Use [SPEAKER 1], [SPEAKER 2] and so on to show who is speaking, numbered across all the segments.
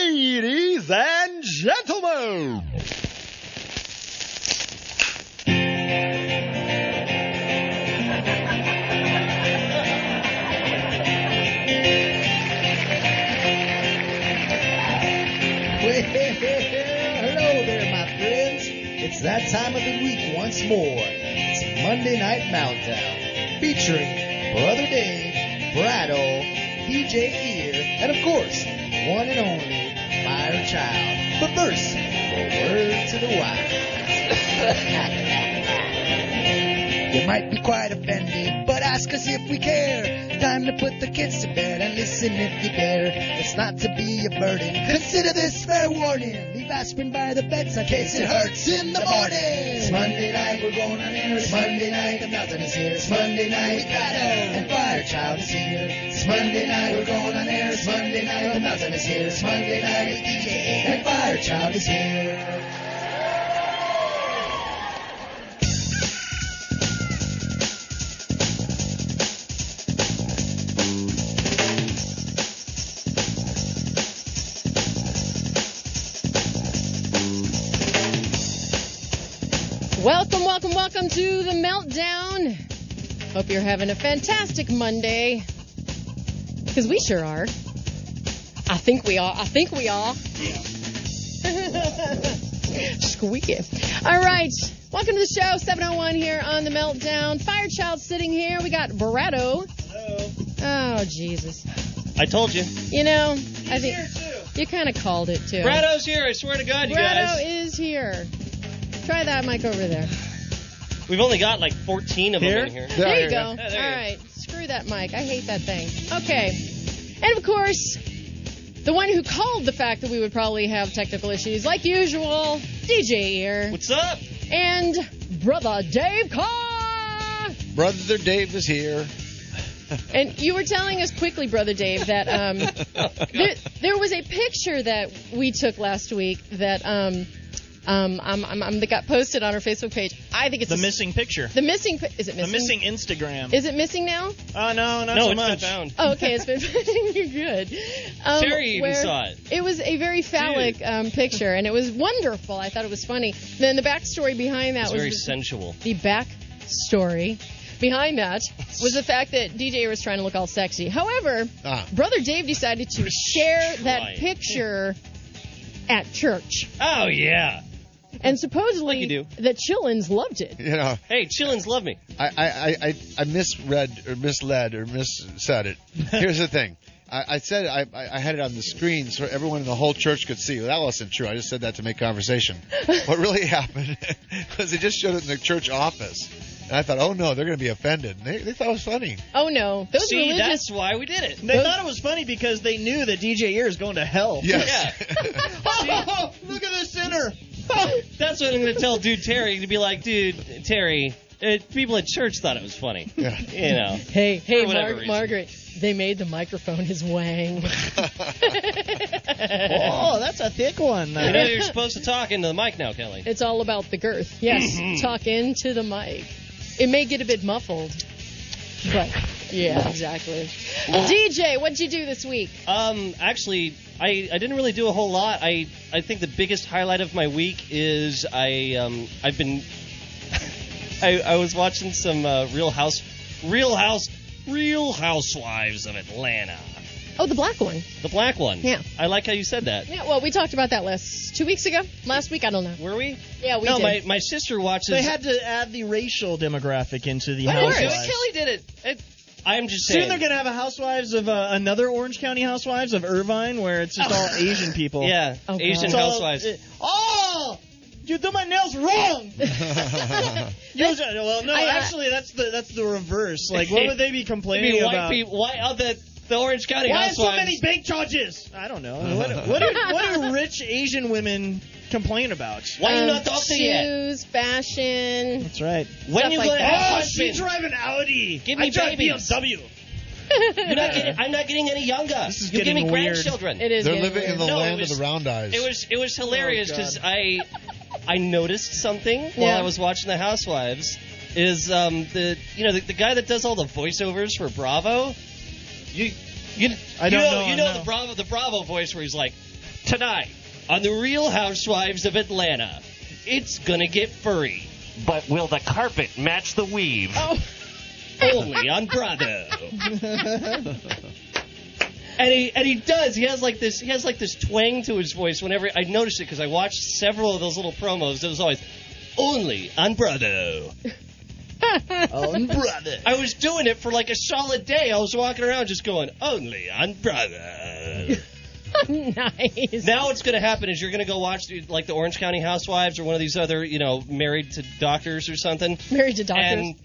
[SPEAKER 1] Ladies and gentlemen.
[SPEAKER 2] Well, hello there, my friends. It's that time of the week once more. It's Monday Night Meltdown, featuring Brother Dave, Brado, DJ Ear, and of course, one and only Fire Child. But first, a word to the wise. you might be quite offended, but ask us if we care. Time to put the kids to bed and listen if you dare. It's not to be a burden. Consider this fair warning. Leave aspirin by the bedside in case it hurts in the morning. It's Monday night, we're going on air. It's Monday night, and nothing is here. It's Monday night, we got it. And Fire Child is here. It's Monday night, we're going on air. It's Monday night, and nothing is here. It's Monday night, with DJ and Fire Child is here.
[SPEAKER 3] Welcome, welcome, welcome to the meltdown. Hope you're having a fantastic Monday. Because we sure are. I think we are. I think we are. Squeaky. All right. Welcome to the show. 701 here on the meltdown. Firechild sitting here. We got Barretto. Oh, Jesus.
[SPEAKER 4] I told you.
[SPEAKER 3] You know, I think you kind of called it too.
[SPEAKER 4] Brado's here, I swear to God, you
[SPEAKER 3] Barretto
[SPEAKER 4] guys.
[SPEAKER 3] is here. Try that mic over there.
[SPEAKER 4] We've only got like 14 of them in here.
[SPEAKER 3] There you
[SPEAKER 4] Yeah,
[SPEAKER 3] go.
[SPEAKER 4] there you
[SPEAKER 3] All
[SPEAKER 4] go.
[SPEAKER 3] right. Screw that mic. I hate that thing. Okay. And of course, the one who called the fact that we would probably have technical issues, like usual, DJ Ear.
[SPEAKER 4] What's up?
[SPEAKER 3] And brother Dave Carr.
[SPEAKER 1] Brother Dave is here.
[SPEAKER 3] And you were telling us quickly, brother Dave, that um, there, there was a picture that we took last week that um, um, um, um, um, that got posted on our Facebook page. I think it's
[SPEAKER 5] the
[SPEAKER 3] a s-
[SPEAKER 5] missing picture.
[SPEAKER 3] The missing. pi- Is it
[SPEAKER 5] The
[SPEAKER 3] missing?
[SPEAKER 5] missing Instagram.
[SPEAKER 3] Is it missing now?
[SPEAKER 5] oh no, not
[SPEAKER 4] no,
[SPEAKER 5] so
[SPEAKER 4] it's
[SPEAKER 5] much.
[SPEAKER 4] been found.
[SPEAKER 3] Oh, okay, it's been you're good. Um,
[SPEAKER 4] Terry even
[SPEAKER 3] where-
[SPEAKER 4] saw it.
[SPEAKER 3] It was a very phallic um, picture, and it was wonderful. I thought it was funny. Then the backstory behind that
[SPEAKER 4] It's
[SPEAKER 3] was
[SPEAKER 4] very sensual.
[SPEAKER 3] the backstory behind that was the fact that DJ was trying to look all sexy. However,
[SPEAKER 1] Ah.
[SPEAKER 3] brother Dave decided to share that
[SPEAKER 4] Right.
[SPEAKER 3] picture at church,
[SPEAKER 4] Oh, yeah.
[SPEAKER 3] and supposedly
[SPEAKER 4] Like you
[SPEAKER 3] the chillins loved it.
[SPEAKER 1] You know,
[SPEAKER 4] Hey, chillins love me.
[SPEAKER 1] I, I, I, I, I misread or misled or missaid it. Here's the thing. I, I said I, I I had it on the screen so everyone in the whole church could see. Well, that wasn't true. I just said that to make conversation. what really happened was they just showed it in the church office. And I thought, oh no, they're going to be offended. And they, they thought it was funny.
[SPEAKER 3] Oh no, those
[SPEAKER 4] See,
[SPEAKER 3] religious.
[SPEAKER 4] that's why we did it.
[SPEAKER 5] They thought it was funny because they knew that DJ Ear is going to hell.
[SPEAKER 1] Yes.
[SPEAKER 5] Oh, look at the sinner.
[SPEAKER 4] That's what I'm going to tell dude Terry to be like, dude, Terry, uh people at church thought it was funny.
[SPEAKER 1] Yeah.
[SPEAKER 4] You know.
[SPEAKER 3] Hey, hey,
[SPEAKER 4] whatever
[SPEAKER 3] Mar-
[SPEAKER 4] reason.
[SPEAKER 3] Margaret. They made the microphone his wang.
[SPEAKER 5] Oh, that's a thick one.
[SPEAKER 4] You know you're supposed to talk into the mic now, Kelly.
[SPEAKER 3] It's all about the girth. Yes,
[SPEAKER 4] Mm-hmm.
[SPEAKER 3] talk into the mic. It may get a bit muffled, but yeah, exactly. DJ, what'd you do this week?
[SPEAKER 4] Um, actually, I, I didn't really do a whole lot. I I think the biggest highlight of my week is I um I've been I I was watching some uh, Real House Real House Real Housewives of Atlanta.
[SPEAKER 3] Oh, the black one.
[SPEAKER 4] The black one.
[SPEAKER 3] Yeah.
[SPEAKER 4] I like how you said that.
[SPEAKER 3] Yeah, well, we talked about that last two weeks ago. Last week, I don't know.
[SPEAKER 4] Were we?
[SPEAKER 3] Yeah, Oh, we
[SPEAKER 4] no,
[SPEAKER 3] did.
[SPEAKER 4] my my sister watches
[SPEAKER 5] They had to add the racial demographic into the
[SPEAKER 4] I didn't do it.
[SPEAKER 5] housewives.
[SPEAKER 4] Kelly did it. it. I'm just
[SPEAKER 5] Soon
[SPEAKER 4] saying.
[SPEAKER 5] they're going to have a housewives of uh, another Orange County housewives of Irvine where it's just all Asian people.
[SPEAKER 4] yeah,
[SPEAKER 3] Oh, God.
[SPEAKER 4] Asian
[SPEAKER 5] It's all-
[SPEAKER 4] housewives.
[SPEAKER 5] uh, oh, you do my nails wrong. Those are- well, no,
[SPEAKER 3] I- I-
[SPEAKER 4] uh,
[SPEAKER 5] actually, that's the that's the reverse. Like, what would they be
[SPEAKER 4] I
[SPEAKER 5] complaining
[SPEAKER 4] mean, white
[SPEAKER 5] about?
[SPEAKER 4] people. Why are the the Orange County
[SPEAKER 5] Why are
[SPEAKER 4] housewives?
[SPEAKER 5] so many bank charges? I don't know. What, what, do, what do rich Asian women complain about?
[SPEAKER 4] why you
[SPEAKER 3] Um,
[SPEAKER 4] not talking yet?
[SPEAKER 3] Shoes, fashion.
[SPEAKER 5] That's right.
[SPEAKER 4] When you
[SPEAKER 3] like
[SPEAKER 4] gonna
[SPEAKER 3] that.
[SPEAKER 4] have
[SPEAKER 5] Oh,
[SPEAKER 4] husband?
[SPEAKER 5] she drive an Audi.
[SPEAKER 4] Give me
[SPEAKER 5] I drive
[SPEAKER 4] babies.
[SPEAKER 5] BMW.
[SPEAKER 4] You're not getting, I'm not getting any younger.
[SPEAKER 5] This is
[SPEAKER 4] you give me
[SPEAKER 5] getting weird.
[SPEAKER 4] grandchildren.
[SPEAKER 3] It is.
[SPEAKER 1] they're
[SPEAKER 3] getting
[SPEAKER 1] living in
[SPEAKER 3] weird.
[SPEAKER 1] the
[SPEAKER 4] No, it
[SPEAKER 1] land
[SPEAKER 4] was-
[SPEAKER 1] of the round eyes.
[SPEAKER 4] It was it was hilarious
[SPEAKER 5] Oh, God.
[SPEAKER 4] because I I noticed something while
[SPEAKER 3] Yeah.
[SPEAKER 4] I was watching The Housewives is um the you know the, the guy that does all the voiceovers for Bravo you you
[SPEAKER 5] I
[SPEAKER 4] you
[SPEAKER 5] don't
[SPEAKER 4] know,
[SPEAKER 5] know,
[SPEAKER 4] you
[SPEAKER 5] I
[SPEAKER 4] know,
[SPEAKER 5] know.
[SPEAKER 4] the Bravo the Bravo voice where he's like Tonight on The Real Housewives of Atlanta, it's gonna get furry.
[SPEAKER 6] But will the carpet match the weave?
[SPEAKER 3] Oh,
[SPEAKER 4] Only on Bravo. And he and he does. He has like this. He has like this twang to his voice. Whenever I noticed it, because I watched several of those little promos, it was always only on Bravo.
[SPEAKER 5] On brother.
[SPEAKER 4] I was doing it for like a solid day. I was walking around just going only on Bravo.
[SPEAKER 3] nice.
[SPEAKER 4] now what's going to happen is you're going to go watch the, like the Orange County Housewives or one of these other you know married to doctors or something,
[SPEAKER 3] Married to doctors.
[SPEAKER 4] and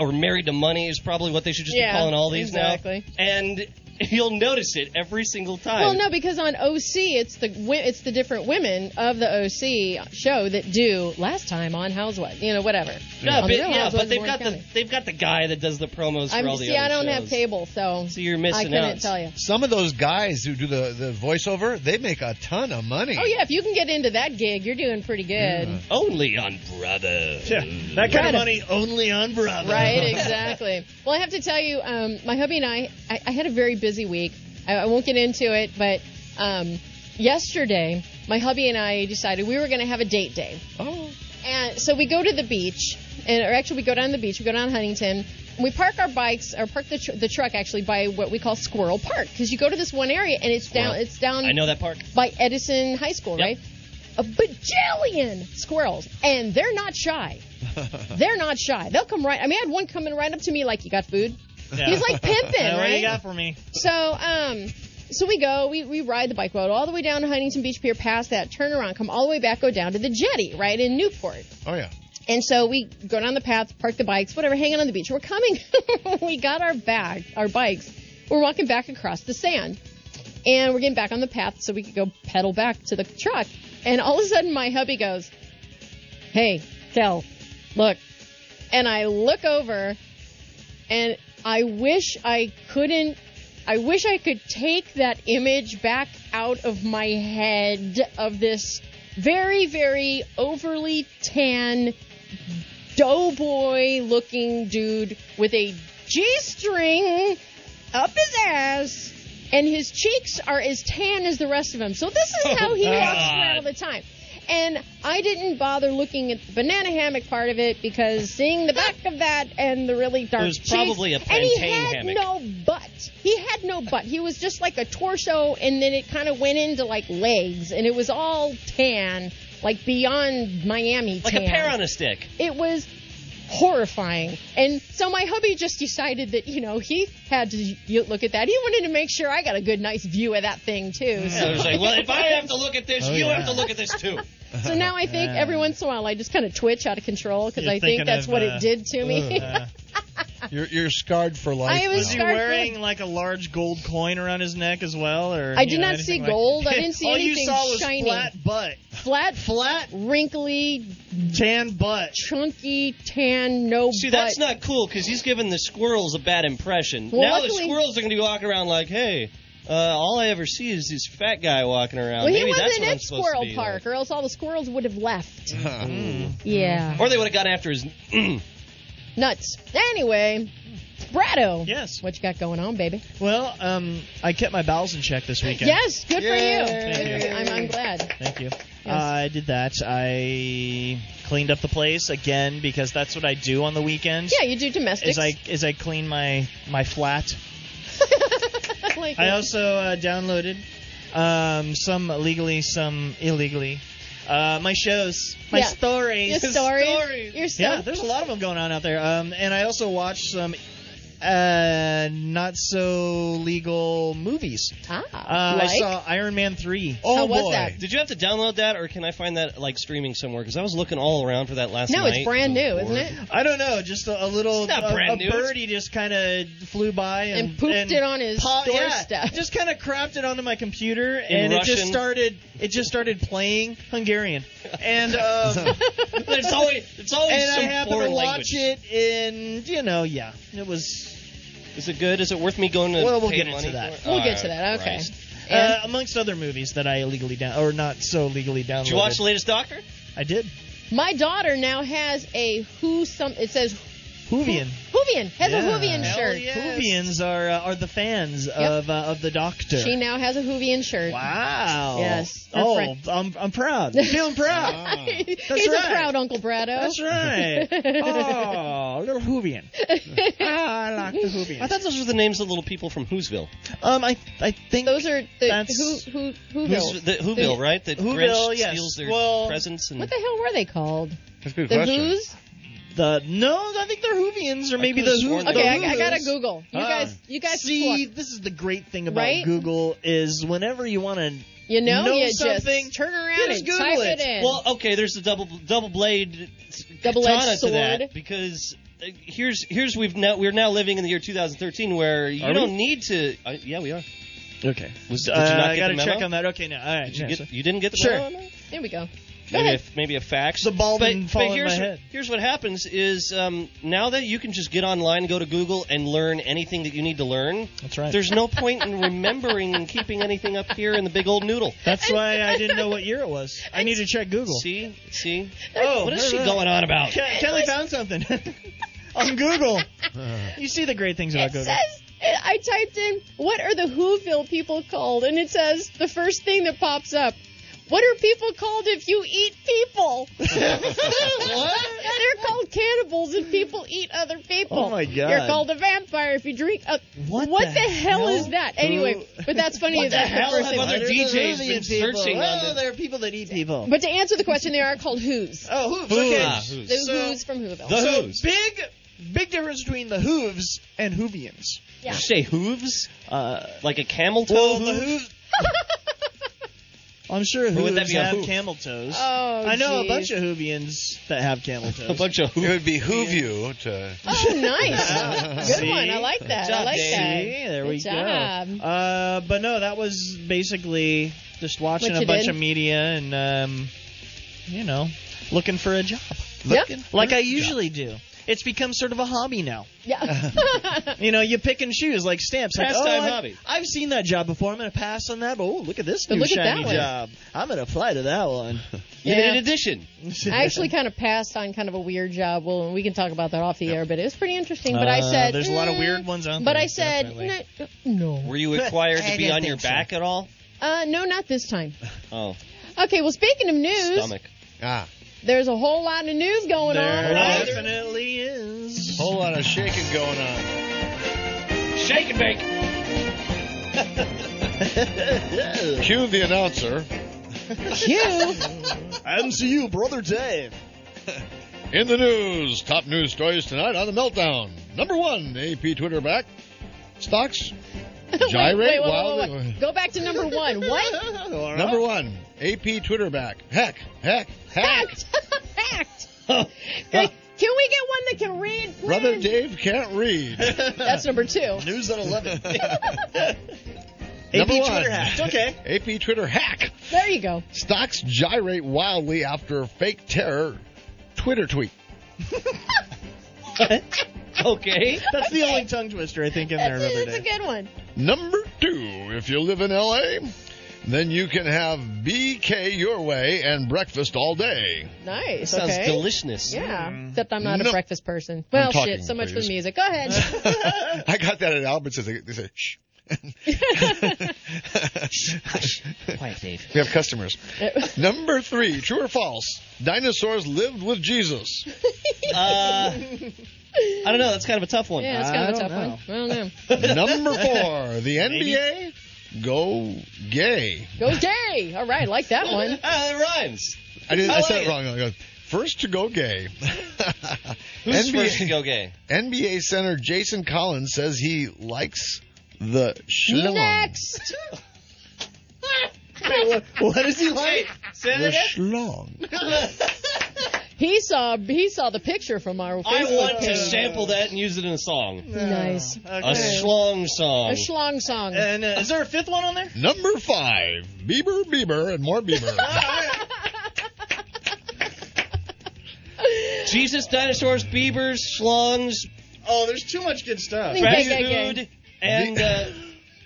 [SPEAKER 4] or married to money is probably what they should just
[SPEAKER 3] Yeah,
[SPEAKER 4] be calling all these
[SPEAKER 3] exactly.
[SPEAKER 4] now. And you'll notice it every single time.
[SPEAKER 3] Well, no, because on OC, it's the wi- it's the different women of the OC show that do last time on Housewives, you know, whatever.
[SPEAKER 4] Yeah,
[SPEAKER 3] On
[SPEAKER 1] Oh,
[SPEAKER 4] but,
[SPEAKER 3] The Real
[SPEAKER 4] yeah,
[SPEAKER 3] Housewives
[SPEAKER 4] but
[SPEAKER 3] of
[SPEAKER 4] they've
[SPEAKER 3] Orange
[SPEAKER 4] got the
[SPEAKER 3] County.
[SPEAKER 4] they've got the guy that does the promos for all
[SPEAKER 3] I'm,
[SPEAKER 4] the
[SPEAKER 3] see, I
[SPEAKER 4] other
[SPEAKER 3] don't have
[SPEAKER 4] shows.
[SPEAKER 3] cable, so,
[SPEAKER 4] So you're
[SPEAKER 3] I
[SPEAKER 4] missing
[SPEAKER 3] couldn't
[SPEAKER 4] out.
[SPEAKER 3] tell you.
[SPEAKER 1] Some of those guys who do the, the voiceover, they make a ton of money.
[SPEAKER 3] Oh yeah, if you can get into that gig, you're doing pretty good,
[SPEAKER 4] Only on Brother.
[SPEAKER 5] Yeah, that kind of money only on brother.
[SPEAKER 3] right? Exactly. Well, I have to tell you, um, my hubby and I, I, I had a very busy week. I, I won't get into it, but um, yesterday, my hubby and I decided we were going to have a date day.
[SPEAKER 1] Oh.
[SPEAKER 3] And so we go to the beach, and or actually we go down to the beach. We go down to Huntington. And we park our bikes, or park the, tr- the truck actually by what we call Squirrel Park, because you go to this one area and it's down it's down
[SPEAKER 4] I know that park.
[SPEAKER 3] by Edison High School,
[SPEAKER 4] Yep.
[SPEAKER 3] right? A bajillion squirrels, and they're not shy. they're not shy. They'll come right. I mean, I had one coming right up to me like, "You got food?"
[SPEAKER 5] Yeah.
[SPEAKER 3] He's like pimping,
[SPEAKER 5] Yeah, what
[SPEAKER 3] right?
[SPEAKER 5] you got for me?
[SPEAKER 3] So, um, so we go, we, we ride the bike road all the way down to Huntington Beach Pier, past that, turn around, come all the way back, go down to the jetty, right in Newport.
[SPEAKER 1] Oh, yeah.
[SPEAKER 3] And so we go down the path, park the bikes, whatever, hanging on the beach. We're coming. we got our bag, our bikes. We're walking back across the sand. And we're getting back on the path so we could go pedal back to the truck. And all of a sudden my hubby goes, Hey, Kel, look. And I look over and I wish I couldn't I wish I could take that image back out of my head of this very, very overly tan doughboy looking dude with a G string up his ass, and his cheeks are as tan as the rest of him. So this is how he walks around all the time. And I didn't bother looking at the banana hammock part of it because seeing the back of that and the really dark
[SPEAKER 4] was
[SPEAKER 3] cheeks,
[SPEAKER 4] probably a
[SPEAKER 3] and he
[SPEAKER 4] plantain
[SPEAKER 3] had
[SPEAKER 4] hammock.
[SPEAKER 3] no butt. He had no butt. He was just like a torso, and then it kind of went into like legs, and it was all tan, like beyond Miami
[SPEAKER 4] Like
[SPEAKER 3] tan
[SPEAKER 4] a pear on a stick.
[SPEAKER 3] it was horrifying. And so my hubby just decided that, you know, he had to y- look at that. He wanted to make sure I got a good, nice view of that thing, too.
[SPEAKER 4] So I
[SPEAKER 3] So,
[SPEAKER 4] was like, well, if I have to look at this,
[SPEAKER 1] Oh,
[SPEAKER 4] you
[SPEAKER 1] yeah.
[SPEAKER 4] have to look at this too.
[SPEAKER 3] so now I think every once in a while I just kind of twitch out of control because
[SPEAKER 5] You're
[SPEAKER 3] I
[SPEAKER 5] thinking
[SPEAKER 3] think that's
[SPEAKER 5] of,
[SPEAKER 3] what
[SPEAKER 5] uh,
[SPEAKER 3] it did to me.
[SPEAKER 5] Uh,
[SPEAKER 1] You're, you're scarred for life.
[SPEAKER 3] I was
[SPEAKER 5] is he
[SPEAKER 3] Scarf
[SPEAKER 5] wearing
[SPEAKER 3] wood.
[SPEAKER 5] like a large gold coin around his neck as well? Or
[SPEAKER 3] I did
[SPEAKER 5] you know,
[SPEAKER 3] not
[SPEAKER 5] anything
[SPEAKER 3] see
[SPEAKER 5] like-
[SPEAKER 3] gold. I didn't see
[SPEAKER 5] All
[SPEAKER 3] anything
[SPEAKER 5] you saw was
[SPEAKER 3] shiny.
[SPEAKER 5] flat butt,
[SPEAKER 3] Flat,
[SPEAKER 5] flat
[SPEAKER 3] wrinkly,
[SPEAKER 5] tan butt.
[SPEAKER 3] chunky, tan, no
[SPEAKER 4] See,
[SPEAKER 3] butt.
[SPEAKER 4] that's not cool because he's giving the squirrels a bad impression.
[SPEAKER 3] Well,
[SPEAKER 4] now
[SPEAKER 3] luckily-
[SPEAKER 4] the squirrels are going to be walking around like, hey, uh, all I ever see is this fat guy walking around.
[SPEAKER 3] well, he
[SPEAKER 4] Maybe that's
[SPEAKER 3] wasn't
[SPEAKER 4] what I'm
[SPEAKER 3] at
[SPEAKER 4] supposed to
[SPEAKER 3] Squirrel
[SPEAKER 4] be
[SPEAKER 3] Park, or else all the squirrels would have left.
[SPEAKER 1] was.
[SPEAKER 3] Yeah.
[SPEAKER 4] like. Hmm. Or they would have gone after his.
[SPEAKER 3] Nuts. Anyway, Brado.
[SPEAKER 5] Yes.
[SPEAKER 3] What you got going on, baby?
[SPEAKER 5] Well, um, I kept my bowels in check this weekend.
[SPEAKER 3] Yes, good for
[SPEAKER 1] Yay.
[SPEAKER 3] you.
[SPEAKER 5] Thank
[SPEAKER 3] Good for
[SPEAKER 5] you.
[SPEAKER 3] you. I'm, I'm glad.
[SPEAKER 5] Thank you. Uh, I did that. I cleaned up the place again because that's what I do on the weekends.
[SPEAKER 3] Yeah, you do domestics.
[SPEAKER 5] Is I is I clean my my flat.
[SPEAKER 3] I like
[SPEAKER 5] I
[SPEAKER 3] it.
[SPEAKER 5] also uh, downloaded um, some legally, some illegally. Uh, my shows, my
[SPEAKER 3] Yeah.
[SPEAKER 5] stories.
[SPEAKER 3] your stories. Your stuff.
[SPEAKER 5] Yeah, there's a lot of them going on out there. Um, and I also watched some uh, not so legal movies.
[SPEAKER 3] Ah,
[SPEAKER 5] Uh,
[SPEAKER 3] like?
[SPEAKER 5] I saw Iron Man 3.
[SPEAKER 1] Oh,
[SPEAKER 3] How was
[SPEAKER 1] boy.
[SPEAKER 3] that?
[SPEAKER 4] Did you have to download that, or can I find that like streaming somewhere? Because I was looking all around for that last
[SPEAKER 3] no,
[SPEAKER 4] night.
[SPEAKER 3] it's brand new, isn't it?
[SPEAKER 5] I don't know, just a, a little
[SPEAKER 4] It's not
[SPEAKER 5] a,
[SPEAKER 4] brand
[SPEAKER 5] a
[SPEAKER 4] new.
[SPEAKER 5] birdie just kind of flew by and,
[SPEAKER 3] And pooped it on his
[SPEAKER 5] pop- yeah,
[SPEAKER 3] doorstep.
[SPEAKER 5] just kind of crapped it onto my computer, and it just
[SPEAKER 4] Russian.
[SPEAKER 5] started. It just started playing Hungarian, and um,
[SPEAKER 4] There's always, it's always
[SPEAKER 5] and I
[SPEAKER 4] some
[SPEAKER 5] happened to
[SPEAKER 4] foreign
[SPEAKER 5] watch
[SPEAKER 4] language.
[SPEAKER 5] it in you know yeah it was
[SPEAKER 4] Is it good? Is it worth me going to
[SPEAKER 5] Well, we'll
[SPEAKER 4] pay
[SPEAKER 5] get into
[SPEAKER 4] money
[SPEAKER 5] that.
[SPEAKER 4] for it?
[SPEAKER 3] We'll
[SPEAKER 4] All
[SPEAKER 3] get to
[SPEAKER 4] right,
[SPEAKER 3] that. Okay.
[SPEAKER 4] Christ.
[SPEAKER 5] uh, amongst other movies that I illegally down or not so legally downloaded.
[SPEAKER 4] Did you watch the latest Doctor?
[SPEAKER 5] I did.
[SPEAKER 3] My daughter now has a who some. It says
[SPEAKER 5] Hoovian.
[SPEAKER 3] Hoovian has
[SPEAKER 5] Yeah.
[SPEAKER 3] a Hoovian
[SPEAKER 5] Hell
[SPEAKER 3] shirt.
[SPEAKER 5] yes. Hoovians are uh, are the fans of uh, of the Doctor.
[SPEAKER 3] She now has a Hoovian shirt.
[SPEAKER 5] wow.
[SPEAKER 3] Yes, her
[SPEAKER 5] Oh,
[SPEAKER 3] friend-
[SPEAKER 5] I'm I'm proud. Feeling proud.
[SPEAKER 1] Ah.
[SPEAKER 3] He's
[SPEAKER 5] right.
[SPEAKER 3] a proud Uncle Brado.
[SPEAKER 5] That's right. Oh, little Hoovian. ah, I like the
[SPEAKER 4] I
[SPEAKER 5] Hoovian.
[SPEAKER 4] thought those were the names of little people from Whoville.
[SPEAKER 5] Um, I I think
[SPEAKER 3] Those are the
[SPEAKER 5] That's-
[SPEAKER 3] who who who
[SPEAKER 4] Who's- The, Whoville, right? That
[SPEAKER 5] Whoville,
[SPEAKER 4] Grinch
[SPEAKER 5] yes.
[SPEAKER 4] steals their
[SPEAKER 5] Well-
[SPEAKER 4] presents and
[SPEAKER 3] What the hell were they called?
[SPEAKER 1] That's a good
[SPEAKER 3] The
[SPEAKER 1] question.
[SPEAKER 3] Who's?
[SPEAKER 5] the no. I think they're Hoovians or maybe the
[SPEAKER 4] could've
[SPEAKER 5] Who.
[SPEAKER 4] sworn
[SPEAKER 5] the
[SPEAKER 4] they
[SPEAKER 3] Okay,
[SPEAKER 5] Whos.
[SPEAKER 3] I, I gotta Google. You
[SPEAKER 5] Ah.
[SPEAKER 3] guys, you guys,
[SPEAKER 5] See,
[SPEAKER 3] pluck.
[SPEAKER 5] this is the great thing about
[SPEAKER 3] Right?
[SPEAKER 5] Google is whenever you want to
[SPEAKER 3] you know,
[SPEAKER 5] know
[SPEAKER 3] you
[SPEAKER 5] something,
[SPEAKER 3] just turn around
[SPEAKER 5] just
[SPEAKER 3] and
[SPEAKER 5] Google
[SPEAKER 3] type
[SPEAKER 5] it.
[SPEAKER 3] it, in.
[SPEAKER 4] Well, okay, there's the double double blade
[SPEAKER 3] Double-edged
[SPEAKER 4] katana to
[SPEAKER 3] sword.
[SPEAKER 4] that because uh, here's here's we've now we're now living in the year 2013 where you
[SPEAKER 5] Are we?
[SPEAKER 4] don't need to. Uh, yeah, we are.
[SPEAKER 5] Okay.
[SPEAKER 4] Was, did
[SPEAKER 5] uh,
[SPEAKER 4] you not
[SPEAKER 5] I
[SPEAKER 4] get
[SPEAKER 5] gotta
[SPEAKER 4] the memo?
[SPEAKER 5] check on that. Okay, now. All right.
[SPEAKER 4] Did you,
[SPEAKER 5] yeah,
[SPEAKER 4] get,
[SPEAKER 5] so-
[SPEAKER 4] you didn't get the
[SPEAKER 5] Sure.
[SPEAKER 4] memo?
[SPEAKER 3] there we go. Go
[SPEAKER 4] Maybe a,
[SPEAKER 3] ahead.
[SPEAKER 4] maybe a fax.
[SPEAKER 5] The ball
[SPEAKER 4] but,
[SPEAKER 5] didn't fall
[SPEAKER 4] but
[SPEAKER 5] in
[SPEAKER 4] here's
[SPEAKER 5] my
[SPEAKER 4] what-
[SPEAKER 5] head.
[SPEAKER 4] here's what happens is um, now that you can just get online, go to Google, and learn anything that you need to learn.
[SPEAKER 5] That's right.
[SPEAKER 4] There's no point in remembering and keeping anything up here in the big old noodle.
[SPEAKER 5] That's why I didn't know what year it was. I need to check Google.
[SPEAKER 4] See, see.
[SPEAKER 5] Oh,
[SPEAKER 4] what is
[SPEAKER 5] no,
[SPEAKER 4] she
[SPEAKER 5] no.
[SPEAKER 4] going on about?
[SPEAKER 5] Ke- Kelly found something on Google. You see the great things about
[SPEAKER 3] It
[SPEAKER 5] Google.
[SPEAKER 3] says I typed in what are the Whoville people called, and it says the first thing that pops up. What are people called if you eat people? They're called cannibals and people eat other people.
[SPEAKER 5] Oh, my God.
[SPEAKER 3] You're called a vampire if you drink a
[SPEAKER 5] What the
[SPEAKER 3] the, hell is that? Anyway,
[SPEAKER 5] Who-
[SPEAKER 3] but that's funny
[SPEAKER 4] What
[SPEAKER 3] that
[SPEAKER 4] the hell
[SPEAKER 3] the first
[SPEAKER 4] have
[SPEAKER 3] thing-
[SPEAKER 4] other
[SPEAKER 5] They're the
[SPEAKER 4] DJs
[SPEAKER 5] Hoovian
[SPEAKER 4] been
[SPEAKER 5] people.
[SPEAKER 4] searching
[SPEAKER 5] oh,
[SPEAKER 4] on the-
[SPEAKER 5] there are people that eat people.
[SPEAKER 3] But to answer the question, they are called Who's.
[SPEAKER 5] oh, hooves.
[SPEAKER 4] Who's.
[SPEAKER 5] Okay.
[SPEAKER 4] Ah, who's.
[SPEAKER 3] The
[SPEAKER 5] So-
[SPEAKER 3] Who's from Whoville.
[SPEAKER 4] The
[SPEAKER 5] so
[SPEAKER 4] Who's.
[SPEAKER 5] big, big difference between the hooves and hoovians.
[SPEAKER 3] Yeah.
[SPEAKER 4] Did you say hooves?
[SPEAKER 5] Uh,
[SPEAKER 4] Like a camel toe
[SPEAKER 5] well, the
[SPEAKER 4] hoof?
[SPEAKER 5] hooves. I'm sure
[SPEAKER 4] Or
[SPEAKER 5] hooves
[SPEAKER 4] would that be a
[SPEAKER 5] have
[SPEAKER 4] hoof?
[SPEAKER 5] camel toes.
[SPEAKER 3] oh,
[SPEAKER 5] I know a
[SPEAKER 3] geez.
[SPEAKER 5] bunch of hoovians that have camel toes.
[SPEAKER 4] A bunch of
[SPEAKER 1] It
[SPEAKER 4] hoof.
[SPEAKER 1] would behoove you to.
[SPEAKER 3] Oh, nice. Good
[SPEAKER 5] See?
[SPEAKER 3] one. I like that. I like that.
[SPEAKER 5] See, there
[SPEAKER 3] Good
[SPEAKER 5] we
[SPEAKER 3] job.
[SPEAKER 5] go. Uh, but no, that was basically just watching
[SPEAKER 3] What
[SPEAKER 5] a
[SPEAKER 3] you
[SPEAKER 5] bunch
[SPEAKER 3] did?
[SPEAKER 5] of media and, um, you know, looking for a job.
[SPEAKER 3] Yep.
[SPEAKER 5] Like I usually do. It's become sort of a hobby now.
[SPEAKER 3] Yeah.
[SPEAKER 5] You know, you pick and choose like stamps. Like,
[SPEAKER 4] Pastime
[SPEAKER 5] oh, I've-
[SPEAKER 4] hobby.
[SPEAKER 5] I've seen that job before. I'm going to pass on that. But oh, look at this
[SPEAKER 3] But
[SPEAKER 5] new
[SPEAKER 3] look at
[SPEAKER 5] shiny
[SPEAKER 3] that one.
[SPEAKER 5] job. I'm going to apply to that one.
[SPEAKER 4] Limited edition.
[SPEAKER 3] I actually kind of passed on kind of a weird job. Well, we can talk about that off the air, but it was pretty interesting. But I
[SPEAKER 5] Uh,
[SPEAKER 3] said
[SPEAKER 5] there's a lot of
[SPEAKER 3] mm,
[SPEAKER 5] weird ones out
[SPEAKER 3] But
[SPEAKER 5] there,
[SPEAKER 3] I said
[SPEAKER 5] definitely.
[SPEAKER 3] no, no,
[SPEAKER 4] Were you required
[SPEAKER 5] I
[SPEAKER 4] to be
[SPEAKER 5] didn't
[SPEAKER 4] on your
[SPEAKER 5] think so.
[SPEAKER 4] back at all?
[SPEAKER 3] uh, no, not this time.
[SPEAKER 4] Oh,
[SPEAKER 3] Okay, well, speaking of news,
[SPEAKER 4] stomach.
[SPEAKER 1] Ah,
[SPEAKER 3] there's a whole lot of news going on.
[SPEAKER 5] there
[SPEAKER 3] Right?
[SPEAKER 5] definitely is.
[SPEAKER 1] whole lot of shaking going on.
[SPEAKER 4] Shake and bake.
[SPEAKER 1] Cue the announcer.
[SPEAKER 5] you and to you, brother Dave.
[SPEAKER 1] In the news, top news stories tonight on the meltdown. Number one, AP Twitter back. Stocks gyrate
[SPEAKER 3] wait, wait, wait,
[SPEAKER 1] wildly.
[SPEAKER 3] wait, wait. Go back to number one. What?
[SPEAKER 1] Number one, AP Twitter back. Heck, heck, heck.
[SPEAKER 3] Fact. Fact. Like, can we get one that can read? please?
[SPEAKER 1] Brother Dave can't read.
[SPEAKER 3] That's number two.
[SPEAKER 5] News at eleven. AP
[SPEAKER 1] Number one.
[SPEAKER 5] Twitter hacked. Okay.
[SPEAKER 1] AP Twitter hack.
[SPEAKER 3] There you go.
[SPEAKER 1] Stocks gyrate wildly after fake terror Twitter tweet.
[SPEAKER 4] Okay.
[SPEAKER 5] That's the only tongue twister I think in there.
[SPEAKER 3] That's, a,
[SPEAKER 5] Brother
[SPEAKER 3] that's a
[SPEAKER 5] Dave.
[SPEAKER 3] good one.
[SPEAKER 1] Number two, if you live in LA, then you can have BK your way and breakfast all day.
[SPEAKER 3] Nice.
[SPEAKER 4] Sounds
[SPEAKER 3] okay.
[SPEAKER 4] delicious. Mm.
[SPEAKER 3] Yeah, except I'm not
[SPEAKER 1] No.
[SPEAKER 3] a breakfast person. Well,
[SPEAKER 1] talking,
[SPEAKER 3] shit, so much for
[SPEAKER 1] please.
[SPEAKER 3] the music. Go ahead.
[SPEAKER 1] I got that at Albertsons. They they say, shh.
[SPEAKER 4] Quiet, Dave.
[SPEAKER 1] We have customers. Number three, true or false? Dinosaurs lived with Jesus.
[SPEAKER 4] Uh, I don't know. That's kind of a tough one.
[SPEAKER 3] yeah, that's kind of a tough one. I don't know.
[SPEAKER 1] Number four, the NBA go gay.
[SPEAKER 3] Go gay. All right, like that one.
[SPEAKER 4] Ah, it rhymes.
[SPEAKER 1] I didn't.
[SPEAKER 4] I
[SPEAKER 1] I said
[SPEAKER 4] like
[SPEAKER 1] it wrong. I go, first to go gay.
[SPEAKER 4] Who's
[SPEAKER 1] NBA,
[SPEAKER 4] first to go gay?
[SPEAKER 1] NBA center Jason Collins says he likes the schlong.
[SPEAKER 3] Next.
[SPEAKER 5] What is he like?
[SPEAKER 4] Say
[SPEAKER 1] The
[SPEAKER 4] that again.
[SPEAKER 1] schlong.
[SPEAKER 3] He saw he saw the picture from our Facebook
[SPEAKER 4] I want to
[SPEAKER 3] page.
[SPEAKER 4] sample that and use it in a song.
[SPEAKER 3] Nice.
[SPEAKER 4] A schlong song.
[SPEAKER 3] A schlong song.
[SPEAKER 5] And uh, is there a fifth one on there?
[SPEAKER 1] Number five, Bieber, Bieber, and more Bieber.
[SPEAKER 4] Jesus, dinosaurs, beavers, schlongs,
[SPEAKER 5] Oh, there's too much good stuff.
[SPEAKER 3] Think
[SPEAKER 4] fresh
[SPEAKER 3] gay, gay, gay.
[SPEAKER 4] food, and uh,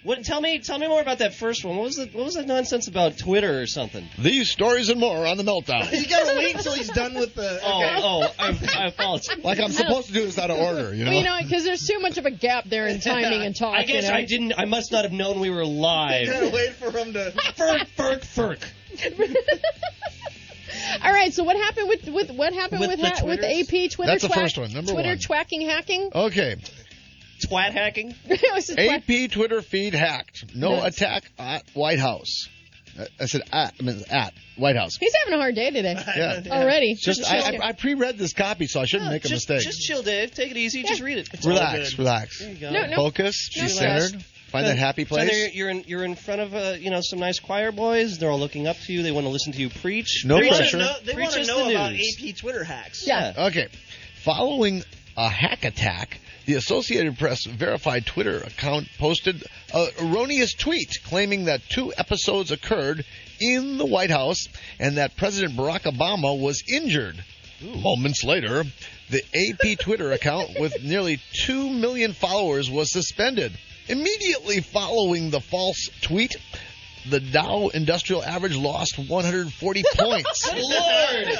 [SPEAKER 4] What? Tell me, tell me more about that first one. What was the, what was that nonsense about Twitter or something?
[SPEAKER 1] These stories and more on the meltdown.
[SPEAKER 5] You gotta wait until he's done with the.
[SPEAKER 4] Oh, oh, I, I apologize.
[SPEAKER 1] like I'm supposed to do this out of order, you know.
[SPEAKER 3] Well, you know, because there's too much of a gap there in timing and talk.
[SPEAKER 4] I guess
[SPEAKER 3] you know?
[SPEAKER 4] I didn't. I must not have known we were
[SPEAKER 5] You gotta
[SPEAKER 4] live.
[SPEAKER 5] wait for him to.
[SPEAKER 4] Ferk, ferk, ferk.
[SPEAKER 3] All right, so what happened with with what happened
[SPEAKER 4] With
[SPEAKER 3] with
[SPEAKER 4] the
[SPEAKER 3] ha- with
[SPEAKER 4] Twitters?
[SPEAKER 3] AP Twitter?
[SPEAKER 1] That's the
[SPEAKER 3] twack-
[SPEAKER 1] first one, number
[SPEAKER 3] Twitter
[SPEAKER 1] one.
[SPEAKER 3] twacking hacking.
[SPEAKER 1] okay,
[SPEAKER 4] Twat hacking.
[SPEAKER 3] It was just twack-
[SPEAKER 1] AP Twitter feed hacked. No
[SPEAKER 3] Nuts.
[SPEAKER 1] attack at White House. I- I said at, I mean, at White House.
[SPEAKER 3] He's having a hard day today
[SPEAKER 1] Yeah.
[SPEAKER 3] already.
[SPEAKER 1] Just I, I, I pre-read this copy, so I shouldn't make a
[SPEAKER 4] just,
[SPEAKER 1] mistake.
[SPEAKER 4] Just chill, Dave. Take it easy. Just read it. It's all
[SPEAKER 1] relax,
[SPEAKER 4] good.
[SPEAKER 1] relax.
[SPEAKER 4] There you go.
[SPEAKER 3] No, no.
[SPEAKER 1] Focus. Be
[SPEAKER 4] Relax.
[SPEAKER 1] centered. Find that happy
[SPEAKER 4] So there
[SPEAKER 1] place.
[SPEAKER 4] you're in you're in front of uh, you know some nice choir boys. They're all looking up to you. They want to listen to you preach.
[SPEAKER 1] No
[SPEAKER 4] Preach
[SPEAKER 1] pressure.
[SPEAKER 4] us-
[SPEAKER 5] No, they
[SPEAKER 4] preach
[SPEAKER 5] want to
[SPEAKER 4] us
[SPEAKER 5] know
[SPEAKER 4] the
[SPEAKER 5] about
[SPEAKER 4] news.
[SPEAKER 5] AP Twitter hacks.
[SPEAKER 3] Yeah.
[SPEAKER 1] Okay. Following a hack attack, the Associated Press verified Twitter account posted an erroneous tweet claiming that two episodes occurred in the White House and that President Barack Obama was injured. Moments later, the AP Twitter account with nearly 2 million followers was suspended. Immediately following the false tweet, the Dow Industrial Average lost 140 points.
[SPEAKER 4] Lord,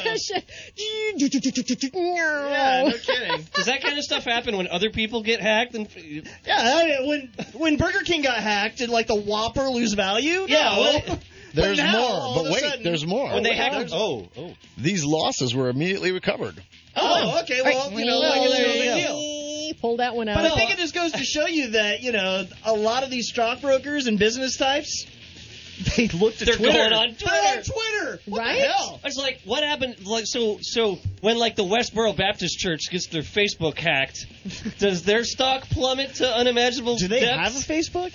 [SPEAKER 5] Yeah, no kidding.
[SPEAKER 4] does that kind of stuff happen when other people get hacked? And uh,
[SPEAKER 5] Yeah, that- when when Burger King got hacked, did like the Whopper lose value?
[SPEAKER 4] Yeah,
[SPEAKER 5] no.
[SPEAKER 4] well-
[SPEAKER 1] There's
[SPEAKER 5] But now,
[SPEAKER 1] more,
[SPEAKER 5] all
[SPEAKER 1] but
[SPEAKER 5] of a
[SPEAKER 1] wait,
[SPEAKER 5] sudden-
[SPEAKER 1] there's more.
[SPEAKER 4] when they
[SPEAKER 5] yeah.
[SPEAKER 4] hack, oh, oh,
[SPEAKER 1] These losses were immediately recovered.
[SPEAKER 5] oh, okay, well, you know, like it's no big deal.
[SPEAKER 3] Pull that one out.
[SPEAKER 5] But I think it just goes to show you that you know a lot of these stockbrokers and business types, they look to
[SPEAKER 4] They're
[SPEAKER 5] Twitter.
[SPEAKER 4] going on
[SPEAKER 5] They're on
[SPEAKER 4] Twitter.
[SPEAKER 5] Twitter. What
[SPEAKER 3] Right?
[SPEAKER 5] the hell?
[SPEAKER 4] It's like what happened? Like so, so when like the Westboro Baptist Church gets their Facebook hacked, does their stock plummet to unimaginable depths?
[SPEAKER 5] Facebook?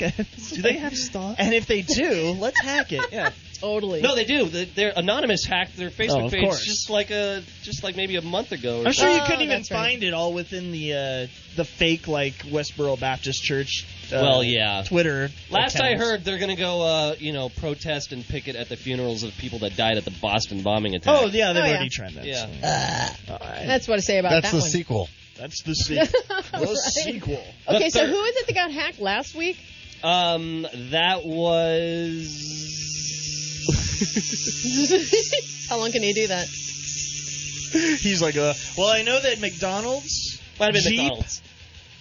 [SPEAKER 4] Do they have stock?
[SPEAKER 5] and if they do, let's hack it. Yeah.
[SPEAKER 3] totally.
[SPEAKER 4] No, they do. The, their anonymous hacked their Facebook
[SPEAKER 5] Oh, of
[SPEAKER 4] page
[SPEAKER 5] course.
[SPEAKER 4] just like a just like maybe a month ago. Or
[SPEAKER 5] I'm sure you
[SPEAKER 3] Oh,
[SPEAKER 5] couldn't even
[SPEAKER 3] that's right.
[SPEAKER 5] find it all within the uh, the fake like Westboro Baptist Church. Uh,
[SPEAKER 4] Well, yeah.
[SPEAKER 5] Twitter.
[SPEAKER 4] Last I
[SPEAKER 5] accounts.
[SPEAKER 4] heard, they're going to go, uh, you know, protest and picket at the funerals of people that died at the Boston bombing attack.
[SPEAKER 5] Oh yeah, they've
[SPEAKER 3] Oh, yeah. Uh,
[SPEAKER 5] already tried that.
[SPEAKER 4] Yeah. Uh,
[SPEAKER 5] so. All right.
[SPEAKER 3] That's what I say about
[SPEAKER 1] That's
[SPEAKER 3] that
[SPEAKER 1] the
[SPEAKER 3] one.
[SPEAKER 1] sequel.
[SPEAKER 5] That's the sequel. the
[SPEAKER 3] Right.
[SPEAKER 5] sequel.
[SPEAKER 3] Okay,
[SPEAKER 4] The
[SPEAKER 3] so
[SPEAKER 4] third-
[SPEAKER 3] who is it that got hacked last week?
[SPEAKER 4] Um, that was.
[SPEAKER 3] How long can you do that?
[SPEAKER 5] He's like, uh, well, I know that McDonald's.
[SPEAKER 4] Might have been
[SPEAKER 5] Jeep,
[SPEAKER 4] McDonald's.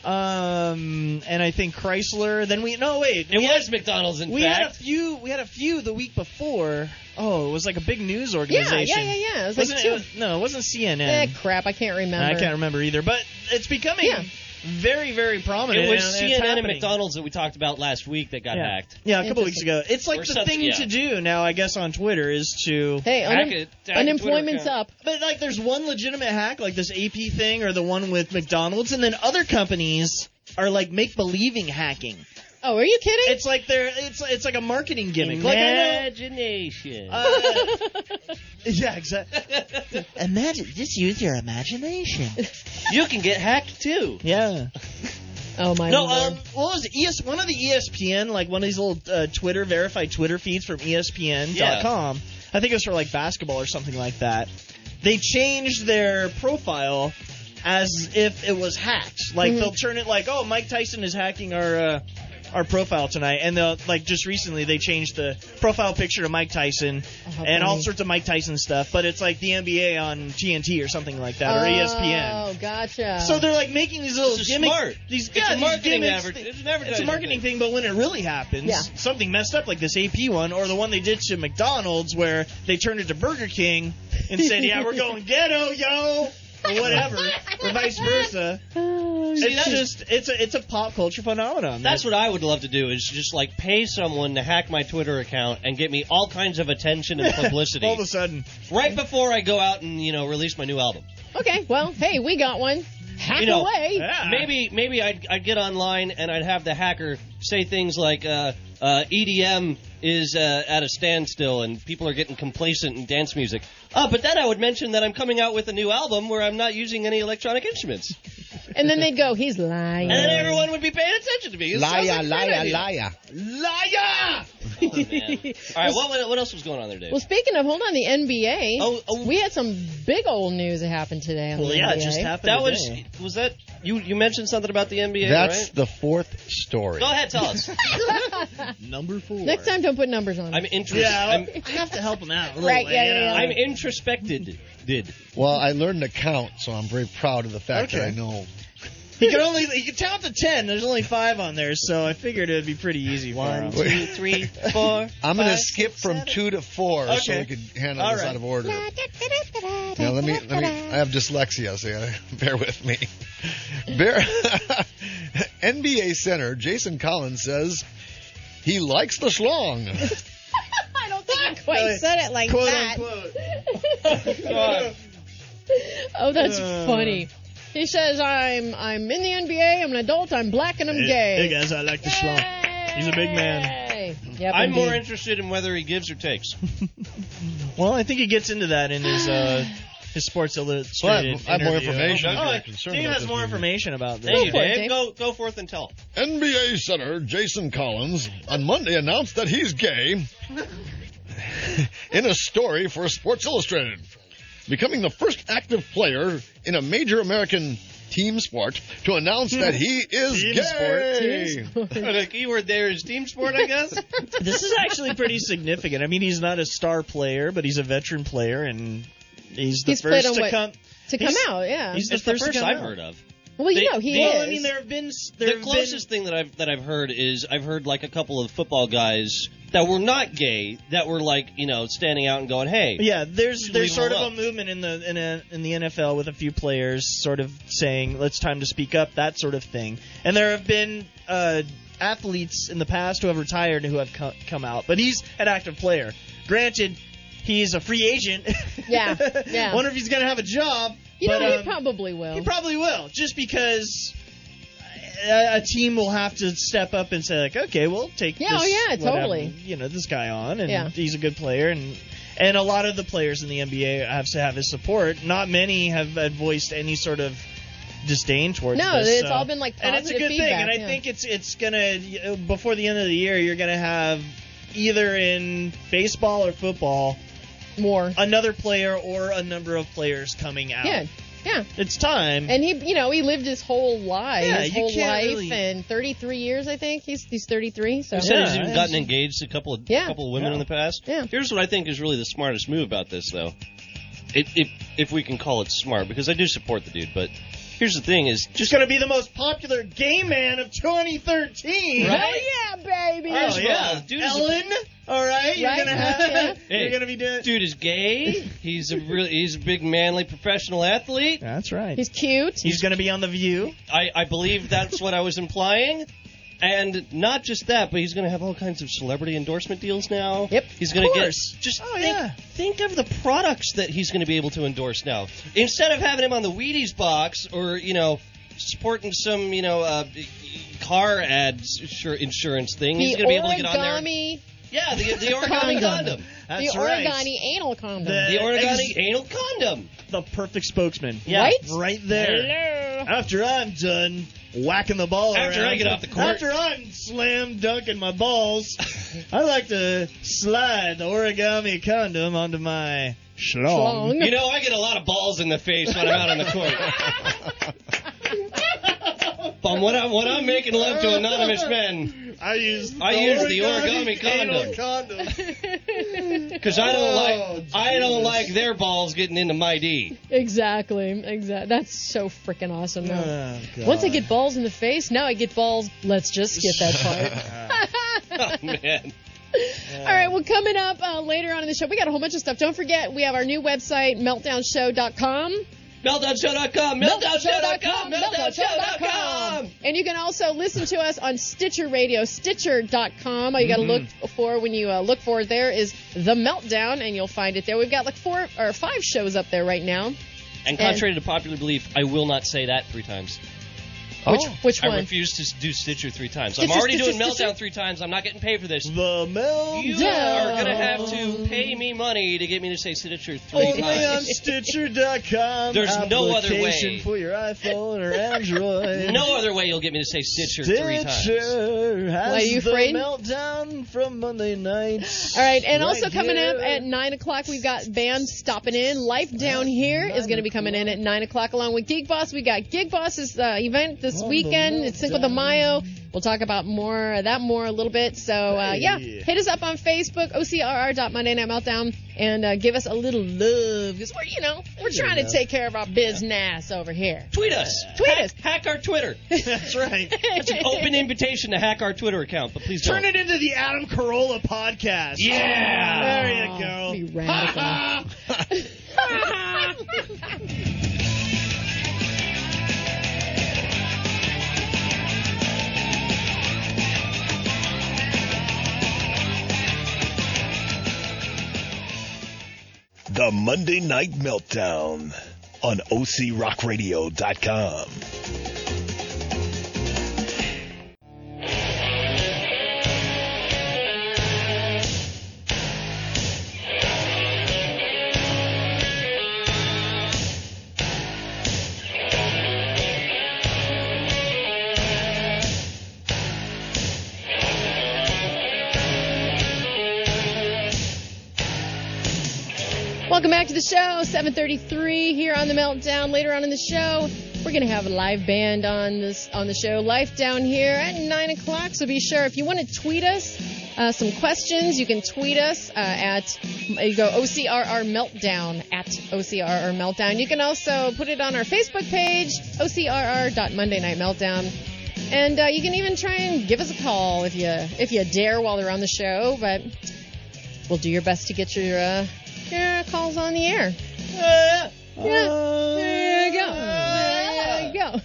[SPEAKER 5] Um, and I think Chrysler. Then we no wait.
[SPEAKER 4] It
[SPEAKER 5] we
[SPEAKER 4] was McDonald's, in
[SPEAKER 5] we had a
[SPEAKER 4] fact.
[SPEAKER 5] few. We had a few the week before. Oh, it was like a big news
[SPEAKER 3] Yeah,
[SPEAKER 5] organization.
[SPEAKER 3] yeah, yeah, yeah. It was
[SPEAKER 5] Wasn't
[SPEAKER 3] like
[SPEAKER 5] it-
[SPEAKER 3] two.
[SPEAKER 5] it was- no, it wasn't CNN.
[SPEAKER 3] Eh, crap, I can't remember.
[SPEAKER 5] I can't remember either. But it's becoming
[SPEAKER 3] Yeah.
[SPEAKER 5] very, very prominent.
[SPEAKER 4] It was
[SPEAKER 5] and it's
[SPEAKER 4] CNN and
[SPEAKER 5] happening.
[SPEAKER 4] McDonald's that we talked about last week that got
[SPEAKER 5] Yeah.
[SPEAKER 4] hacked.
[SPEAKER 5] Yeah, a couple weeks ago. It's like
[SPEAKER 4] Or
[SPEAKER 5] the
[SPEAKER 4] something,
[SPEAKER 5] thing
[SPEAKER 4] yeah.
[SPEAKER 5] to do now, I guess, on Twitter is to.
[SPEAKER 3] Hey,
[SPEAKER 4] Hack
[SPEAKER 3] unem-
[SPEAKER 4] it, hack a Twitter
[SPEAKER 3] unemployment's
[SPEAKER 4] account.
[SPEAKER 3] up.
[SPEAKER 5] But like, there's one legitimate hack, like this AP thing, or the one with McDonald's, and then other companies are like make believing hacking.
[SPEAKER 3] Oh, are you kidding?
[SPEAKER 5] It's like they're it's it's like a marketing gimmick. Like I know.
[SPEAKER 4] Imagination.
[SPEAKER 5] Uh, yeah, exactly.
[SPEAKER 2] Imagine, just use your imagination.
[SPEAKER 4] you can get hacked too.
[SPEAKER 5] Yeah.
[SPEAKER 3] oh my
[SPEAKER 5] No, um,
[SPEAKER 3] lord.
[SPEAKER 5] what was it? ES? One of the E ESPN, like one of these little uh, Twitter verified Twitter feeds from E ESPN.com. I think it was for like basketball or something like that. They changed their profile as if it was hacked. Like
[SPEAKER 3] Mm-hmm.
[SPEAKER 5] they'll turn it like, oh, Mike Tyson is hacking our. Uh, our profile tonight, and they'll like just recently they changed the profile picture to Mike Tyson
[SPEAKER 3] Oh, how
[SPEAKER 5] and all
[SPEAKER 3] funny.
[SPEAKER 5] sorts of Mike Tyson stuff, but it's like the NBA on TNT or something like that or E
[SPEAKER 4] E
[SPEAKER 5] ESPN.
[SPEAKER 3] Oh, gotcha.
[SPEAKER 5] So they're like making these little
[SPEAKER 4] This is
[SPEAKER 5] gimmicks.
[SPEAKER 4] smart.
[SPEAKER 5] These
[SPEAKER 4] It's
[SPEAKER 5] yeah,
[SPEAKER 4] a
[SPEAKER 5] these
[SPEAKER 4] marketing
[SPEAKER 5] gimmicks-
[SPEAKER 4] adver- it's an
[SPEAKER 5] It's a
[SPEAKER 4] advertising
[SPEAKER 5] marketing thing, but when it really happens,
[SPEAKER 3] Yeah.
[SPEAKER 5] something messed up like this AP one or the one they did to McDonald's where they turned it to Burger King and said, "Yeah, we're going ghetto, yo." Or whatever, or vice versa. it's just it's a it's a pop culture phenomenon.
[SPEAKER 4] That's
[SPEAKER 5] that-
[SPEAKER 4] what I would love to do is just like pay someone to hack my Twitter account and get me all kinds of attention and publicity
[SPEAKER 5] all of a sudden.
[SPEAKER 4] right before I go out and you know release my new album.
[SPEAKER 3] okay, well, hey, we got one. Hack
[SPEAKER 4] You know,
[SPEAKER 3] away.
[SPEAKER 5] Yeah.
[SPEAKER 4] Maybe maybe I'd, I'd get online and I'd have the hacker say things like uh, uh, EDM is uh, at a standstill and people are getting complacent in dance music. Uh, but then I would mention that I'm coming out with a new album where I'm not using any electronic instruments,
[SPEAKER 3] And then they'd go, he's lying.
[SPEAKER 4] and then everyone would be paying attention to me. It sounds like
[SPEAKER 1] Liar,
[SPEAKER 4] a great
[SPEAKER 1] liar,
[SPEAKER 4] idea.
[SPEAKER 1] liar.
[SPEAKER 5] Liar!
[SPEAKER 4] Oh, man. All right, what, what else was going on there, Dave?
[SPEAKER 3] Well, speaking of, hold on, the NBA.
[SPEAKER 4] Oh, oh.
[SPEAKER 3] we had some big old news that happened today. On
[SPEAKER 5] Well,
[SPEAKER 3] the
[SPEAKER 5] yeah,
[SPEAKER 3] NBA.
[SPEAKER 5] it just happened.
[SPEAKER 4] that
[SPEAKER 5] today.
[SPEAKER 4] was was that You you mentioned something about the NBA,
[SPEAKER 1] That's
[SPEAKER 4] right?
[SPEAKER 1] the fourth story.
[SPEAKER 4] Go ahead, tell us.
[SPEAKER 5] Number four.
[SPEAKER 3] Next time, don't put numbers on.
[SPEAKER 4] I'm interested.
[SPEAKER 5] Yeah,
[SPEAKER 4] I'm,
[SPEAKER 5] I have to help him out. A little,
[SPEAKER 3] Right, yeah,
[SPEAKER 5] you know.
[SPEAKER 3] yeah,
[SPEAKER 4] I'm introspected. Did
[SPEAKER 1] Well, I learned to count, so I'm very proud of the fact that
[SPEAKER 5] Okay.
[SPEAKER 1] I know.
[SPEAKER 5] He can only he can count to ten. There's only five on there, so I figured it would be pretty easy.
[SPEAKER 4] one,
[SPEAKER 5] for him.
[SPEAKER 4] two, three, four?
[SPEAKER 1] I'm going to
[SPEAKER 4] five,
[SPEAKER 1] skip
[SPEAKER 4] six,
[SPEAKER 1] from
[SPEAKER 4] seven.
[SPEAKER 1] two to four so
[SPEAKER 5] Okay.
[SPEAKER 1] we can handle
[SPEAKER 5] All
[SPEAKER 1] this
[SPEAKER 5] right.
[SPEAKER 1] out of order. Now let me let me. I have dyslexia, so yeah, bear with me. Bear, NBA center Jason Collins says he likes the schlong.
[SPEAKER 3] I don't think I quite said it like
[SPEAKER 5] Quote
[SPEAKER 3] that.
[SPEAKER 5] unquote.
[SPEAKER 4] God.
[SPEAKER 3] Oh, that's
[SPEAKER 5] Uh.
[SPEAKER 3] funny. He says, "I'm I'm in the NBA. I'm an adult. I'm black and I'm
[SPEAKER 5] Hey,
[SPEAKER 3] gay."
[SPEAKER 5] guys, I like the schlong. He's a big man.
[SPEAKER 3] Yay. Yep,
[SPEAKER 4] I'm more
[SPEAKER 3] indeed.
[SPEAKER 4] interested in whether he gives or takes.
[SPEAKER 5] Well, I think he gets into that in his uh, his Sports Illustrated.
[SPEAKER 1] Well, I have- I have more
[SPEAKER 5] interview.
[SPEAKER 1] information if
[SPEAKER 5] Oh,
[SPEAKER 1] you're
[SPEAKER 5] I-
[SPEAKER 1] concerned
[SPEAKER 5] Dave
[SPEAKER 1] about
[SPEAKER 5] has
[SPEAKER 1] this
[SPEAKER 5] more
[SPEAKER 1] movie.
[SPEAKER 5] information about this.
[SPEAKER 4] Thank you,
[SPEAKER 3] for it,
[SPEAKER 4] Dave.
[SPEAKER 3] Dave.
[SPEAKER 4] Go go forth and tell.
[SPEAKER 1] NBA center Jason Collins on Monday announced that he's gay in a story for Sports Illustrated, becoming the first active player in a major American team sport to announce that he is
[SPEAKER 5] Team
[SPEAKER 1] gay.
[SPEAKER 4] the keyword there is team sport, I guess.
[SPEAKER 5] this is actually pretty significant. I mean, he's not a star player, but he's a veteran player, and he's the
[SPEAKER 3] He's played
[SPEAKER 5] first
[SPEAKER 3] on
[SPEAKER 5] to
[SPEAKER 3] what-
[SPEAKER 5] come.
[SPEAKER 3] to come
[SPEAKER 5] he's-
[SPEAKER 3] out. Yeah.
[SPEAKER 5] he's-
[SPEAKER 4] it's the first I've heard of.
[SPEAKER 3] Well, you
[SPEAKER 4] they-
[SPEAKER 3] know he
[SPEAKER 4] they-
[SPEAKER 3] is.
[SPEAKER 5] Well, I mean, there have been s- there
[SPEAKER 4] the
[SPEAKER 5] have
[SPEAKER 4] closest thing that I've that I've heard is I've heard like a couple of football guys that were not gay that were like you know standing out and going, hey,
[SPEAKER 5] Been, yeah, there's
[SPEAKER 4] Leave
[SPEAKER 5] there's
[SPEAKER 4] him
[SPEAKER 5] sort of
[SPEAKER 4] alone.
[SPEAKER 5] a movement in the in, a, in the NFL with a few players sort of saying "Well, it's time to speak up, that sort of thing. And there have been uh, athletes in the past who have retired who have co- come out, but he's an active player. Granted, he's a free agent.
[SPEAKER 3] Yeah, yeah.
[SPEAKER 5] Wonder if he's gonna have a job.
[SPEAKER 3] you know
[SPEAKER 5] but,
[SPEAKER 3] he
[SPEAKER 4] uh,
[SPEAKER 5] um,
[SPEAKER 3] probably will.
[SPEAKER 5] He probably will, just because a, a team will have to step up and say like, okay, we'll take
[SPEAKER 3] Yeah,
[SPEAKER 5] this,
[SPEAKER 3] oh, yeah,
[SPEAKER 5] whatever,
[SPEAKER 3] totally.
[SPEAKER 5] you know, this guy on, and
[SPEAKER 3] Yeah.
[SPEAKER 5] he's a good player, and and a lot of the players in the NBA have to have his support. Not many have have voiced any sort of disdain towards
[SPEAKER 3] No,
[SPEAKER 5] this,
[SPEAKER 3] it's
[SPEAKER 5] so-
[SPEAKER 3] all been, like,
[SPEAKER 5] and it's a
[SPEAKER 3] positive
[SPEAKER 5] good
[SPEAKER 3] feedback,
[SPEAKER 5] thing and i
[SPEAKER 3] yeah.
[SPEAKER 5] think it's it's gonna before the end of the year you're gonna have either in baseball or football
[SPEAKER 3] more.
[SPEAKER 5] another player or a number of players coming out
[SPEAKER 3] Yeah. Yeah.
[SPEAKER 5] it's time
[SPEAKER 3] And he, you know, he lived his whole life,
[SPEAKER 5] Yeah,
[SPEAKER 3] his
[SPEAKER 5] you
[SPEAKER 3] whole
[SPEAKER 5] can't
[SPEAKER 3] life,
[SPEAKER 5] really-
[SPEAKER 3] and 33 years, I think. He's he's 33, so
[SPEAKER 4] You said he's
[SPEAKER 5] Yeah, I
[SPEAKER 4] even gotten
[SPEAKER 5] understand.
[SPEAKER 4] engaged to a couple of
[SPEAKER 3] Yeah.
[SPEAKER 4] couple of women in the past.
[SPEAKER 3] Yeah.
[SPEAKER 4] Here's what I think is really the smartest move about this, though. It, if if we can call it smart, because I do support the dude, but here's the thing: is
[SPEAKER 5] Just gonna be the most popular gay man of 2013.
[SPEAKER 3] Hell yeah, baby!
[SPEAKER 5] Oh yeah,
[SPEAKER 4] Dude is a-
[SPEAKER 5] Ellen. all right, you're
[SPEAKER 3] Right,
[SPEAKER 5] gonna
[SPEAKER 3] yeah.
[SPEAKER 5] have.
[SPEAKER 4] Hey.
[SPEAKER 5] You're gonna be doing.
[SPEAKER 4] dude is gay. He's a really he's a big manly professional athlete.
[SPEAKER 5] That's right.
[SPEAKER 3] He's
[SPEAKER 5] He's,
[SPEAKER 3] cute.
[SPEAKER 5] gonna be on the View.
[SPEAKER 4] I I believe that's what I was implying. And not just that, but he's going to have all kinds of celebrity endorsement deals now.
[SPEAKER 3] Yep.
[SPEAKER 4] He's going to get
[SPEAKER 5] course.
[SPEAKER 4] just
[SPEAKER 5] Oh,
[SPEAKER 4] think,
[SPEAKER 5] yeah.
[SPEAKER 4] think of the products that he's going to be able to endorse now. Instead of having him on the Wheaties box or you know sporting some you know uh, car ads insur- insurance thing, he's
[SPEAKER 3] the
[SPEAKER 4] going to be able to get on there.
[SPEAKER 3] origami,
[SPEAKER 4] Yeah, the, the
[SPEAKER 3] Condom.
[SPEAKER 4] origami condom,
[SPEAKER 5] That's
[SPEAKER 3] the
[SPEAKER 5] right.
[SPEAKER 3] origami anal condom.
[SPEAKER 5] The-
[SPEAKER 4] the origami
[SPEAKER 5] Ex-
[SPEAKER 4] anal condom.
[SPEAKER 5] The perfect spokesman.
[SPEAKER 4] Yeah.
[SPEAKER 3] Right?
[SPEAKER 5] Right there.
[SPEAKER 3] Hello.
[SPEAKER 5] After I'm done whacking the ball
[SPEAKER 4] After
[SPEAKER 5] around.
[SPEAKER 4] I get off the court.
[SPEAKER 5] After I'm slam dunking my balls, I like to slide the origami condom onto my schlong.
[SPEAKER 3] Long.
[SPEAKER 4] You know, I get a lot of balls in the face when I'm out on the court. but when I'm, when I'm making love to anonymous men,
[SPEAKER 5] I use
[SPEAKER 4] I use the origami condom.
[SPEAKER 5] anal condom.
[SPEAKER 4] because I don't
[SPEAKER 5] Oh,
[SPEAKER 4] like I don't like their balls getting into my D.
[SPEAKER 3] exactly. Exactly. That's so freaking awesome. though.
[SPEAKER 5] Oh, God.
[SPEAKER 3] Once I get balls in the face, now I get balls. Let's just skip that part.
[SPEAKER 4] Oh man,
[SPEAKER 3] All right, well, coming up uh, later on in the show, we got a whole bunch of stuff. Don't forget, we have our new website, meltdownshow.com.
[SPEAKER 5] Uh,
[SPEAKER 4] meltdownshow.com, meltdownshow.com, meltdownshow.com.
[SPEAKER 3] And you can also listen to us on Stitcher Radio, Stitcher.com. All you got to
[SPEAKER 5] Mm-hmm.
[SPEAKER 3] look for when you uh, look for it there is The Meltdown, and you'll find it there. We've got like four or five shows up there right now.
[SPEAKER 4] And contrary to popular belief, I will not say that three times. Oh.
[SPEAKER 3] Which,
[SPEAKER 7] Oh.
[SPEAKER 3] which
[SPEAKER 4] I
[SPEAKER 3] one?
[SPEAKER 4] refuse to do Stitcher three times. I'm
[SPEAKER 3] Stitcher,
[SPEAKER 4] already
[SPEAKER 3] Stitcher,
[SPEAKER 4] doing
[SPEAKER 3] Stitcher.
[SPEAKER 4] Meltdown three times. I'm not getting paid for this.
[SPEAKER 5] The Mel.
[SPEAKER 4] You
[SPEAKER 3] Down.
[SPEAKER 4] are gonna have to pay me money to get me to say signature three
[SPEAKER 5] Only on
[SPEAKER 4] times.
[SPEAKER 5] Stitcher.com.
[SPEAKER 4] There's no other way.
[SPEAKER 5] Application for your iPhone or Android.
[SPEAKER 4] no other way you'll get me to say Stitcher, three times.
[SPEAKER 5] Stitcher has
[SPEAKER 3] Why are you
[SPEAKER 5] the
[SPEAKER 3] afraid?
[SPEAKER 5] meltdown from Monday night.
[SPEAKER 3] All right, and
[SPEAKER 5] Right
[SPEAKER 3] also coming up
[SPEAKER 5] here.
[SPEAKER 3] at nine o'clock, we've got band stopping in. Life down here is going to be coming in at nine o'clock, along with Geek Boss. We got Geek Boss's uh, event this weekend. It's Cinco de Mayo. We'll talk about more of that more a little bit. So uh, yeah,
[SPEAKER 5] Hey.
[SPEAKER 3] hit us up on Facebook, OCRR.MondayNightMeltdown, and uh, give us a little love because we're you know we're trying to take care of our business over here.
[SPEAKER 4] Tweet us.
[SPEAKER 3] Tweet us.
[SPEAKER 4] Hack our Twitter.
[SPEAKER 5] That's right.
[SPEAKER 4] It's an open invitation to hack our Twitter account, but please
[SPEAKER 5] Turn
[SPEAKER 4] don't.
[SPEAKER 5] it into the Adam Carolla podcast.
[SPEAKER 6] Yeah.
[SPEAKER 5] There you
[SPEAKER 3] Aw,
[SPEAKER 5] go.
[SPEAKER 3] Be radical.
[SPEAKER 8] The Monday Night Meltdown on OCRockRadio.com.
[SPEAKER 3] Welcome back to the show. 7:33 here on the Meltdown. Later on in the show, we're gonna have a live band on this on the show. Life down here at nine o'clock. So be sure if you want to tweet us uh, some questions, you can tweet us uh, at you go OCRR Meltdown at OCRR Meltdown. You can also put it on our Facebook page OCRR.MondayNightMeltdown. And uh, you can even try and give us a call if you if you dare while they're on the show. But we'll do your best to get your uh, your calls on the air.
[SPEAKER 5] Uh,
[SPEAKER 3] Yeah. There you go. There you go.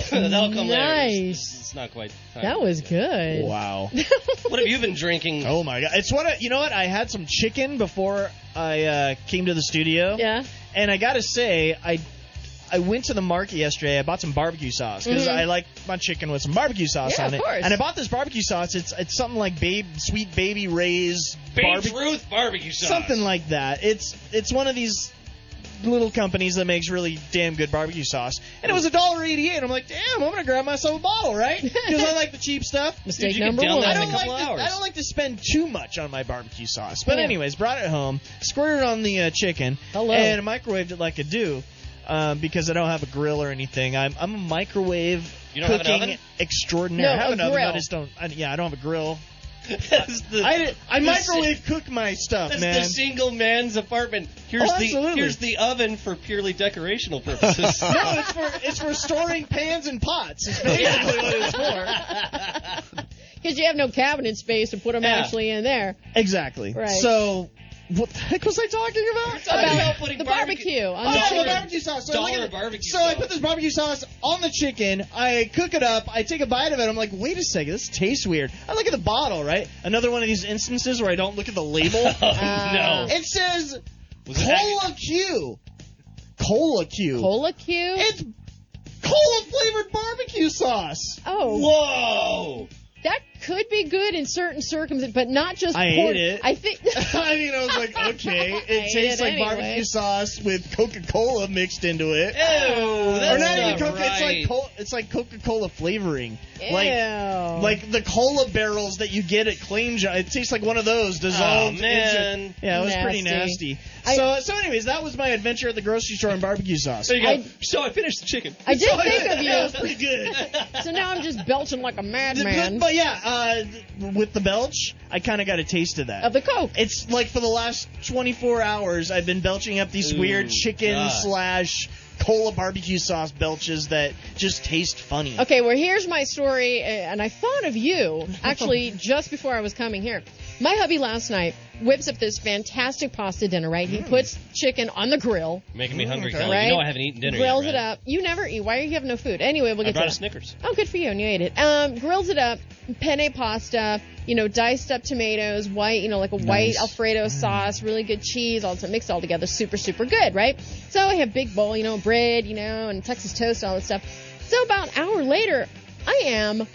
[SPEAKER 4] That'll come later.
[SPEAKER 3] nice.
[SPEAKER 4] It's not quite. Time.
[SPEAKER 3] That was good.
[SPEAKER 5] Wow.
[SPEAKER 4] What have you been drinking?
[SPEAKER 5] Oh my god. It's what I, you know what? I had some chicken before I uh, came to the studio.
[SPEAKER 3] Yeah.
[SPEAKER 5] And I got to say I I went to the market yesterday. I bought some barbecue sauce because I like my chicken with some barbecue sauce
[SPEAKER 3] Mm-hmm. Yeah,
[SPEAKER 5] on
[SPEAKER 3] of
[SPEAKER 5] it.
[SPEAKER 3] course.
[SPEAKER 5] And I bought this barbecue sauce. It's it's something like babe sweet baby Ray's
[SPEAKER 4] Babe
[SPEAKER 5] barbecue
[SPEAKER 4] Ruth barbecue sauce.
[SPEAKER 5] something like that. It's it's one of these little companies that makes really damn good barbecue sauce, and it was a dollar eighty eight. I'm like, damn, I'm gonna grab myself a bottle, right? Because I like the cheap stuff.
[SPEAKER 3] Mistake
[SPEAKER 4] you can
[SPEAKER 3] number
[SPEAKER 4] down
[SPEAKER 3] one.
[SPEAKER 4] that
[SPEAKER 5] I
[SPEAKER 4] in a
[SPEAKER 5] don't, like
[SPEAKER 4] couple hours.
[SPEAKER 5] to, I don't like to spend too much on my barbecue sauce. But
[SPEAKER 3] Yeah.
[SPEAKER 5] anyways, brought it home, squirted it on the uh, chicken,
[SPEAKER 3] Hello.
[SPEAKER 5] and microwaved it like I do. Um, because I don't have a grill or anything, I'm, I'm a microwave
[SPEAKER 4] You don't have an
[SPEAKER 5] cooking
[SPEAKER 4] oven?
[SPEAKER 5] extraordinaire.
[SPEAKER 3] No,
[SPEAKER 5] I have
[SPEAKER 3] a
[SPEAKER 5] an oven,
[SPEAKER 3] grill.
[SPEAKER 5] I just don't. I, yeah, I don't have a grill.
[SPEAKER 4] That's the,
[SPEAKER 5] I, I
[SPEAKER 4] the si-
[SPEAKER 5] microwave cook my stuff,
[SPEAKER 4] That's
[SPEAKER 5] man.
[SPEAKER 4] the single man's apartment. Here's
[SPEAKER 5] Oh,
[SPEAKER 4] the
[SPEAKER 5] absolutely.
[SPEAKER 4] here's the oven for purely decorational purposes.
[SPEAKER 5] No, it's for it's for storing pans and pots. It's basically what it's for.
[SPEAKER 3] Because you have no cabinet space to put them
[SPEAKER 4] Yeah.
[SPEAKER 3] actually in there.
[SPEAKER 5] Exactly.
[SPEAKER 3] Right.
[SPEAKER 5] So, what the heck was I talking about?
[SPEAKER 4] About
[SPEAKER 3] About
[SPEAKER 4] putting
[SPEAKER 3] the
[SPEAKER 4] barbecue-
[SPEAKER 3] barbecue on
[SPEAKER 5] Oh, so
[SPEAKER 3] the
[SPEAKER 5] the
[SPEAKER 3] chicken.
[SPEAKER 5] barbecue sauce. So, I, look
[SPEAKER 4] Dollar
[SPEAKER 5] at the-
[SPEAKER 4] barbecue
[SPEAKER 5] so I
[SPEAKER 4] sauce.
[SPEAKER 5] put this barbecue sauce on the chicken. I cook it up. I take a bite of it. I'm like, wait a second, this tastes weird. I look at the bottle, right? Another one of these instances where I don't look at the label.
[SPEAKER 4] Oh,
[SPEAKER 5] Uh,
[SPEAKER 4] no.
[SPEAKER 5] it says
[SPEAKER 4] Was it that-
[SPEAKER 5] cola Q. Cola Q.
[SPEAKER 3] Cola cube.
[SPEAKER 5] It's cola flavored barbecue sauce.
[SPEAKER 3] oh.
[SPEAKER 4] Whoa!
[SPEAKER 3] That could be good in certain circumstances, but not just.
[SPEAKER 5] I
[SPEAKER 3] pork.
[SPEAKER 5] ate it.
[SPEAKER 3] I think.
[SPEAKER 5] I mean, I was like, okay,
[SPEAKER 3] I
[SPEAKER 5] it tastes
[SPEAKER 3] ate it
[SPEAKER 5] like
[SPEAKER 3] anyway.
[SPEAKER 5] barbecue sauce with Coca Cola mixed into it.
[SPEAKER 4] Ew, that's
[SPEAKER 5] or not even
[SPEAKER 4] not
[SPEAKER 5] Coca. It's
[SPEAKER 4] right.
[SPEAKER 5] like Col- it's like Coca Cola flavoring, like
[SPEAKER 3] Ew.
[SPEAKER 5] like the cola barrels that you get at Claim John. It tastes like one of those dissolved.
[SPEAKER 4] Oh, man.
[SPEAKER 5] into- yeah, it was pretty
[SPEAKER 3] Nasty.
[SPEAKER 5] nasty. So so, anyways, that was my adventure at the grocery store and barbecue sauce.
[SPEAKER 4] So you go.
[SPEAKER 3] I-
[SPEAKER 4] so I finished the chicken.
[SPEAKER 3] I did
[SPEAKER 5] So,
[SPEAKER 3] think of
[SPEAKER 5] yeah, it was
[SPEAKER 3] you,
[SPEAKER 5] pretty good.
[SPEAKER 3] so now I'm just belching like a
[SPEAKER 5] But,
[SPEAKER 3] madman
[SPEAKER 5] but yeah, uh, th- with the belch, I kind of got a taste of that.
[SPEAKER 3] of the Coke.
[SPEAKER 5] It's like for the last 24 hours, I've been belching up these
[SPEAKER 4] Ooh,
[SPEAKER 5] weird chicken
[SPEAKER 4] God.
[SPEAKER 5] slash cola barbecue sauce belches that just taste funny.
[SPEAKER 3] Okay, well, here's my story, uh, and I thought of you actually just before I was coming here. My hubby last night whips up this fantastic pasta dinner, right? He puts chicken on the grill,
[SPEAKER 4] Making me hungry,
[SPEAKER 3] right?
[SPEAKER 4] Kelly. You know I haven't eaten dinner
[SPEAKER 3] Grills
[SPEAKER 4] yet.
[SPEAKER 3] it up. You never eat. Why do you have no food? Anyway, we'll
[SPEAKER 4] I
[SPEAKER 3] get
[SPEAKER 4] brought a
[SPEAKER 3] to that.
[SPEAKER 4] Snickers.
[SPEAKER 3] Oh, good for you, and you ate it. Um, grills it up, penne pasta, you know, diced up tomatoes, white, you know, like a white
[SPEAKER 4] Mm.
[SPEAKER 3] Alfredo sauce, really good cheese, all mixed all together, super, super good, right? So I have big bowl, you know, bread, you know, and Texas toast, all this stuff. So about an hour later, I am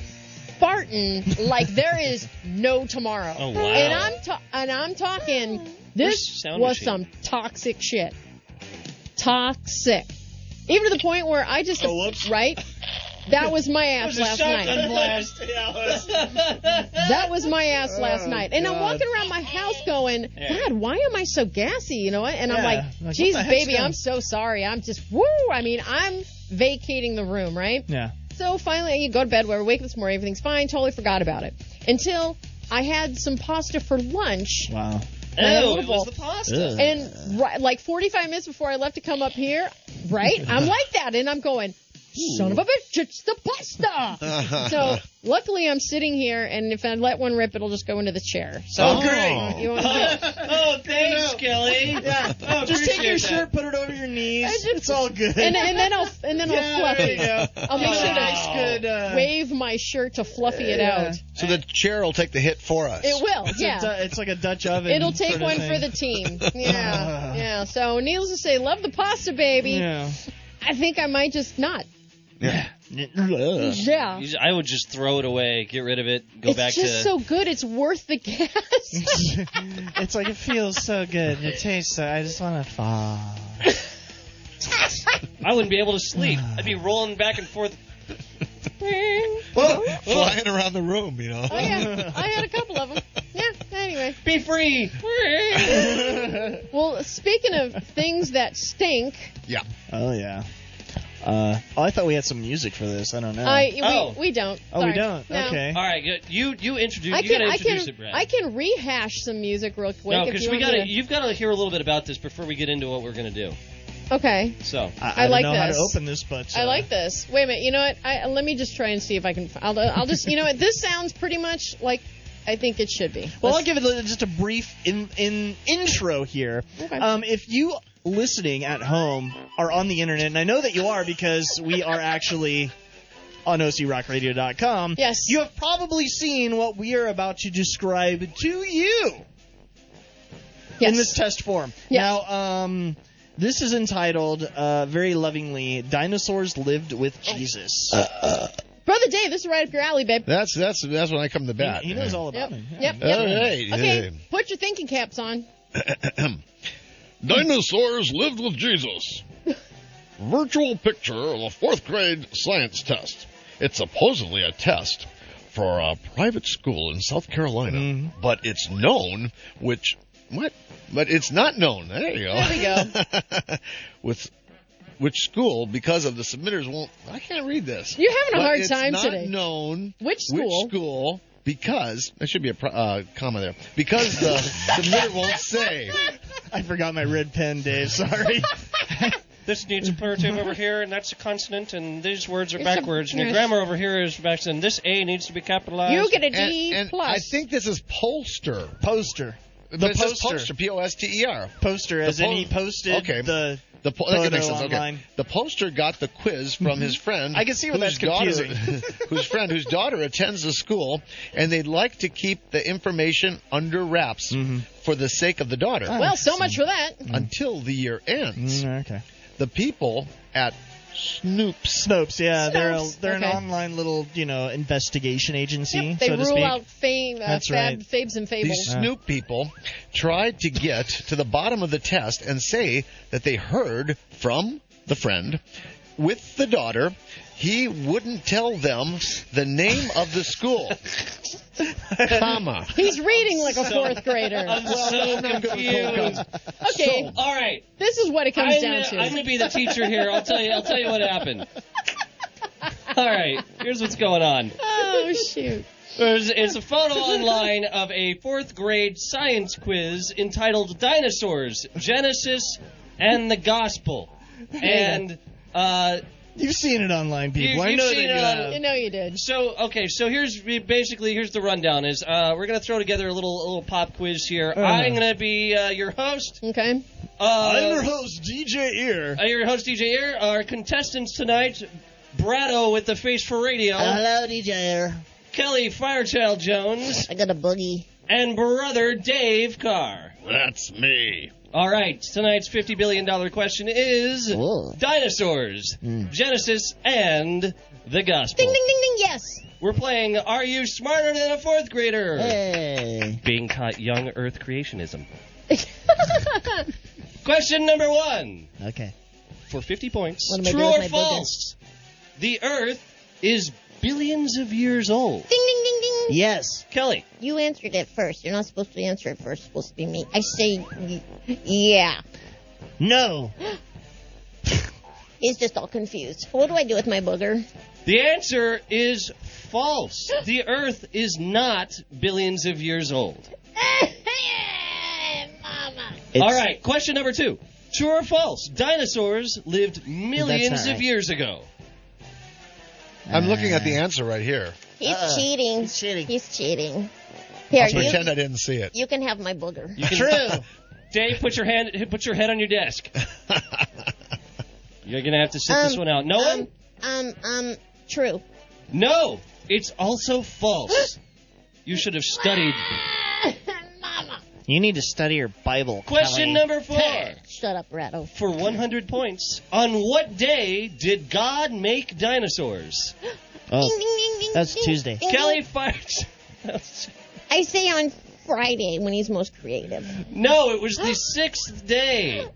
[SPEAKER 3] farting like there is no tomorrow.
[SPEAKER 4] Oh, wow. Oh.
[SPEAKER 3] And I'm ta- and I'm talking this
[SPEAKER 4] sound
[SPEAKER 3] was
[SPEAKER 4] machine.
[SPEAKER 3] some toxic shit. Toxic. Even to the point where I
[SPEAKER 5] Oh,
[SPEAKER 3] just right? That was my ass last night.
[SPEAKER 5] blast. Oh, Yeah,
[SPEAKER 3] That was my ass last night. And I'm walking around my house going, God, why am I so gassy? You know, and I'm
[SPEAKER 5] Yeah.
[SPEAKER 3] like,
[SPEAKER 5] Like, what
[SPEAKER 3] Jesus,
[SPEAKER 5] the heck's
[SPEAKER 3] baby,
[SPEAKER 5] going-
[SPEAKER 3] I'm so sorry. I'm just, woo. I mean, I'm vacating the room, right?
[SPEAKER 5] yeah.
[SPEAKER 3] So finally, you go to bed, whatever, wake up this morning, everything's fine, totally forgot about it. Until I had some pasta for lunch.
[SPEAKER 5] Wow.
[SPEAKER 4] Oh, it was the pasta.
[SPEAKER 3] And right, like 45 minutes before I left to come up here, right? I'm like that, and I'm going, son of a bitch, it's the pasta. so luckily, I'm sitting here, and if I let one rip, it'll just go into the chair. So
[SPEAKER 1] Oh,
[SPEAKER 3] you won't get-
[SPEAKER 4] Oh, thanks, Kelly. Oh,
[SPEAKER 5] Just take
[SPEAKER 4] appreciate
[SPEAKER 5] your
[SPEAKER 4] that.
[SPEAKER 5] shirt, put it over your knees.
[SPEAKER 3] I just-
[SPEAKER 5] It's all good.
[SPEAKER 3] and, and then I'll and then I'll
[SPEAKER 5] yeah,
[SPEAKER 3] fluff
[SPEAKER 5] there you
[SPEAKER 3] it.
[SPEAKER 5] go.
[SPEAKER 3] I'll make
[SPEAKER 5] It's
[SPEAKER 3] sure
[SPEAKER 5] a nice,
[SPEAKER 3] to
[SPEAKER 5] good. Uh,
[SPEAKER 3] wave my shirt to fluffy it
[SPEAKER 5] Yeah.
[SPEAKER 3] out.
[SPEAKER 1] So the chair will take the hit for us.
[SPEAKER 3] It will,
[SPEAKER 5] It's,
[SPEAKER 3] yeah.
[SPEAKER 5] a, du- it's like a Dutch oven.
[SPEAKER 3] It'll take
[SPEAKER 5] sort of
[SPEAKER 3] one
[SPEAKER 5] thing.
[SPEAKER 3] for the team. Yeah. yeah. So, needless to say, love the pasta, baby.
[SPEAKER 5] Yeah.
[SPEAKER 3] I think I might just not.
[SPEAKER 5] Ugh.
[SPEAKER 3] Yeah.
[SPEAKER 4] You- I would just throw it away, get rid of it, go
[SPEAKER 3] it's
[SPEAKER 4] back
[SPEAKER 3] just
[SPEAKER 4] to.
[SPEAKER 3] so good. It's worth the gas.
[SPEAKER 5] it's like it feels so good. It tastes so. I just want to fall.
[SPEAKER 4] I wouldn't be able to sleep. I'd be rolling back and forth.
[SPEAKER 1] Flying around the room, you know.
[SPEAKER 3] oh yeah, I had a couple of them. Yeah. Anyway.
[SPEAKER 4] Be free.
[SPEAKER 3] Well, speaking of things that stink,
[SPEAKER 5] Oh yeah. Uh, oh, I thought we had some music for this. I don't know.
[SPEAKER 3] I we,
[SPEAKER 4] Oh.
[SPEAKER 3] we don't.
[SPEAKER 5] oh,
[SPEAKER 3] Sorry.
[SPEAKER 5] we don't.
[SPEAKER 3] No.
[SPEAKER 5] Okay.
[SPEAKER 4] All right, good. you you introduce.
[SPEAKER 3] I
[SPEAKER 4] you
[SPEAKER 3] can
[SPEAKER 4] gotta
[SPEAKER 3] I
[SPEAKER 4] introduce
[SPEAKER 3] can
[SPEAKER 4] it, Brad.
[SPEAKER 3] I can rehash some music real quick.
[SPEAKER 4] no,
[SPEAKER 3] if
[SPEAKER 4] because
[SPEAKER 3] you
[SPEAKER 4] we
[SPEAKER 3] want
[SPEAKER 4] gotta
[SPEAKER 3] me
[SPEAKER 4] you've got to hear a little bit about this before we get into what we're gonna do.
[SPEAKER 3] to- Okay.
[SPEAKER 4] So
[SPEAKER 5] I, I,
[SPEAKER 3] I
[SPEAKER 5] don't
[SPEAKER 3] like
[SPEAKER 5] know how
[SPEAKER 3] this.
[SPEAKER 5] to open this, but
[SPEAKER 3] I
[SPEAKER 5] uh,
[SPEAKER 3] like this. Wait a minute. You know what? I, let me just try and see if I can. I'll, I'll just. You know what? This sounds pretty much like I think it should be.
[SPEAKER 5] Well, I'll
[SPEAKER 3] Let's-
[SPEAKER 5] give it a- just a brief in, in intro here.
[SPEAKER 3] Okay.
[SPEAKER 5] Um, if you listening at home are on the internet, and I know that you are because we are actually on OCRockRadio.com.
[SPEAKER 3] Yes.
[SPEAKER 5] You have probably seen what we are about to describe to you
[SPEAKER 3] yes.
[SPEAKER 5] in this test form.
[SPEAKER 3] Yes.
[SPEAKER 5] Now, um, this is entitled uh, very lovingly "Dinosaurs Lived with Jesus."
[SPEAKER 3] Uh, Brother Dave, this is right up your alley, babe.
[SPEAKER 1] That's that's that's when I come to bat.
[SPEAKER 5] he, he knows all
[SPEAKER 3] Yep.
[SPEAKER 5] about it.
[SPEAKER 3] Yep.
[SPEAKER 1] All
[SPEAKER 3] Yep.
[SPEAKER 1] right.
[SPEAKER 3] Okay. Put your thinking caps on.
[SPEAKER 9] Dinosaurs lived with Jesus. Virtual picture of a fourth grade science test. It's supposedly a test for a private school in South Carolina, but it's known which what?
[SPEAKER 1] But it's not known. There you go.
[SPEAKER 3] There we go.
[SPEAKER 1] With which school because of the submitters won't I can't read this.
[SPEAKER 3] You're having a
[SPEAKER 1] But
[SPEAKER 3] hard
[SPEAKER 1] it's
[SPEAKER 3] time
[SPEAKER 1] not
[SPEAKER 3] today.
[SPEAKER 1] known
[SPEAKER 3] Which
[SPEAKER 1] Which
[SPEAKER 3] school?
[SPEAKER 1] school? Because there should be a pro- uh, comma there. Because the submitter won't say.
[SPEAKER 5] I forgot my red pen, Dave. Sorry.
[SPEAKER 4] this needs a imperative over here, and that's a consonant, and these words are
[SPEAKER 3] It's a-
[SPEAKER 4] backwards, and your
[SPEAKER 3] yes.
[SPEAKER 4] grammar over here is backwards, and this A needs to be capitalized.
[SPEAKER 3] You get a D
[SPEAKER 1] And, and
[SPEAKER 3] plus.
[SPEAKER 1] I think this is pollster.
[SPEAKER 5] Poster. The
[SPEAKER 1] But it says
[SPEAKER 5] poster.
[SPEAKER 1] pollster. P O S T E R.
[SPEAKER 5] poster as in
[SPEAKER 1] po-
[SPEAKER 5] he posted
[SPEAKER 1] Okay.
[SPEAKER 5] the
[SPEAKER 1] The po- that
[SPEAKER 5] photo
[SPEAKER 1] makes sense. Okay.
[SPEAKER 5] online. Mm-hmm.
[SPEAKER 1] The pollster got the quiz from his friend.
[SPEAKER 5] I can see where that's
[SPEAKER 1] whose daughter-
[SPEAKER 5] confusing.
[SPEAKER 1] whose friend, whose daughter attends the school, and they'd like to keep the information under wraps
[SPEAKER 5] Mm-hmm.
[SPEAKER 1] for the sake of the daughter
[SPEAKER 3] well, so much for that.
[SPEAKER 1] until the year ends.
[SPEAKER 5] Mm, okay.
[SPEAKER 1] The people at Snoop's
[SPEAKER 5] Snopes, yeah, they're a,
[SPEAKER 3] Snopes,
[SPEAKER 5] they're
[SPEAKER 3] okay.
[SPEAKER 5] an online little you know investigation agency,
[SPEAKER 3] Yep, they
[SPEAKER 5] so to
[SPEAKER 3] rule
[SPEAKER 5] speak.
[SPEAKER 3] out fame, uh,
[SPEAKER 5] That's
[SPEAKER 3] fab,
[SPEAKER 5] right.
[SPEAKER 3] fabes and fables.
[SPEAKER 1] These Snoop people tried to get to the bottom of the test and say that they heard from the friend with the daughter. He wouldn't tell them the name of the school, comma.
[SPEAKER 3] He's reading like a fourth grader.
[SPEAKER 4] I'm so confused.
[SPEAKER 3] Okay,
[SPEAKER 4] All right,
[SPEAKER 3] this is what it comes
[SPEAKER 4] I'm,
[SPEAKER 3] down
[SPEAKER 4] gonna, I'm
[SPEAKER 3] to.
[SPEAKER 4] gonna be the teacher here. I'll tell you. I'll tell you what happened. All right, here's what's going on.
[SPEAKER 3] Oh shoot.
[SPEAKER 4] There's, it's a photo online of a fourth grade science quiz entitled Dinosaurs, Genesis, and the Gospel. And uh,
[SPEAKER 5] You've seen it online, people.
[SPEAKER 4] You- uh,
[SPEAKER 5] I
[SPEAKER 4] you've
[SPEAKER 5] know
[SPEAKER 4] seen
[SPEAKER 5] that
[SPEAKER 4] it
[SPEAKER 5] you
[SPEAKER 4] on-
[SPEAKER 5] have.
[SPEAKER 3] You know you did.
[SPEAKER 4] so, okay, so here's basically here's the rundown is uh, we're going to throw together a little a little pop quiz here. I'm going to be uh, your host.
[SPEAKER 3] Okay.
[SPEAKER 4] Uh,
[SPEAKER 5] I'm your host, DJ Ear.
[SPEAKER 4] uh, your host, DJ Air. Our contestants tonight, Brado with the face for radio,
[SPEAKER 5] DJ Ear.
[SPEAKER 4] Kelly Firechild Jones,
[SPEAKER 3] I got a boogie.
[SPEAKER 4] and brother Dave Carr.
[SPEAKER 9] That's me.
[SPEAKER 4] All right, tonight's fifty billion dollar question is dinosaurs, Genesis, and The gospel.
[SPEAKER 10] Ding, ding, ding, ding, yes.
[SPEAKER 4] We're playing Are You Smarter Than a Fourth Grader?
[SPEAKER 5] Hey.
[SPEAKER 4] Being Caught Young Earth Creationism. Question number one.
[SPEAKER 5] Okay.
[SPEAKER 4] For 50 points,
[SPEAKER 10] What am I
[SPEAKER 4] true
[SPEAKER 10] doing with
[SPEAKER 4] or
[SPEAKER 10] my
[SPEAKER 4] false? The Earth is billions of years old.
[SPEAKER 10] Ding, ding, ding, ding.
[SPEAKER 5] Yes.
[SPEAKER 4] Kelly,
[SPEAKER 10] You answered it first. You're not supposed to answer it first. It's supposed to be me. I say, y- yeah.
[SPEAKER 5] No.
[SPEAKER 10] He's just all confused. What do I do with my booger?
[SPEAKER 4] the answer is false. The Earth is not billions of years old.
[SPEAKER 10] Mama.
[SPEAKER 5] It's-
[SPEAKER 4] All right, question number two. True or false? Dinosaurs lived millions
[SPEAKER 5] right.
[SPEAKER 4] of years ago.
[SPEAKER 1] I'm looking at the answer right here.
[SPEAKER 10] He's cheating.
[SPEAKER 5] Uh-uh. he's cheating.
[SPEAKER 10] He's cheating. Here,
[SPEAKER 1] I'll pretend
[SPEAKER 10] you,
[SPEAKER 1] I didn't see it.
[SPEAKER 10] you can have my booger.
[SPEAKER 4] You can, True. Dave, put your hand, put your head on your desk. You're gonna have to sit this
[SPEAKER 10] Um,
[SPEAKER 4] one out. No
[SPEAKER 10] um,
[SPEAKER 4] one?
[SPEAKER 10] Um, um, true.
[SPEAKER 4] No, it's also false. You should have studied.
[SPEAKER 10] Mama.
[SPEAKER 5] You need to study your Bible. Kelly.
[SPEAKER 4] Question number four.
[SPEAKER 10] Shut up, Ratto.
[SPEAKER 4] For 100 points, on what day did God make dinosaurs?
[SPEAKER 10] Ding,
[SPEAKER 5] Oh,
[SPEAKER 10] ding, ding, ding,
[SPEAKER 5] That's
[SPEAKER 10] ding,
[SPEAKER 5] Tuesday.
[SPEAKER 10] ding, ding.
[SPEAKER 4] Kelly fires.
[SPEAKER 10] I say on Friday when he's most creative.
[SPEAKER 4] No, it was the sixth day.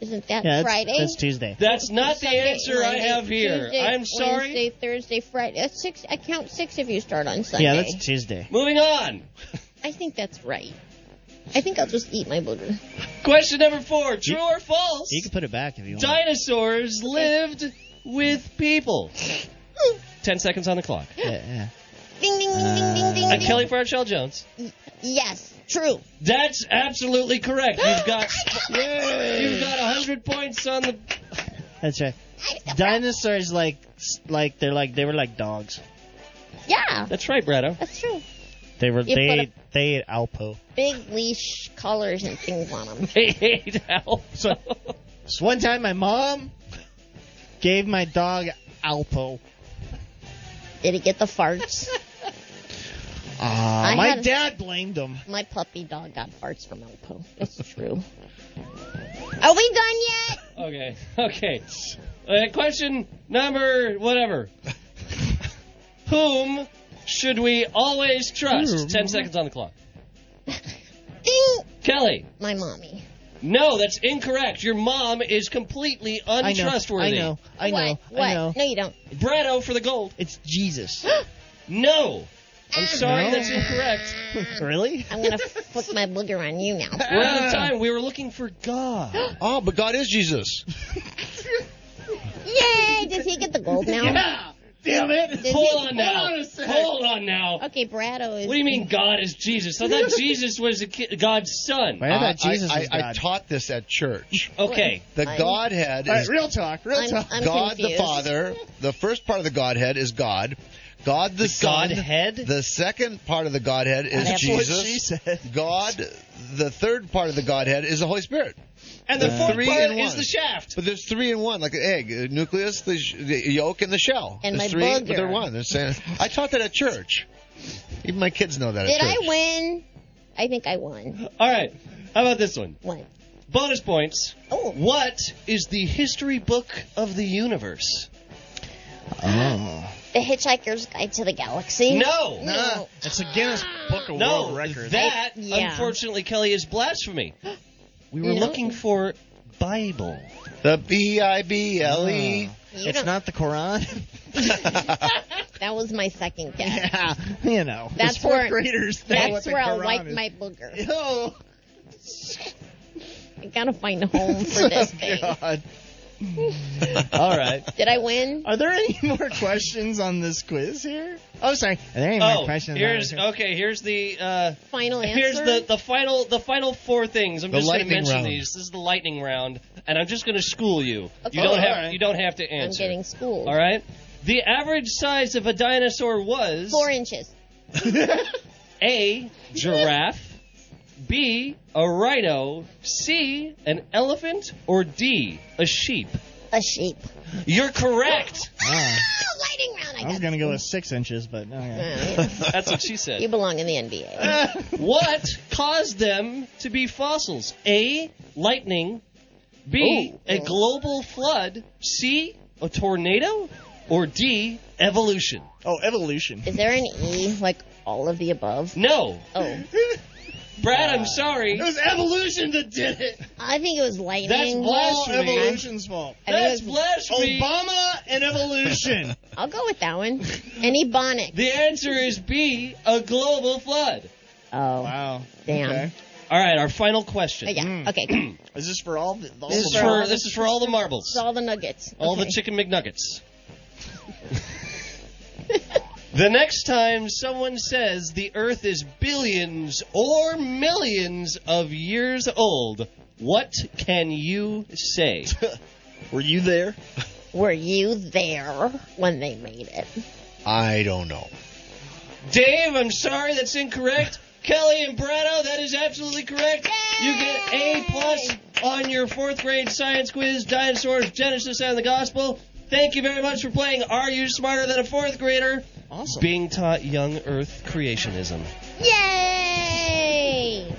[SPEAKER 10] Isn't that
[SPEAKER 5] yeah, that's,
[SPEAKER 10] Friday?
[SPEAKER 5] that's Tuesday.
[SPEAKER 4] That's not the
[SPEAKER 10] Sunday,
[SPEAKER 4] answer I
[SPEAKER 10] Monday,
[SPEAKER 4] have here.
[SPEAKER 10] Tuesday,
[SPEAKER 4] I'm sorry.
[SPEAKER 10] Wednesday, Thursday, Friday. That's six. I count six if you start on Sunday.
[SPEAKER 5] Yeah, that's Tuesday.
[SPEAKER 4] Moving on.
[SPEAKER 10] I think that's right. I think I'll just eat my booger.
[SPEAKER 4] Question number four. True or false?
[SPEAKER 5] You can put it back if you want.
[SPEAKER 4] Dinosaurs lived with people. Ten seconds on the clock. Uh,
[SPEAKER 5] Yeah, yeah.
[SPEAKER 10] Ding, ding, ding, ding, ding, ding.
[SPEAKER 4] I'm Kelly Farshell Jones.
[SPEAKER 10] Yes, true.
[SPEAKER 4] That's absolutely correct. You've got you've got hundred points on the.
[SPEAKER 5] That's right. Dinosaurs like s- like they're like they were like dogs.
[SPEAKER 10] Yeah,
[SPEAKER 4] That's right, Bretto.
[SPEAKER 10] that's true.
[SPEAKER 5] They were
[SPEAKER 10] You put
[SPEAKER 5] they
[SPEAKER 10] a-
[SPEAKER 5] they ate Alpo.
[SPEAKER 10] Big leash collars and things on them.
[SPEAKER 4] Hey, hey, Al.
[SPEAKER 5] So- So one time my mom gave my dog Alpo. Uh,
[SPEAKER 10] Did he get the farts? I
[SPEAKER 5] my
[SPEAKER 10] had-
[SPEAKER 5] dad blamed him.
[SPEAKER 10] My puppy dog got farts from Elpo. That's true. Are we done yet?
[SPEAKER 4] okay, okay. Uh, question number whatever. Whom should we always trust? Ten seconds on the clock.
[SPEAKER 10] Ding!
[SPEAKER 4] Kelly.
[SPEAKER 10] My mommy.
[SPEAKER 4] No, that's incorrect. Your mom is completely
[SPEAKER 5] I know. I
[SPEAKER 4] untrustworthy.
[SPEAKER 5] know. I know.
[SPEAKER 10] What? What?
[SPEAKER 5] I know.
[SPEAKER 10] No, you don't.
[SPEAKER 4] Bretto for the gold.
[SPEAKER 5] It's Jesus.
[SPEAKER 4] No. I'm sorry,
[SPEAKER 5] Ah. No?
[SPEAKER 4] that's incorrect.
[SPEAKER 5] really?
[SPEAKER 10] I'm gonna flick my booger on you now.
[SPEAKER 4] We're out of time. We were looking for God.
[SPEAKER 1] Oh, but God is Jesus.
[SPEAKER 10] Yay! Does he get the gold now?
[SPEAKER 5] Damn it.
[SPEAKER 10] Does
[SPEAKER 4] Hold
[SPEAKER 10] he-
[SPEAKER 4] on now. Hold on now.
[SPEAKER 10] Okay, Brado is.
[SPEAKER 4] What do you mean God is Jesus? I thought Jesus was a ki- God's son.
[SPEAKER 5] Why I thought
[SPEAKER 1] I-
[SPEAKER 5] Jesus
[SPEAKER 1] Uh, I,
[SPEAKER 5] was
[SPEAKER 1] I
[SPEAKER 5] God.
[SPEAKER 1] taught this at church.
[SPEAKER 4] Okay.
[SPEAKER 1] The
[SPEAKER 10] I-
[SPEAKER 1] Godhead
[SPEAKER 5] All right,
[SPEAKER 1] is
[SPEAKER 5] real talk. Real
[SPEAKER 10] I'm,
[SPEAKER 5] talk.
[SPEAKER 10] I'm
[SPEAKER 1] God the
[SPEAKER 10] confused.
[SPEAKER 1] Father. The first part of the Godhead is God. God the, Son.
[SPEAKER 4] Godhead?
[SPEAKER 1] The second part of the Godhead is
[SPEAKER 10] That's what
[SPEAKER 1] Jesus.
[SPEAKER 5] she said.
[SPEAKER 1] God. The third part of the Godhead is the Holy Spirit.
[SPEAKER 4] Uh, And the fourth
[SPEAKER 1] Three
[SPEAKER 4] part
[SPEAKER 1] in
[SPEAKER 4] is
[SPEAKER 1] one.
[SPEAKER 4] the shaft.
[SPEAKER 1] But there's three in one, like an egg, a nucleus, the, sh- the yolk, and the shell.
[SPEAKER 10] And
[SPEAKER 1] there's
[SPEAKER 10] my
[SPEAKER 1] three, but
[SPEAKER 10] booger.
[SPEAKER 1] they're one. They're saying, I taught that at church. Even my kids know that
[SPEAKER 10] Did
[SPEAKER 1] at
[SPEAKER 10] I
[SPEAKER 1] church.
[SPEAKER 10] win? I think I won.
[SPEAKER 4] All right. How about this one?
[SPEAKER 10] Won.
[SPEAKER 4] Bonus points.
[SPEAKER 10] Oh.
[SPEAKER 4] What is the history book of the universe?
[SPEAKER 10] The Hitchhiker's Guide to the Galaxy.
[SPEAKER 4] No.
[SPEAKER 10] Oh. No.
[SPEAKER 5] It's a Guinness Book of
[SPEAKER 4] No,
[SPEAKER 5] World Records.
[SPEAKER 4] that
[SPEAKER 10] I- yeah.
[SPEAKER 4] unfortunately, Kelly, is blasphemy. We were
[SPEAKER 10] No.
[SPEAKER 4] looking for Bible.
[SPEAKER 1] The B I B L E.
[SPEAKER 10] You
[SPEAKER 5] Ah. it's
[SPEAKER 10] don't-
[SPEAKER 5] not the Quran.
[SPEAKER 10] That was my second guess.
[SPEAKER 5] yeah, you know. those
[SPEAKER 10] Ah. That's
[SPEAKER 5] fourth
[SPEAKER 10] where-
[SPEAKER 5] graders. know what
[SPEAKER 10] That's
[SPEAKER 5] the
[SPEAKER 10] where I'll
[SPEAKER 5] Quran
[SPEAKER 10] wipe
[SPEAKER 5] is.
[SPEAKER 10] my booger.
[SPEAKER 5] Oh,
[SPEAKER 10] I gotta find a home for this thing.
[SPEAKER 5] Oh, God. All right.
[SPEAKER 10] Did I win?
[SPEAKER 5] Are there any more questions on this quiz here? Oh, sorry. Are there any more
[SPEAKER 4] Oh,
[SPEAKER 5] questions?
[SPEAKER 4] here's
[SPEAKER 5] on this
[SPEAKER 4] okay. Here's the uh,
[SPEAKER 10] Final answer.
[SPEAKER 4] here's the, the final the final four things. I'm
[SPEAKER 1] The
[SPEAKER 4] just going to
[SPEAKER 1] lightning
[SPEAKER 4] mention
[SPEAKER 1] round.
[SPEAKER 4] these. This is the lightning round, and I'm just going to school you.
[SPEAKER 10] Okay.
[SPEAKER 4] You don't
[SPEAKER 10] Oh,
[SPEAKER 4] have
[SPEAKER 10] all right.
[SPEAKER 4] you don't have to
[SPEAKER 10] I'm
[SPEAKER 4] answer.
[SPEAKER 10] getting schooled.
[SPEAKER 4] All right. The average size of a dinosaur was
[SPEAKER 10] Four inches.
[SPEAKER 4] a giraffe, b a rhino, c an elephant, or d a sheep.
[SPEAKER 10] A sheep.
[SPEAKER 4] You're correct.
[SPEAKER 5] Ah,
[SPEAKER 10] Oh, lighting round. I
[SPEAKER 5] I was
[SPEAKER 10] got.
[SPEAKER 5] going to go with six inches, but okay.
[SPEAKER 10] Oh,
[SPEAKER 4] That's what she
[SPEAKER 10] yeah. You
[SPEAKER 4] said.
[SPEAKER 10] belong in the NBA.
[SPEAKER 4] What caused them to be fossils? A. Lightning. B. A global flood. C. A tornado. Or D, evolution?
[SPEAKER 5] Oh, evolution.
[SPEAKER 10] Is there an E like all of the above?
[SPEAKER 4] No.
[SPEAKER 10] Oh,
[SPEAKER 4] Brad, I'm sorry.
[SPEAKER 5] It was evolution that did it.
[SPEAKER 10] I think it was lightning.
[SPEAKER 4] That's
[SPEAKER 5] All
[SPEAKER 4] blasphemy.
[SPEAKER 5] evolution's fault.
[SPEAKER 10] I think it
[SPEAKER 4] That's
[SPEAKER 10] was-
[SPEAKER 4] blasphemy.
[SPEAKER 5] Obama and evolution.
[SPEAKER 10] I'll go with that one. And Ebonic.
[SPEAKER 4] The answer is B, a global flood.
[SPEAKER 10] Oh,
[SPEAKER 5] wow.
[SPEAKER 10] damn.
[SPEAKER 5] Okay.
[SPEAKER 4] All right, our final question.
[SPEAKER 10] Oh, yeah. Okay. cool.
[SPEAKER 5] Mm. Is this for all? The, all
[SPEAKER 4] This is
[SPEAKER 5] the-
[SPEAKER 4] for this is for all the marbles,
[SPEAKER 10] It's all the nuggets.
[SPEAKER 4] all the
[SPEAKER 10] Okay.
[SPEAKER 4] chicken McNuggets. the next time someone says the Earth is billions or millions of years old, what can you say?
[SPEAKER 5] Were you there?
[SPEAKER 10] Were you there when they made it?
[SPEAKER 1] I don't know.
[SPEAKER 4] Dave, I'm sorry, that's incorrect. Kelly and Brado, that is absolutely correct. You get A plus on your fourth grade science quiz, Dinosaurs, Genesis, and the Gospel. Thank you very much for playing Are You Smarter Than a Fourth Grader?
[SPEAKER 5] Awesome.
[SPEAKER 4] Being taught young earth creationism.
[SPEAKER 10] Yay!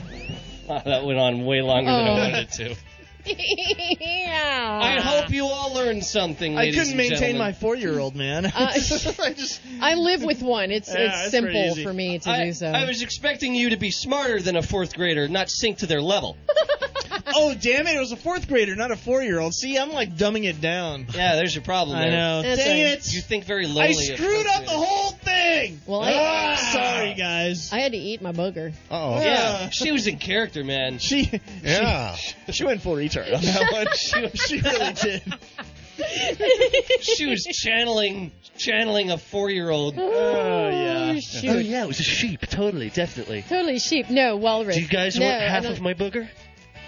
[SPEAKER 4] that went on way longer
[SPEAKER 3] Oh.
[SPEAKER 4] than I wanted it to.
[SPEAKER 10] yeah.
[SPEAKER 3] Ah.
[SPEAKER 4] I hope you all learned something,
[SPEAKER 5] I
[SPEAKER 4] ladies
[SPEAKER 5] couldn't
[SPEAKER 4] and
[SPEAKER 5] maintain
[SPEAKER 4] gentlemen.
[SPEAKER 5] my four-year-old man.
[SPEAKER 3] Uh,
[SPEAKER 5] I just
[SPEAKER 3] I live with one. It's
[SPEAKER 5] Yeah,
[SPEAKER 3] it's
[SPEAKER 5] that's pretty
[SPEAKER 3] simple
[SPEAKER 5] easy.
[SPEAKER 3] for me to
[SPEAKER 4] I,
[SPEAKER 3] do so.
[SPEAKER 4] I was expecting you to be smarter than a fourth grader, not sink to their level.
[SPEAKER 5] oh damn it! It was a fourth grader, not a four-year-old. See, I'm like dumbing it down.
[SPEAKER 4] yeah, there's your problem.
[SPEAKER 5] I
[SPEAKER 4] there.
[SPEAKER 5] know.
[SPEAKER 3] That's
[SPEAKER 5] Dang
[SPEAKER 3] right.
[SPEAKER 5] it!
[SPEAKER 4] You think very lowly.
[SPEAKER 5] I
[SPEAKER 4] of fourth
[SPEAKER 5] screwed up the
[SPEAKER 4] graders.
[SPEAKER 5] whole thing.
[SPEAKER 3] Well, I-
[SPEAKER 5] Ah, sorry guys. Ah.
[SPEAKER 3] I had to eat my booger.
[SPEAKER 1] Uh-oh.
[SPEAKER 5] Oh, Yeah.
[SPEAKER 4] Yeah, she was in character, man.
[SPEAKER 5] she,
[SPEAKER 1] Yeah.
[SPEAKER 5] she she went full retard on that one. She, she really did.
[SPEAKER 4] She was channeling channeling a four year old.
[SPEAKER 5] Oh yeah.
[SPEAKER 3] Shoot.
[SPEAKER 4] yeah, it was a sheep. Totally, definitely.
[SPEAKER 3] Totally sheep. No, walrus. no, I don't-
[SPEAKER 4] my booger?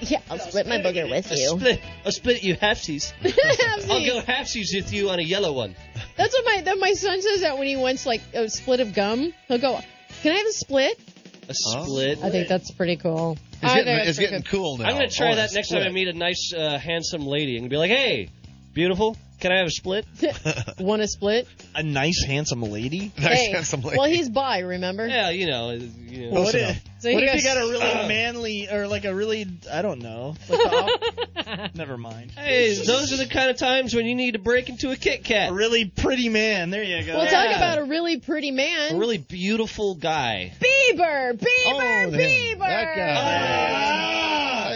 [SPEAKER 10] Yeah, I'll split my booger with
[SPEAKER 4] A
[SPEAKER 10] you.
[SPEAKER 4] split, a split you halfsies. I'll
[SPEAKER 3] Absolutely.
[SPEAKER 4] go halfsies with you on a yellow one.
[SPEAKER 3] That's what my that my son says that when he wants like a split of gum, he'll go, "Can I have a split?"
[SPEAKER 4] A split.
[SPEAKER 3] I think that's pretty cool.
[SPEAKER 1] It's
[SPEAKER 3] I
[SPEAKER 1] getting,
[SPEAKER 3] think that's
[SPEAKER 1] it's
[SPEAKER 3] pretty
[SPEAKER 1] getting
[SPEAKER 3] cool.
[SPEAKER 1] cool now.
[SPEAKER 4] I'm gonna try
[SPEAKER 1] Oh,
[SPEAKER 4] that next time I
[SPEAKER 1] split.
[SPEAKER 4] meet a nice, uh, handsome lady and be like, "Hey, beautiful, can I have a split?"
[SPEAKER 3] Want a split?
[SPEAKER 5] A nice, handsome lady.
[SPEAKER 1] Nice
[SPEAKER 3] Hey,
[SPEAKER 1] handsome lady.
[SPEAKER 3] Well, he's bi, remember?
[SPEAKER 4] Yeah, you know, uh, you know.
[SPEAKER 1] Close
[SPEAKER 5] What
[SPEAKER 1] enough.
[SPEAKER 5] if,
[SPEAKER 3] So
[SPEAKER 5] what
[SPEAKER 3] he
[SPEAKER 5] if you
[SPEAKER 3] goes- Oh.
[SPEAKER 5] got a really manly or like a really I don't know. Like the op- Never mind.
[SPEAKER 4] Hey, those are the kind of times when you need to break into a Kit Kat.
[SPEAKER 5] A really pretty man. There you go.
[SPEAKER 3] Well,
[SPEAKER 4] Yeah.
[SPEAKER 3] talk about a really pretty man.
[SPEAKER 4] A really beautiful guy.
[SPEAKER 3] Bieber, Bieber,
[SPEAKER 1] Oh,
[SPEAKER 3] Bieber.
[SPEAKER 1] him. That
[SPEAKER 5] Ah!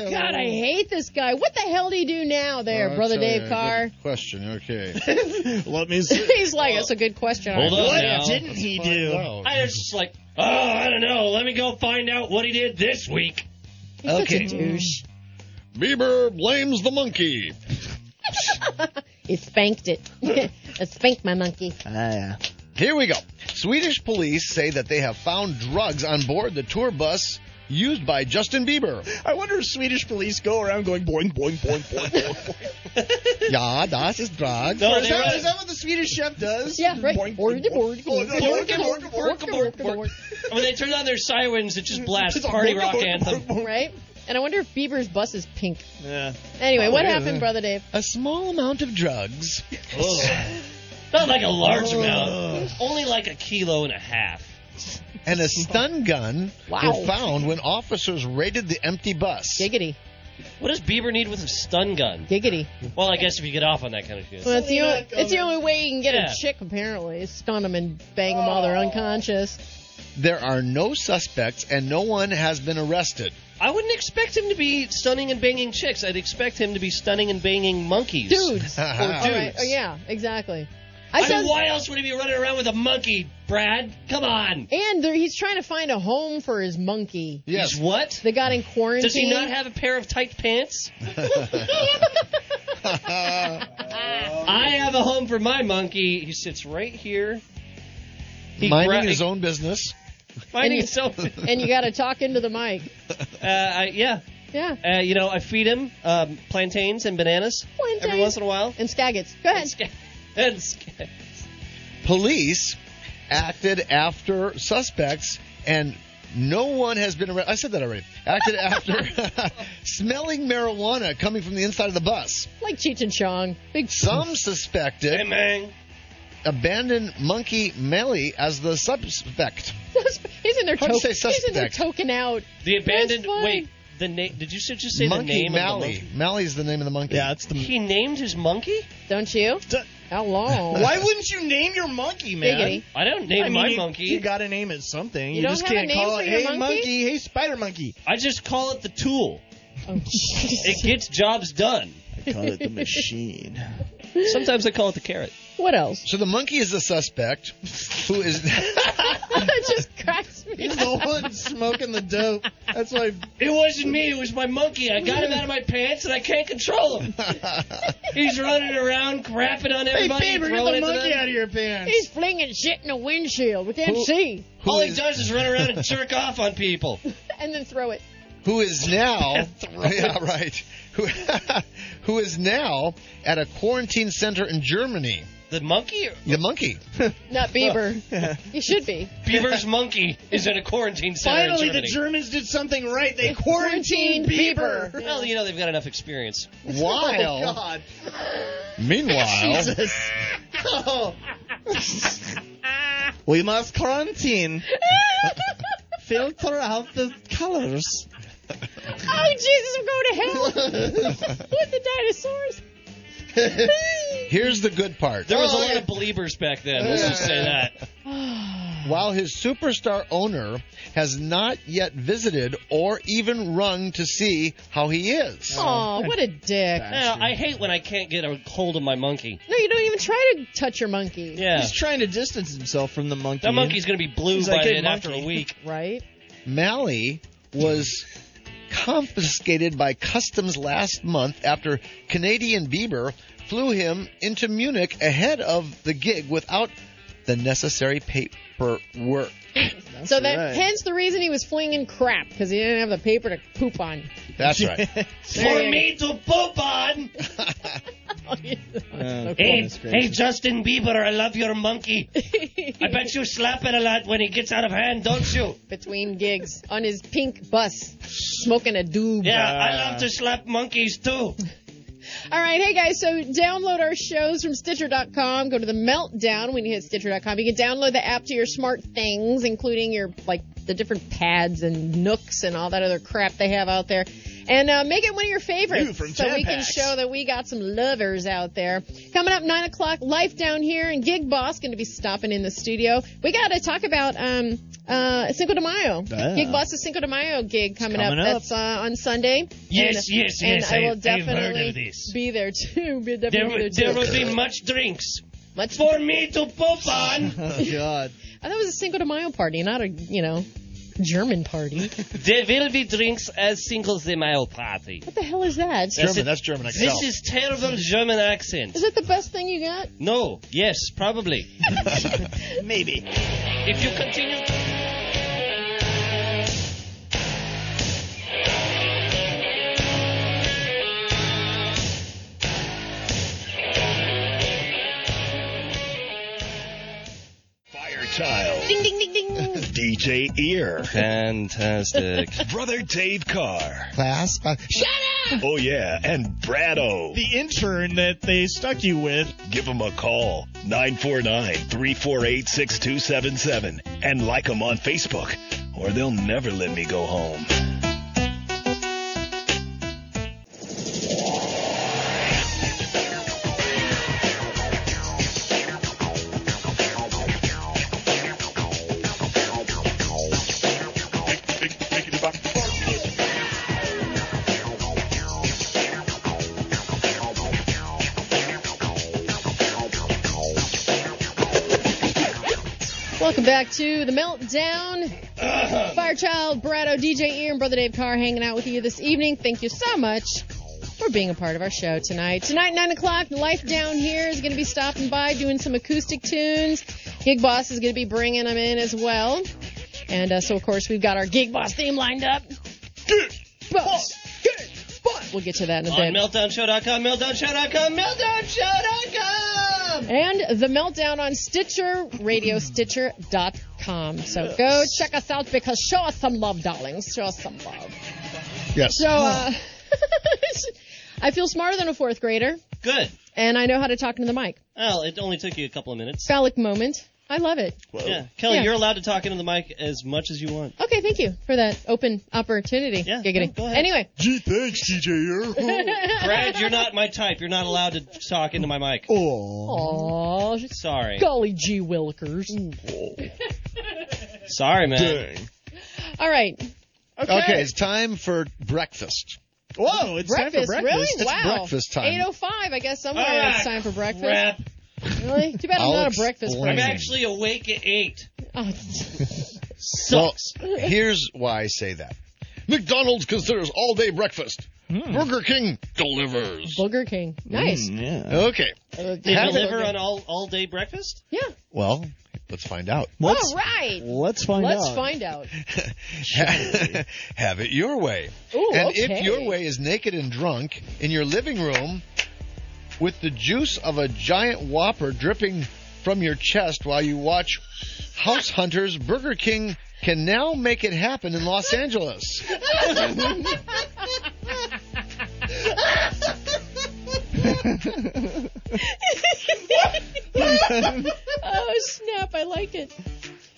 [SPEAKER 1] guy.
[SPEAKER 3] God, I hate this guy. What the hell do you do now, there,
[SPEAKER 1] Oh,
[SPEAKER 3] brother
[SPEAKER 1] that's a
[SPEAKER 4] uh,
[SPEAKER 3] Dave Carr?
[SPEAKER 1] good Question. Okay.
[SPEAKER 5] Let me see.
[SPEAKER 3] He's like, that's a good question.
[SPEAKER 4] Hold on
[SPEAKER 5] What
[SPEAKER 4] now.
[SPEAKER 5] didn't he do?
[SPEAKER 1] Oh,
[SPEAKER 4] I was just like, oh, I don't know. Let me go find out what he did this week.
[SPEAKER 3] He's
[SPEAKER 4] Okay.
[SPEAKER 3] such a douche.
[SPEAKER 9] Bieber blames the monkey.
[SPEAKER 10] You spanked it. I spanked my monkey.
[SPEAKER 1] Here we go. Swedish police say that they have found drugs on board the tour bus used by Justin Bieber.
[SPEAKER 5] I wonder if Swedish police go around going boing boing boing boing boing. boing.
[SPEAKER 1] yeah, das ist drugs.
[SPEAKER 4] No,
[SPEAKER 5] is,
[SPEAKER 4] they
[SPEAKER 5] that,
[SPEAKER 4] were-
[SPEAKER 5] is that what the Swedish chef does?
[SPEAKER 3] Yeah, right.
[SPEAKER 5] Boing,
[SPEAKER 3] Or-
[SPEAKER 5] boing, boing, boing, boing, boing, boing, boing.
[SPEAKER 4] when they turn on their sirens, it just blasts party rock anthem.
[SPEAKER 3] Right? And I wonder if Bieber's bus is pink.
[SPEAKER 5] Yeah.
[SPEAKER 3] Anyway, what
[SPEAKER 1] yeah,
[SPEAKER 3] happened,
[SPEAKER 1] yeah.
[SPEAKER 3] brother Dave?
[SPEAKER 1] A small amount of drugs.
[SPEAKER 5] Oh.
[SPEAKER 4] Not like a large amount, only like a kilo and a half.
[SPEAKER 1] and a stun gun
[SPEAKER 3] Wow.
[SPEAKER 1] were found when officers raided the empty bus.
[SPEAKER 3] Giggity,
[SPEAKER 4] What does Bieber need with a stun gun?
[SPEAKER 3] giggity.
[SPEAKER 4] Well, I guess if you get off on that kind of shit.
[SPEAKER 3] Well, it's
[SPEAKER 1] Oh,
[SPEAKER 3] the, only, it's the only way you can get
[SPEAKER 4] Yeah.
[SPEAKER 3] a chick, apparently, is stun them and bang them while
[SPEAKER 4] Oh.
[SPEAKER 3] they're unconscious.
[SPEAKER 1] There are no suspects and no one has been arrested.
[SPEAKER 4] I wouldn't expect him to be stunning and banging chicks. I'd expect him to be stunning and banging monkeys.
[SPEAKER 3] Dudes.
[SPEAKER 1] Or
[SPEAKER 3] All right.
[SPEAKER 4] dudes.
[SPEAKER 3] Oh, yeah, exactly.
[SPEAKER 4] I,
[SPEAKER 3] I,
[SPEAKER 4] mean,
[SPEAKER 3] said,
[SPEAKER 4] why else would he be running around with a monkey, Brad? Come on.
[SPEAKER 3] and there, he's trying to find a home for his monkey.
[SPEAKER 1] Yes.
[SPEAKER 4] He's what?
[SPEAKER 3] They got in quarantine.
[SPEAKER 4] Does he not have a pair of tight pants? I have a home for my monkey. He sits right here. He
[SPEAKER 1] Minding
[SPEAKER 4] gra-
[SPEAKER 1] his own business.
[SPEAKER 4] Minding
[SPEAKER 3] And
[SPEAKER 4] his own. Uh,
[SPEAKER 3] and you got to talk into the mic.
[SPEAKER 4] I, yeah.
[SPEAKER 3] Yeah.
[SPEAKER 4] Uh, you know, I feed him um, plantains and bananas every
[SPEAKER 3] Plantains.
[SPEAKER 4] once in a while.
[SPEAKER 3] And Skagits. Go ahead.
[SPEAKER 4] Sca- and sca-
[SPEAKER 1] Police acted after suspects and no one has been arrested. I said that already. Acted after smelling marijuana coming from the inside of the bus.
[SPEAKER 3] Like Cheech and Chong. Big
[SPEAKER 1] Some suspected
[SPEAKER 4] Hey, man.
[SPEAKER 1] abandoned monkey Melly as the suspect.
[SPEAKER 3] He's in there
[SPEAKER 1] Hard to
[SPEAKER 3] token.
[SPEAKER 1] say
[SPEAKER 3] He's in there
[SPEAKER 1] suspect.
[SPEAKER 3] token out.
[SPEAKER 4] The abandoned.
[SPEAKER 3] funny.
[SPEAKER 4] Wait. The name. Did you s- just say the
[SPEAKER 1] monkey
[SPEAKER 4] name
[SPEAKER 1] Mally.
[SPEAKER 4] of
[SPEAKER 1] Mally's the name of the monkey.
[SPEAKER 5] Yeah, it's
[SPEAKER 4] the monkey?
[SPEAKER 5] the.
[SPEAKER 4] He named his monkey?
[SPEAKER 3] Don't you?
[SPEAKER 5] D-
[SPEAKER 3] How long?
[SPEAKER 5] Why wouldn't you name your monkey, man?
[SPEAKER 3] Biggity.
[SPEAKER 4] I don't name
[SPEAKER 5] I mean,
[SPEAKER 4] my
[SPEAKER 5] you-
[SPEAKER 4] monkey.
[SPEAKER 5] You gotta name it something. You,
[SPEAKER 3] don't
[SPEAKER 5] just
[SPEAKER 3] have a
[SPEAKER 5] can't
[SPEAKER 3] name
[SPEAKER 5] call
[SPEAKER 3] for
[SPEAKER 5] it,
[SPEAKER 3] your
[SPEAKER 5] hey
[SPEAKER 3] monkey?
[SPEAKER 5] hey spider monkey.
[SPEAKER 4] I just call it the tool.
[SPEAKER 3] Oh, jeez.
[SPEAKER 4] It gets jobs done.
[SPEAKER 5] I call it the machine.
[SPEAKER 4] Sometimes I call it the carrot.
[SPEAKER 3] What else?
[SPEAKER 1] So the monkey is the suspect, who is
[SPEAKER 3] it just cracks me.
[SPEAKER 5] He's
[SPEAKER 3] up.
[SPEAKER 5] the one smoking the dope. That's why
[SPEAKER 4] It wasn't me. It was my monkey. I got him out of my pants, and I can't control him. He's running around, crapping on
[SPEAKER 5] Hey,
[SPEAKER 4] everybody,
[SPEAKER 5] Bieber,
[SPEAKER 4] throwing
[SPEAKER 5] get the
[SPEAKER 4] into
[SPEAKER 5] monkey
[SPEAKER 4] them.
[SPEAKER 5] out of your pants.
[SPEAKER 3] He's flinging shit in the windshield. We can't
[SPEAKER 1] Who-
[SPEAKER 3] see.
[SPEAKER 4] All he
[SPEAKER 1] is-
[SPEAKER 4] does is run around and jerk off on people.
[SPEAKER 3] And then throw it.
[SPEAKER 1] who is now yeah right who, who is now at a quarantine center in Germany.
[SPEAKER 4] The monkey,
[SPEAKER 1] The monkey.
[SPEAKER 3] Not Bieber. you should be.
[SPEAKER 4] Bieber's monkey, is in a quarantine center
[SPEAKER 5] Finally,
[SPEAKER 4] in
[SPEAKER 5] the
[SPEAKER 4] Germany.
[SPEAKER 5] Germans did something right. They quarantined Bieber.
[SPEAKER 4] well, you know they've got enough experience.
[SPEAKER 5] Oh,
[SPEAKER 1] While
[SPEAKER 5] God.
[SPEAKER 1] meanwhile,
[SPEAKER 5] Jesus. Oh. we must quarantine. Filter out the colors.
[SPEAKER 3] Oh, Jesus, I'm going to hell with the dinosaurs.
[SPEAKER 1] here's the good part. Oh,
[SPEAKER 4] There was a lot of believers back then. Let's just say that.
[SPEAKER 1] While his superstar owner has not yet visited or even rung to see how he is.
[SPEAKER 3] Aw, what a dick.
[SPEAKER 4] Now, I hate when I can't get a hold of my monkey.
[SPEAKER 3] No, you don't even try to touch your monkey.
[SPEAKER 4] Yeah,
[SPEAKER 5] He's trying to distance himself from the monkey.
[SPEAKER 4] that monkey's gonna be blue
[SPEAKER 5] He's
[SPEAKER 4] by
[SPEAKER 5] like, "Hey,
[SPEAKER 4] then after a
[SPEAKER 5] monkey."
[SPEAKER 4] week.
[SPEAKER 3] Right?
[SPEAKER 1] Malley was confiscated by customs last month after Canadian Bieber flew him into Munich ahead of the gig without the necessary paperwork.
[SPEAKER 3] so that,
[SPEAKER 5] right.
[SPEAKER 3] hence the reason he was flinging crap, because he didn't have the paper to poop on.
[SPEAKER 1] That's right.
[SPEAKER 4] For me to poop on. Oh, Hey, hey, Justin Bieber, I love your monkey. I bet you slap it a lot when he gets out of hand, don't you?
[SPEAKER 3] Between gigs on his pink bus, smoking a doob.
[SPEAKER 4] Yeah, I love to slap monkeys too.
[SPEAKER 3] All right, hey guys, so download our shows from Stitcher.com. Go to the Meltdown when you hit Stitcher.com. You can download the app to your smart things, including your, like, the different pads and nooks and all that other crap they have out there. And uh, make it one of your favorites
[SPEAKER 5] New from
[SPEAKER 3] so we can
[SPEAKER 5] Tampax.
[SPEAKER 3] show that we got some lovers out there. Coming up 9 o'clock, Life Down Here and Gig Boss going to be stopping in the studio. We got to talk about um, uh, Cinco de Mayo.
[SPEAKER 5] Yeah.
[SPEAKER 3] Gig Boss's Cinco de Mayo gig coming,
[SPEAKER 5] coming
[SPEAKER 3] up.
[SPEAKER 5] up.
[SPEAKER 3] That's uh, on Sunday.
[SPEAKER 4] Yes,
[SPEAKER 3] And-
[SPEAKER 4] yes,
[SPEAKER 3] and
[SPEAKER 4] yes,
[SPEAKER 3] I will
[SPEAKER 4] I- I've heard of
[SPEAKER 3] definitely
[SPEAKER 4] this.
[SPEAKER 3] be there too. Be
[SPEAKER 4] There,
[SPEAKER 3] definitely
[SPEAKER 4] will-
[SPEAKER 3] be
[SPEAKER 4] there
[SPEAKER 3] there too.
[SPEAKER 4] will be much drinks.
[SPEAKER 3] Let's.
[SPEAKER 4] For me to poop on.
[SPEAKER 5] Oh, God.
[SPEAKER 3] I thought it was a Cinco de Mayo party, not a you know German party. what
[SPEAKER 4] There will be drinks at Cinco de Mayo party.
[SPEAKER 3] the hell is that? Is
[SPEAKER 1] German, that's German, I can
[SPEAKER 4] This
[SPEAKER 1] tell.
[SPEAKER 4] is terrible German accent.
[SPEAKER 3] that the best thing you got?
[SPEAKER 4] No, yes, probably.
[SPEAKER 5] Maybe.
[SPEAKER 4] If you continue.
[SPEAKER 8] Firechild.
[SPEAKER 10] Ding ding ding ding.
[SPEAKER 8] DJ Ear.
[SPEAKER 4] Fantastic.
[SPEAKER 8] Brother Dave Carr.
[SPEAKER 1] Class. Uh, sh-
[SPEAKER 8] Oh, yeah. And Brado.
[SPEAKER 5] The intern that they stuck you with.
[SPEAKER 8] Give them a call. 949 348 6277. And like them on Facebook, or they'll never let me go home.
[SPEAKER 3] Welcome back to the Meltdown. Firechild, Brado, DJ Ear, and Brother Dave Carr hanging out with you this evening. Thank you so much for being a part of our show tonight. Tonight, 9 o'clock, Life Down Here is going to be stopping by doing some acoustic tunes. Gig Boss is going to be bringing them in as well. And uh, so, of course, we've got our Gig Boss theme lined up. Boss. We'll get to that in a
[SPEAKER 4] On
[SPEAKER 3] bit.
[SPEAKER 4] meltdownshow.com, meltdownshow.com, meltdownshow.com.
[SPEAKER 3] and the meltdown on Stitcher, radiostitcher.com. So go check us out because show us some love, darlings. Show us some love.
[SPEAKER 1] yes.
[SPEAKER 3] So uh, I feel smarter than a fourth grader,
[SPEAKER 4] Good.
[SPEAKER 3] and I know how to talk into the mic.
[SPEAKER 4] Well, it only took you a couple of minutes.
[SPEAKER 3] Phallic moment. I love it.
[SPEAKER 4] Yeah. Kelly,
[SPEAKER 3] Yeah.
[SPEAKER 4] you're allowed to talk into the mic as much as you want.
[SPEAKER 3] Okay, thank you for that open opportunity.
[SPEAKER 4] Yeah,
[SPEAKER 3] Giggity.
[SPEAKER 4] yeah, go ahead.
[SPEAKER 3] Anyway,
[SPEAKER 1] Gee, thanks, DJ.
[SPEAKER 4] Brad, you're not my type. You're not allowed to talk into my mic.
[SPEAKER 3] aw,
[SPEAKER 4] Sorry.
[SPEAKER 3] golly gee willikers.
[SPEAKER 4] Sorry, man.
[SPEAKER 3] All right,
[SPEAKER 1] okay, it's time for breakfast.
[SPEAKER 5] Whoa, it's
[SPEAKER 3] breakfast.
[SPEAKER 5] time for
[SPEAKER 3] Really?
[SPEAKER 5] breakfast.
[SPEAKER 1] It's
[SPEAKER 3] wow.
[SPEAKER 1] breakfast time.
[SPEAKER 3] 8:05. I guess somewhere
[SPEAKER 4] All right.
[SPEAKER 3] it's time for breakfast.
[SPEAKER 4] Ah, Crap.
[SPEAKER 3] Really? Too bad I'm
[SPEAKER 1] I'll
[SPEAKER 3] not a breakfast
[SPEAKER 1] explain.
[SPEAKER 4] I'm
[SPEAKER 3] person.
[SPEAKER 4] actually awake at 8.
[SPEAKER 3] Oh,
[SPEAKER 4] Sucks.
[SPEAKER 1] Well, here's why I say that.
[SPEAKER 9] McDonald's considers all day breakfast. Burger King delivers.
[SPEAKER 3] Hmm. Burger King. Nice.
[SPEAKER 5] Hmm, Yeah.
[SPEAKER 1] Okay.
[SPEAKER 5] Uh,
[SPEAKER 4] They
[SPEAKER 1] Have it.
[SPEAKER 4] deliver on all, all day breakfast?
[SPEAKER 3] Yeah.
[SPEAKER 1] Well, let's find out.
[SPEAKER 5] Let's,
[SPEAKER 3] All right.
[SPEAKER 5] let's find
[SPEAKER 3] Let's
[SPEAKER 5] out.
[SPEAKER 3] find out.
[SPEAKER 1] Have it your way.
[SPEAKER 3] Ooh,
[SPEAKER 1] and
[SPEAKER 3] okay.
[SPEAKER 1] if your way is naked and drunk in your living room with the juice of a giant whopper dripping from your chest while you watch House Hunters, Burger King can now make it happen in Los Angeles.
[SPEAKER 3] oh snap! I like it.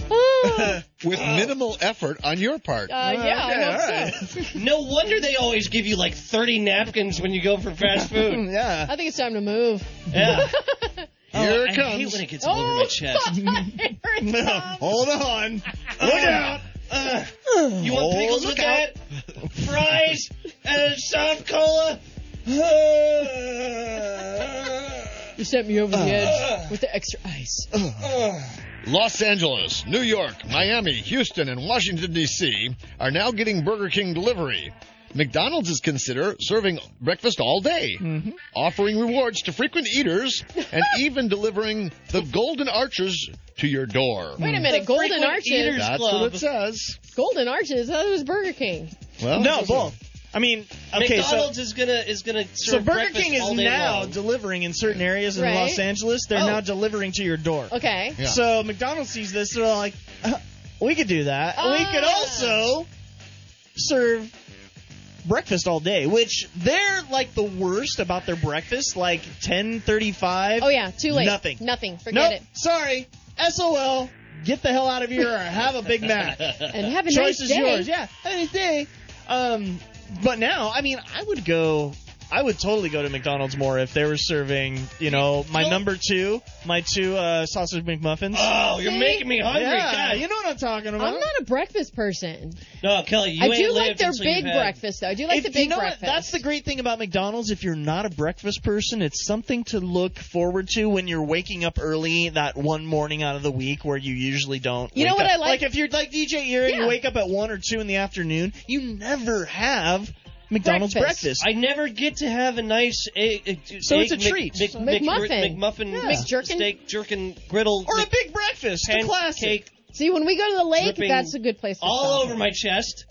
[SPEAKER 3] Oh, uh,
[SPEAKER 1] With minimal effort on your part.
[SPEAKER 3] yeah, I hope so.
[SPEAKER 4] No wonder they always give you like 30 napkins when you go for fast food.
[SPEAKER 5] Yeah.
[SPEAKER 3] I think it's time to move.
[SPEAKER 4] yeah.
[SPEAKER 1] Here it
[SPEAKER 4] Oh, I
[SPEAKER 1] comes.
[SPEAKER 4] hate when it gets all over my
[SPEAKER 3] Oh,
[SPEAKER 4] chest.
[SPEAKER 3] here it comes.
[SPEAKER 5] Hold on.
[SPEAKER 4] Look out! Uh, you want pickles with that? Fries and soft cola?
[SPEAKER 3] You sent me over the edge with the extra ice.
[SPEAKER 9] Los Angeles, New York, Miami, Houston, and Washington, D.C. are now getting Burger King delivery. McDonald's is consider serving breakfast all day,
[SPEAKER 3] Mm-hmm.
[SPEAKER 9] offering rewards to frequent eaters, and even delivering the Golden Archers to your door.
[SPEAKER 3] Wait a minute, Golden
[SPEAKER 4] frequent
[SPEAKER 3] Arches.
[SPEAKER 4] eaters
[SPEAKER 9] That's
[SPEAKER 4] club.
[SPEAKER 9] what it says.
[SPEAKER 3] Golden Arches. That was Burger King.
[SPEAKER 1] Well,
[SPEAKER 5] No, both. I mean, okay, so
[SPEAKER 4] McDonald's is gonna is gonna serve
[SPEAKER 5] so Burger
[SPEAKER 4] breakfast
[SPEAKER 5] King is
[SPEAKER 4] all day
[SPEAKER 5] now
[SPEAKER 4] long.
[SPEAKER 5] delivering in certain areas in
[SPEAKER 3] Right.
[SPEAKER 5] Los Angeles. They're
[SPEAKER 3] Oh.
[SPEAKER 5] now delivering to your door.
[SPEAKER 3] Okay.
[SPEAKER 1] Yeah.
[SPEAKER 5] So McDonald's sees this, they're like, "Uh, we could do that. we
[SPEAKER 3] Ah.
[SPEAKER 5] could also serve breakfast all day, which they're like the worst about their breakfast, like 10:35.
[SPEAKER 3] Oh yeah, too late.
[SPEAKER 5] Nothing.
[SPEAKER 3] Nothing. Forget
[SPEAKER 5] Nope. Sorry. SOL. Get the hell out of here or have a Big Mac.
[SPEAKER 3] it. And have a
[SPEAKER 5] Choice
[SPEAKER 3] nice
[SPEAKER 5] is
[SPEAKER 3] day.
[SPEAKER 5] yours. Yeah. Have a nice day. Um, but now, I mean, I would go. I would totally go to McDonald's more if they were serving, you know, my number two, my two uh, sausage McMuffins.
[SPEAKER 4] Oh, you're making me hungry.
[SPEAKER 5] Yeah,
[SPEAKER 4] God.
[SPEAKER 5] you know what I'm talking about.
[SPEAKER 3] I'm not a breakfast person.
[SPEAKER 4] no, Kelly, you
[SPEAKER 3] I
[SPEAKER 4] ain't
[SPEAKER 3] do like
[SPEAKER 4] lived
[SPEAKER 3] their
[SPEAKER 4] until
[SPEAKER 3] big
[SPEAKER 4] you've had-
[SPEAKER 3] breakfast though. I do like
[SPEAKER 5] If-
[SPEAKER 3] the big
[SPEAKER 5] you know
[SPEAKER 3] breakfast.
[SPEAKER 5] what? That's the great thing about McDonald's. If you're not a breakfast person, it's something to look forward to when you're waking up early that one morning out of the week where you usually don't.
[SPEAKER 3] You know
[SPEAKER 5] wake
[SPEAKER 3] what
[SPEAKER 5] up.
[SPEAKER 3] I like?
[SPEAKER 5] if you're like DJ Ear and
[SPEAKER 3] Yeah.
[SPEAKER 5] you wake up at one or two in the afternoon, you never have McDonald's
[SPEAKER 3] Breakfast.
[SPEAKER 5] breakfast.
[SPEAKER 4] I never get to have a nice egg, egg-
[SPEAKER 5] So
[SPEAKER 4] egg
[SPEAKER 5] it's a
[SPEAKER 4] Mc-
[SPEAKER 5] treat.
[SPEAKER 4] Mc- Mc-
[SPEAKER 3] McMuffin.
[SPEAKER 4] McMuffin,
[SPEAKER 3] Yeah. McJerkin.
[SPEAKER 4] steak, jerkin, griddle,
[SPEAKER 5] or a
[SPEAKER 4] Mc-
[SPEAKER 5] big breakfast, a classic.
[SPEAKER 4] pancake
[SPEAKER 3] See, when we go to the lake,
[SPEAKER 4] Dripping
[SPEAKER 3] that's a good place. To
[SPEAKER 4] all
[SPEAKER 3] stop.
[SPEAKER 4] over my chest.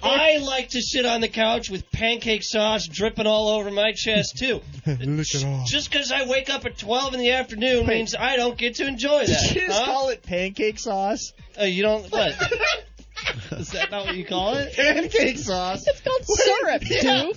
[SPEAKER 4] I like to sit on the couch with pancake sauce dripping all over my chest too. Just because I wake up at 12 in the afternoon means I don't get to enjoy that.
[SPEAKER 5] Did you just
[SPEAKER 4] huh?
[SPEAKER 5] call it pancake sauce?
[SPEAKER 4] Uh, you don't what? Is that not what you call it?
[SPEAKER 5] Pancake sauce.
[SPEAKER 3] It's called syrup,
[SPEAKER 5] Yeah.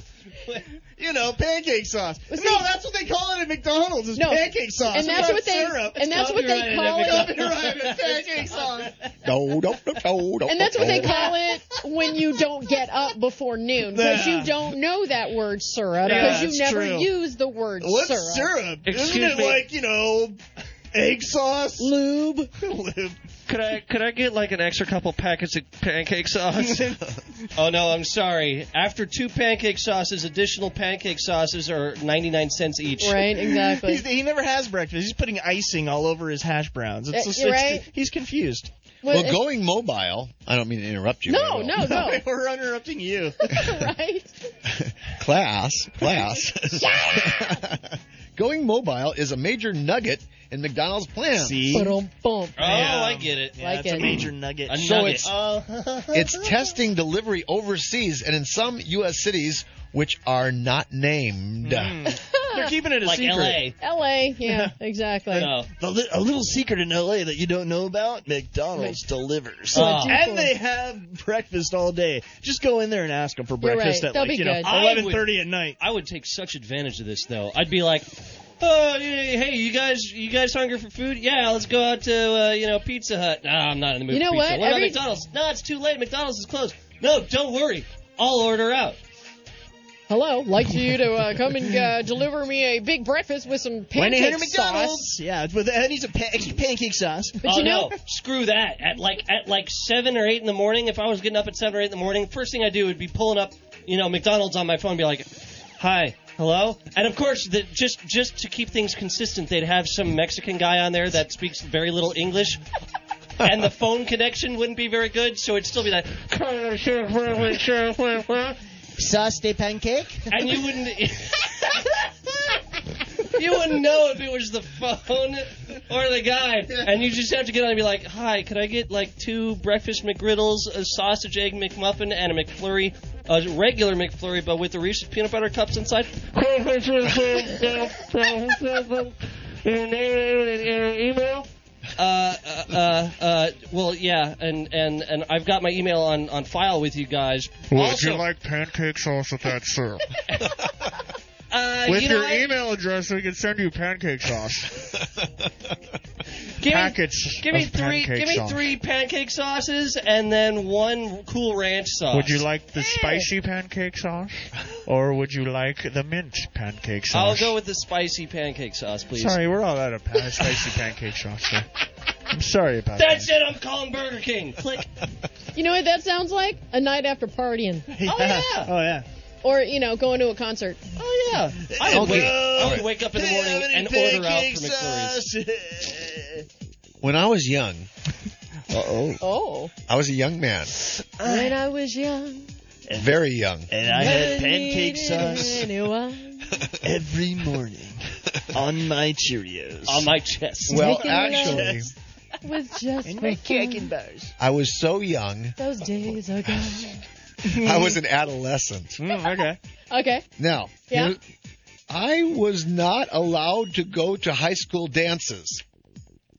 [SPEAKER 3] dude.
[SPEAKER 5] You know, pancake sauce.
[SPEAKER 3] Well, see-
[SPEAKER 5] no, that's what they call it at McDonald's. Is
[SPEAKER 3] No.
[SPEAKER 5] pancake sauce.
[SPEAKER 3] And
[SPEAKER 5] It's
[SPEAKER 3] that's
[SPEAKER 5] not
[SPEAKER 3] what they
[SPEAKER 5] syrup.
[SPEAKER 3] and that's what they
[SPEAKER 4] copyrighted
[SPEAKER 3] call
[SPEAKER 4] every
[SPEAKER 3] it.
[SPEAKER 5] Right, pancake sauce.
[SPEAKER 1] No, don't, don't, don't,
[SPEAKER 3] And that's what they call it when you don't get up before noon because
[SPEAKER 5] Yeah.
[SPEAKER 3] you don't know that word syrup
[SPEAKER 5] Yeah,
[SPEAKER 3] because
[SPEAKER 5] it's
[SPEAKER 3] you never
[SPEAKER 5] true.
[SPEAKER 3] use the word
[SPEAKER 5] What's
[SPEAKER 3] syrup.
[SPEAKER 5] syrup? Isn't
[SPEAKER 4] Excuse
[SPEAKER 5] it
[SPEAKER 4] me.
[SPEAKER 5] like, you know, egg sauce?
[SPEAKER 3] Lube.
[SPEAKER 5] Lube.
[SPEAKER 4] Could I could I get like an extra couple packets of pancake sauce? oh no, I'm sorry. After two pancake sauces, additional pancake sauces are 99 cents each.
[SPEAKER 3] Right, exactly.
[SPEAKER 5] He's, he never has breakfast. He's putting icing all over his hash browns. It's
[SPEAKER 3] Uh,
[SPEAKER 5] just,
[SPEAKER 3] you're
[SPEAKER 5] it's,
[SPEAKER 3] right.
[SPEAKER 5] He's confused.
[SPEAKER 3] Well,
[SPEAKER 1] Well,
[SPEAKER 3] it's-
[SPEAKER 1] going mobile, I don't mean to interrupt you. but I
[SPEAKER 3] no,
[SPEAKER 1] will.
[SPEAKER 3] no, no.
[SPEAKER 5] We're interrupting you.
[SPEAKER 3] right?
[SPEAKER 1] class, class. Going mobile is a major nugget in McDonald's plan.
[SPEAKER 5] See?
[SPEAKER 3] But um, bump.
[SPEAKER 4] Oh, I get it.
[SPEAKER 5] Yeah,
[SPEAKER 3] Like
[SPEAKER 5] that's
[SPEAKER 3] it.
[SPEAKER 5] a major nugget.
[SPEAKER 4] A
[SPEAKER 1] So
[SPEAKER 4] nugget. Uh-huh.
[SPEAKER 1] it's-
[SPEAKER 5] Oh.
[SPEAKER 1] It's testing delivery overseas and in some U.S. cities which are not named.
[SPEAKER 5] They're keeping it Hmm. a
[SPEAKER 4] like
[SPEAKER 5] secret.
[SPEAKER 4] L.A.
[SPEAKER 3] L.A. Yeah, exactly.
[SPEAKER 4] No.
[SPEAKER 5] The li- a little secret in LA that you don't know about McDonald's delivers.
[SPEAKER 4] Oh.
[SPEAKER 5] And they have breakfast all day. Just go in there and ask them for
[SPEAKER 3] You're
[SPEAKER 5] breakfast
[SPEAKER 3] right.
[SPEAKER 5] at
[SPEAKER 3] They'll
[SPEAKER 5] like,
[SPEAKER 3] be
[SPEAKER 5] you know,
[SPEAKER 3] good.
[SPEAKER 4] I would-
[SPEAKER 5] 11:30 at night.
[SPEAKER 4] I would take such advantage of this though. I'd be like, oh, hey, hey, you guys, you guys hunger for food? Yeah, let's go out to uh, you know Pizza Hut. No, I'm not in the mood.
[SPEAKER 3] You know
[SPEAKER 4] for pizza.
[SPEAKER 3] what?
[SPEAKER 4] What
[SPEAKER 3] Every-
[SPEAKER 4] about McDonald's? No, it's too late. McDonald's is closed. No, don't worry. I'll order out.
[SPEAKER 3] Hello, like you to uh, come and uh, deliver me a big breakfast with some
[SPEAKER 5] When
[SPEAKER 3] pancake sauce.
[SPEAKER 5] McDonald's. Yeah, with and he's a pa- pancake sauce.
[SPEAKER 3] But
[SPEAKER 4] oh
[SPEAKER 3] you know,
[SPEAKER 4] no, screw that. At like at like seven or eight in the morning, if I was getting up at seven or eight in the morning, first thing I do would be pulling up, you know, McDonald's on my phone, and be like, "Hi, hello," and of course, the, just just to keep things consistent, they'd have some Mexican guy on there that speaks very little English. And the phone connection wouldn't be very good, so it'd still be like,
[SPEAKER 5] Sauce de pancake.
[SPEAKER 4] and you wouldn't, you wouldn't know if it was the phone or the guy, and you just have to get on and be like, "Hi, could I get like two breakfast McGriddles, a sausage egg McMuffin, and a McFlurry, a regular McFlurry, but with the Reese's peanut butter cups inside?" Your name and your email. Uh, uh, uh, uh, well, yeah, and, and, and I've got my email on, on file with you guys. also,
[SPEAKER 11] like pancake sauce with that, sir?
[SPEAKER 4] uh, you know what?
[SPEAKER 11] email address, we can send you pancake sauce.
[SPEAKER 4] Give me-
[SPEAKER 11] Packets
[SPEAKER 4] Give me
[SPEAKER 11] of
[SPEAKER 4] three.
[SPEAKER 11] pancake
[SPEAKER 4] Give me
[SPEAKER 11] sauce.
[SPEAKER 4] three pancake sauces and then one cool ranch sauce.
[SPEAKER 11] Would you like the spicy pancake sauce, or would you like the mint pancake
[SPEAKER 4] I'll
[SPEAKER 11] sauce?
[SPEAKER 4] go with the spicy pancake sauce, please.
[SPEAKER 11] Sorry, we're all out of pan- spicy pancake sauce. Sir. I'm sorry about
[SPEAKER 4] That's
[SPEAKER 11] that.
[SPEAKER 4] it. I'm calling Burger King. Click.
[SPEAKER 3] you know what that sounds like? A night after partying,
[SPEAKER 5] Oh
[SPEAKER 4] yeah.
[SPEAKER 5] Oh yeah.
[SPEAKER 3] or you know, going to a concert.
[SPEAKER 4] Oh yeah. I would, wake, I would wake up in the morning and order out for McFlurries.
[SPEAKER 5] McFlurries.
[SPEAKER 1] When I was young,
[SPEAKER 3] Oh,
[SPEAKER 1] I was a young man,
[SPEAKER 3] when I was young,
[SPEAKER 1] very young.
[SPEAKER 5] and I had pancake
[SPEAKER 3] never
[SPEAKER 5] sauce
[SPEAKER 3] needed anyone.
[SPEAKER 5] every morning on my Cheerios.
[SPEAKER 4] On my chest.
[SPEAKER 1] Well,
[SPEAKER 3] Making love.
[SPEAKER 1] actually,
[SPEAKER 3] with just
[SPEAKER 5] my
[SPEAKER 3] my
[SPEAKER 5] chicken bars.
[SPEAKER 1] I was so young.
[SPEAKER 3] Those days are gone.
[SPEAKER 1] I
[SPEAKER 4] Hmm.
[SPEAKER 1] was an adolescent.
[SPEAKER 5] okay.
[SPEAKER 3] Okay.
[SPEAKER 1] Now,
[SPEAKER 3] Yeah.
[SPEAKER 1] here- I was not allowed to go to high school dances.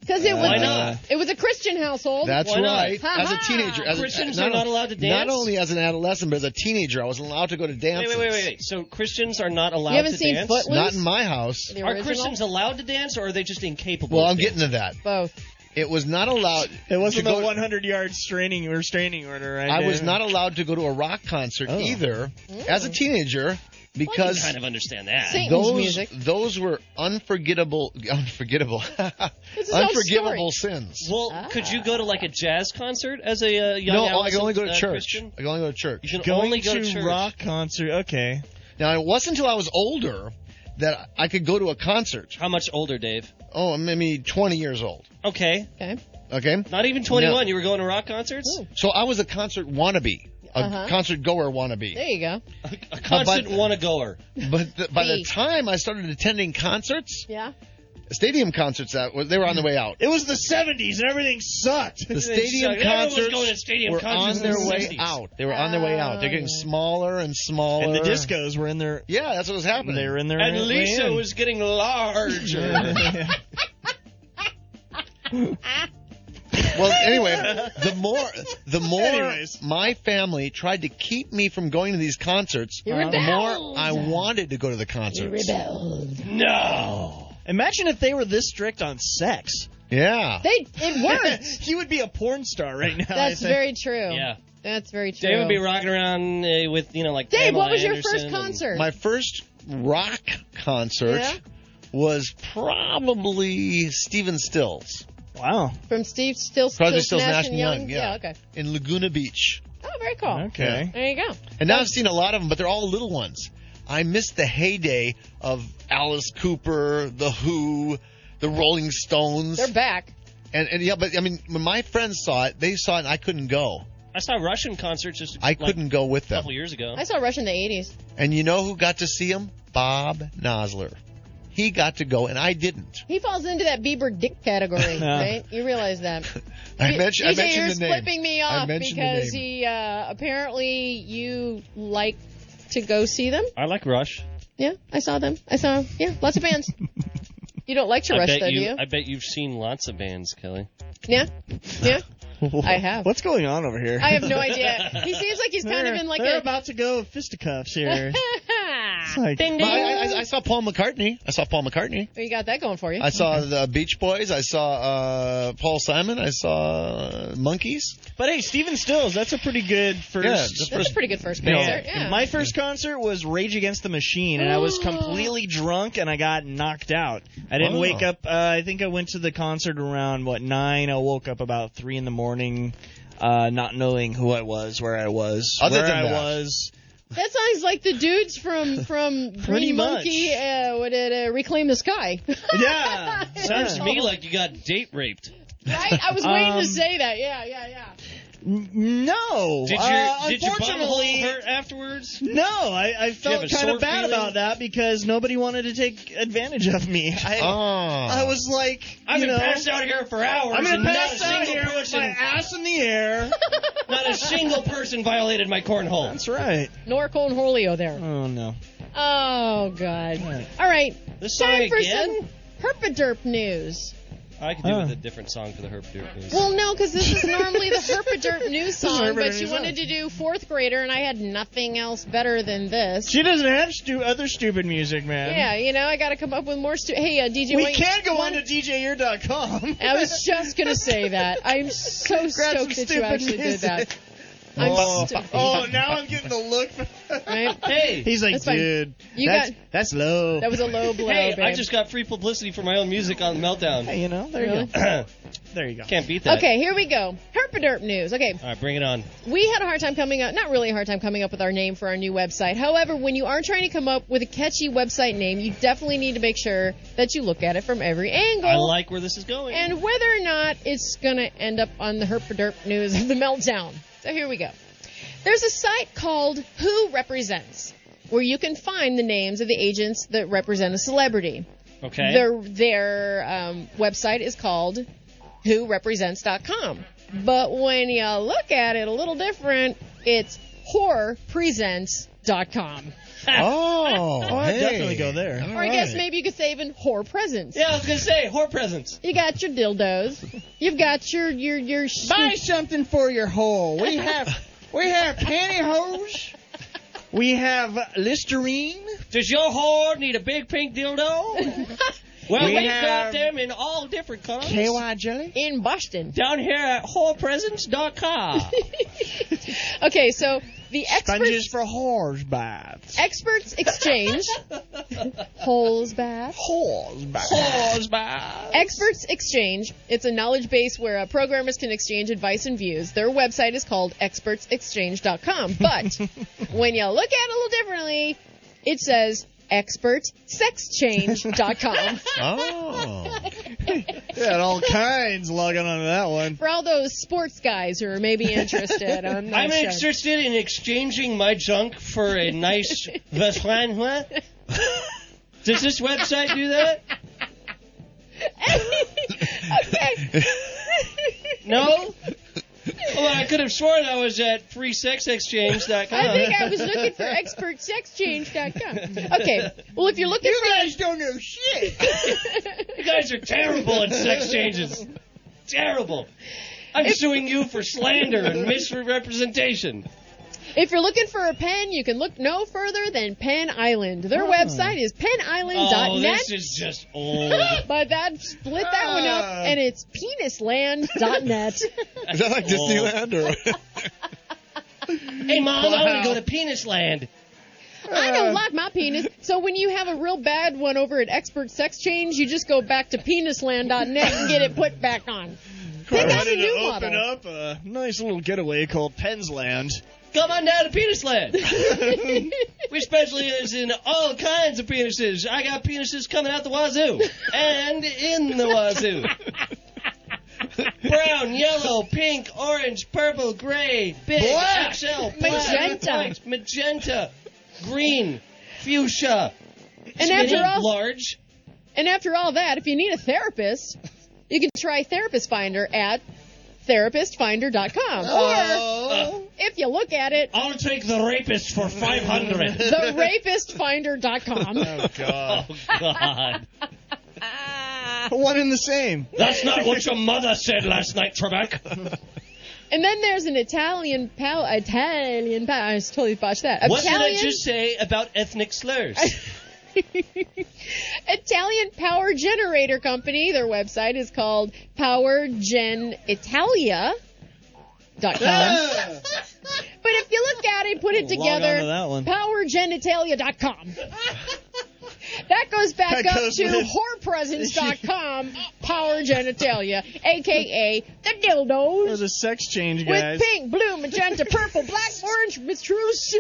[SPEAKER 3] Because it was
[SPEAKER 4] Why not?
[SPEAKER 3] it was a Christian household.
[SPEAKER 1] That's
[SPEAKER 4] Why not?
[SPEAKER 1] right. As a
[SPEAKER 3] Ha-ha.
[SPEAKER 1] teenager, as
[SPEAKER 4] Christians
[SPEAKER 1] a,
[SPEAKER 4] are not allowed to dance?
[SPEAKER 1] Not only as an adolescent, but as a teenager, I was allowed to go to
[SPEAKER 4] Wait,
[SPEAKER 1] dances.
[SPEAKER 4] wait, wait, wait, wait. So Christians are not allowed
[SPEAKER 3] you haven't
[SPEAKER 4] to
[SPEAKER 3] seen
[SPEAKER 4] dance.
[SPEAKER 3] Footloose?
[SPEAKER 1] Not in my house.
[SPEAKER 3] The
[SPEAKER 4] Are
[SPEAKER 3] original?
[SPEAKER 4] Christians allowed to dance, or are they just incapable?
[SPEAKER 1] Well,
[SPEAKER 4] of
[SPEAKER 1] I'm
[SPEAKER 4] dancing?
[SPEAKER 1] getting to that.
[SPEAKER 3] Both.
[SPEAKER 1] It was not allowed.
[SPEAKER 5] It wasn't
[SPEAKER 1] to
[SPEAKER 5] the
[SPEAKER 1] go-
[SPEAKER 5] 100 yard straining restraining order, right?
[SPEAKER 1] I was not allowed to go to a rock concert either as a teenager because
[SPEAKER 4] kind of understand that.
[SPEAKER 3] Satan's
[SPEAKER 1] those
[SPEAKER 3] music.
[SPEAKER 1] those were unforgettable unforgettable
[SPEAKER 3] It's his own
[SPEAKER 1] unforgivable sins.
[SPEAKER 4] Well, could you go to like a jazz concert as a uh, young?
[SPEAKER 1] No, I could
[SPEAKER 4] adolescent,
[SPEAKER 1] only go to
[SPEAKER 4] uh,
[SPEAKER 1] church.
[SPEAKER 4] Christian?
[SPEAKER 1] I could only go to church.
[SPEAKER 4] You can
[SPEAKER 5] Going
[SPEAKER 4] only go to,
[SPEAKER 5] to
[SPEAKER 4] church.
[SPEAKER 5] rock concert. Okay.
[SPEAKER 1] Now it wasn't until I was older that I could go to a concert.
[SPEAKER 4] How much older, Dave?
[SPEAKER 1] Oh, maybe 20 years old.
[SPEAKER 4] Okay,
[SPEAKER 3] Okay.
[SPEAKER 1] Okay,
[SPEAKER 4] not even 21. You were going to rock concerts.
[SPEAKER 1] so I was a concert wannabe, a
[SPEAKER 3] Uh-huh.
[SPEAKER 1] concert goer wannabe.
[SPEAKER 3] There you go.
[SPEAKER 4] A constant
[SPEAKER 1] But-
[SPEAKER 4] wanna goer.
[SPEAKER 1] But the, by the
[SPEAKER 3] Hey.
[SPEAKER 1] time I started attending concerts,
[SPEAKER 3] Yeah.
[SPEAKER 1] stadium concerts, that they were on the way out.
[SPEAKER 5] It was the 70s and everything sucked.
[SPEAKER 1] The stadium
[SPEAKER 4] Everyone was
[SPEAKER 1] concerts
[SPEAKER 4] going to stadium
[SPEAKER 1] were
[SPEAKER 4] concerts
[SPEAKER 1] on
[SPEAKER 4] in
[SPEAKER 1] their
[SPEAKER 4] the
[SPEAKER 1] way
[SPEAKER 4] 60s.
[SPEAKER 1] out. They were on their way out. They're getting smaller and smaller.
[SPEAKER 5] and the discos were in their.
[SPEAKER 1] Yeah, that's what was happening.
[SPEAKER 5] They were in their.
[SPEAKER 4] And
[SPEAKER 5] way
[SPEAKER 4] Lisa
[SPEAKER 5] in.
[SPEAKER 4] was getting larger.
[SPEAKER 5] Yeah.
[SPEAKER 1] Well, anyway, the more the more
[SPEAKER 5] Anyways.
[SPEAKER 1] my family tried to keep me from going to these concerts,
[SPEAKER 3] You
[SPEAKER 1] the
[SPEAKER 3] rebelled.
[SPEAKER 1] more I wanted to go to the
[SPEAKER 10] You
[SPEAKER 1] concerts.
[SPEAKER 10] rebelled.
[SPEAKER 4] no.
[SPEAKER 5] Imagine if they were this strict on sex.
[SPEAKER 1] Yeah.
[SPEAKER 3] They it worked.
[SPEAKER 5] he would be a porn star right now.
[SPEAKER 3] That's
[SPEAKER 5] I think.
[SPEAKER 3] very true.
[SPEAKER 4] Yeah.
[SPEAKER 3] That's very true.
[SPEAKER 4] Dave would be rocking around uh, with, you know, like.
[SPEAKER 3] Dave,
[SPEAKER 4] Pamela
[SPEAKER 3] what was your
[SPEAKER 4] Anderson
[SPEAKER 3] first
[SPEAKER 4] and-
[SPEAKER 3] concert?
[SPEAKER 1] My first rock concert
[SPEAKER 3] Yeah?
[SPEAKER 1] was probably Stephen Stills
[SPEAKER 5] Wow.
[SPEAKER 3] From Steve Still
[SPEAKER 1] Crosby,
[SPEAKER 3] Still
[SPEAKER 1] Stills, Nash
[SPEAKER 3] Nash
[SPEAKER 1] and
[SPEAKER 3] and
[SPEAKER 1] Young,
[SPEAKER 3] Young.
[SPEAKER 1] yeah.
[SPEAKER 3] okay.
[SPEAKER 1] in Laguna Beach.
[SPEAKER 3] Oh, very cool.
[SPEAKER 5] Okay.
[SPEAKER 3] There you go.
[SPEAKER 1] And now I've seen a lot of them, but they're all little ones. I missed the heyday of Alice Cooper, The Who, The Rolling Stones.
[SPEAKER 3] They're back.
[SPEAKER 1] And, and yeah, but I mean, when my friends saw it, they saw it and I couldn't go.
[SPEAKER 4] I saw Russian concerts just
[SPEAKER 1] I
[SPEAKER 4] like,
[SPEAKER 1] couldn't go with
[SPEAKER 4] a
[SPEAKER 1] them.
[SPEAKER 4] couple years ago.
[SPEAKER 3] I saw Rush in the 80s.
[SPEAKER 1] And you know who got to see him? Bob Nosler. He got to go and I didn't.
[SPEAKER 3] He falls into that Bieber dick category,
[SPEAKER 5] Yeah.
[SPEAKER 3] right? You realize that.
[SPEAKER 1] I mentioned, I
[SPEAKER 3] DJ, you're
[SPEAKER 1] mentioned the name.
[SPEAKER 3] flipping me
[SPEAKER 1] I
[SPEAKER 3] off
[SPEAKER 1] mentioned the
[SPEAKER 3] because
[SPEAKER 1] name.
[SPEAKER 3] he uh, apparently you like to go see them.
[SPEAKER 4] I like Rush.
[SPEAKER 3] Yeah, I saw them. I saw yeah, lots of bands. you don't like to
[SPEAKER 4] I
[SPEAKER 3] rush
[SPEAKER 4] bet
[SPEAKER 3] though, do you?
[SPEAKER 4] I bet you've seen lots of bands, Kelly.
[SPEAKER 3] yeah, yeah. I have.
[SPEAKER 5] What's going on over here?
[SPEAKER 3] I have no idea. He seems like he's kind
[SPEAKER 5] they're,
[SPEAKER 3] of in like
[SPEAKER 5] they're
[SPEAKER 3] a.
[SPEAKER 5] about to go fisticuffs here.
[SPEAKER 11] It's like,
[SPEAKER 3] Ding
[SPEAKER 1] But
[SPEAKER 3] ding.
[SPEAKER 1] I, I, I saw Paul McCartney. I saw Paul McCartney.
[SPEAKER 3] Well, you got that going for you.
[SPEAKER 1] I saw the Beach Boys. I saw uh, Paul Simon. I saw uh, Monkeys.
[SPEAKER 5] But hey, Steven Stills, that's a pretty good first.
[SPEAKER 1] Yeah, it's the
[SPEAKER 3] That's a pretty good first
[SPEAKER 1] Yeah.
[SPEAKER 3] concert. Yeah. Oh.
[SPEAKER 5] My first concert was Rage Against the Machine, and I was completely drunk and I got knocked out. I didn't
[SPEAKER 1] Oh.
[SPEAKER 5] wake up. Uh, I think I went to the concert around what nine. I woke up about three in the morning, uh, not knowing who I was, where I was,
[SPEAKER 1] Other
[SPEAKER 5] where
[SPEAKER 1] than
[SPEAKER 5] I
[SPEAKER 1] that.
[SPEAKER 5] was.
[SPEAKER 3] That sounds like the dudes from from
[SPEAKER 5] Pretty
[SPEAKER 3] Green
[SPEAKER 5] much.
[SPEAKER 3] Monkey. Uh, what did uh, Reclaim the Sky?
[SPEAKER 5] Yeah,
[SPEAKER 4] Sounds to me like you got date raped.
[SPEAKER 3] right? I was waiting
[SPEAKER 5] Um,
[SPEAKER 3] to say that. Yeah, yeah, yeah.
[SPEAKER 5] N- no.
[SPEAKER 4] Did your
[SPEAKER 5] uh,
[SPEAKER 4] did your butthole
[SPEAKER 5] unfortunately,
[SPEAKER 4] hurt afterwards?
[SPEAKER 5] No, I, I
[SPEAKER 4] you have
[SPEAKER 5] felt
[SPEAKER 4] a
[SPEAKER 5] kind of
[SPEAKER 4] sore
[SPEAKER 5] bad
[SPEAKER 4] feeling?
[SPEAKER 5] about that because nobody wanted to take advantage of me. I,
[SPEAKER 1] Oh,
[SPEAKER 5] I was like,
[SPEAKER 4] Ah. I've
[SPEAKER 5] you
[SPEAKER 4] been
[SPEAKER 5] know,
[SPEAKER 4] passed out here for hours.
[SPEAKER 5] I'm gonna
[SPEAKER 4] and
[SPEAKER 5] pass
[SPEAKER 4] not a
[SPEAKER 5] out
[SPEAKER 4] single
[SPEAKER 5] here with
[SPEAKER 4] person,
[SPEAKER 5] my ass in the air.
[SPEAKER 4] Not a single person violated my cornhole.
[SPEAKER 5] That's right.
[SPEAKER 3] Norco and Horlio there.
[SPEAKER 5] Oh no.
[SPEAKER 3] Oh God. All right.
[SPEAKER 4] This song
[SPEAKER 3] Time for
[SPEAKER 4] again?
[SPEAKER 3] some herpaderp news.
[SPEAKER 4] I could do
[SPEAKER 5] Oh.
[SPEAKER 4] with a different song for the Herb Duke news.
[SPEAKER 3] Well, no, because this is normally the herpaderp news
[SPEAKER 5] is
[SPEAKER 3] song,
[SPEAKER 5] Herpaderp
[SPEAKER 3] but
[SPEAKER 5] news
[SPEAKER 3] you
[SPEAKER 5] song.
[SPEAKER 3] wanted to do fourth grader, and I had nothing else better than this.
[SPEAKER 5] She doesn't have stu- other stupid music, man.
[SPEAKER 3] Yeah, you know, I got to come up with more. Stu- hey, uh, DJ.
[SPEAKER 5] We
[SPEAKER 3] Wayne,
[SPEAKER 5] can't go
[SPEAKER 3] one-
[SPEAKER 5] on to DJear.com.
[SPEAKER 3] I was just gonna say that. I'm so
[SPEAKER 5] Grab some
[SPEAKER 3] stoked that you actually
[SPEAKER 5] stupid
[SPEAKER 3] did that.
[SPEAKER 5] music.
[SPEAKER 3] I'm
[SPEAKER 5] Oh.
[SPEAKER 3] stupid.
[SPEAKER 5] oh, now I'm getting the look.
[SPEAKER 3] Right?
[SPEAKER 4] hey,
[SPEAKER 5] He's like,
[SPEAKER 3] That's fine.
[SPEAKER 5] dude,
[SPEAKER 3] You
[SPEAKER 5] that's,
[SPEAKER 3] got-
[SPEAKER 5] that's low.
[SPEAKER 3] That was a low blow,
[SPEAKER 4] hey, I
[SPEAKER 3] babe.
[SPEAKER 4] just got free publicity for my own music on Meltdown.
[SPEAKER 5] Hey, you know, there
[SPEAKER 3] Really?
[SPEAKER 5] you go. there you go.
[SPEAKER 4] Can't beat that.
[SPEAKER 3] Okay, here we go. Herpaderp news. Okay,
[SPEAKER 4] All right, bring it on.
[SPEAKER 3] we had a hard time coming up, not really a hard time coming up with our name for our new website. However, when you are trying to come up with a catchy website name, you definitely need to make sure that you look at it from every angle.
[SPEAKER 4] I like where this is going.
[SPEAKER 3] and whether or not it's going to end up on the herpaderp news of the meltdown. So here we go. There's a site called Who Represents where you can find the names of the agents that represent a celebrity.
[SPEAKER 4] okay.
[SPEAKER 3] Their their um, website is called whorepresents.com. But when you look at it a little different, it's whorepresents.com.
[SPEAKER 1] oh,
[SPEAKER 5] Oh, I'd
[SPEAKER 1] hey.
[SPEAKER 5] definitely go there.
[SPEAKER 1] All
[SPEAKER 3] Or I guess
[SPEAKER 1] right.
[SPEAKER 3] maybe you could say even whore presents.
[SPEAKER 4] yeah, I was gonna say whore presents.
[SPEAKER 3] You got your dildos. You've got your your your sh-
[SPEAKER 5] something for your hole. We have we have pantyhose. We have Listerine.
[SPEAKER 4] Does your whore need a big pink dildo? well,
[SPEAKER 5] We
[SPEAKER 4] we have
[SPEAKER 5] have-
[SPEAKER 4] got them in all different colors.
[SPEAKER 5] KY jelly.
[SPEAKER 3] in Boston.
[SPEAKER 4] Down here at whorepresents.com.
[SPEAKER 3] Okay, so the
[SPEAKER 5] Sponges
[SPEAKER 3] experts
[SPEAKER 5] for horse baths.
[SPEAKER 3] experts exchange holes bath.
[SPEAKER 5] Horse baths.
[SPEAKER 4] Whores baths.
[SPEAKER 3] Experts Exchange. It's a knowledge base where uh, programmers can exchange advice and views. Their website is called expertsexchange.com. But when you look at it a little differently, it says expertsexchange.com.
[SPEAKER 1] Oh.
[SPEAKER 5] Got all kinds logging onto that one.
[SPEAKER 3] For all those sports guys who are maybe interested, I'm not
[SPEAKER 4] I'm
[SPEAKER 3] sure.
[SPEAKER 4] interested in exchanging my junk for a nice Vaslin. Does this website do that?
[SPEAKER 3] okay.
[SPEAKER 4] No? Well, I could have sworn I was at freesexexchange.com.
[SPEAKER 3] I think I was looking for expertsexchange.com. Okay. Well, if you're looking for
[SPEAKER 5] guys don't know shit.
[SPEAKER 4] You guys are terrible at sex changes. Terrible. I'm suing you for slander and misrepresentation.
[SPEAKER 3] If you're looking for a pen, you can look no further than Penn Island. Their website is
[SPEAKER 4] Oh,
[SPEAKER 3] pennisland.net.
[SPEAKER 4] this is just old.
[SPEAKER 3] but that split that one up, and it's penisland.net.
[SPEAKER 1] Is that like Disneyland or?
[SPEAKER 4] Hey, Mom, I want to go to Penis Land.
[SPEAKER 3] I don't like my penis, so when you have a real bad one over at Expert Sex Change, you just go back to penisland.net and get it put back on. They got a
[SPEAKER 5] Ready to
[SPEAKER 3] new
[SPEAKER 5] open
[SPEAKER 3] model.
[SPEAKER 5] up a nice little getaway called Pensland.
[SPEAKER 4] Come on down to Penis Land. we specialize in all kinds of penises. I got penises coming out the wazoo and in the wazoo. Brown, yellow, pink, orange, purple, gray, big,
[SPEAKER 5] Black.
[SPEAKER 4] XL, black,
[SPEAKER 3] Magenta.
[SPEAKER 4] white, magenta, green, fuchsia.
[SPEAKER 3] And after
[SPEAKER 4] Skinny,
[SPEAKER 3] all,
[SPEAKER 4] large.
[SPEAKER 3] and after all that, if you need a therapist, you can try Therapist Finder at therapistfinder.com.
[SPEAKER 4] Oh. Uh,
[SPEAKER 3] Or if you look at it,
[SPEAKER 4] I'll take the rapist for five hundred.
[SPEAKER 3] therapistfinder.com.
[SPEAKER 4] oh God,
[SPEAKER 5] One and the same.
[SPEAKER 3] Ah.
[SPEAKER 4] that's not what your mother said last night, Trebek.
[SPEAKER 3] And then there's an Italian pal, Italian pal. I just totally botched that.
[SPEAKER 4] What
[SPEAKER 3] Italian,
[SPEAKER 4] did I just say about ethnic slurs?
[SPEAKER 3] Italian power generator company. Their website is called PowerGenItalia.com. but if you look at it, put it
[SPEAKER 5] Log on
[SPEAKER 3] together,
[SPEAKER 5] to that one.
[SPEAKER 3] PowerGenitalia.com. That goes back
[SPEAKER 5] That
[SPEAKER 3] up
[SPEAKER 5] goes
[SPEAKER 3] to
[SPEAKER 5] with-
[SPEAKER 3] whorepresents.com, Power Genitalia, aka the dildos.
[SPEAKER 5] There's a sex change, guys.
[SPEAKER 3] With pink, blue, magenta, purple, black, orange, mistruce.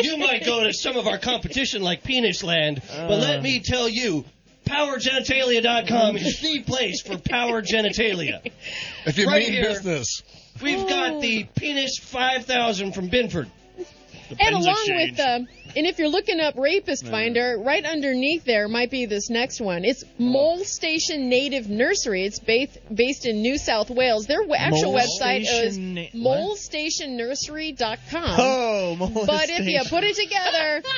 [SPEAKER 4] you might go to some of our competition like Penis Land, but
[SPEAKER 3] Uh.
[SPEAKER 4] let me tell you, PowerGenitalia.com is the place for power genitalia.
[SPEAKER 1] If you
[SPEAKER 4] Right
[SPEAKER 1] mean
[SPEAKER 4] here.
[SPEAKER 1] business,
[SPEAKER 4] We've got the Penis 5000 from Binford.
[SPEAKER 3] and along with, uh, and if you're looking up Rapist Finder, right underneath there might be this next one. It's Mole Station Native Nursery. It's based, based in New South Wales. Their w- actual
[SPEAKER 5] Mole
[SPEAKER 3] website
[SPEAKER 5] Station na-
[SPEAKER 3] is molestationnursery.com.
[SPEAKER 5] oh, molestation.
[SPEAKER 3] But if you put it together,
[SPEAKER 4] Oh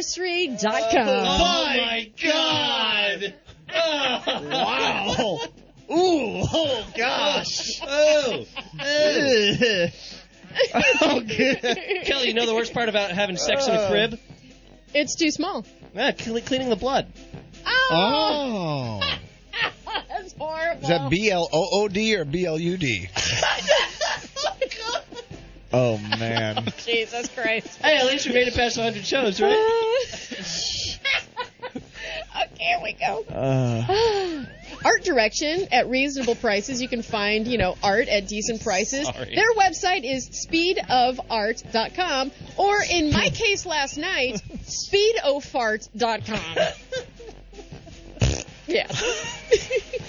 [SPEAKER 3] molestationnursery.com.
[SPEAKER 4] my God!
[SPEAKER 5] Wow. Ooh, oh gosh.
[SPEAKER 4] Oh,
[SPEAKER 5] Ugh. oh, good.
[SPEAKER 4] Kelly, you know the worst part about having sex in
[SPEAKER 5] Uh,
[SPEAKER 4] a crib?
[SPEAKER 3] It's too small.
[SPEAKER 4] Yeah, cle- cleaning the blood.
[SPEAKER 3] Oh,
[SPEAKER 1] oh,
[SPEAKER 3] that's horrible.
[SPEAKER 1] is that B L O O D or B L U D?
[SPEAKER 5] Oh man.
[SPEAKER 3] Jesus Christ.
[SPEAKER 4] Hey, at least we made it past 100 shows, right?
[SPEAKER 3] okay, here we go.
[SPEAKER 5] Uh,
[SPEAKER 3] art direction at reasonable prices. You can find, you know, art at decent prices.
[SPEAKER 4] Sorry.
[SPEAKER 3] Their website is speedofart.com or in my case last night, speedofart.com. yeah.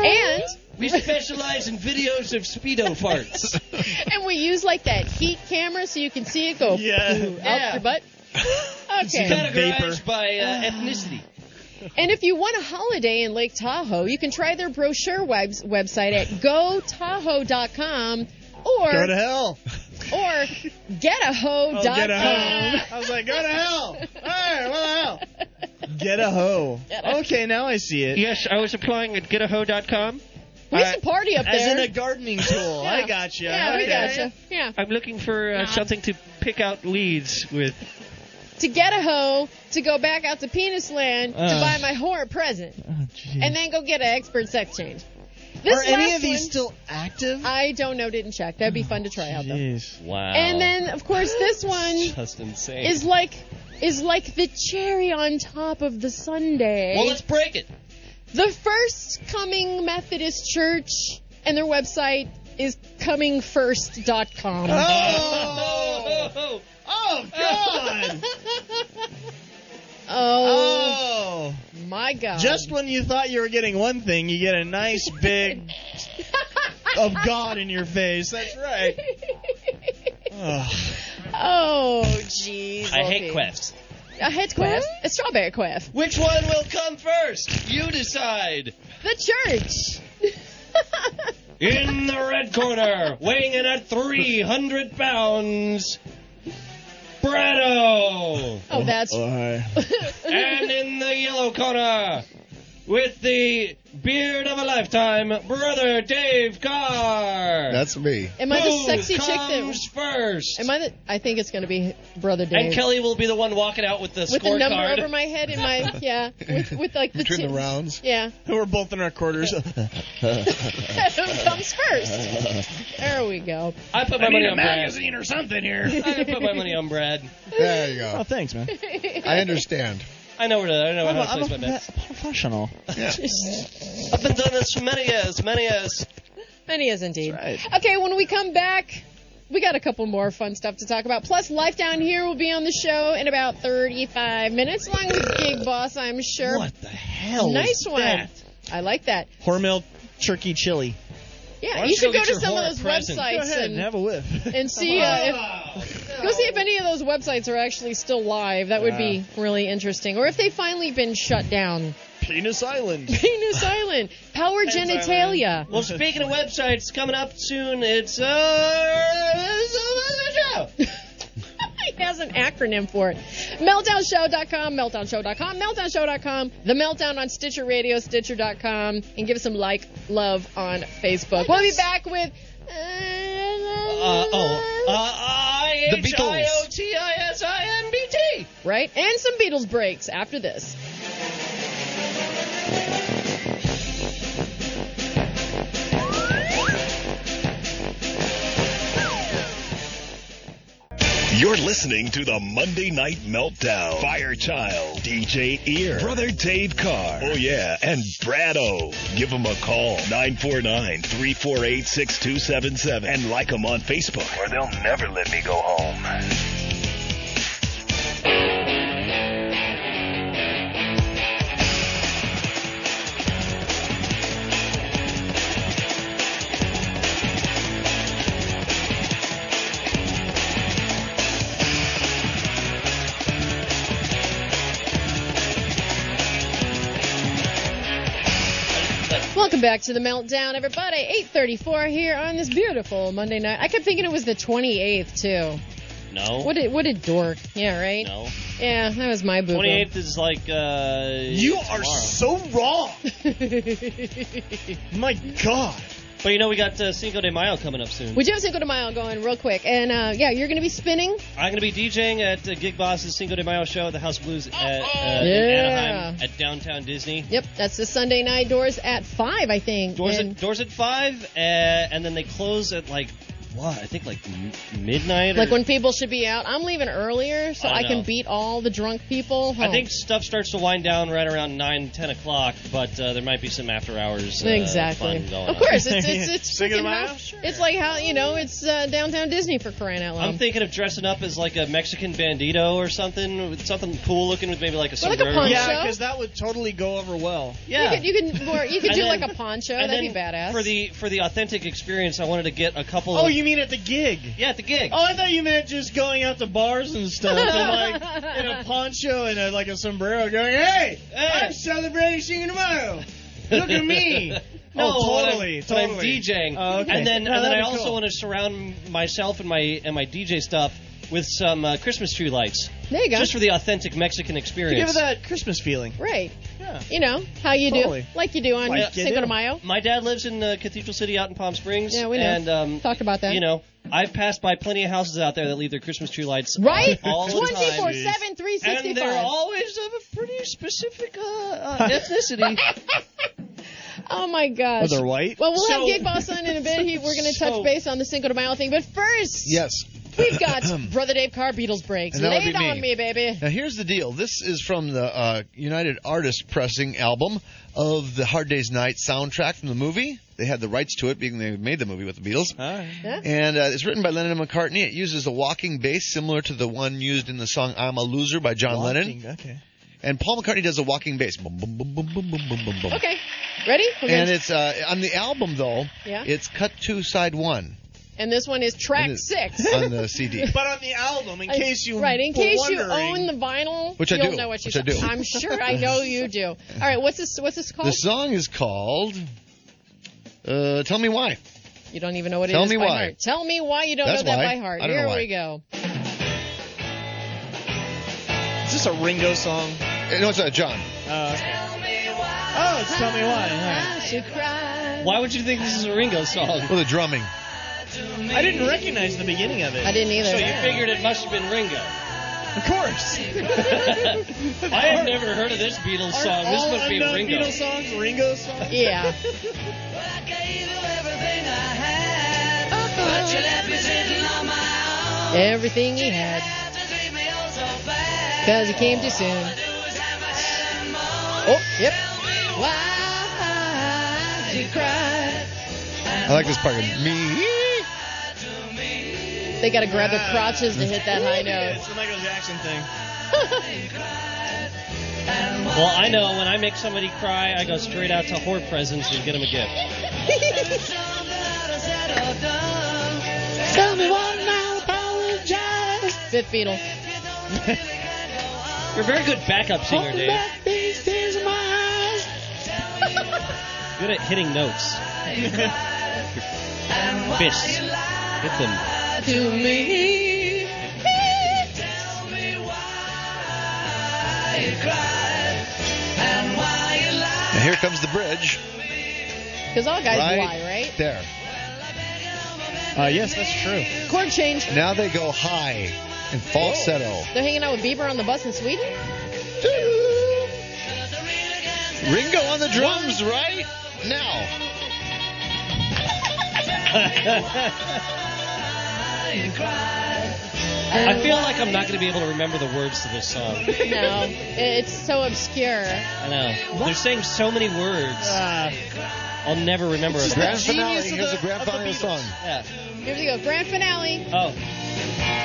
[SPEAKER 3] and
[SPEAKER 4] We specialize in videos of speedo farts.
[SPEAKER 3] and we use like that heat camera so you can see it go
[SPEAKER 5] Yeah.
[SPEAKER 3] poo out
[SPEAKER 4] Yeah.
[SPEAKER 3] your butt. Okay. Ah.
[SPEAKER 4] Categorized by uh, ethnicity.
[SPEAKER 3] And if you want a holiday in Lake Tahoe, you can try their brochure webs- website at gotahoe.com or
[SPEAKER 5] go to hell.
[SPEAKER 3] or getahoe.com.
[SPEAKER 5] Oh, get a hoe. I was like, go to hell. Hey, what the hell? Get a hoe. Okay, now I see it.
[SPEAKER 4] Yes, I was applying at getaho.com.
[SPEAKER 3] we
[SPEAKER 4] Uh,
[SPEAKER 3] should party up
[SPEAKER 5] As
[SPEAKER 3] there.
[SPEAKER 5] in a gardening tool. I
[SPEAKER 3] Yeah.
[SPEAKER 5] got you.
[SPEAKER 3] yeah, we
[SPEAKER 5] okay.
[SPEAKER 3] gotcha. Yeah.
[SPEAKER 4] I'm looking for uh, something to pick out leads with.
[SPEAKER 3] To get a hoe, to go back out to penis land, to
[SPEAKER 5] Uh.
[SPEAKER 3] buy my whore a present,
[SPEAKER 5] Oh, geez.
[SPEAKER 3] and then go get an expert sex change. This
[SPEAKER 5] Are any
[SPEAKER 3] last
[SPEAKER 5] of these
[SPEAKER 3] one-
[SPEAKER 5] still active?
[SPEAKER 3] I don't know, didn't check. That'd be fun to try out though.
[SPEAKER 5] Jeez.
[SPEAKER 4] Wow.
[SPEAKER 3] And then, of course, this one
[SPEAKER 4] Just insane.
[SPEAKER 3] is like is like the cherry on top of the sundae.
[SPEAKER 4] well, let's break it.
[SPEAKER 3] The First Coming Methodist Church and their website is
[SPEAKER 6] Ah!
[SPEAKER 3] comingfirst.com.
[SPEAKER 5] Oh!
[SPEAKER 4] Oh,
[SPEAKER 5] Oh, God!
[SPEAKER 3] Oh,
[SPEAKER 5] Oh!
[SPEAKER 3] my God.
[SPEAKER 5] Just when you thought you were getting one thing, you get a nice big of God in your face. That's right. Ugh.
[SPEAKER 3] oh, jeez.
[SPEAKER 4] I hate
[SPEAKER 3] Opie.
[SPEAKER 4] quests.
[SPEAKER 3] I hate Quest. A strawberry Quest.
[SPEAKER 4] Which one will come first? You decide.
[SPEAKER 3] The church.
[SPEAKER 4] In the red corner, weighing in at 300 pounds, Bretto.
[SPEAKER 3] oh, that's.
[SPEAKER 5] Why?
[SPEAKER 4] And in the yellow corner, with the beard of a lifetime, brother Dave Carr.
[SPEAKER 1] That's me.
[SPEAKER 3] Am I the
[SPEAKER 4] Who
[SPEAKER 3] sexy chick that.
[SPEAKER 4] comes first?
[SPEAKER 3] Am I the. I think it's going to be Brother Dave.
[SPEAKER 4] and Kelly will be the one walking out with the
[SPEAKER 3] with the number
[SPEAKER 4] scorecard.
[SPEAKER 3] over my head in my. Yeah. With, with like the.
[SPEAKER 1] Between
[SPEAKER 3] ti-
[SPEAKER 1] the rounds.
[SPEAKER 3] Yeah.
[SPEAKER 5] We're both in our quarters.
[SPEAKER 3] Who comes first? There we go.
[SPEAKER 4] I put my money on Brad.
[SPEAKER 6] magazine or something here.
[SPEAKER 4] I put my money on Brad.
[SPEAKER 1] There you
[SPEAKER 5] oh,
[SPEAKER 1] go.
[SPEAKER 5] thanks, man.
[SPEAKER 1] I understand.
[SPEAKER 4] I know where to. I know
[SPEAKER 5] I'm a,
[SPEAKER 4] how to
[SPEAKER 5] I'm a
[SPEAKER 4] place my bets.
[SPEAKER 5] prof- professional.
[SPEAKER 4] I've been doing this for many years, many years.
[SPEAKER 3] And he is indeed.
[SPEAKER 5] That's
[SPEAKER 3] Okay, when we come back, we got a couple more fun stuff to talk about. Plus, Life Down Here will be on the show in about 35 minutes, along with Gig Boss, I'm sure.
[SPEAKER 5] What the hell?
[SPEAKER 3] nice
[SPEAKER 5] is
[SPEAKER 3] one.
[SPEAKER 5] That?
[SPEAKER 3] I like that.
[SPEAKER 5] Hormel turkey chili.
[SPEAKER 3] Yeah,
[SPEAKER 4] don't
[SPEAKER 3] you
[SPEAKER 4] you
[SPEAKER 3] should
[SPEAKER 4] go
[SPEAKER 3] go
[SPEAKER 4] get
[SPEAKER 3] to
[SPEAKER 4] your
[SPEAKER 3] some of
[SPEAKER 4] whore
[SPEAKER 3] those
[SPEAKER 4] a present?
[SPEAKER 5] Go
[SPEAKER 3] websites
[SPEAKER 5] ahead and
[SPEAKER 3] and,
[SPEAKER 5] have a whiff.
[SPEAKER 3] and see uh, if go see if any of those websites are actually still live. That would be really interesting. Or if they finally been shut down.
[SPEAKER 5] Penis Island.
[SPEAKER 3] Penis Island, Power Genitalia.
[SPEAKER 4] Well, speaking of websites, coming up soon, it's uh,
[SPEAKER 3] he has an acronym for it. meltdownshow.com, meltdownshow.com, meltdownshow.com, the meltdown on Stitcher Radio, Stitcher.com, and give us some like, love on Facebook. We'll be back with.
[SPEAKER 4] Uh, oh, uh, I
[SPEAKER 3] The
[SPEAKER 4] H
[SPEAKER 3] Beatles.
[SPEAKER 4] I O T I S I N B T.
[SPEAKER 3] Right? And some Beatles breaks after this.
[SPEAKER 8] You're listening to the Monday Night Meltdown. Firechild, DJ Ear, Brother Dave Carr. Oh, yeah, and Brad O. Give them a call, 949 348 6277, and like them on Facebook, or they'll never let me go home.
[SPEAKER 3] Welcome back to the meltdown, everybody. 8:34 here on this beautiful Monday night. I kept thinking it was the 28th too.
[SPEAKER 4] No.
[SPEAKER 3] What a, what a dork. Yeah, right.
[SPEAKER 4] No.
[SPEAKER 3] Yeah, that was my boo.
[SPEAKER 4] 28th is like uh You
[SPEAKER 5] are so wrong.
[SPEAKER 4] My god. But you know we got uh, Cinco de Mayo coming up soon.
[SPEAKER 3] We do have Cinco de Mayo going real quick, and uh, yeah, you're going to be spinning.
[SPEAKER 4] I'm going to be DJing at uh, Gig Boss's Cinco de Mayo show at the House Blues at, uh, in
[SPEAKER 3] Yeah.
[SPEAKER 4] Anaheim at downtown Disney.
[SPEAKER 3] Yep, that's the Sunday night. Doors at five, I think.
[SPEAKER 4] Doors
[SPEAKER 3] And-
[SPEAKER 4] at doors at five, uh, and then they close at like what? I think like m- midnight.
[SPEAKER 3] like
[SPEAKER 4] or,
[SPEAKER 3] when people should be out. I'm leaving earlier so
[SPEAKER 4] I
[SPEAKER 3] I, can
[SPEAKER 4] know.
[SPEAKER 3] beat all the drunk people.
[SPEAKER 4] I
[SPEAKER 3] home.
[SPEAKER 4] think stuff starts to wind down right around nine, ten o'clock, but uh, there might be some after hours. Uh,
[SPEAKER 3] Exactly.
[SPEAKER 4] Fun going
[SPEAKER 3] Of
[SPEAKER 4] on.
[SPEAKER 3] course, it's it's it's,
[SPEAKER 4] Cinco de
[SPEAKER 3] freaking
[SPEAKER 4] Mayo?
[SPEAKER 3] how- it's like how you know it's uh, downtown Disney for crying out loud.
[SPEAKER 4] I'm thinking of dressing up as like a Mexican bandito or something, with something cool looking with maybe like a
[SPEAKER 3] Or like a
[SPEAKER 4] sombrero.
[SPEAKER 3] poncho.
[SPEAKER 5] Yeah, because that would totally go over well.
[SPEAKER 4] Yeah.
[SPEAKER 3] You could you could, wear- you could
[SPEAKER 4] And
[SPEAKER 3] do
[SPEAKER 4] then-
[SPEAKER 3] like a poncho.
[SPEAKER 4] and
[SPEAKER 3] That'd be
[SPEAKER 4] then
[SPEAKER 3] badass.
[SPEAKER 4] For the for the authentic experience, I wanted to get a couple.
[SPEAKER 5] Oh,
[SPEAKER 4] of,
[SPEAKER 5] you mean at the gig?
[SPEAKER 4] Yeah, at the gig.
[SPEAKER 5] Oh, I thought you meant just going out to bars and stuff, and like in a poncho and a, like a sombrero, going, "Hey, I'm celebrating Cinco de Mayo. Look at me."
[SPEAKER 4] No,
[SPEAKER 5] oh,
[SPEAKER 4] when I'm-
[SPEAKER 5] totally,
[SPEAKER 4] when I'm,
[SPEAKER 5] totally.
[SPEAKER 4] DJing,
[SPEAKER 5] Oh, okay.
[SPEAKER 4] and then
[SPEAKER 5] No,
[SPEAKER 4] and then
[SPEAKER 5] that'd
[SPEAKER 4] I
[SPEAKER 5] be
[SPEAKER 4] also
[SPEAKER 5] cool.
[SPEAKER 4] want to surround myself and my and my DJ stuff with some uh, Christmas tree lights.
[SPEAKER 3] There you go.
[SPEAKER 4] Just for the authentic Mexican
[SPEAKER 5] You
[SPEAKER 4] experience.
[SPEAKER 5] give it that Christmas feeling.
[SPEAKER 3] Right. You know how you
[SPEAKER 4] Totally.
[SPEAKER 3] do, like you do on
[SPEAKER 4] Like you
[SPEAKER 3] uh, Cinco
[SPEAKER 4] do.
[SPEAKER 3] de Mayo.
[SPEAKER 4] My dad lives in uh, Cathedral City out in Palm Springs.
[SPEAKER 3] Yeah, we know.
[SPEAKER 4] And, um,
[SPEAKER 3] Talked about that.
[SPEAKER 4] you know, I've passed by plenty of houses out there that leave their Christmas tree lights
[SPEAKER 3] Right?
[SPEAKER 4] on all the time.
[SPEAKER 3] 24 7, 365.
[SPEAKER 4] And they're always of a pretty specific uh, uh, ethnicity.
[SPEAKER 3] Oh my gosh.
[SPEAKER 5] Are they white?
[SPEAKER 3] Well, we'll have
[SPEAKER 4] So-
[SPEAKER 3] Gig Boss on in a bit. He, we're going to touch
[SPEAKER 4] So-
[SPEAKER 3] base on the Cinco de Mayo thing. But first,
[SPEAKER 1] Yes.
[SPEAKER 3] we've got Brother Dave Carr Beatles Breaks.
[SPEAKER 1] And that would
[SPEAKER 3] Lay it
[SPEAKER 1] be me.
[SPEAKER 3] on me, baby.
[SPEAKER 1] Now here's the deal. This is from the uh, United Artists pressing album of the Hard Day's Night soundtrack from the movie. They had the rights to it, being they made the movie with the Beatles.
[SPEAKER 3] Yeah.
[SPEAKER 1] And uh, it's written by Lennon and McCartney. It uses a walking bass similar to the one used in the song "I'm a Loser" by John Lennon.
[SPEAKER 5] Okay.
[SPEAKER 1] And Paul McCartney does a walking bass. Boom, boom, boom, boom, boom, boom, boom, boom.
[SPEAKER 3] Okay. Ready? We're gonna-
[SPEAKER 1] And it's uh, on the album though.
[SPEAKER 3] Yeah.
[SPEAKER 1] It's cut two, side one
[SPEAKER 3] and this one is track
[SPEAKER 1] And it- E
[SPEAKER 3] six.
[SPEAKER 1] on the CD.
[SPEAKER 5] But on the album, in
[SPEAKER 3] I-
[SPEAKER 5] case you
[SPEAKER 3] right, in
[SPEAKER 5] were
[SPEAKER 3] case you
[SPEAKER 5] wondering-
[SPEAKER 3] own the vinyl,
[SPEAKER 1] Which I
[SPEAKER 3] you'll
[SPEAKER 1] do,
[SPEAKER 3] know what you
[SPEAKER 1] which I do.
[SPEAKER 3] I'm sure I know you do. All right, what's this? What's this called?
[SPEAKER 1] The song is called uh, "Tell Me Why."
[SPEAKER 3] you don't even know what it is.
[SPEAKER 1] Tell me
[SPEAKER 3] by
[SPEAKER 1] why.
[SPEAKER 3] heart. Tell me why you don't
[SPEAKER 1] That's
[SPEAKER 3] know that
[SPEAKER 1] why.
[SPEAKER 3] by heart.
[SPEAKER 1] I don't
[SPEAKER 3] Here
[SPEAKER 1] know
[SPEAKER 3] we go.
[SPEAKER 5] Is this a Ringo song?
[SPEAKER 1] Uh, No, it's not John.
[SPEAKER 5] Uh, oh, it's Tell Me Why.
[SPEAKER 3] I should cry.
[SPEAKER 4] Why would you think this is a Ringo song?
[SPEAKER 1] Well, the drumming.
[SPEAKER 5] huh? I didn't recognize the beginning of it.
[SPEAKER 3] I didn't either.
[SPEAKER 4] So you figured it must have been Ringo.
[SPEAKER 5] Of course.
[SPEAKER 4] I have never heard of this Beatles song. This
[SPEAKER 5] All
[SPEAKER 4] must be a
[SPEAKER 5] unknown
[SPEAKER 4] Ringo.
[SPEAKER 5] Beatles songs, Ringo songs.
[SPEAKER 3] yeah. Everything he had. Cause he came too soon. Oh, yep. Why you cry?
[SPEAKER 1] I like this part. Me.
[SPEAKER 3] They gotta grab their crotches to hit that high note.
[SPEAKER 5] It's the Michael Jackson thing.
[SPEAKER 4] Well, I know when I make somebody cry, I go straight out to whore presents and get them a gift.
[SPEAKER 3] Tell me why I apologize. Fifth Beatle.
[SPEAKER 4] You're a very good backup singer, Dave. Good at hitting notes. Your fists. Hit them.
[SPEAKER 3] To me.
[SPEAKER 1] here comes the bridge.
[SPEAKER 3] Because all guys
[SPEAKER 1] right
[SPEAKER 3] lie, right?
[SPEAKER 1] There.
[SPEAKER 5] Uh, yes, that's true.
[SPEAKER 3] Chord change.
[SPEAKER 1] Now they go high in falsetto.
[SPEAKER 3] They're hanging out with Bieber on the bus in Sweden.
[SPEAKER 1] Ringo on the drums right now.
[SPEAKER 4] I feel like I'm not going to be able to remember the words to this song.
[SPEAKER 3] no, it's so obscure.
[SPEAKER 4] I know. They're saying so many words. I'll never remember a
[SPEAKER 1] Grand finale.
[SPEAKER 5] of
[SPEAKER 1] Here's
[SPEAKER 5] the-
[SPEAKER 1] the grand
[SPEAKER 5] of the
[SPEAKER 1] finale of the song.
[SPEAKER 4] Yeah.
[SPEAKER 3] Here we go. Grand finale.
[SPEAKER 4] Oh.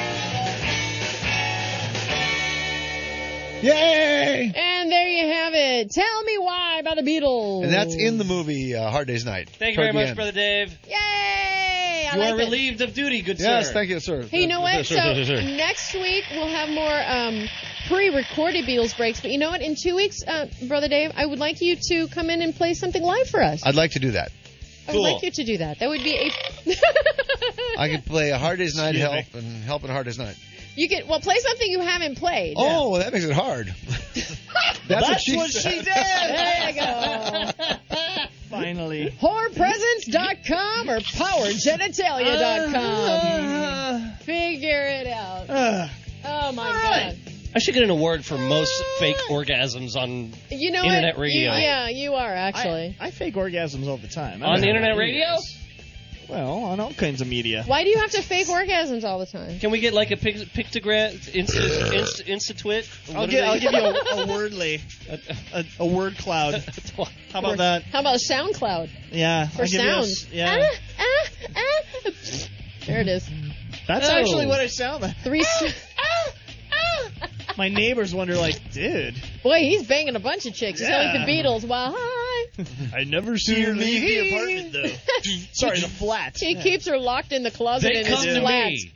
[SPEAKER 1] Yay!
[SPEAKER 3] And there you have it. Tell me why by the Beatles.
[SPEAKER 1] And that's in the movie uh, Hard Day's Night.
[SPEAKER 4] Thank you very
[SPEAKER 1] Toward the
[SPEAKER 4] much,
[SPEAKER 1] end.
[SPEAKER 4] Brother Dave.
[SPEAKER 3] Yay! I
[SPEAKER 4] You
[SPEAKER 3] like
[SPEAKER 4] are
[SPEAKER 3] it.
[SPEAKER 4] relieved of duty, good
[SPEAKER 1] Yes,
[SPEAKER 4] sir.
[SPEAKER 1] thank you, sir.
[SPEAKER 3] Hey, you know what?
[SPEAKER 1] Sir,
[SPEAKER 3] so
[SPEAKER 1] sir, sir, sir.
[SPEAKER 3] next week we'll have more um, pre-recorded Beatles breaks. But you know what? In two weeks, uh, brother Dave, I would like you to come in and play something live for us.
[SPEAKER 1] I'd like to do that.
[SPEAKER 3] I would
[SPEAKER 4] Cool.
[SPEAKER 3] like you to do that. That would be a.
[SPEAKER 1] I could play a Hard Day's Night
[SPEAKER 4] Excuse me.
[SPEAKER 1] help and help and Hard Day's Night.
[SPEAKER 3] you could well play something you haven't played.
[SPEAKER 1] Oh, well, that makes it hard. that's, what she said.
[SPEAKER 3] There you go.
[SPEAKER 5] Finally.
[SPEAKER 3] Whorepresence.com or powergenitalia.com.
[SPEAKER 5] Uh,
[SPEAKER 3] Figure it out.
[SPEAKER 5] uh,
[SPEAKER 3] Oh my
[SPEAKER 5] right.
[SPEAKER 3] god.
[SPEAKER 4] I should get an award for most fake orgasms on
[SPEAKER 3] You know
[SPEAKER 4] Internet
[SPEAKER 3] what?
[SPEAKER 4] radio.
[SPEAKER 3] You, yeah, you are
[SPEAKER 5] I,
[SPEAKER 3] actually.
[SPEAKER 5] I fake orgasms all the time. I
[SPEAKER 4] on
[SPEAKER 5] don't
[SPEAKER 4] the
[SPEAKER 5] know
[SPEAKER 4] internet
[SPEAKER 5] what it
[SPEAKER 4] radio.
[SPEAKER 5] is. Well, on all kinds of media.
[SPEAKER 3] Why do you have to fake orgasms all the time?
[SPEAKER 4] Can we get like a pic- pictogram insta insta, insta twit?
[SPEAKER 5] I'll, get, I'll give you a, a wordly, a, a word cloud. How about that?
[SPEAKER 3] How about SoundCloud
[SPEAKER 5] Yeah.
[SPEAKER 3] for
[SPEAKER 5] I'll give you a
[SPEAKER 3] sound?
[SPEAKER 5] s- yeah.
[SPEAKER 3] Ah, ah, ah. There it is.
[SPEAKER 5] That's
[SPEAKER 3] Oh.
[SPEAKER 5] actually what I sound like.
[SPEAKER 3] Three. s-
[SPEAKER 5] My neighbors wonder, like, dude,
[SPEAKER 3] Boy, he's banging a bunch of chicks. So is
[SPEAKER 5] Yeah.
[SPEAKER 3] the Beatles. Why?
[SPEAKER 5] I never see her leave the apartment though. Sorry, the flat.
[SPEAKER 3] He keeps her locked in the closet
[SPEAKER 4] They
[SPEAKER 3] in
[SPEAKER 4] come
[SPEAKER 3] his
[SPEAKER 4] to
[SPEAKER 3] flat.
[SPEAKER 4] me.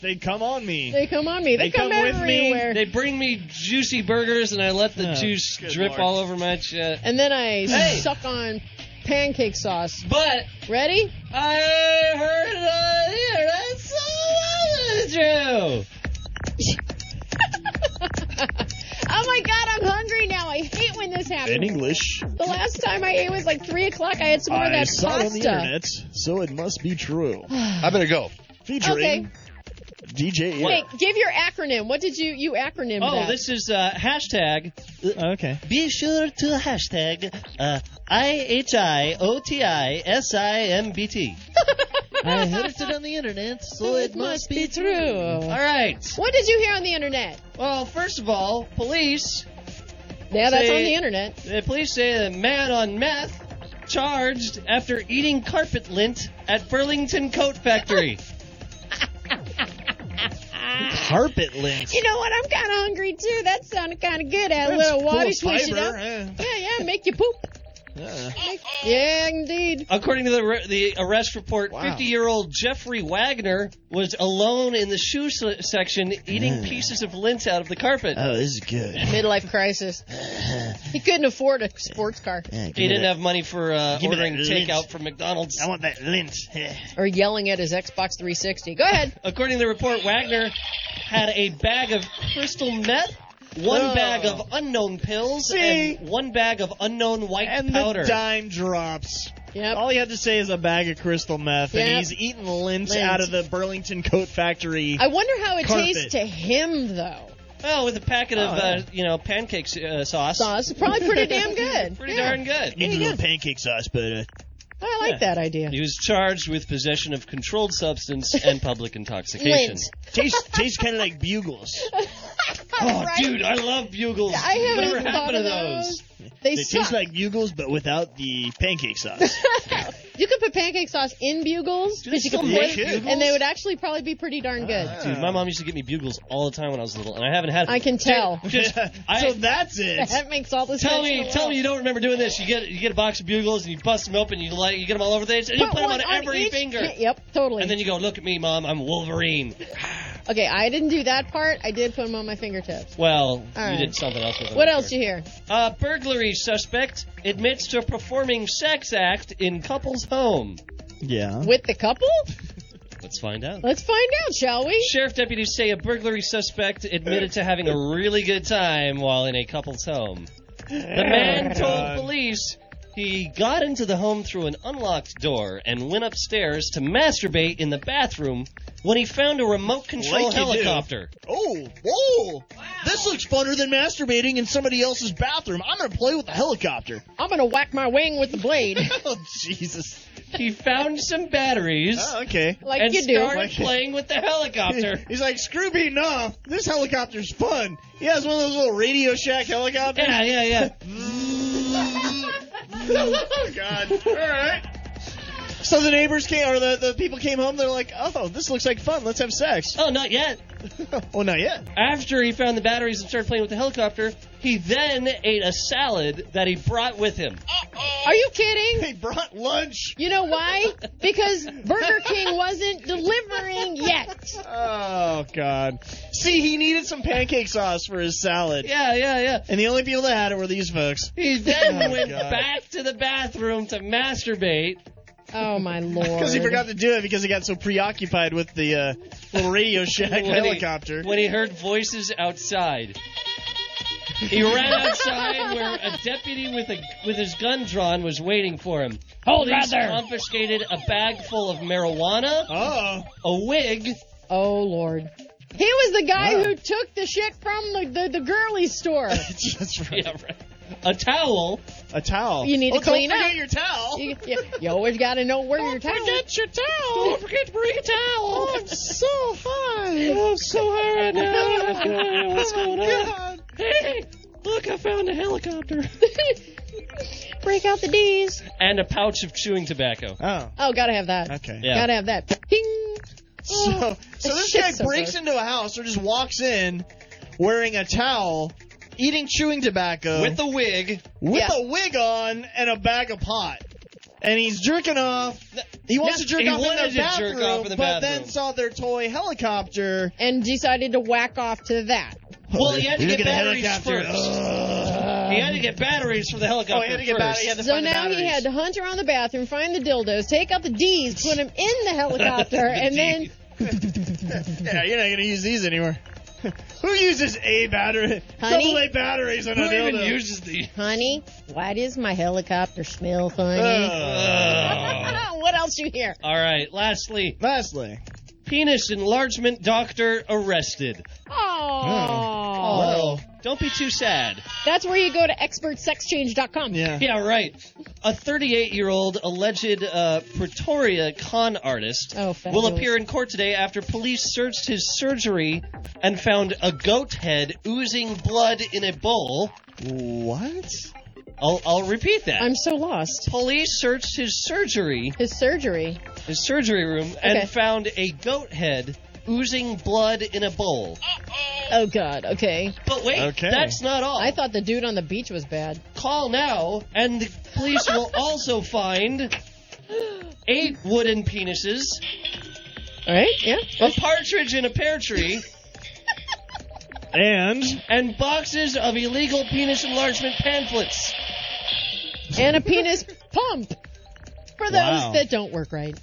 [SPEAKER 5] They come on me.
[SPEAKER 3] They come on me. They,
[SPEAKER 5] They come with me.
[SPEAKER 3] everywhere.
[SPEAKER 4] They bring me juicy burgers, and I let the
[SPEAKER 5] Oh,
[SPEAKER 4] juice
[SPEAKER 5] good
[SPEAKER 4] drip
[SPEAKER 5] lord.
[SPEAKER 4] all over my chest.
[SPEAKER 3] and then I
[SPEAKER 4] Hey.
[SPEAKER 3] suck on pancake sauce.
[SPEAKER 4] But
[SPEAKER 3] Ready?
[SPEAKER 4] I heard it on here. That's so long ago.
[SPEAKER 3] oh my god, I'm hungry now. I hate when this happens.
[SPEAKER 5] In English,
[SPEAKER 3] The last time I ate was like three o'clock. I had some more of
[SPEAKER 5] I
[SPEAKER 3] that
[SPEAKER 5] saw it on the
[SPEAKER 3] pasta.
[SPEAKER 5] internet, so it must be true.
[SPEAKER 1] I better go.
[SPEAKER 5] Featuring DJ.
[SPEAKER 3] Okay, give your acronym. What did you you acronym
[SPEAKER 4] Oh,
[SPEAKER 3] that?
[SPEAKER 4] this is uh, hashtag.
[SPEAKER 5] Okay.
[SPEAKER 4] Be sure to hashtag uh, I H I O T I S I M B T. I heard it on the internet, so
[SPEAKER 3] it must be true.
[SPEAKER 4] All right.
[SPEAKER 3] What did you hear on the internet?
[SPEAKER 4] Well, first of all, police.
[SPEAKER 3] Yeah, that's
[SPEAKER 4] Say-
[SPEAKER 3] on the internet.
[SPEAKER 4] The Uh, police say that man on meth charged after eating carpet lint at Burlington Coat Factory.
[SPEAKER 5] Carpet lint.
[SPEAKER 3] You know what? I'm kind of hungry too. That sounded kind of good. Add a little water, swish it up. Yeah, yeah, make you poop.
[SPEAKER 4] Uh,
[SPEAKER 3] Yeah, indeed.
[SPEAKER 4] According to the, re- the arrest report,
[SPEAKER 5] Wow.
[SPEAKER 4] 50 year old Jeffrey Wagner was alone in the shoe se- section eating pieces of lint out of the carpet.
[SPEAKER 5] Mm. Oh, this is good.
[SPEAKER 3] Midlife crisis. He couldn't afford a sports car
[SPEAKER 4] he didn't have money for uh,
[SPEAKER 5] Give me that
[SPEAKER 4] ordering
[SPEAKER 5] lint.
[SPEAKER 4] takeout from McDonald's.
[SPEAKER 5] I want that lint.
[SPEAKER 3] or yelling at his Xbox 360. Go ahead.
[SPEAKER 4] According to the report, Wagner had a bag of crystal meth, one
[SPEAKER 3] Oh.
[SPEAKER 4] bag of unknown pills,
[SPEAKER 5] See?
[SPEAKER 4] and one bag of unknown white
[SPEAKER 5] and
[SPEAKER 4] powder.
[SPEAKER 5] the dime drops.
[SPEAKER 3] Yep.
[SPEAKER 5] All he had to say is a bag of crystal meth,
[SPEAKER 3] Yep.
[SPEAKER 5] and he's eating lint,
[SPEAKER 3] Lint.
[SPEAKER 5] out of the Burlington Coat Factory.
[SPEAKER 3] I wonder how it
[SPEAKER 5] Carpet.
[SPEAKER 3] tastes to him though.
[SPEAKER 4] well, with a packet of
[SPEAKER 5] Oh, yeah.
[SPEAKER 4] uh, you know pancake uh, sauce.
[SPEAKER 3] Sauce probably pretty damn good.
[SPEAKER 4] Pretty
[SPEAKER 3] Yeah.
[SPEAKER 4] darn good.
[SPEAKER 5] Needs a little pancake sauce, but uh,
[SPEAKER 3] Oh, I like that idea.
[SPEAKER 4] He was charged with possession of controlled substance and public intoxication.
[SPEAKER 3] Lint.
[SPEAKER 5] tastes tastes kind of like bugles.
[SPEAKER 4] Oh,
[SPEAKER 3] Right?
[SPEAKER 4] dude, I love bugles.
[SPEAKER 3] I haven't
[SPEAKER 4] Whatever
[SPEAKER 3] even
[SPEAKER 4] happened
[SPEAKER 3] thought
[SPEAKER 4] to
[SPEAKER 3] of
[SPEAKER 4] those?
[SPEAKER 3] those. They,
[SPEAKER 5] They
[SPEAKER 3] suck.
[SPEAKER 5] taste like bugles, but without the pancake sauce.
[SPEAKER 3] you could put pancake sauce in bugles, but you
[SPEAKER 5] still
[SPEAKER 3] could put
[SPEAKER 5] make Bugles?
[SPEAKER 3] and they would actually probably be pretty darn good.
[SPEAKER 4] Dude, my mom used to get me bugles all the time when I was little, and I haven't had.
[SPEAKER 3] I can tell.
[SPEAKER 4] Just,
[SPEAKER 5] so
[SPEAKER 4] I,
[SPEAKER 5] that's it.
[SPEAKER 3] That makes all the
[SPEAKER 4] tell
[SPEAKER 3] sense. in
[SPEAKER 4] me,
[SPEAKER 3] the
[SPEAKER 4] tell
[SPEAKER 3] world.
[SPEAKER 4] me you don't remember doing this. You get you get a box of bugles and you bust them open. You like you get them all over the place, and you
[SPEAKER 3] Put
[SPEAKER 4] put them
[SPEAKER 3] one
[SPEAKER 4] on every
[SPEAKER 3] each-
[SPEAKER 4] finger.
[SPEAKER 3] Yep, totally.
[SPEAKER 4] And then you go, look at me, mom, I'm Wolverine.
[SPEAKER 3] okay, I didn't do that part. I did put them on my fingertips.
[SPEAKER 4] Well,
[SPEAKER 3] All
[SPEAKER 4] you
[SPEAKER 3] right.
[SPEAKER 4] did something else with it.
[SPEAKER 3] What
[SPEAKER 4] I'm
[SPEAKER 3] else
[SPEAKER 4] sure.
[SPEAKER 3] you hear?
[SPEAKER 4] Uh, burglary suspect admits to performing sex act in couple's home.
[SPEAKER 5] Yeah.
[SPEAKER 3] With the couple?
[SPEAKER 4] Let's find out.
[SPEAKER 3] Let's find out, shall we?
[SPEAKER 4] Sheriff deputies say a burglary suspect admitted to having a really good time while in a couple's home. The man told police he got into the home through an unlocked door and went upstairs to masturbate in the bathroom when he found a remote control
[SPEAKER 5] Like you do.
[SPEAKER 4] helicopter.
[SPEAKER 5] Oh, whoa! This looks funner than masturbating in somebody else's bathroom. I'm gonna play with the helicopter.
[SPEAKER 3] I'm gonna whack my wing with the blade.
[SPEAKER 5] oh, Jesus.
[SPEAKER 4] He found some batteries
[SPEAKER 5] Oh, okay.
[SPEAKER 3] Like
[SPEAKER 4] and
[SPEAKER 3] you do.
[SPEAKER 4] started playing with the helicopter.
[SPEAKER 5] He's like, screw beating off. This helicopter's fun. He has one of those little Radio Shack helicopters.
[SPEAKER 4] yeah, yeah, yeah.
[SPEAKER 5] oh God! All right. So the neighbors came, or the, the people came home. They're like, "Oh, this looks like fun. Let's have sex."
[SPEAKER 4] Oh, not yet.
[SPEAKER 5] oh, not yet.
[SPEAKER 4] After he found the batteries and started playing with the helicopter, he then ate a salad that he brought with him.
[SPEAKER 5] Oh
[SPEAKER 3] Are you kidding?
[SPEAKER 5] They brought lunch.
[SPEAKER 3] You know why? Because Burger King wasn't delivering yet.
[SPEAKER 5] Oh God! See, he needed some pancake sauce for his salad,
[SPEAKER 4] Yeah, yeah, yeah.
[SPEAKER 5] and the only people that had it were these folks.
[SPEAKER 4] He then
[SPEAKER 5] Oh,
[SPEAKER 4] went
[SPEAKER 5] God.
[SPEAKER 4] back to the bathroom to masturbate.
[SPEAKER 3] Oh my lord.
[SPEAKER 5] Because he forgot to do it because he got so preoccupied with the uh, little Radio Shack helicopter.
[SPEAKER 4] He, when he heard voices outside. He ran outside where a deputy with a with his gun drawn was waiting for him.
[SPEAKER 6] Hold
[SPEAKER 4] Police
[SPEAKER 6] rather.
[SPEAKER 4] confiscated a bag full of marijuana,
[SPEAKER 5] oh,
[SPEAKER 4] a wig,
[SPEAKER 3] Oh lord. He was the
[SPEAKER 4] Ah.
[SPEAKER 3] guy who took the shit from the the, the girly store.
[SPEAKER 5] that's right.
[SPEAKER 4] yeah, right, a towel,
[SPEAKER 5] A towel.
[SPEAKER 3] You need to
[SPEAKER 5] Oh, don't
[SPEAKER 3] clean up.
[SPEAKER 5] forget your towel.
[SPEAKER 3] You, you, you always got to know where your towel.
[SPEAKER 4] your towel. Don't forget to bring a towel. I'm so high. I'm so high right now. What's going on? Hey, look, I found a helicopter.
[SPEAKER 3] Break out the D's.
[SPEAKER 4] and a pouch of chewing tobacco.
[SPEAKER 5] Oh,
[SPEAKER 3] Oh, gotta have that.
[SPEAKER 5] okay.
[SPEAKER 4] Yeah.
[SPEAKER 3] Gotta have that. Ding.
[SPEAKER 5] So, so this
[SPEAKER 3] shit's
[SPEAKER 5] guy
[SPEAKER 3] so
[SPEAKER 5] breaks
[SPEAKER 3] gross.
[SPEAKER 5] into a house or just walks in wearing a towel, eating chewing tobacco
[SPEAKER 4] With the wig.
[SPEAKER 5] Uh, with
[SPEAKER 3] Yeah.
[SPEAKER 5] a wig on and a bag of pot. And he's jerking off. He wants to
[SPEAKER 4] No,
[SPEAKER 5] jerk
[SPEAKER 4] he
[SPEAKER 5] off in
[SPEAKER 4] wanted
[SPEAKER 5] the
[SPEAKER 4] to jerk
[SPEAKER 5] bathroom,
[SPEAKER 4] off in the
[SPEAKER 5] but
[SPEAKER 4] bathroom.
[SPEAKER 5] then saw their toy helicopter.
[SPEAKER 3] And decided to whack off to that.
[SPEAKER 4] Well, he had to
[SPEAKER 5] Look
[SPEAKER 4] get
[SPEAKER 5] at the
[SPEAKER 4] batteries
[SPEAKER 5] helicopter.
[SPEAKER 4] first.
[SPEAKER 5] Ugh.
[SPEAKER 4] He had to get batteries for the helicopter
[SPEAKER 5] Oh, he had to get
[SPEAKER 4] first.
[SPEAKER 5] batteries. He had to
[SPEAKER 3] So
[SPEAKER 5] find the
[SPEAKER 3] now he
[SPEAKER 5] batteries.
[SPEAKER 3] had to hunt around the bathroom, find the dildos, take out the D's, put them in the helicopter, and then
[SPEAKER 5] Yeah, you're not gonna use these anymore. Who uses a battery,
[SPEAKER 3] Honey?
[SPEAKER 5] double A batteries on a
[SPEAKER 4] Who even
[SPEAKER 5] dildo?
[SPEAKER 4] uses the?
[SPEAKER 3] honey, why does my helicopter smell funny?
[SPEAKER 5] Ugh.
[SPEAKER 4] Oh.
[SPEAKER 3] what else you hear?
[SPEAKER 4] All right. Lastly,
[SPEAKER 5] Lastly,
[SPEAKER 4] penis enlargement doctor arrested.
[SPEAKER 3] Oh,
[SPEAKER 5] well,
[SPEAKER 4] Don't be too sad.
[SPEAKER 3] that's where you go to expertsexchange.com.
[SPEAKER 5] yeah.
[SPEAKER 4] Yeah, right. A 38-year-old alleged uh, Pretoria con artist
[SPEAKER 3] Oh, fabulous.
[SPEAKER 4] will appear in court today after police searched his surgery and found a goat head oozing blood in a bowl.
[SPEAKER 5] What?
[SPEAKER 4] I'll, I'll repeat that.
[SPEAKER 3] I'm so lost.
[SPEAKER 4] Police searched his surgery
[SPEAKER 3] His surgery.
[SPEAKER 4] his surgery room and
[SPEAKER 3] Okay.
[SPEAKER 4] found a goat head oozing blood in a bowl.
[SPEAKER 3] Oh God. Okay.
[SPEAKER 4] But wait,
[SPEAKER 5] Okay.
[SPEAKER 4] that's not all.
[SPEAKER 3] I thought the dude on the beach was bad.
[SPEAKER 4] Call now, and the police will also find eight wooden penises,
[SPEAKER 3] All right. Yeah.
[SPEAKER 4] a partridge in a pear tree,
[SPEAKER 5] And
[SPEAKER 4] and boxes of illegal penis enlargement pamphlets.
[SPEAKER 3] And a penis pump for those
[SPEAKER 5] Wow.
[SPEAKER 3] that don't work right.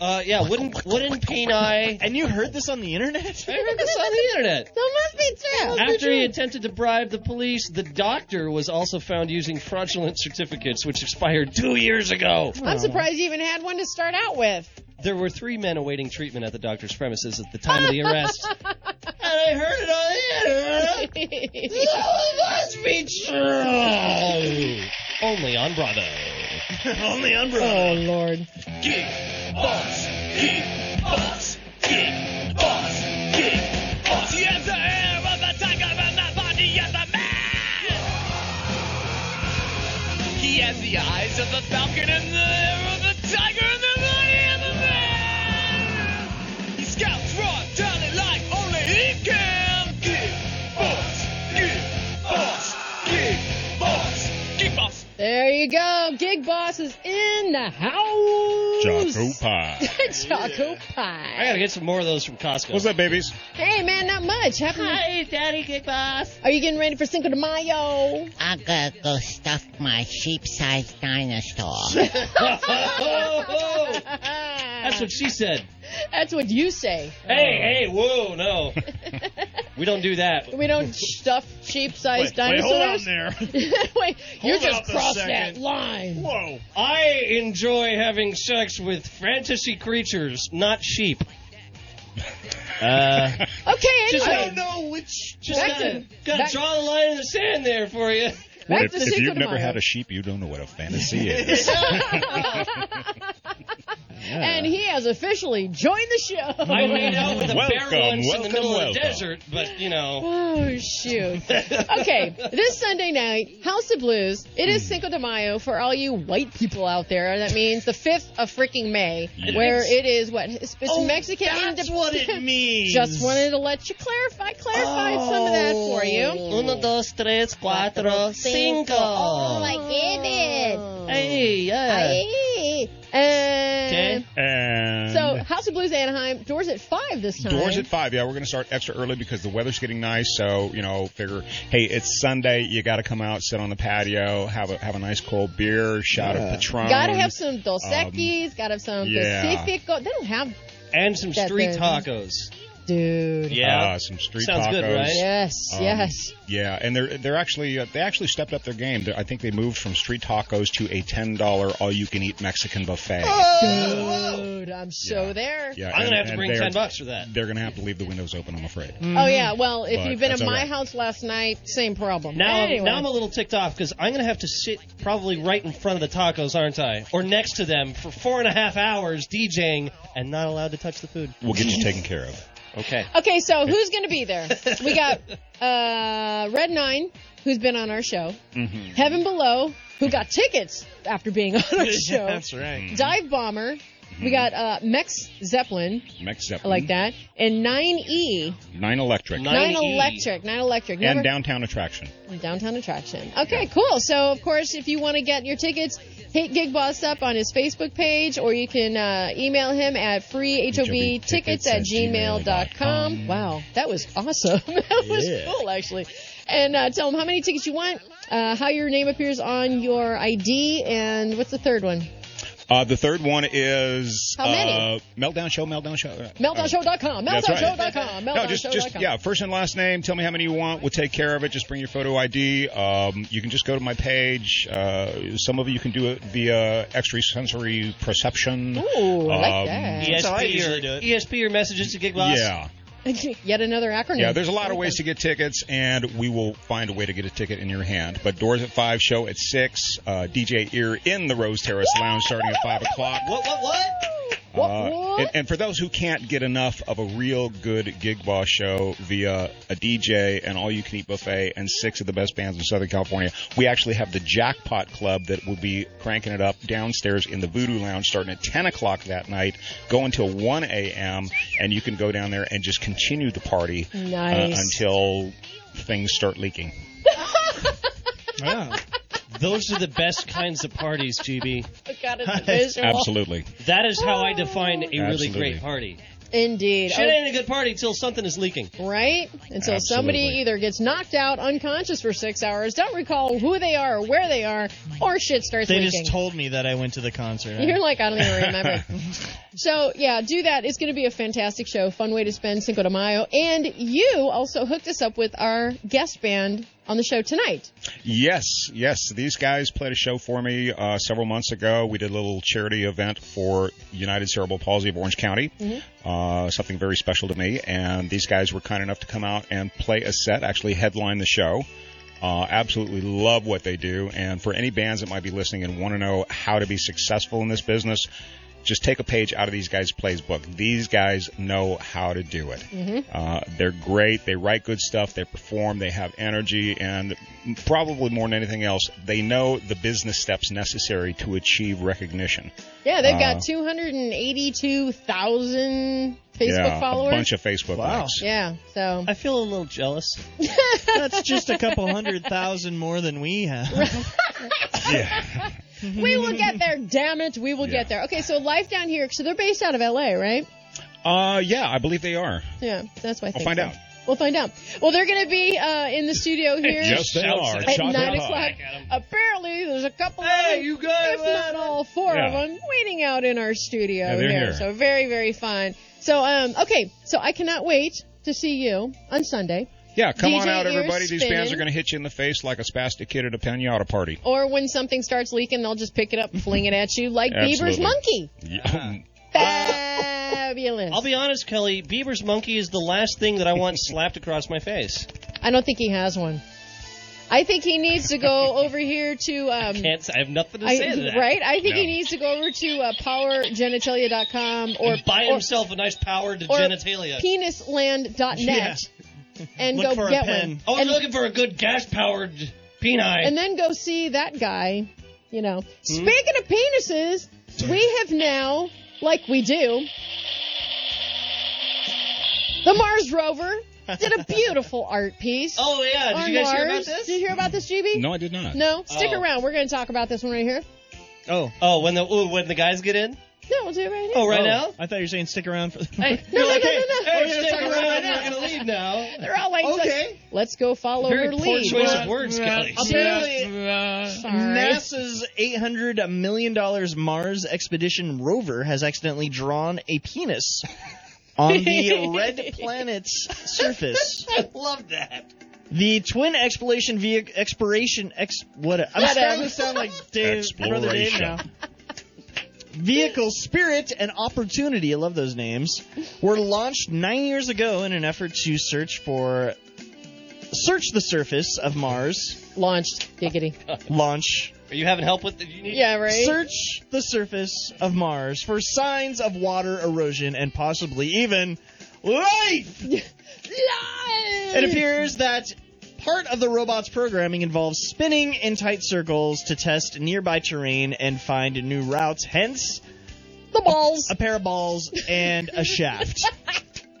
[SPEAKER 4] Uh, yeah, wooden wooden peni.
[SPEAKER 5] and you heard this on the internet?
[SPEAKER 4] I heard this on the internet.
[SPEAKER 3] So it must be
[SPEAKER 6] Oh,
[SPEAKER 3] true.
[SPEAKER 4] After he attempted to bribe the police, the doctor was also found using fraudulent certificates, which expired two years ago.
[SPEAKER 3] I'm surprised you even had one to start out with.
[SPEAKER 4] There were three men awaiting treatment at the doctor's premises at the time of the arrest. and I heard it on the internet. Oh, it must be true. Only on Bravo.
[SPEAKER 5] Only on
[SPEAKER 3] oh Lord.
[SPEAKER 6] He has the eyes of the falcon and the hair of the tiger and the body of the man. He scouts raw talent like only he can. Give boss, give boss, give boss, give boss.
[SPEAKER 3] There you go. Gig boss is in the
[SPEAKER 9] Jocko
[SPEAKER 3] house.
[SPEAKER 9] Pie.
[SPEAKER 3] Choco
[SPEAKER 4] I
[SPEAKER 3] pie.
[SPEAKER 4] gotta get some more of those from Costco.
[SPEAKER 9] What's up, babies?
[SPEAKER 3] Hey man, not much. Haven't-
[SPEAKER 6] Daddy Kick Boss.
[SPEAKER 3] Are you getting ready for Cinco de Mayo?
[SPEAKER 10] I gotta go stuff my sheep-sized dinosaur.
[SPEAKER 4] Oh, oh.
[SPEAKER 3] That's
[SPEAKER 4] That's what she said.
[SPEAKER 3] That's what you say.
[SPEAKER 4] Hey, hey, whoa, no. We don't do that.
[SPEAKER 3] Oh. We don't stuff sheep-sized
[SPEAKER 11] Wait, hold on
[SPEAKER 3] dinosaurs.
[SPEAKER 11] there.
[SPEAKER 3] Wait, you
[SPEAKER 11] Hold
[SPEAKER 3] just
[SPEAKER 11] up a
[SPEAKER 3] crossed that
[SPEAKER 11] second.
[SPEAKER 3] line.
[SPEAKER 11] Whoa.
[SPEAKER 4] I enjoy having sex with fantasy creatures, not sheep. Uh,
[SPEAKER 3] Okay,
[SPEAKER 4] Just don't
[SPEAKER 3] anyway,
[SPEAKER 5] know which.
[SPEAKER 4] just
[SPEAKER 3] Back
[SPEAKER 4] gotta,
[SPEAKER 3] to-
[SPEAKER 4] gotta
[SPEAKER 3] back-
[SPEAKER 4] draw the line in the sand there for you.
[SPEAKER 3] back
[SPEAKER 12] if
[SPEAKER 3] to
[SPEAKER 12] if
[SPEAKER 3] Cinco
[SPEAKER 12] you've
[SPEAKER 3] de
[SPEAKER 12] never
[SPEAKER 3] Mayo.
[SPEAKER 12] had a sheep, you don't know what a fantasy is.
[SPEAKER 3] and he has officially joined the show.
[SPEAKER 4] I made out with a
[SPEAKER 12] Welcome,
[SPEAKER 4] bear once in the
[SPEAKER 12] welcome,
[SPEAKER 4] middle of the
[SPEAKER 12] welcome.
[SPEAKER 4] desert, but you know.
[SPEAKER 3] Oh shoot! Okay, this Sunday night, House of Blues. It is Cinco de Mayo for all you white people out there. That means the fifth of freaking May, where it is what it's, it's
[SPEAKER 5] Oh,
[SPEAKER 3] Mexican
[SPEAKER 5] That's
[SPEAKER 3] Independence.
[SPEAKER 5] what it means.
[SPEAKER 3] Just wanted to let you clarify clarify some of that for you.
[SPEAKER 4] Uno, dos, tres, cuatro, cinco.
[SPEAKER 10] Oh my goodness.
[SPEAKER 4] Hey, yeah.
[SPEAKER 10] Hey.
[SPEAKER 3] And
[SPEAKER 4] Okay.
[SPEAKER 12] and
[SPEAKER 3] so House of Blues Anaheim doors at five this time.
[SPEAKER 12] Doors at five. Yeah, we're gonna start extra early because the weather's getting nice. So you know, figure, hey, it's Sunday. You got to come out, sit on the patio, have a have a nice cold beer, shot of Patron.
[SPEAKER 3] Gotta have some Dos Equis. gotta have some
[SPEAKER 12] Um, yeah.
[SPEAKER 3] Pacifico. They don't have,
[SPEAKER 4] And some
[SPEAKER 3] That
[SPEAKER 4] street
[SPEAKER 3] thing.
[SPEAKER 4] tacos.
[SPEAKER 3] dude.
[SPEAKER 4] Yeah.
[SPEAKER 12] uh, some street
[SPEAKER 4] Sounds
[SPEAKER 12] tacos.
[SPEAKER 4] good, right?
[SPEAKER 3] Yes,
[SPEAKER 12] Um,
[SPEAKER 3] yes.
[SPEAKER 12] Yeah, and they're they're actually uh, they actually stepped up their game. They're- I think they moved from street tacos to a ten dollar all you can eat Mexican buffet.
[SPEAKER 3] Dude, I'm so
[SPEAKER 12] Yeah.
[SPEAKER 3] there.
[SPEAKER 12] Yeah,
[SPEAKER 4] I'm
[SPEAKER 12] and-
[SPEAKER 4] gonna have to
[SPEAKER 12] and
[SPEAKER 4] bring
[SPEAKER 12] they're-
[SPEAKER 4] ten bucks for that.
[SPEAKER 12] They're gonna have to leave the windows open. I'm afraid.
[SPEAKER 3] Oh yeah. Well, if
[SPEAKER 12] Mm-hmm. But
[SPEAKER 3] you've been
[SPEAKER 12] that's
[SPEAKER 3] at
[SPEAKER 12] all
[SPEAKER 3] my
[SPEAKER 12] right.
[SPEAKER 3] house last night, same problem.
[SPEAKER 4] Now,
[SPEAKER 3] Anyway.
[SPEAKER 4] now I'm a little ticked off because I'm gonna have to sit probably right in front of the tacos, aren't I? Or next to them for four and a half hours DJing and not allowed to touch the food.
[SPEAKER 12] We'll get you taken care of.
[SPEAKER 4] Okay.
[SPEAKER 3] okay, so who's going to be there? We got uh, Red Nine, who's been on our show.
[SPEAKER 4] Mm-hmm.
[SPEAKER 3] Heaven Below, who got tickets after being on our show.
[SPEAKER 5] That's
[SPEAKER 12] Mm-hmm.
[SPEAKER 5] right.
[SPEAKER 3] Dive Bomber. We got uh, Mex Zeppelin,
[SPEAKER 12] Mex
[SPEAKER 3] I like that, and 9E,
[SPEAKER 12] Mm-hmm. Nine Electric.
[SPEAKER 3] 9
[SPEAKER 4] 9E.
[SPEAKER 3] Electric, 9 Electric. Never-
[SPEAKER 12] And downtown attraction.
[SPEAKER 3] Downtown attraction. Okay, cool. So, of course, if you want to get your tickets, hit Gig Boss up on his Facebook page, or you can uh, email him at freehobtickets at gmail.com. Wow, that was awesome. That was cool, actually. And uh, tell him how many tickets you want, uh, how your name appears on your ID, and what's the third one?
[SPEAKER 12] Uh, the third one is
[SPEAKER 3] How many?
[SPEAKER 12] Uh, meltdown show. Meltdown show. uh, uh,
[SPEAKER 3] MeltdownShow.com.
[SPEAKER 12] that's
[SPEAKER 3] MeltdownShow.com.
[SPEAKER 12] right.
[SPEAKER 3] MeltdownShow.com.
[SPEAKER 12] No, just, just yeah. First and last name. Tell me how many you want. We'll take care of it. Just bring your photo ID. Um, you can just go to my page. Uh, some of you can do it via extrasensory perception.
[SPEAKER 3] Ooh, I like
[SPEAKER 12] Um,
[SPEAKER 3] that.
[SPEAKER 5] That's how I usually do
[SPEAKER 4] ESP E or,
[SPEAKER 5] it.
[SPEAKER 4] ESP or messages to Gig Boss.
[SPEAKER 12] Yeah,
[SPEAKER 3] Yet another acronym.
[SPEAKER 12] yeah. There's a lot of ways to get tickets, and we will find a way to get a ticket in your hand. But doors at five, show at six. Uh, DJ Ear in the Rose Terrace Lounge starting at five o'clock.
[SPEAKER 5] What? What? What?
[SPEAKER 3] What?
[SPEAKER 12] Uh,
[SPEAKER 3] what?
[SPEAKER 12] and, and for those who can't get enough of a real good gig boss show via a DJ and all you can eat buffet and six of the best bands in Southern California, we actually have the Jackpot Club that will be cranking it up downstairs in the Voodoo Lounge starting at 10 o'clock that night, go until 1 a.m., and you can go down there and just continue the party uh,
[SPEAKER 3] Nice.
[SPEAKER 12] until things start leaking.
[SPEAKER 4] Those are the best kinds of parties, GB.
[SPEAKER 3] God, it's visual.
[SPEAKER 12] Absolutely.
[SPEAKER 4] That is how I define a really
[SPEAKER 12] Absolutely.
[SPEAKER 4] great party.
[SPEAKER 3] Indeed.
[SPEAKER 4] Shit ain't a good party till something is leaking.
[SPEAKER 3] Right? Until somebody
[SPEAKER 12] Absolutely.
[SPEAKER 3] either gets knocked out unconscious for six hours, don't recall who they are or where they are, or shit starts
[SPEAKER 5] They
[SPEAKER 3] leaking.
[SPEAKER 5] just told me that I went to the concert.
[SPEAKER 3] You're like, I don't even remember. so, yeah, do that. It's going to be a fantastic show. Fun way to spend Cinco de Mayo. And you also hooked us up with our guest band on the show tonight.
[SPEAKER 12] Yes, yes. These guys played a show for me uh, several months ago. We did a little charity event for United Cerebral Palsy of Orange County, uh, something very special to me. And these guys were kind enough to come out and play a set, actually headline the show. Uh, absolutely love what they do. And for any bands that might be listening and want to know how to be successful in this business, just take a page out of these guys' plays book. These guys know how to do it. Uh, they're great. They write good stuff. They perform. They have energy, and probably more than anything else, they know the business steps necessary to achieve recognition.
[SPEAKER 3] Yeah, they've got 282,000 Facebook
[SPEAKER 12] yeah,
[SPEAKER 3] followers.
[SPEAKER 12] a bunch of Facebook
[SPEAKER 5] Wow.
[SPEAKER 12] likes.
[SPEAKER 3] yeah, so.
[SPEAKER 4] I feel a little jealous.
[SPEAKER 5] That's just a couple hundred thousand more than we have.
[SPEAKER 12] Yeah.
[SPEAKER 3] we will get there, damn it. We will
[SPEAKER 12] Yeah.
[SPEAKER 3] get there. Okay, so life down here, so they're based out of LA, right?
[SPEAKER 12] Uh, yeah, I believe they are.
[SPEAKER 3] Yeah, that's why I think
[SPEAKER 12] find
[SPEAKER 3] so.
[SPEAKER 12] out.
[SPEAKER 3] We'll find out. Well, they're going to be uh, in the studio here
[SPEAKER 12] Yes, they
[SPEAKER 4] shouts
[SPEAKER 12] are.
[SPEAKER 4] at
[SPEAKER 3] at
[SPEAKER 12] Chocolate
[SPEAKER 3] nine
[SPEAKER 12] pie.
[SPEAKER 3] o'clock. Apparently, there's a couple
[SPEAKER 4] Hey,
[SPEAKER 3] of
[SPEAKER 4] you
[SPEAKER 3] them,
[SPEAKER 4] guys,
[SPEAKER 3] if not all four of
[SPEAKER 12] Yeah.
[SPEAKER 3] them, waiting out in our studio
[SPEAKER 12] Yeah, they're here.
[SPEAKER 3] So very, very fun. So, um, okay, so I cannot wait to see you on Sunday.
[SPEAKER 12] Yeah, come
[SPEAKER 3] DJ
[SPEAKER 12] on out,
[SPEAKER 3] ears
[SPEAKER 12] everybody. These bands
[SPEAKER 3] spinning.
[SPEAKER 12] are going to hit you in the face like a spastic kid at a pinata party.
[SPEAKER 3] Or when something starts leaking, they'll just pick it up and fling it at you like Bieber's
[SPEAKER 12] Absolutely.
[SPEAKER 3] monkey.
[SPEAKER 12] Yeah.
[SPEAKER 3] Fabulous.
[SPEAKER 4] I'll be honest, Kelly. Bieber's monkey is the last thing that I want slapped across my face.
[SPEAKER 3] I don't think he has one. I think he needs to go over here to. Um,
[SPEAKER 4] Can't. I have nothing to
[SPEAKER 3] I-
[SPEAKER 4] say to that.
[SPEAKER 3] right? I think he
[SPEAKER 4] No.
[SPEAKER 3] needs to go over to uh, powergenitalia.com or
[SPEAKER 4] And buy
[SPEAKER 3] or,
[SPEAKER 4] himself a nice power to
[SPEAKER 3] or
[SPEAKER 4] genitalia.
[SPEAKER 3] penisland.net and
[SPEAKER 4] Look
[SPEAKER 3] go
[SPEAKER 4] for
[SPEAKER 3] get
[SPEAKER 4] a pen.
[SPEAKER 3] one.
[SPEAKER 4] Oh,
[SPEAKER 3] and,
[SPEAKER 4] you're looking for a good gas powered peni.
[SPEAKER 3] and then go see that guy. You
[SPEAKER 4] Hmm?
[SPEAKER 3] know. Speaking of penises, we have now, like we do, the Mars rover did a beautiful art piece.
[SPEAKER 4] Oh yeah, did
[SPEAKER 3] on
[SPEAKER 4] you guys
[SPEAKER 3] Mars.
[SPEAKER 4] hear about this?
[SPEAKER 3] Did you hear about this, GB?
[SPEAKER 12] No, I did not.
[SPEAKER 3] No, stick
[SPEAKER 4] Oh.
[SPEAKER 3] around. We're going to talk about this one right here.
[SPEAKER 4] Oh, oh, when the ooh, when the guys get in.
[SPEAKER 3] No, we'll do it right here.
[SPEAKER 4] Oh, right
[SPEAKER 5] Oh,
[SPEAKER 4] now.
[SPEAKER 5] I thought you were saying stick around for.
[SPEAKER 3] Hey, no, no, no, no, no.
[SPEAKER 4] Hey,
[SPEAKER 3] We're gonna
[SPEAKER 4] stick
[SPEAKER 3] talk
[SPEAKER 4] around.
[SPEAKER 3] about it
[SPEAKER 4] We're
[SPEAKER 3] now.
[SPEAKER 4] gonna leave now.
[SPEAKER 3] They're all like,
[SPEAKER 5] Okay.
[SPEAKER 3] let's, let's go follow
[SPEAKER 4] Very
[SPEAKER 3] her
[SPEAKER 4] poor
[SPEAKER 3] lead.
[SPEAKER 4] choice of words, Kelly.
[SPEAKER 5] Apparently, NASA's 800 million dollars Mars expedition rover has accidentally drawn a penis on the red planet's surface.
[SPEAKER 4] I love that.
[SPEAKER 5] The twin exploration vehicle exploration ex what I'm starting to sound like Dave, brother Dave now. Vehicle Spirit and Opportunity, I love those names, were launched nine years ago in an effort to search for search the surface of Mars.
[SPEAKER 3] Launched. Giggity.
[SPEAKER 5] Launch.
[SPEAKER 4] Are you having help with? The, you need,
[SPEAKER 3] Yeah, right?
[SPEAKER 5] Search the surface of Mars for signs of water erosion and possibly even life. It appears that part of the robot's programming involves spinning in tight circles to test nearby terrain and find new routes. Hence,
[SPEAKER 3] The balls.
[SPEAKER 5] a pair of balls and a shaft.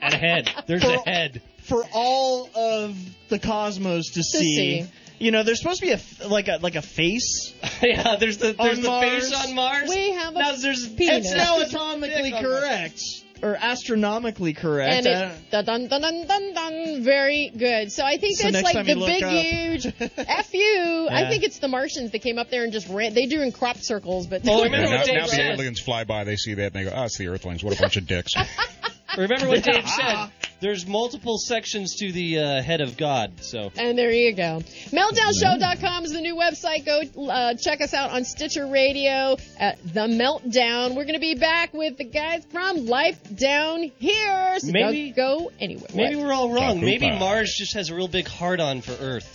[SPEAKER 4] And a head. There's a head.
[SPEAKER 5] for all of the cosmos to, see.
[SPEAKER 3] see.
[SPEAKER 5] You know, there's supposed to be a f- like a like a face.
[SPEAKER 4] yeah, there's the there's
[SPEAKER 5] On
[SPEAKER 4] the
[SPEAKER 5] Mars.
[SPEAKER 4] face on Mars.
[SPEAKER 3] We have a
[SPEAKER 4] now there's
[SPEAKER 3] penis.
[SPEAKER 5] It's now atomically correct or astronomically correct.
[SPEAKER 3] and
[SPEAKER 5] I
[SPEAKER 3] it,
[SPEAKER 5] don't-
[SPEAKER 3] dun, dun, dun, dun, dun, dun, very good. So I think
[SPEAKER 5] So
[SPEAKER 3] that's
[SPEAKER 5] next
[SPEAKER 3] like
[SPEAKER 5] time
[SPEAKER 3] the
[SPEAKER 5] you look
[SPEAKER 3] big,
[SPEAKER 5] up-
[SPEAKER 3] huge F you. I
[SPEAKER 5] Yeah.
[SPEAKER 3] think it's the Martians that came up there and just ran. They drew in crop circles, but
[SPEAKER 4] Oh,
[SPEAKER 12] Yeah,
[SPEAKER 4] remember
[SPEAKER 12] now
[SPEAKER 4] what Dave
[SPEAKER 12] now the
[SPEAKER 4] said?
[SPEAKER 12] aliens fly by, they see that, and they go, oh, it's the Earthlings. What a bunch of dicks.
[SPEAKER 4] Remember what Dave said? There's multiple sections to the uh, head of God. So
[SPEAKER 3] And there you go. MeltdownShow.com is the new website. Go uh, check us out on Stitcher Radio at The Meltdown. We're going to be back with the guys from Life Down Here. So
[SPEAKER 4] Maybe-
[SPEAKER 3] don't go anywhere.
[SPEAKER 4] maybe we're all wrong.
[SPEAKER 12] Taco
[SPEAKER 4] Maybe
[SPEAKER 12] pie.
[SPEAKER 4] Mars just has a real big hard on for Earth.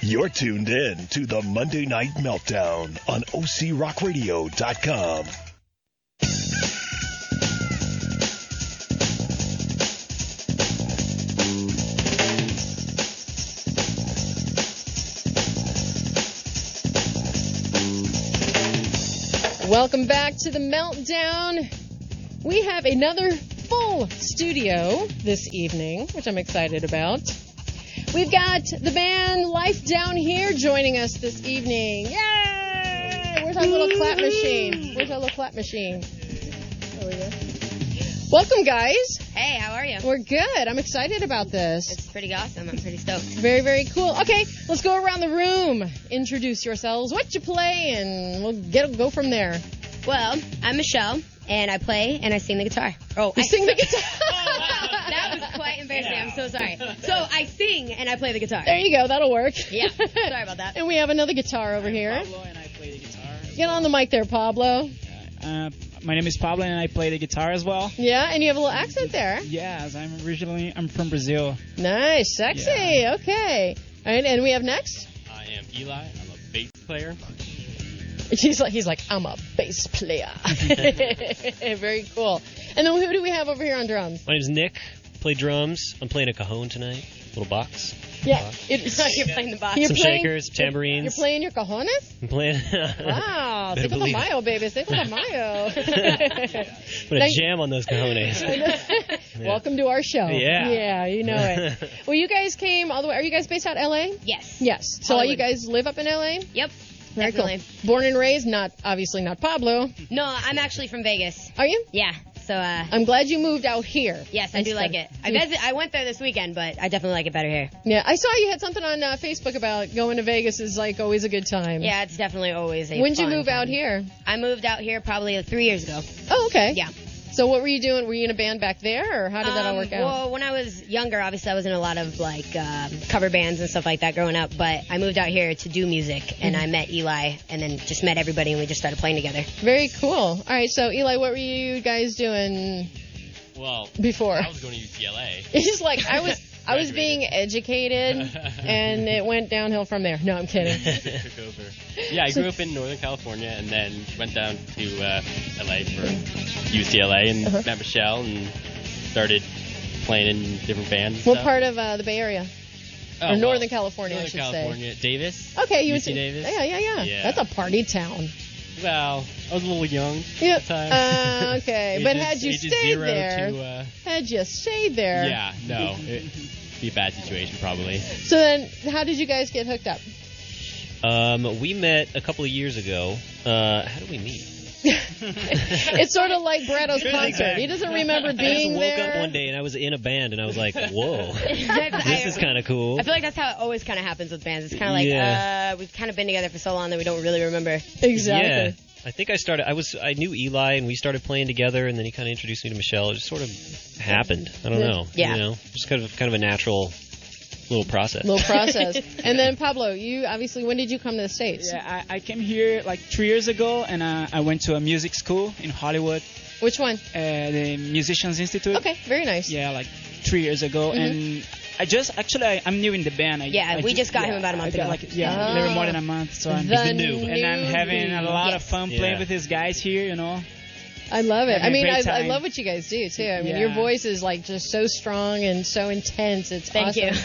[SPEAKER 8] You're tuned in to the Monday Night Meltdown on OCRockRadio.com.
[SPEAKER 3] Welcome back to The Meltdown. We have another full studio this evening, which I'm excited about. We've got the band Life Down Here joining us this evening. Yay! Where's our little clap machine?
[SPEAKER 10] Mm.
[SPEAKER 3] Where's our little clap machine? There we go. Welcome, guys.
[SPEAKER 10] Hey, how are you?
[SPEAKER 3] We're good. I'm excited about this.
[SPEAKER 10] It's pretty awesome. I'm pretty stoked.
[SPEAKER 3] Very, very cool. Okay, let's go around the room. Introduce yourselves, what you play, and we'll get go from there.
[SPEAKER 10] Well, I'm Michelle, and I play and I sing the guitar. Oh, I
[SPEAKER 3] You sing the guitar.
[SPEAKER 10] that was quite embarrassing. I'm so sorry. So I sing and I play the guitar.
[SPEAKER 3] There you go. That'll work.
[SPEAKER 10] Yeah. Sorry about that.
[SPEAKER 3] And we have another guitar over here. Get on the mic there, Pablo.
[SPEAKER 13] Uh, my name is Pablo, and I play the guitar as well.
[SPEAKER 3] Yeah, and you have a little accent there.
[SPEAKER 13] Yes, I'm originally I'm from Brazil.
[SPEAKER 3] Nice, sexy. Okay. All right, and we have next.
[SPEAKER 7] I am Eli. I'm a bass player.
[SPEAKER 3] He's like, he's like, I'm a bass player. Very cool. And then who do we have over here on drums?
[SPEAKER 7] My name's Nick. Play drums. I'm playing a cajon tonight. Little box.
[SPEAKER 3] Yeah, it-
[SPEAKER 10] You're playing the box.
[SPEAKER 3] You're
[SPEAKER 7] Uh-huh. some
[SPEAKER 3] playing-
[SPEAKER 7] shakers, tambourines.
[SPEAKER 3] You're playing your cojones?
[SPEAKER 7] I'm playing.
[SPEAKER 3] Wow,
[SPEAKER 7] Better
[SPEAKER 3] cinco de
[SPEAKER 7] believe it.
[SPEAKER 3] mayo, baby, cinco de mayo.
[SPEAKER 7] I'm gonna
[SPEAKER 3] Thank-
[SPEAKER 7] jam on those cajones.
[SPEAKER 3] Welcome to our show.
[SPEAKER 7] Yeah.
[SPEAKER 3] yeah, you know it. Well, you guys came all the way. Are you guys based out L.A.?
[SPEAKER 10] Yes.
[SPEAKER 3] Yes. So all you
[SPEAKER 10] Hollywood.
[SPEAKER 3] guys live up in L.A.
[SPEAKER 10] Yep.
[SPEAKER 3] Very cool.
[SPEAKER 10] Definitely.
[SPEAKER 3] Born and raised, not obviously not Pablo.
[SPEAKER 10] No, I'm actually from Vegas.
[SPEAKER 3] Are you?
[SPEAKER 10] Yeah.
[SPEAKER 14] so uh,
[SPEAKER 3] I'm glad you moved out here.
[SPEAKER 14] yes, I do like it. I,
[SPEAKER 3] Do-
[SPEAKER 14] visit, I went there this weekend, but I definitely like it better here.
[SPEAKER 3] Yeah, I saw you had something on uh, Facebook about going to Vegas is like always a good time.
[SPEAKER 14] Yeah, it's definitely
[SPEAKER 10] oh,
[SPEAKER 14] always a
[SPEAKER 3] When'd you
[SPEAKER 14] fun
[SPEAKER 3] move out
[SPEAKER 14] time.
[SPEAKER 3] here?
[SPEAKER 14] I moved out here probably three years ago.
[SPEAKER 3] Oh, okay.
[SPEAKER 14] Yeah.
[SPEAKER 3] So what were you doing? Were you in a band back there, or how did that all
[SPEAKER 14] Um,
[SPEAKER 3] work out?
[SPEAKER 14] Well, when I was younger, obviously I was in a lot of like um, cover bands and stuff like that growing up. But I moved out here to do music, and
[SPEAKER 3] Mm-hmm.
[SPEAKER 14] I met Eli, and then just met everybody, and we just started playing together.
[SPEAKER 3] Very cool. All right, so Eli, what were you guys doing?
[SPEAKER 15] Well,
[SPEAKER 3] Before.
[SPEAKER 15] I was going to UCLA.
[SPEAKER 3] He's like, I was, I was being educated, and it went downhill from there. No, I'm kidding.
[SPEAKER 15] Took over. Yeah, I grew up in Northern California and then went down to uh, LA for UCLA and
[SPEAKER 3] Uh-huh.
[SPEAKER 15] met Michelle and started playing in different bands. and
[SPEAKER 3] What
[SPEAKER 15] stuff.
[SPEAKER 3] part of uh, the Bay Area?
[SPEAKER 15] Oh,
[SPEAKER 3] or
[SPEAKER 15] well,
[SPEAKER 3] Northern California, I
[SPEAKER 15] Northern
[SPEAKER 3] should
[SPEAKER 15] California, Davis.
[SPEAKER 3] say. Okay, you
[SPEAKER 15] UC
[SPEAKER 3] would-
[SPEAKER 15] Davis.
[SPEAKER 3] Yeah, yeah, yeah,
[SPEAKER 15] Yeah.
[SPEAKER 3] That's a party town.
[SPEAKER 15] Well, I was a little young.
[SPEAKER 3] Yep.
[SPEAKER 15] time.
[SPEAKER 3] Uh, okay, but had you
[SPEAKER 15] ages
[SPEAKER 3] stayed
[SPEAKER 15] zero
[SPEAKER 3] there,
[SPEAKER 15] to, uh,
[SPEAKER 3] had you stayed there,
[SPEAKER 15] yeah, no, it'd be a bad situation probably.
[SPEAKER 3] So then, how did you guys get hooked up?
[SPEAKER 7] Um, we met a couple of years ago. Uh, how did we meet?
[SPEAKER 3] It's sort of like Bratto's concert. He doesn't remember being
[SPEAKER 7] I just woke up
[SPEAKER 3] there.
[SPEAKER 7] one day and I was in a band and I was like, whoa, this is kind of cool.
[SPEAKER 14] I feel like that's how it always kind of happens with bands. It's kind of like
[SPEAKER 7] Yeah.
[SPEAKER 14] uh, we've kind of been together for so long that we don't really remember.
[SPEAKER 7] Yeah. I think I started. I was. I knew Eli, and we started playing together, and then he kind of introduced me to Michelle. It just sort of happened. I don't know.
[SPEAKER 3] Yeah.
[SPEAKER 7] You know, just kind of kind of a natural little process.
[SPEAKER 3] Little process. and then Pablo, you obviously when did you come to the states?
[SPEAKER 13] Yeah, I, I came here like three years ago, and uh, I went to a music school in Hollywood.
[SPEAKER 3] Which one?
[SPEAKER 13] Uh, the Musicians Institute.
[SPEAKER 3] Okay, very nice.
[SPEAKER 13] Yeah, like three years ago,
[SPEAKER 3] Mhm.
[SPEAKER 13] and I just actually I, I'm new in the band. I,
[SPEAKER 14] Yeah,
[SPEAKER 13] I
[SPEAKER 14] we
[SPEAKER 13] ju-
[SPEAKER 14] just got him
[SPEAKER 13] yeah,
[SPEAKER 14] about a month
[SPEAKER 13] I got,
[SPEAKER 14] ago.
[SPEAKER 13] Like, yeah,
[SPEAKER 14] Ah.
[SPEAKER 13] a
[SPEAKER 3] Oh.
[SPEAKER 13] little more than a month. So I'm
[SPEAKER 14] The new-
[SPEAKER 13] and I'm having a lot of fun
[SPEAKER 7] Yeah.
[SPEAKER 13] playing with these guys here. You know.
[SPEAKER 3] I love it. I
[SPEAKER 13] Having a
[SPEAKER 3] mean, I,
[SPEAKER 13] great
[SPEAKER 3] I
[SPEAKER 13] time.
[SPEAKER 3] love what you guys do too. I mean,
[SPEAKER 13] Yeah.
[SPEAKER 3] your voice is like just so strong and so intense. It's
[SPEAKER 14] Thank
[SPEAKER 3] awesome.
[SPEAKER 14] you.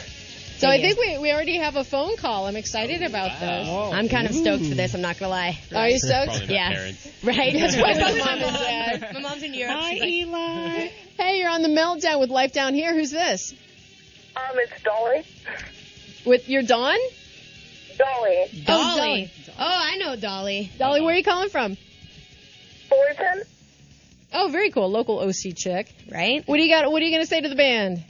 [SPEAKER 3] So
[SPEAKER 14] Thank
[SPEAKER 3] I think we, we already have a phone call. I'm excited about this.
[SPEAKER 14] I'm kind of stoked for this. I'm not gonna lie.
[SPEAKER 3] Are you stoked? Probably my
[SPEAKER 14] yeah.
[SPEAKER 3] parents.
[SPEAKER 14] Right.
[SPEAKER 3] That's probably my mom and
[SPEAKER 6] uh,
[SPEAKER 14] mom's-
[SPEAKER 3] dad.
[SPEAKER 14] My mom's in Europe.
[SPEAKER 3] Hi,
[SPEAKER 14] She's like,
[SPEAKER 3] Eli. Hey, you're on the meltdown with Life Down Here. Who's this?
[SPEAKER 16] Um, it's Dolly.
[SPEAKER 3] With your Dawn?
[SPEAKER 16] Dolly.
[SPEAKER 3] Oh,
[SPEAKER 14] Dolly. Oh, I know Dolly.
[SPEAKER 3] Dolly, where are you calling from?
[SPEAKER 16] Fullerton.
[SPEAKER 3] Oh, very cool. Local OC chick.
[SPEAKER 14] Right.
[SPEAKER 3] What do you got? What are you gonna say to the band?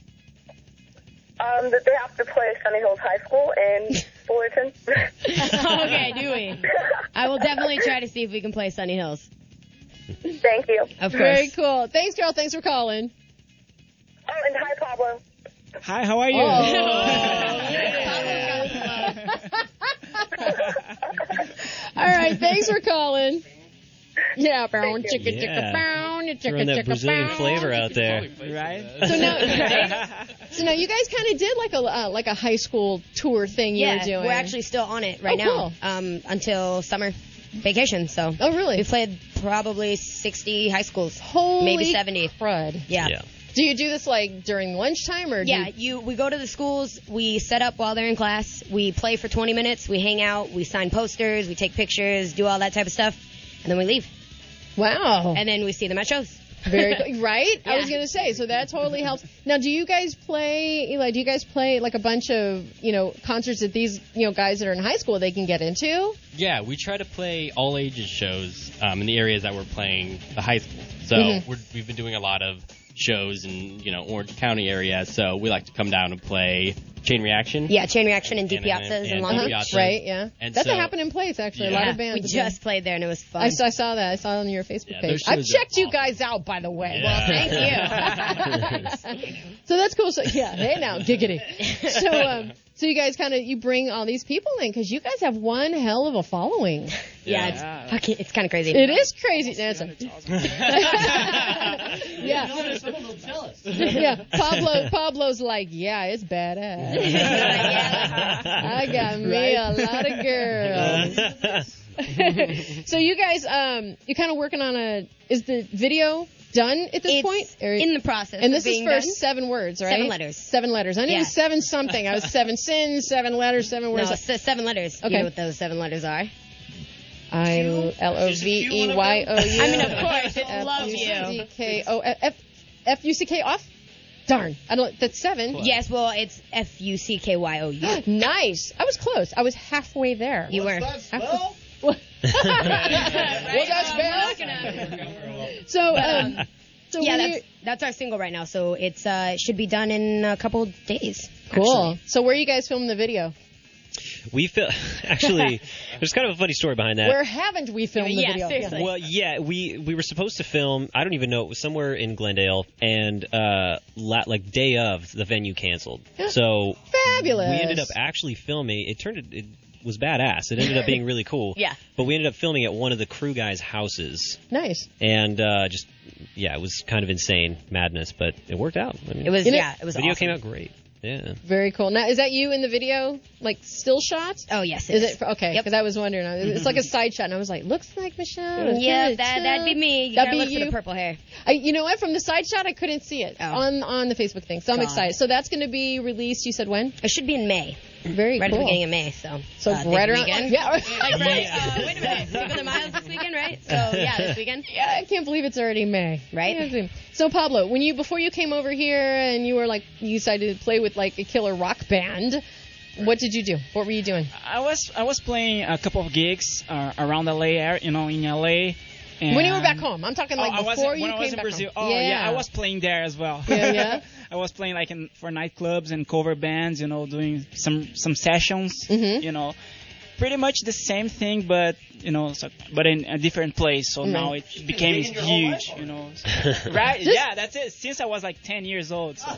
[SPEAKER 16] Um, that they have to play Sunny Hills High School in Fullerton.
[SPEAKER 14] okay, do we? I will definitely try to see if we can play Sunny Hills.
[SPEAKER 16] Thank you.
[SPEAKER 14] Of course.
[SPEAKER 3] Very cool. Thanks, girl. Thanks for calling.
[SPEAKER 16] Oh, and hi, Pablo.
[SPEAKER 13] Hi, how are you?
[SPEAKER 3] Oh.
[SPEAKER 14] Oh.
[SPEAKER 3] All right, thanks for calling. Yeah, brown
[SPEAKER 7] Thank you.
[SPEAKER 3] chicka chicka
[SPEAKER 7] Yeah.
[SPEAKER 3] brown
[SPEAKER 7] Throwing
[SPEAKER 3] chicka
[SPEAKER 7] that
[SPEAKER 3] chicka
[SPEAKER 7] Brazilian
[SPEAKER 3] brown.
[SPEAKER 7] flavor out there.
[SPEAKER 13] Right.
[SPEAKER 3] So now, so now you guys kind of did like a uh, like a high school tour thing you
[SPEAKER 14] yeah,
[SPEAKER 3] were doing.
[SPEAKER 14] we're actually still on it right
[SPEAKER 3] Oh,
[SPEAKER 14] now
[SPEAKER 3] cool.
[SPEAKER 14] um, until summer vacation. So.
[SPEAKER 3] Oh, really?
[SPEAKER 14] We played probably 60 high schools.
[SPEAKER 3] Holy
[SPEAKER 14] maybe 70.
[SPEAKER 3] crud.
[SPEAKER 14] Yeah.
[SPEAKER 3] Do you do this like during lunchtime or? do
[SPEAKER 14] Yeah,
[SPEAKER 3] you-
[SPEAKER 14] you we go to the schools, we set up while they're in class, we play for 20 minutes, we hang out, we sign posters, we take pictures, do all that type of stuff, and then we leave.
[SPEAKER 3] Wow.
[SPEAKER 14] And then we see them at shows.
[SPEAKER 3] Very good. right. I was
[SPEAKER 14] Yeah.
[SPEAKER 3] gonna say. So that totally helps. Now, do you guys play, Eli? Do you guys play like a bunch of you know concerts that these you know guys that are in high school they can get into?
[SPEAKER 15] Yeah, we try to play all ages shows um, in the areas that we're playing the high school. So
[SPEAKER 3] Mhm.
[SPEAKER 14] Mm-hmm.
[SPEAKER 15] we're, we've been doing a lot of shows in you know Orange County area. So we like to come down and play Chain Reaction.
[SPEAKER 14] Yeah, Chain Reaction and Deep
[SPEAKER 15] And- and-
[SPEAKER 14] Piazzas and,
[SPEAKER 15] and
[SPEAKER 14] Long
[SPEAKER 15] Deep
[SPEAKER 14] Beach.
[SPEAKER 15] Piazzas.
[SPEAKER 3] Right. Yeah.
[SPEAKER 15] And
[SPEAKER 3] That's
[SPEAKER 15] so-
[SPEAKER 3] a happening place actually. A lot
[SPEAKER 14] Yeah,
[SPEAKER 3] of bands.
[SPEAKER 14] we
[SPEAKER 3] have been-
[SPEAKER 14] just played there and it was fun.
[SPEAKER 3] I saw, I saw that. I saw it on your Facebook
[SPEAKER 14] Yeah,
[SPEAKER 3] page.
[SPEAKER 14] those
[SPEAKER 3] I've
[SPEAKER 14] shows are
[SPEAKER 3] checked you guys out, by the way.
[SPEAKER 14] Well, thank
[SPEAKER 3] you. so that's cool. So yeah, hey now, giggity. So um, so you guys kind of you bring all these people in because you guys have one hell of a following.
[SPEAKER 14] yeah, it's fucking, it's kind of crazy.
[SPEAKER 3] It is crazy, Nancy. yeah. yeah, Pablo. Pablo's like, yeah, it's badass. I got me a lot of girls. so you guys, um, you kind of working on a. Is the video done at this point? Or-
[SPEAKER 14] in the process
[SPEAKER 3] And
[SPEAKER 14] of
[SPEAKER 3] this is
[SPEAKER 14] being
[SPEAKER 3] for
[SPEAKER 14] done.
[SPEAKER 3] seven words, right?
[SPEAKER 14] Seven letters.
[SPEAKER 3] Seven letters. I knew it was
[SPEAKER 14] Yeah.
[SPEAKER 3] seven something. I was seven sins, seven letters, seven
[SPEAKER 14] No,
[SPEAKER 3] words.
[SPEAKER 14] se- seven letters. You
[SPEAKER 3] Okay.
[SPEAKER 14] know what those seven letters are?
[SPEAKER 3] I L O V E Y O U.
[SPEAKER 14] I mean, of course, it loves you.
[SPEAKER 3] F U C K O F F U C K off. Darn, I don't. That's seven.
[SPEAKER 14] Yes, well, it's F U C K Y O U.
[SPEAKER 3] nice. I was close. I was halfway there.
[SPEAKER 14] You were.
[SPEAKER 3] Halfway- Well, that's bad. So, um, So
[SPEAKER 14] Uh, yeah,
[SPEAKER 3] we-
[SPEAKER 14] that's, that's our single right now. So it's uh, it should be done in a couple days.
[SPEAKER 3] Cool. So where are you guys filming the video?
[SPEAKER 7] We fil- actually there's kind of a funny story behind that.
[SPEAKER 3] Where haven't we filmed the
[SPEAKER 14] Yeah,
[SPEAKER 3] video?
[SPEAKER 14] seriously.
[SPEAKER 7] Well, yeah, we we were supposed to film. I don't even know it was somewhere in Glendale, and uh, la- like day of the venue canceled. So
[SPEAKER 3] Fabulous.
[SPEAKER 7] we ended up actually filming. It turned it was badass. It ended up being really cool.
[SPEAKER 3] Yeah.
[SPEAKER 7] But we ended up filming at one of the crew guys' houses,
[SPEAKER 3] Nice.
[SPEAKER 7] and uh, just yeah, it was kind of insane madness, but it worked out. I mean,
[SPEAKER 14] It was- You know- yeah, it was
[SPEAKER 7] Video
[SPEAKER 14] awesome.
[SPEAKER 7] came out great. Yeah.
[SPEAKER 3] Very cool. Now, is that you in the video, like still shot?
[SPEAKER 14] Oh yes.
[SPEAKER 3] Is it okay? Because I was wondering. I- It's like a side shot, and I was like, looks like Michelle.
[SPEAKER 14] Yeah, that that'd be me. You gotta
[SPEAKER 3] That'd be
[SPEAKER 14] look for
[SPEAKER 3] you?
[SPEAKER 14] the purple hair. Oh.
[SPEAKER 3] I, you know what? From the side shot, I couldn't see it on on the Facebook thing, so I'm
[SPEAKER 14] God.
[SPEAKER 3] excited. So that's going to be released. You said when?
[SPEAKER 14] It should be in May.
[SPEAKER 3] Very
[SPEAKER 14] right
[SPEAKER 3] cool.
[SPEAKER 14] at the beginning of May. So
[SPEAKER 3] So
[SPEAKER 14] uh, this
[SPEAKER 3] right around
[SPEAKER 14] weekend.
[SPEAKER 3] yeah.
[SPEAKER 14] Like, right, uh, wait a minute. Cinco de Mayo's this weekend, right? So yeah, this weekend.
[SPEAKER 3] Yeah, I can't believe it's already May.
[SPEAKER 14] Right?
[SPEAKER 3] Yeah. So Pablo, when you before you came over here and you were like you decided to play with like a killer rock band, what did you do? What were you doing?
[SPEAKER 13] I was I was playing a couple of gigs uh, around LA, area, you know, in LA. And
[SPEAKER 3] when you were back home. I'm talking
[SPEAKER 13] Oh,
[SPEAKER 3] like
[SPEAKER 13] I was,
[SPEAKER 3] before you
[SPEAKER 13] when
[SPEAKER 3] came
[SPEAKER 13] I was in
[SPEAKER 3] back
[SPEAKER 13] Brazil.
[SPEAKER 3] home.
[SPEAKER 13] Oh yeah. I was playing there as well.
[SPEAKER 3] Yeah, yeah.
[SPEAKER 13] I was playing like in for nightclubs and cover bands, you know, doing some some sessions,
[SPEAKER 3] Mm-hmm.
[SPEAKER 13] you know. Pretty much the same thing, but you know, so, but in a different place. So
[SPEAKER 5] Mhm.
[SPEAKER 13] now it
[SPEAKER 5] You've been
[SPEAKER 13] became
[SPEAKER 5] digging your whole life
[SPEAKER 13] huge, you know. right?
[SPEAKER 3] Just-
[SPEAKER 13] yeah, that's it. Since I was like 10 years old, so,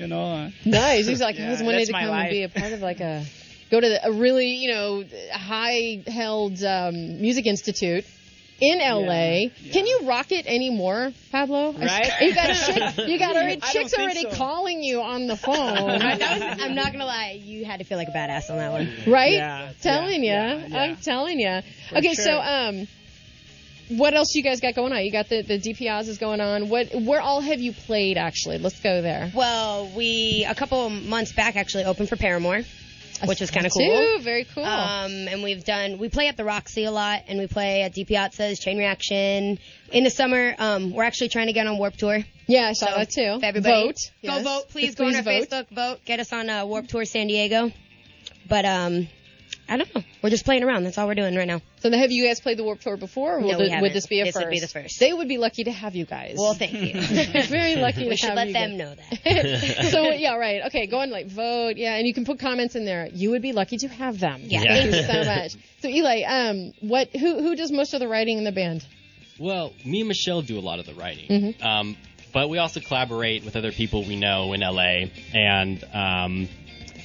[SPEAKER 13] you know.
[SPEAKER 3] Nice. He's like, I
[SPEAKER 13] yeah,
[SPEAKER 3] just wanted
[SPEAKER 13] that's
[SPEAKER 3] to
[SPEAKER 13] my
[SPEAKER 3] come
[SPEAKER 13] life.
[SPEAKER 3] and be a part of like a go to the, a really you know high held um, music institute in LA. Can you rock it anymore, Pablo? I s-
[SPEAKER 14] Right?
[SPEAKER 3] You got chicks. You got
[SPEAKER 14] I
[SPEAKER 3] already
[SPEAKER 14] don't
[SPEAKER 3] chicks
[SPEAKER 14] think
[SPEAKER 3] already
[SPEAKER 14] so.
[SPEAKER 3] calling you on the phone.
[SPEAKER 14] Right, that was, I'm not gonna lie, you had to feel like a badass on that one.
[SPEAKER 3] right?
[SPEAKER 14] Yeah,
[SPEAKER 3] telling
[SPEAKER 14] yeah,
[SPEAKER 3] ya.
[SPEAKER 14] yeah, yeah.
[SPEAKER 3] I'm telling ya.
[SPEAKER 14] For
[SPEAKER 3] okay,
[SPEAKER 14] sure.
[SPEAKER 3] so um, what else you guys got going on? You got the the DPIs is going on. What where all have you played actually? Let's go there.
[SPEAKER 14] Well, we a couple months back actually opened for Paramore, which was kind of cool.
[SPEAKER 3] Too, very cool.
[SPEAKER 14] Um, and we've done we play at the Roxy a lot, and we play at D Piazza's Chain Reaction. In the summer, um, we're actually trying to get on Warp Tour.
[SPEAKER 3] Yeah, I saw that too.
[SPEAKER 14] If everybody,
[SPEAKER 3] Vote.
[SPEAKER 14] go
[SPEAKER 3] Yes.
[SPEAKER 14] vote, please.
[SPEAKER 3] Just
[SPEAKER 14] go on
[SPEAKER 3] please
[SPEAKER 14] our
[SPEAKER 3] vote.
[SPEAKER 14] Facebook, vote, get us on uh, Warp Tour San Diego. But um, I don't know. We're just playing around. That's all we're doing right now.
[SPEAKER 3] So have you guys played the Warp Tour before? Or
[SPEAKER 14] No,
[SPEAKER 3] will
[SPEAKER 14] we
[SPEAKER 3] th-
[SPEAKER 14] haven't.
[SPEAKER 3] would this be a
[SPEAKER 14] This
[SPEAKER 3] first?
[SPEAKER 14] would be the first.
[SPEAKER 3] They would be lucky to have you guys.
[SPEAKER 14] Well, thank you.
[SPEAKER 3] Very lucky.
[SPEAKER 14] We
[SPEAKER 3] to
[SPEAKER 14] should
[SPEAKER 3] have
[SPEAKER 14] let
[SPEAKER 3] you
[SPEAKER 14] them
[SPEAKER 3] guys.
[SPEAKER 14] know that.
[SPEAKER 3] so yeah, right. Okay, go and like vote. Yeah, and you can put comments in there. You would be lucky to have them.
[SPEAKER 7] Yeah.
[SPEAKER 3] Thank you
[SPEAKER 7] Yeah.
[SPEAKER 3] so much. So Eli, um, what who who does most of the writing in the band?
[SPEAKER 15] Well, me and Michelle do a lot of the writing,
[SPEAKER 14] Mm-hmm.
[SPEAKER 3] Mhm.
[SPEAKER 15] um, but we also collaborate with other people we know in LA and um,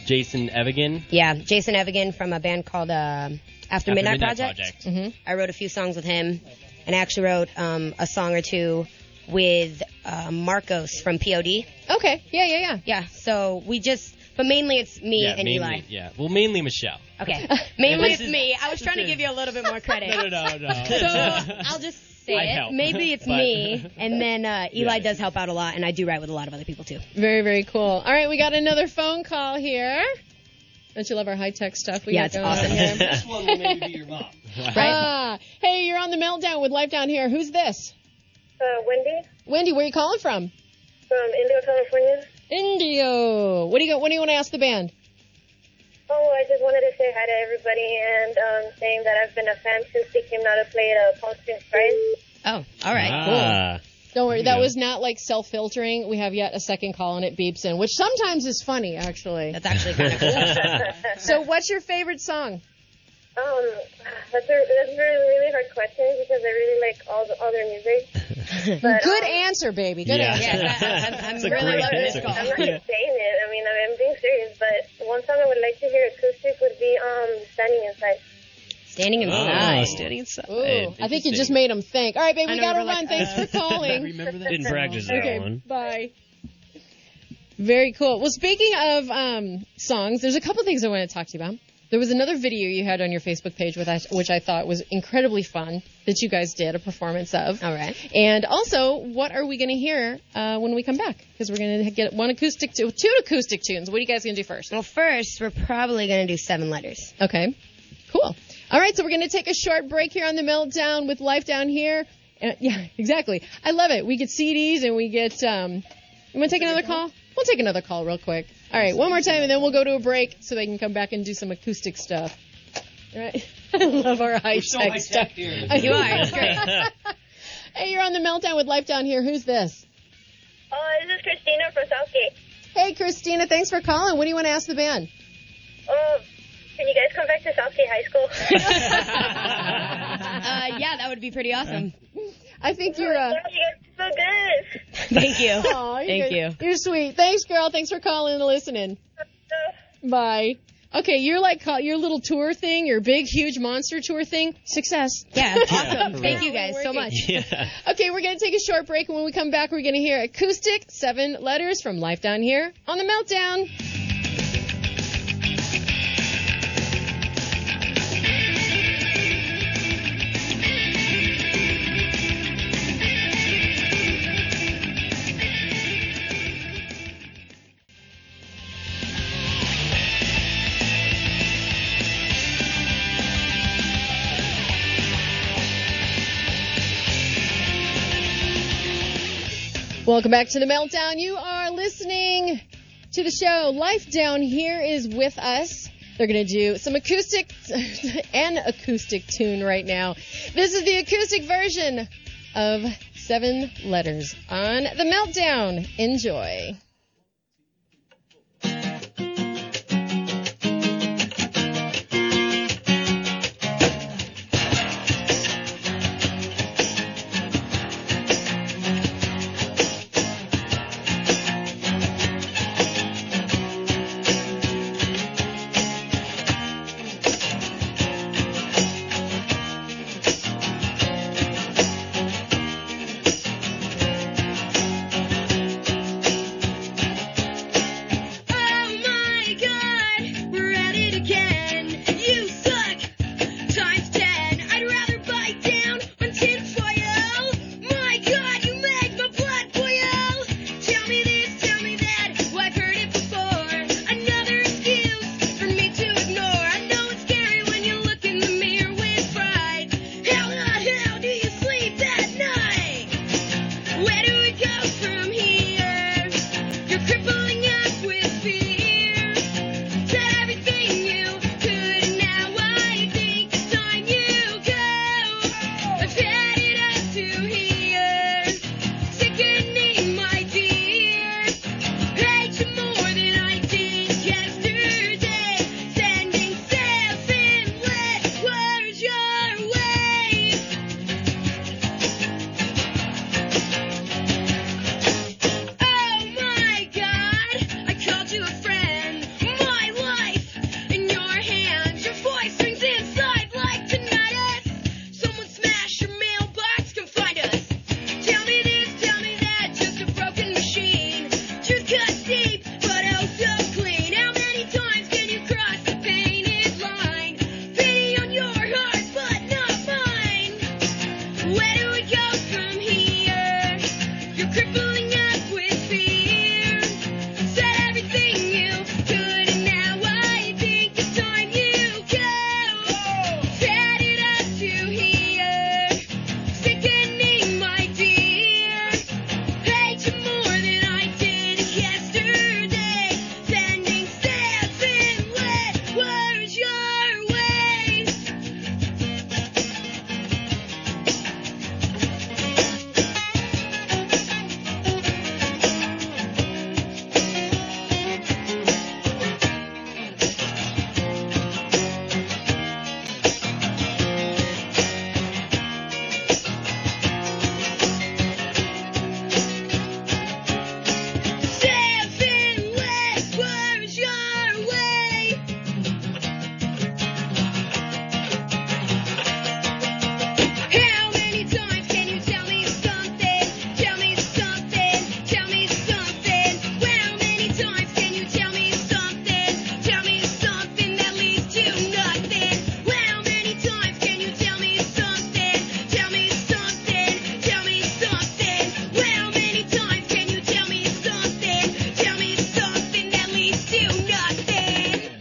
[SPEAKER 15] Jason Evigan.
[SPEAKER 14] Yeah, Jason Evigan from a band called uh, After, Midnight,
[SPEAKER 15] Midnight
[SPEAKER 14] Project.
[SPEAKER 15] Project.
[SPEAKER 3] Mm-hmm.
[SPEAKER 14] I wrote a few songs with him, and I actually wrote um, a song or two with uh, Marcos from POD.
[SPEAKER 3] Okay, yeah, yeah, yeah.
[SPEAKER 14] Yeah, so we just, but mainly it's me
[SPEAKER 15] yeah,
[SPEAKER 14] and
[SPEAKER 15] mainly,
[SPEAKER 14] Eli.
[SPEAKER 15] Yeah, well, mainly Michelle.
[SPEAKER 14] Okay, mainly
[SPEAKER 15] this
[SPEAKER 14] it's
[SPEAKER 15] is-
[SPEAKER 14] me. I was trying to give you a little bit more credit.
[SPEAKER 15] No, no, no, no.
[SPEAKER 14] So I'll just say
[SPEAKER 15] I
[SPEAKER 14] it.
[SPEAKER 15] help,
[SPEAKER 14] Maybe it's
[SPEAKER 15] but-
[SPEAKER 14] me, and then uh, Eli does help out a lot, and I do write with a lot of other people too.
[SPEAKER 3] Very very cool. All right, we got another phone call here. Don't you love our high tech stuff? We
[SPEAKER 14] Yeah,
[SPEAKER 3] got
[SPEAKER 14] it's
[SPEAKER 3] going on
[SPEAKER 14] awesome.
[SPEAKER 3] here?
[SPEAKER 14] This
[SPEAKER 15] one will maybe be your mom.
[SPEAKER 3] Ah, hey, you're on the meltdown with life down here. Who's this?
[SPEAKER 16] Uh, Wendy
[SPEAKER 3] Wendy, where are you calling from?
[SPEAKER 16] from Indio, California.
[SPEAKER 3] Indio. What do you got? What do you want to ask the band?
[SPEAKER 16] Oh, I just wanted to say hi to everybody and um, saying that I've been a fan since they came out and played uh, Pumpkin Spice.
[SPEAKER 14] Oh, all right,
[SPEAKER 7] Ah.
[SPEAKER 3] Don't worry,
[SPEAKER 7] There you
[SPEAKER 3] that
[SPEAKER 7] go.
[SPEAKER 3] was not like self filtering. We have yet a second call and it beeps in, which sometimes is funny, actually.
[SPEAKER 14] That's actually kind of
[SPEAKER 3] cool. so, what's your favorite song?
[SPEAKER 16] Um, that's a that's a really really hard question because I really like all the all their music. But,
[SPEAKER 3] Good
[SPEAKER 16] um,
[SPEAKER 3] answer, baby. Good
[SPEAKER 16] Yeah.
[SPEAKER 3] answer.
[SPEAKER 16] Yes,
[SPEAKER 14] I- I'm- I'm really
[SPEAKER 16] I'm not
[SPEAKER 14] loving this
[SPEAKER 16] saying
[SPEAKER 14] call.
[SPEAKER 16] it. I mean, I'm, I'm being serious. But one song I would like to hear acoustic would be um "Standing Inside."
[SPEAKER 14] Standing
[SPEAKER 7] Oh,
[SPEAKER 15] Ah.
[SPEAKER 14] inside.
[SPEAKER 7] standing inside.
[SPEAKER 3] Ooh, I think you just made them think. All right, babe,
[SPEAKER 14] I
[SPEAKER 3] we
[SPEAKER 14] know,
[SPEAKER 3] gotta
[SPEAKER 14] we're
[SPEAKER 3] run.
[SPEAKER 14] like,
[SPEAKER 3] Thanks
[SPEAKER 14] uh,
[SPEAKER 3] for calling.
[SPEAKER 7] Remember that Didn't practice that
[SPEAKER 3] okay,
[SPEAKER 7] one.
[SPEAKER 3] bye. Very cool. Well, speaking of um, songs, there's a couple things I want to talk to you about. There was another video you had on your Facebook page, with us, which I thought was incredibly fun that you guys did a performance of.
[SPEAKER 14] All right.
[SPEAKER 3] And also, what are we going to hear uh, when we come back? Because we're going to get one acoustic, tu- two acoustic tunes. What are you guys going to do first?
[SPEAKER 14] Well, first we're probably gonna do seven letters.
[SPEAKER 3] Okay. Cool. All right, so we're going to take a short break here on the meltdown with life down here. Uh, yeah, exactly. I love it. We get CDs and we get. Um, you want to take another call? We'll take another call real quick. All right, one more time, and then we'll go to a break so they can come back and do some acoustic stuff. All right. I love our high tech stuff.
[SPEAKER 14] You are. It's great.
[SPEAKER 3] hey, you're on the meltdown with life down here. Who's this?
[SPEAKER 16] Oh, this is Christina from Southgate.
[SPEAKER 3] Hey, Christina, thanks for calling. What do you want to ask the band?
[SPEAKER 16] Oh, can you guys come back to Southgate High School?
[SPEAKER 14] Uh, yeah, that would be pretty awesome.
[SPEAKER 3] I think you're. Uh...
[SPEAKER 16] You guys are so good.
[SPEAKER 14] Thank you.
[SPEAKER 3] Aw, you're
[SPEAKER 14] Thank
[SPEAKER 3] good. You're sweet. Thanks, girl. Thanks for calling and listening. Bye. Okay, you're like ca- your little tour thing, your big, huge monster tour thing. Success.
[SPEAKER 14] Yeah, awesome.
[SPEAKER 3] for
[SPEAKER 14] Thank
[SPEAKER 3] real.
[SPEAKER 14] you guys so much.
[SPEAKER 7] Yeah.
[SPEAKER 3] Okay, we're gonna take a short break, and when we come back, we're gonna hear acoustic seven letters from Life Down Here on the Meltdown. Welcome back to the Meltdown. You are listening to the show. Life Down Here is with us. They're going to do some acoustic, an acoustic tune right now. This is the acoustic version of Seven Letters on the Meltdown. Enjoy.
[SPEAKER 6] Oh my god, we're at it again. You suck. Times ten. I'd rather bite down on tinfoil. My god, you make my blood boil. Tell me this, tell me that. Well, I've heard it before. Another excuse for me to ignore. I know it's scary when you look in the mirror with fright. How the hell do you sleep at night? Where do we go from here? You're crippling us with fear. Said everything you could, and now I think it's time you go. I've had it up to here. Sickening, my dear. Hate you more than I did yesterday. Sending seven letters your way. Oh my god, I called you a friend. My life in your hands. Your voice rings inside like tinnitus. Someone smash your mailbox, come find us. Tell me this, tell me that, just a broken machine. Truth cuts deep, but oh so clean. How many times can you cross the painted line? Pity on your heart, but not mine. Where do we go from here? You're crippling us with fear. Said everything you could, and now I think it's time you go. Set it up to here. Sickening, my dear. Hate you more than I did yesterday. Sending seven letters your way. Seven letters your way. How many times can you tell me something? Tell me something. Tell me something. How many times can you tell me something? Tell me something that leads to nothing. How many times can you tell me something? Tell me something. Tell me something. How many times can you tell me something? Tell me something that leads to nothing.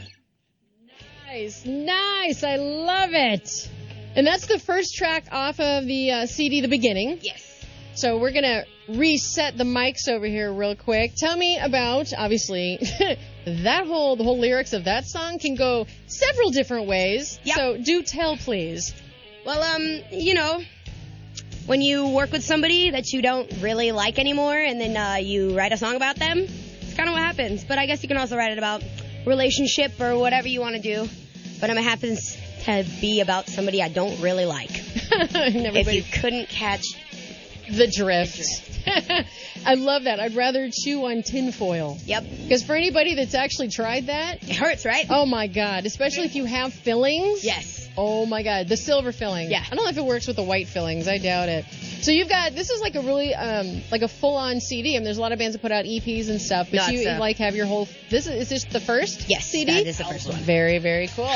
[SPEAKER 3] Nice, nice. I love it. And that's the first track off of the uh, CD, The Beginning.
[SPEAKER 10] Yes.
[SPEAKER 3] So we're going to reset the mics over here real quick. Tell me about, obviously, that whole, the whole lyrics of that song can go several different ways. So do tell, please.
[SPEAKER 10] Well, um, you know,
[SPEAKER 14] when you work with somebody that you don't really like anymore and then uh, you write a song about them. It's kind of what happens. But I guess you can also write it about relationship or whatever you want to do. But um, it happens to be about somebody I don't really like. if you couldn't catch
[SPEAKER 3] the drift. I love that. I'd rather chew on tinfoil.
[SPEAKER 14] Yep.
[SPEAKER 3] Because for anybody that's actually tried that,
[SPEAKER 14] it hurts, right?
[SPEAKER 3] Oh my god! Especially if you have fillings.
[SPEAKER 14] Yes.
[SPEAKER 3] Oh my god, the silver filling.
[SPEAKER 14] Yeah.
[SPEAKER 3] I don't know if it works with the white fillings. I doubt it. So you've got this is like a really um like a full on CD. I mean, there's a lot of bands that put out EPs and stuff, but
[SPEAKER 14] No,
[SPEAKER 3] you
[SPEAKER 14] it's, uh,
[SPEAKER 3] like have your whole. This is, is this the first
[SPEAKER 14] Yes,
[SPEAKER 3] CD?
[SPEAKER 14] that is the first one.
[SPEAKER 3] Very very cool.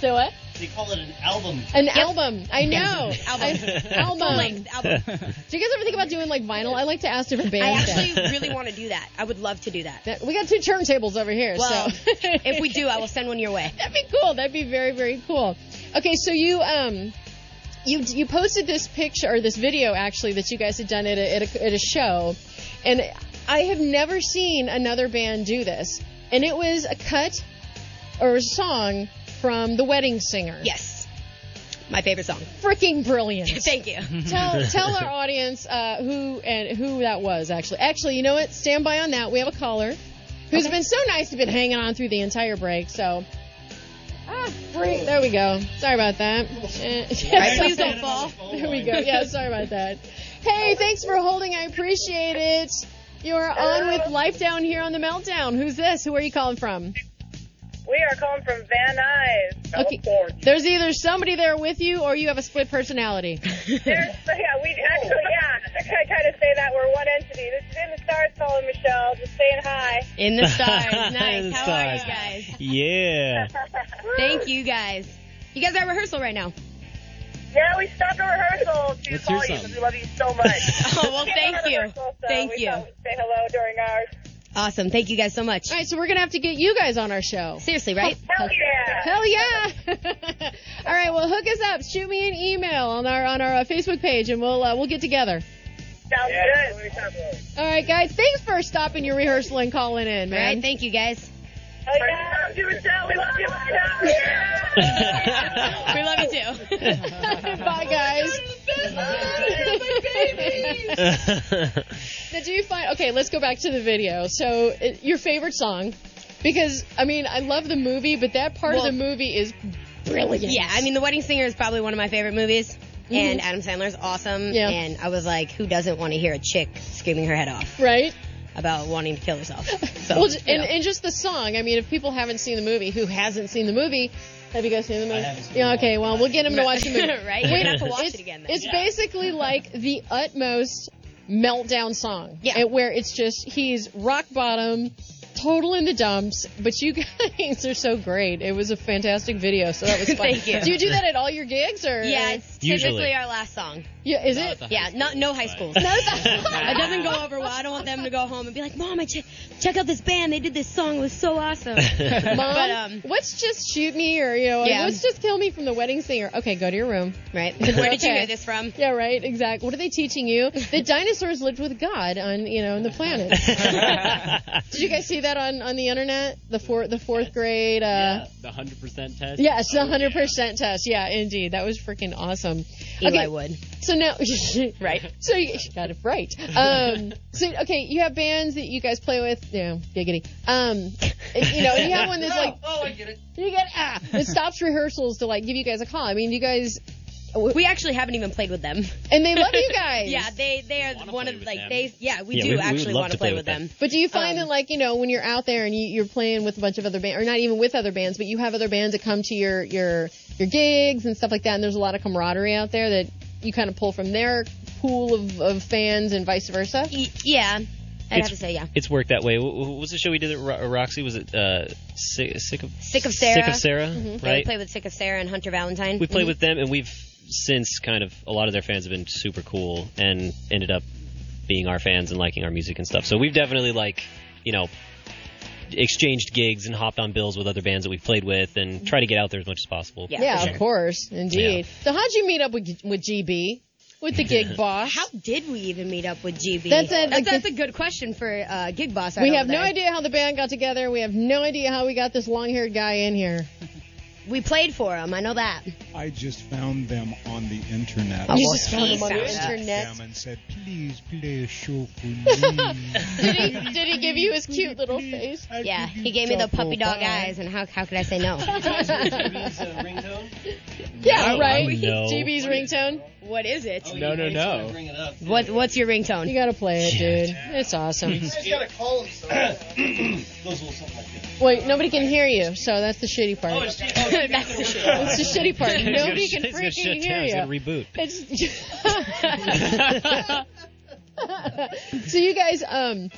[SPEAKER 3] so uh, what?
[SPEAKER 4] They call it an album.
[SPEAKER 3] An album. I know.
[SPEAKER 14] Album.
[SPEAKER 3] I- album.
[SPEAKER 14] Full-length album.
[SPEAKER 3] Do you guys ever think about doing like vinyl? I like to ask different
[SPEAKER 14] I
[SPEAKER 3] bands. that.
[SPEAKER 14] actually really want to do that. I would love to do that.
[SPEAKER 3] That- We got two turntables over here.
[SPEAKER 14] Well,
[SPEAKER 3] so
[SPEAKER 14] if we do, I will send one your way.
[SPEAKER 3] that'd be cool. That'd be very very cool. Okay, so you um. You, you posted this picture or this video actually that you guys had done at a, at a, at a show, and I have never seen another band do this. And it was a cut or a song from The Wedding Singer.
[SPEAKER 14] Yes, my favorite song.
[SPEAKER 3] Freaking brilliant.
[SPEAKER 14] Thank you.
[SPEAKER 3] tell tell our audience uh, who and who that was actually. Actually, you know what? Stand by on that. We have a caller who's been so nice. He's been hanging on through the entire break. So. Ah, free. There we go. Sorry about that. Eh,
[SPEAKER 14] Right, please don't fall.
[SPEAKER 3] There we go. Yeah, sorry about that. Hey, thanks for holding. I appreciate it. You are on with Life Down here on the Meltdown. Who's this? Who are you calling from?
[SPEAKER 17] We are calling from Van Nuys,
[SPEAKER 3] Okay.
[SPEAKER 17] California.
[SPEAKER 3] There's either somebody there with you or you have a split personality.
[SPEAKER 17] There's, yeah, we actually, yeah, I kind of say that we're one entity. This is in the stars, Paul and Michelle, just saying hi.
[SPEAKER 14] In the stars. Nice.
[SPEAKER 7] In the
[SPEAKER 14] How
[SPEAKER 7] stars.
[SPEAKER 14] are you guys?
[SPEAKER 7] Yeah.
[SPEAKER 14] Thank you guys. You guys are at rehearsal right now.
[SPEAKER 17] Yeah, we stopped our rehearsal to
[SPEAKER 7] Let's hear
[SPEAKER 17] call you
[SPEAKER 7] something.
[SPEAKER 17] because we love you so much.
[SPEAKER 14] Oh, well,
[SPEAKER 17] We
[SPEAKER 14] thank
[SPEAKER 17] have a
[SPEAKER 14] you.
[SPEAKER 17] rehearsal, so
[SPEAKER 14] Thank
[SPEAKER 17] we
[SPEAKER 14] you.
[SPEAKER 17] thought we'd Say hello during ours.
[SPEAKER 14] Awesome. Thank you guys so much.
[SPEAKER 3] All right, so we're gonna have to get you guys on our show.
[SPEAKER 14] Seriously, right?
[SPEAKER 17] Hell yeah.
[SPEAKER 3] Hell yeah! All right, well, hook us up. Shoot me an email on our on our uh, Facebook page, and we'll uh, we'll get together.
[SPEAKER 17] Sounds
[SPEAKER 3] Yeah,
[SPEAKER 17] good.
[SPEAKER 3] All right, guys, thanks for stopping your rehearsal and calling in, man.
[SPEAKER 14] Right, thank you guys.
[SPEAKER 17] Hell Oh, yeah. Love you, Michelle. We love you, Michelle. Yeah.
[SPEAKER 14] we love you too.
[SPEAKER 3] Bye, guys. now, do you find okay? Let's go back to the video. So, it, your favorite song, because I mean, I love the movie, but that part
[SPEAKER 14] Well-
[SPEAKER 3] of the movie is brilliant.
[SPEAKER 14] Yeah, I mean, The Wedding Singer is probably one of my favorite movies. And
[SPEAKER 3] Mhm.
[SPEAKER 14] Adam Sandler's awesome.
[SPEAKER 3] Yeah.
[SPEAKER 14] And I was like, who doesn't want to hear a chick screaming her head off
[SPEAKER 3] right.
[SPEAKER 14] about wanting to kill herself? So,
[SPEAKER 3] well, j-
[SPEAKER 14] you
[SPEAKER 3] and,
[SPEAKER 14] know.
[SPEAKER 3] and just the song. I mean, if people haven't seen the movie, who hasn't seen the movie? Have you guys seen the movie? yeah. Okay. Well, we'll get them to watch the movie.
[SPEAKER 14] Right? We're gonna have to watch
[SPEAKER 3] it's,
[SPEAKER 14] it again then.
[SPEAKER 3] It's
[SPEAKER 14] Yeah.
[SPEAKER 3] basically like the utmost meltdown song. Yeah. where it's just he's rock bottom, total in the dumps. But you guys are so great. It was a fantastic video. So that was fun.
[SPEAKER 14] Thank you.
[SPEAKER 3] Do you do that at all your gigs or?
[SPEAKER 14] yeah, it's
[SPEAKER 7] Usually.
[SPEAKER 14] typically our last song.
[SPEAKER 3] Yeah. Is it?
[SPEAKER 14] Yeah, no, no high schools. it doesn't go over well. I don't want them to go home and be like, Mom, I che- check out this band. They did this song. It was so awesome.
[SPEAKER 3] Mom,
[SPEAKER 14] but, um,
[SPEAKER 3] let's just shoot me or you know,
[SPEAKER 14] Yeah.
[SPEAKER 3] let's just kill me from the wedding singer. Okay, go to your room.
[SPEAKER 14] right? Where did you
[SPEAKER 3] Okay.
[SPEAKER 14] hear this from?
[SPEAKER 3] Yeah, right. Exactly. What are they teaching you? The dinosaurs lived with God on you know on the planet. Did you guys see that on on the internet? The four the fourth grade. Uh,
[SPEAKER 15] The 100% test?
[SPEAKER 14] Oh,
[SPEAKER 3] Yes, the hundred percent test. Yeah, indeed, that was freaking awesome.
[SPEAKER 14] Eli Wood.
[SPEAKER 3] So now,
[SPEAKER 14] right?
[SPEAKER 3] So you she got it right. Um, so okay, you have bands that you guys play with. Yeah, giggity. Um, you know, and you have one that's like
[SPEAKER 6] Oh, I get it.
[SPEAKER 3] you get ah, it stops rehearsals to like give you guys a call. I mean, you guys,
[SPEAKER 14] We actually haven't even played with them.
[SPEAKER 3] and they love you guys.
[SPEAKER 14] Yeah, they they are one of like they yeah we
[SPEAKER 7] Yeah, we-
[SPEAKER 14] do
[SPEAKER 7] we would
[SPEAKER 14] actually
[SPEAKER 7] love
[SPEAKER 14] want
[SPEAKER 7] to
[SPEAKER 14] to
[SPEAKER 7] play
[SPEAKER 14] play
[SPEAKER 7] with
[SPEAKER 14] with
[SPEAKER 7] them.
[SPEAKER 14] them. Um,
[SPEAKER 3] But do you find that, like, you know, when you're out there and you, you're playing with a bunch of other bands, or not even with other bands, but you have other bands that come to your your your gigs and stuff like that, and there's a lot of camaraderie out there that you kind of pull from their pool of, of fans and vice versa?
[SPEAKER 14] Yeah, I'd have
[SPEAKER 7] It's-
[SPEAKER 14] to say yeah.
[SPEAKER 7] It's worked that way. Wh- wh- What was the show we did at Ro- Roxy? Was it uh, sick, sick of
[SPEAKER 14] Sick of Sarah.
[SPEAKER 7] Sick of Sarah,
[SPEAKER 14] Mhm. Yeah, We
[SPEAKER 7] right?
[SPEAKER 14] played Mm-hmm. with Sick of Sarah and Hunter Valentine.
[SPEAKER 7] We played with them, and we've since kind of a lot of their fans have been super cool and ended up being our fans and liking our music and stuff. So we've definitely like, you know, exchanged gigs and hopped on bills with other bands that we've played with and try to get out there as much as possible.
[SPEAKER 3] of course, indeed. So how'd you meet up with with GB, with the gig boss?
[SPEAKER 14] How did we even meet up with GB?
[SPEAKER 3] That's a-
[SPEAKER 14] that's, that's a good question for uh, Gig Boss. right
[SPEAKER 3] we
[SPEAKER 14] over
[SPEAKER 3] have no
[SPEAKER 14] there.
[SPEAKER 3] idea how the band got together. We have no idea how we got this long-haired guy in here.
[SPEAKER 14] We played for them. I know that.
[SPEAKER 18] I just found them on the internet.
[SPEAKER 14] You just found them on the internet?
[SPEAKER 18] Them and said, please play a show for me.
[SPEAKER 3] did he did he give you his cute little face?
[SPEAKER 14] Yeah, he gave me the puppy dog eyes, and how how could I say no?
[SPEAKER 3] Yeah,
[SPEAKER 14] Oh,
[SPEAKER 3] right.
[SPEAKER 14] no.
[SPEAKER 3] GB's ringtone.
[SPEAKER 14] What is it?
[SPEAKER 15] No, no, no.
[SPEAKER 14] What what's your ringtone?
[SPEAKER 3] You gotta play it, dude. It's awesome.
[SPEAKER 4] Those little something like that.
[SPEAKER 3] Wait, nobody can hear you, so that's the shitty
[SPEAKER 7] Oh,
[SPEAKER 3] part. that's the shitty. That's the shitty part.
[SPEAKER 7] He's gonna
[SPEAKER 3] Nobody
[SPEAKER 7] sh-
[SPEAKER 3] can
[SPEAKER 7] he's gonna shut
[SPEAKER 3] freaking
[SPEAKER 7] down. He's
[SPEAKER 3] hear
[SPEAKER 7] gonna
[SPEAKER 3] you.
[SPEAKER 7] reboot.
[SPEAKER 3] It's- so you guys, um,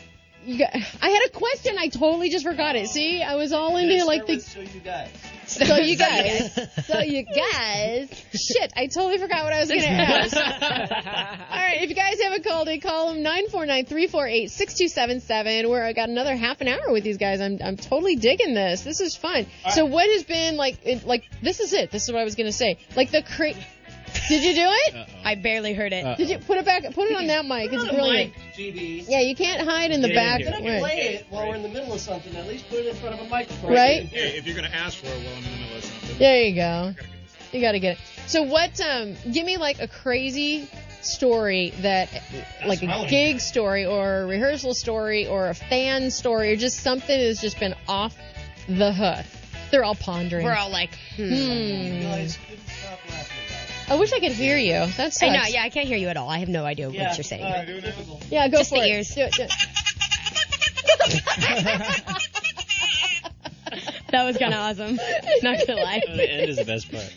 [SPEAKER 3] you got, I had a question. I totally just forgot it. See, I was all into like the.
[SPEAKER 4] So you guys.
[SPEAKER 3] So you guys, so you guys, shit! I totally forgot what I was gonna ask. All right, if you guys haven't called in, call them 949-348-6277. Where I got another half an hour with these guys. I'm I'm totally digging this. This is fun. So what has been like it, like this is it. This is what I was gonna say. Like the cra- Did you do it?
[SPEAKER 14] I barely heard it.
[SPEAKER 3] Did you put it back? Put it on that mic. It's brilliant.
[SPEAKER 4] GB.
[SPEAKER 3] Yeah, you can't hide in the back.
[SPEAKER 4] If you're gonna
[SPEAKER 3] Right.
[SPEAKER 4] play it while we're in the middle of something, at least put it in front of a microphone.
[SPEAKER 3] Right?
[SPEAKER 4] Yeah, if you're
[SPEAKER 18] going to ask for it while I'm in the middle of something.
[SPEAKER 3] There you go. You gotta get it. So what? Um, give me like a crazy story that, like a gig story or a rehearsal story or a fan story or just something that's just been off the hook. They're all pondering.
[SPEAKER 14] We're all like, hmm.
[SPEAKER 3] I wish I could hear you. That's
[SPEAKER 14] I know. Yeah, I can't hear you at all. I have no idea what you're saying.
[SPEAKER 3] Yeah, go
[SPEAKER 14] Just
[SPEAKER 3] for
[SPEAKER 14] the
[SPEAKER 3] it.
[SPEAKER 14] ears.
[SPEAKER 3] Do it, do it.
[SPEAKER 14] That was kind of awesome. Not gonna lie.
[SPEAKER 7] The end is the best part.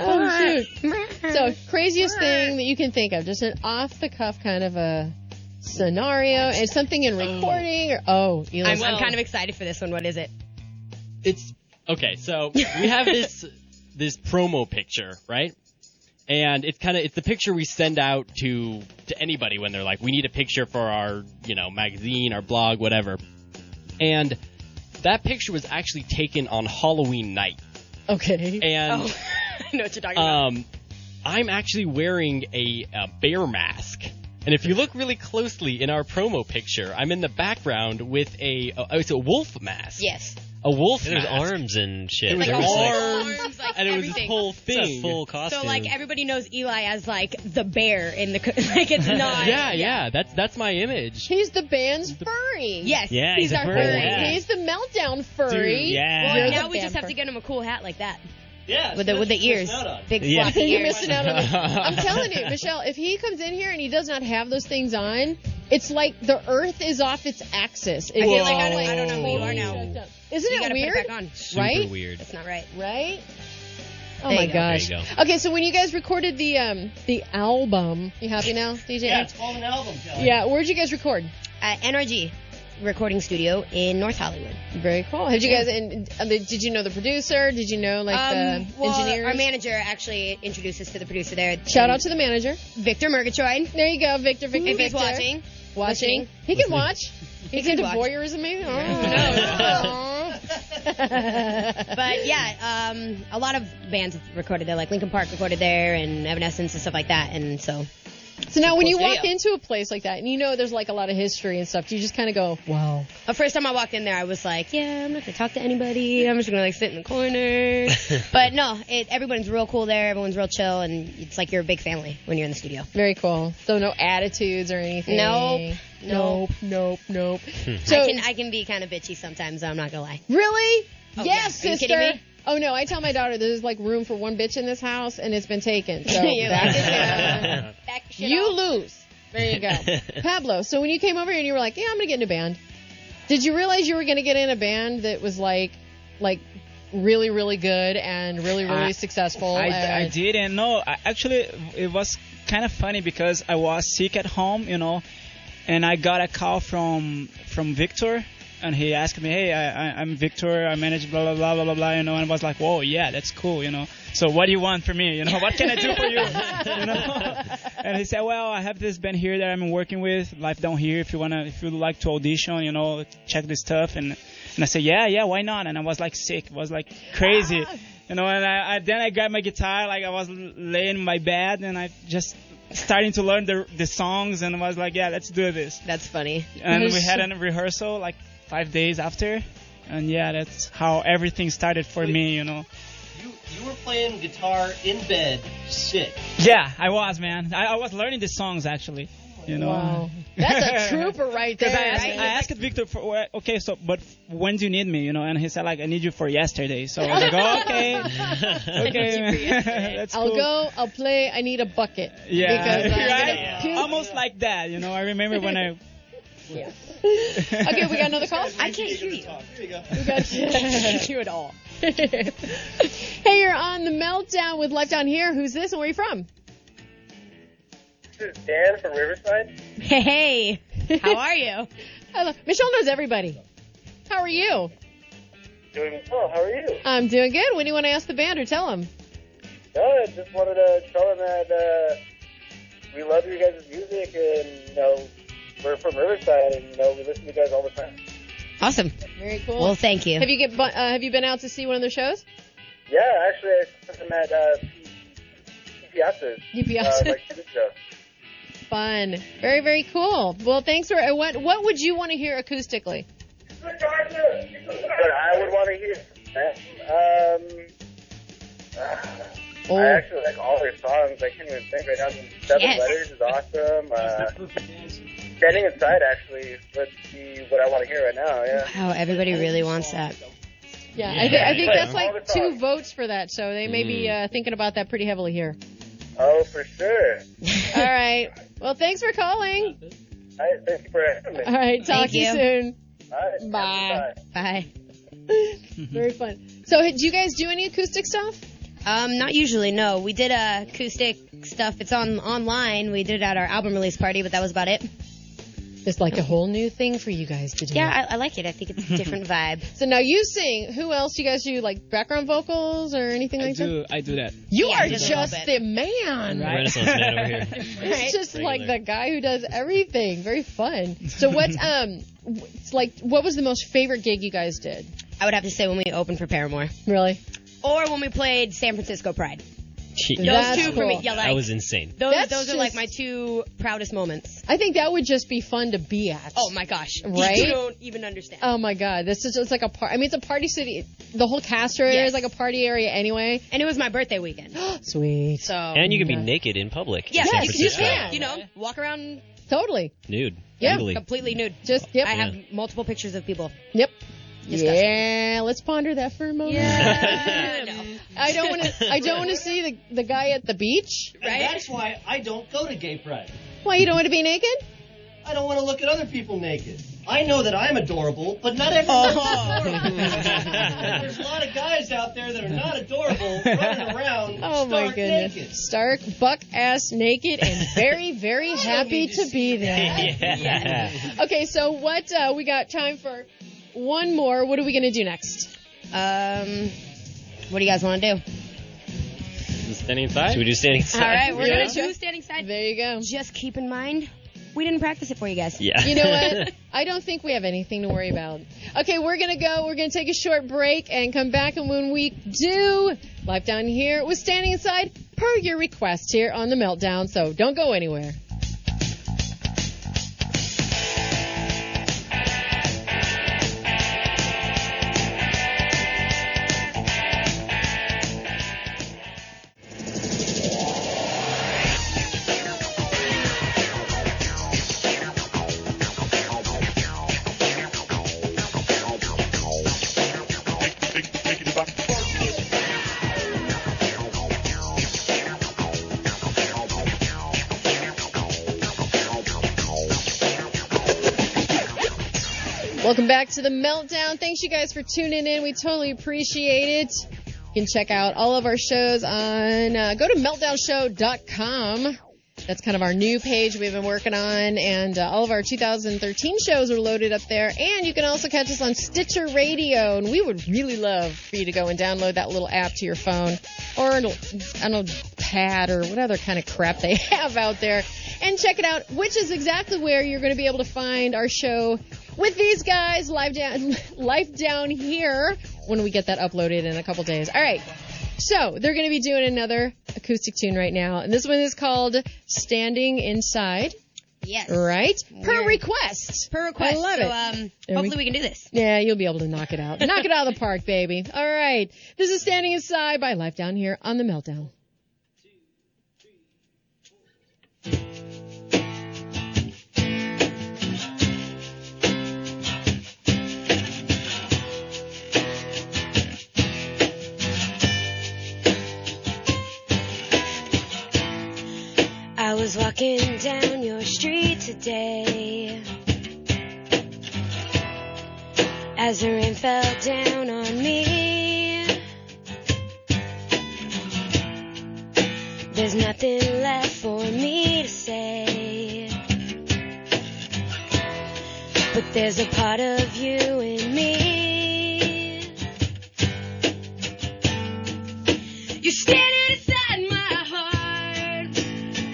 [SPEAKER 3] Oh shoot! So craziest thing that you can think of, just an off the cuff kind of a scenario, and something in recording or oh, Eli-
[SPEAKER 14] I'm, I'm kind of excited for this one. What is it?
[SPEAKER 15] It's okay. So we have this this promo picture, right? And it's kind of it's the picture we send out to to anybody when they're like, we need a picture for our you know magazine, our blog, whatever. And that picture was actually taken on Halloween night.
[SPEAKER 3] okay.
[SPEAKER 15] And
[SPEAKER 14] Oh, I know what you're talking about.
[SPEAKER 15] um, I'm actually wearing a, a bear mask. And if you look really closely in our promo picture, I'm in the background with a oh, it's a wolf mask.
[SPEAKER 14] Yes.
[SPEAKER 15] A wolf
[SPEAKER 7] And there's
[SPEAKER 15] mask.
[SPEAKER 7] arms and shit.
[SPEAKER 15] There was
[SPEAKER 7] There
[SPEAKER 15] arms,
[SPEAKER 7] was, like-
[SPEAKER 14] like
[SPEAKER 15] and it was this
[SPEAKER 14] everything.
[SPEAKER 15] whole thing.
[SPEAKER 7] It's a full costume.
[SPEAKER 14] So like everybody knows Eli as like the bear in the co- like it's not.
[SPEAKER 15] yeah, yeah, that's that's my image.
[SPEAKER 3] He's the band's furry.
[SPEAKER 14] Yes.
[SPEAKER 15] Yeah,
[SPEAKER 3] he's,
[SPEAKER 15] he's a
[SPEAKER 3] our
[SPEAKER 15] furry.
[SPEAKER 3] furry.
[SPEAKER 15] Yeah.
[SPEAKER 3] He's the meltdown furry.
[SPEAKER 15] Dude, yeah.
[SPEAKER 14] Well,
[SPEAKER 3] You're
[SPEAKER 14] now
[SPEAKER 3] the
[SPEAKER 14] we just
[SPEAKER 3] band
[SPEAKER 14] have to
[SPEAKER 3] fur-
[SPEAKER 14] get him a cool hat like that.
[SPEAKER 4] Yeah.
[SPEAKER 14] With the with the ears, big
[SPEAKER 3] Yeah.
[SPEAKER 14] floppy
[SPEAKER 3] You're
[SPEAKER 14] ears.
[SPEAKER 3] missing out on it. I'm telling you, Michelle, if he comes in here and he does not have those things on, it's like the earth is off its axis.
[SPEAKER 14] I feel
[SPEAKER 3] It's
[SPEAKER 14] like I don't,
[SPEAKER 3] like-
[SPEAKER 14] I don't know who you are now.
[SPEAKER 3] Isn't
[SPEAKER 14] You
[SPEAKER 3] it
[SPEAKER 14] gotta put it
[SPEAKER 3] weird?
[SPEAKER 14] back on.
[SPEAKER 7] Super
[SPEAKER 3] right?
[SPEAKER 7] weird.
[SPEAKER 14] That's not right.
[SPEAKER 3] Right? Oh
[SPEAKER 14] There
[SPEAKER 3] my
[SPEAKER 14] you go.
[SPEAKER 3] gosh.
[SPEAKER 7] There you
[SPEAKER 3] Okay, so when you guys recorded the um the album, you happy now, DJ?
[SPEAKER 4] Yeah, it's called an album. Kelly.
[SPEAKER 3] Yeah, where'd you guys record?
[SPEAKER 14] Uh, NRG recording studio in North Hollywood.
[SPEAKER 3] Very cool. Have Oh, you guys? uh, And uh, did you know the producer? Did you know like
[SPEAKER 14] um,
[SPEAKER 3] the
[SPEAKER 14] well,
[SPEAKER 3] engineer?
[SPEAKER 14] our manager actually introduced us to the producer there.
[SPEAKER 3] Shout out to the manager.
[SPEAKER 14] Victor Murgatroyd.
[SPEAKER 3] There you go, Victor. Victor.
[SPEAKER 14] If he's
[SPEAKER 3] Victor.
[SPEAKER 14] watching,
[SPEAKER 3] Watching.
[SPEAKER 14] Listening.
[SPEAKER 3] He can watch. He's
[SPEAKER 14] can
[SPEAKER 3] into
[SPEAKER 14] watch.
[SPEAKER 3] voyeurism, maybe. Oh.
[SPEAKER 14] but yeah, um, a lot of bands have recorded there, like Lincoln Park recorded there, and Evanescence and stuff like that. And so,
[SPEAKER 3] So now, when you
[SPEAKER 14] Cool
[SPEAKER 3] walk
[SPEAKER 14] studio.
[SPEAKER 3] into a place like that, and you know there's like a lot of history and stuff, do you just kind of go, "Wow"?
[SPEAKER 14] the first time I walked in there, I was like, yeah, I'm not gonna talk to anybody. I'm just gonna like sit in the corner. but no, it, everyone's real cool there. Everyone's real chill, and it's like you're a big family when you're in the studio.
[SPEAKER 3] Very cool. So no attitudes or anything.
[SPEAKER 14] Nope. Nope.
[SPEAKER 3] Nope. Nope. nope.
[SPEAKER 14] I
[SPEAKER 3] so
[SPEAKER 14] can I can be kind of bitchy sometimes. I'm not gonna lie.
[SPEAKER 3] really,
[SPEAKER 14] Oh,
[SPEAKER 3] yes,
[SPEAKER 14] yeah. Are you
[SPEAKER 3] sister.
[SPEAKER 14] kidding me?
[SPEAKER 3] Oh no, I tell my daughter there's like room for one bitch in this house, and it's been taken. So
[SPEAKER 14] You're
[SPEAKER 3] back
[SPEAKER 14] like,
[SPEAKER 3] it down. you lose. There you go, Pablo. So when you came over here and you were like, "Yeah, I'm gonna get in a band," did you realize you were gonna get in a band that was like, like really, really good and really, really
[SPEAKER 13] I-
[SPEAKER 3] successful?
[SPEAKER 13] I, I
[SPEAKER 3] and-
[SPEAKER 13] didn't know. I, actually, it was kind of funny because I was sick at home, you know, and I got a call from from Victor, and he asked me, "Hey, I, I, I'm Victor. I manage blah blah blah blah blah blah," you know, and I was like, "Whoa, yeah, that's cool," you know. So what do you want from me? You know, what can I do for you? you know. And he said, "Well, I have this band here that I'm working with, Life Down Here. If you wanna, if you would like to audition, you know, check this stuff." And and I said, "Yeah, yeah, why not?" And I was like sick, was like crazy,
[SPEAKER 3] Ah.
[SPEAKER 13] you know. And I, I then I grabbed my guitar, like I was laying in my bed, and I just starting to learn the the songs, and I was like, "Yeah, let's do this."
[SPEAKER 14] That's funny.
[SPEAKER 13] And we had a rehearsal like five days after, and yeah, that's how everything started for me, you know.
[SPEAKER 4] You playing guitar in bed, sick.
[SPEAKER 13] Yeah, I was, man. I, I was learning the songs actually. You know.
[SPEAKER 3] Wow. That's a trooper right there.
[SPEAKER 13] Because I asked,
[SPEAKER 3] man.
[SPEAKER 13] I asked Victor for where- okay, so but when do you need me? You know, and he said like I need you for yesterday. So I was like, oh, okay, okay, man. that's
[SPEAKER 3] I'll
[SPEAKER 13] cool.
[SPEAKER 3] go. I'll play. I need a bucket.
[SPEAKER 13] Yeah,
[SPEAKER 3] Because I'm
[SPEAKER 13] right?
[SPEAKER 3] gonna puke.
[SPEAKER 13] Almost like that, you know. I remember when I.
[SPEAKER 3] Okay, we got another call. I can't hear you. We got you. Can't hear at all. hey, you're on the meltdown with Life Down Here. Who's this and where are you from?
[SPEAKER 19] This is Dan from Riverside.
[SPEAKER 3] Hey, how are you? Hello. Michelle knows everybody. How are you?
[SPEAKER 19] Doing well. How are you?
[SPEAKER 3] I'm doing good. When do you want to ask the band or tell them?
[SPEAKER 19] No, I just wanted to tell them that uh, we love your guys' music, and you know, we're from Riverside, and you know, we listen to you guys all the time.
[SPEAKER 14] Awesome.
[SPEAKER 3] Very cool.
[SPEAKER 14] Well, thank you.
[SPEAKER 3] Have you get bu- uh, Have you been out to see one of their shows?
[SPEAKER 19] Yeah, actually, I saw them at uh, Piazza's.
[SPEAKER 3] You Piazza.
[SPEAKER 19] Uh, like this show.
[SPEAKER 3] Fun. Very very cool. Well, thanks for uh, what What would you want to hear acoustically?
[SPEAKER 19] But I would want to hear. that. Um, I actually like all their songs. I can't even think right now. Seven
[SPEAKER 6] Yes.
[SPEAKER 19] Letters is awesome. Uh, Standing Inside actually would be what I want to hear right now. Yeah.
[SPEAKER 14] Wow, everybody really wants that.
[SPEAKER 3] Yeah,
[SPEAKER 14] Yeah.
[SPEAKER 3] I, th- I think
[SPEAKER 19] Play
[SPEAKER 3] that's
[SPEAKER 19] them.
[SPEAKER 3] like two votes for that, so they may be uh, thinking about that pretty heavily here.
[SPEAKER 19] Oh, for sure.
[SPEAKER 3] All right. Well, thanks for calling.
[SPEAKER 19] All right, thank you for having me.
[SPEAKER 3] All right, talk to you soon.
[SPEAKER 19] All right,
[SPEAKER 3] Bye.
[SPEAKER 14] Bye.
[SPEAKER 3] Very fun. So, do you guys do any acoustic stuff?
[SPEAKER 14] Um, not usually. No, we did uh, acoustic stuff. It's on online. We did it at our album release party, but that was about it.
[SPEAKER 3] It's like a whole new thing for you guys to do.
[SPEAKER 14] Yeah, I, I like it. I think it's a different vibe.
[SPEAKER 3] So now you sing. Who else do you guys do like background vocals or anything like that?
[SPEAKER 13] do I do that?
[SPEAKER 3] You
[SPEAKER 13] Yeah,
[SPEAKER 3] are
[SPEAKER 13] I do that a
[SPEAKER 3] just the
[SPEAKER 13] little
[SPEAKER 3] man.
[SPEAKER 13] Right. Renaissance man over here.
[SPEAKER 3] It's just like
[SPEAKER 13] Regular.
[SPEAKER 3] the guy who does everything. Very fun. So what's um w- it's like what was the most favorite gig you guys did?
[SPEAKER 14] I would have to say when we opened for Paramore.
[SPEAKER 3] Really?
[SPEAKER 14] Or when we played San Francisco Pride. Those
[SPEAKER 3] That's
[SPEAKER 14] two for me.
[SPEAKER 3] cool.
[SPEAKER 14] Yeah, like,
[SPEAKER 7] That was insane.
[SPEAKER 14] Those,
[SPEAKER 3] That's
[SPEAKER 14] those are like
[SPEAKER 3] just-
[SPEAKER 14] my two proudest moments.
[SPEAKER 3] I think that would just be fun to be at.
[SPEAKER 14] Oh my gosh.
[SPEAKER 3] Right?
[SPEAKER 14] You don't even understand.
[SPEAKER 3] Oh my god, this is it's like a part. I mean, it's a party city. The whole cast area is like a party area anyway.
[SPEAKER 14] And it was my birthday weekend.
[SPEAKER 3] Sweet.
[SPEAKER 14] So.
[SPEAKER 7] and you can be naked in public.
[SPEAKER 14] Oh Yeah,
[SPEAKER 7] in San
[SPEAKER 14] you, you
[SPEAKER 7] Francisco.
[SPEAKER 14] can. You know, walk around
[SPEAKER 3] Totally.
[SPEAKER 7] Nude.
[SPEAKER 3] Yeah.
[SPEAKER 7] Legally.
[SPEAKER 14] completely nude.
[SPEAKER 3] Just yep.
[SPEAKER 14] I have multiple pictures of people.
[SPEAKER 3] Yep. Yeah, let's ponder that for a moment. I don't want to. I don't want to see the the guy at the beach.
[SPEAKER 4] And that's why I don't go to gay pride.
[SPEAKER 3] Why you don't want to be naked?
[SPEAKER 4] I don't want to look at other people naked. I know that I'm adorable, but not everyone's
[SPEAKER 3] Oh.
[SPEAKER 4] adorable. There's a lot of guys out there that are not adorable running around
[SPEAKER 3] Oh my
[SPEAKER 4] stark
[SPEAKER 3] goodness!
[SPEAKER 4] naked.
[SPEAKER 3] Stark buck ass naked and very very happy to be there. Okay, so what uh, we got time for? One more. What are we gonna do next?
[SPEAKER 14] Um, what do you guys want to do?
[SPEAKER 7] Standing inside? Should we do standing inside?
[SPEAKER 14] All right, we're
[SPEAKER 7] Yeah.
[SPEAKER 14] gonna do standing side.
[SPEAKER 3] There you go.
[SPEAKER 14] Just keep in mind, we didn't practice it for you guys.
[SPEAKER 7] Yeah.
[SPEAKER 3] You know what? I don't think we have anything to worry about. Okay, we're going to go. We're going to take a short break and come back. And when we do, Life Down Here was standing inside per your request here on The Meltdown. So don't go anywhere. Welcome back to the Meltdown. Thanks you guys for tuning in. We totally appreciate it. You can check out all of our shows on uh, go to meltdownshow.com. That's kind of our new page we've been working on, and uh, all of our 2013 shows are loaded up there. And you can also catch us on Stitcher Radio, and we would really love for you to go and download that little app to your phone or an, I don't know, pad or what other kind of crap they have out there, and check it out, which is exactly where you're going to be able to find our show with these guys live down life down here when we get that uploaded in a couple days. All right. So they're going to be doing another acoustic tune right now, and this one is called "Standing Inside."
[SPEAKER 14] Yes.
[SPEAKER 3] Right? Per request.
[SPEAKER 14] Per request.
[SPEAKER 3] I love
[SPEAKER 14] so,
[SPEAKER 3] it.
[SPEAKER 14] um,
[SPEAKER 3] There
[SPEAKER 14] hopefully we can do this.
[SPEAKER 3] Yeah, you'll be able to knock it out. knock it out of the park, baby. All right. This is Standing Inside by Life Down here on The Meltdown.
[SPEAKER 6] I was walking down your street today. As the rain fell down on me, there's nothing left for me to say. But there's a part of you in me. You're standing inside my heart.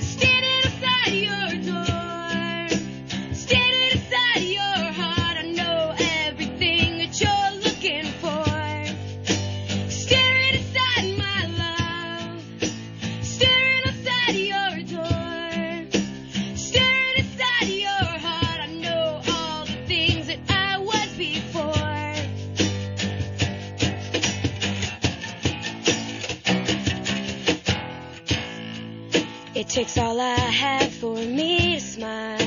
[SPEAKER 6] Standing outside your door, standing outside your heart. I know everything that you're looking for. Staring inside my love, staring outside your door, staring inside your heart. I know all the things that I was before. It takes all I have for me to smile.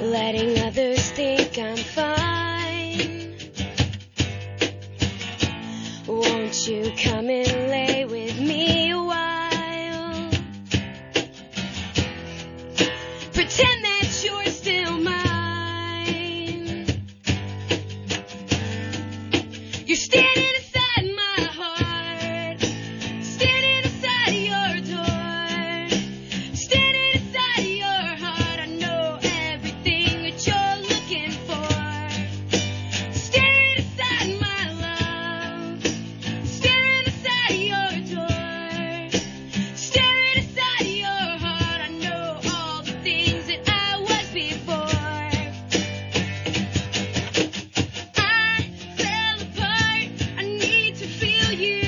[SPEAKER 6] Letting others think I'm fine. Won't you come and lay with me a while? Pretend that you're still mine. You're standing inside my heart. Standing inside your door, standing inside your heart. I know everything that you're looking for. Staring inside my love, staring inside your door, staring inside your heart. I know all the things that I was before. I fell apart. I need to feel you.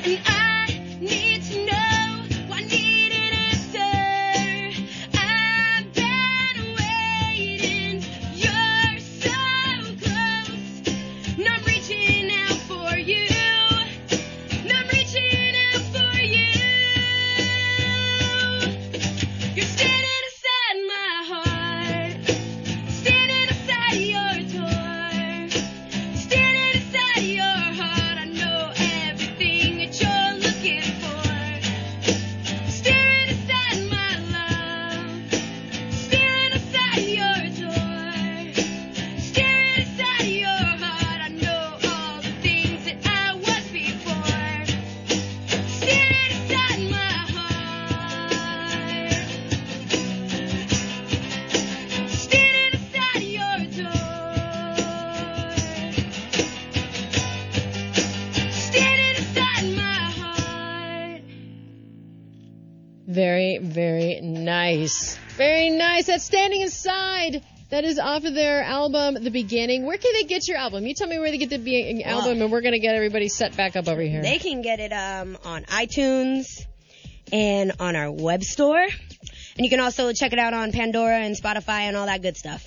[SPEAKER 6] And I need to know, I need an answer. I've been waiting, you're so close. And I'm reaching out for you. And I'm reaching out for you. You're standing inside my heart, standing inside your door. Standing inside your heart, I know everything that you're looking for. Staring inside my love, staring inside your door, staring inside your heart, I know all the things that I was before. Staring inside my heart, staring inside your door. Standing inside my heart.
[SPEAKER 3] Very, very nice. Very nice. That's Standing Inside. That is off of their album, The Beginning. Where can they get your album? You tell me where they get the be- album, and we're going to get everybody set back up over here.
[SPEAKER 14] They can get it um, on iTunes and on our web store. And you can also check it out on Pandora and Spotify and all that good stuff.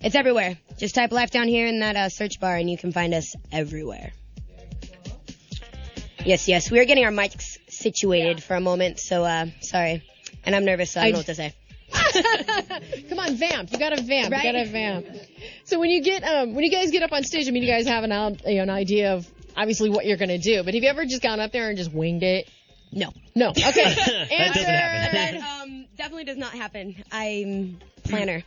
[SPEAKER 14] It's everywhere. Just type Life Down here in that uh, search bar and you can find us everywhere. Yes, yes. We are getting our mics situated for a moment, so uh, sorry. And I'm nervous, so I don't
[SPEAKER 3] I-
[SPEAKER 14] know what to say.
[SPEAKER 3] Come on, vamp. You got to vamp.
[SPEAKER 14] Right?
[SPEAKER 3] You got to vamp. So when you get um, when you guys get up on stage, I mean, you guys have an al- you know, an idea of obviously what you're going to do. But have you ever just gone up there and just winged it?
[SPEAKER 14] No.
[SPEAKER 3] No. Okay.
[SPEAKER 14] Answer.
[SPEAKER 3] Answer.
[SPEAKER 14] That, um, definitely does not happen. I'm planner.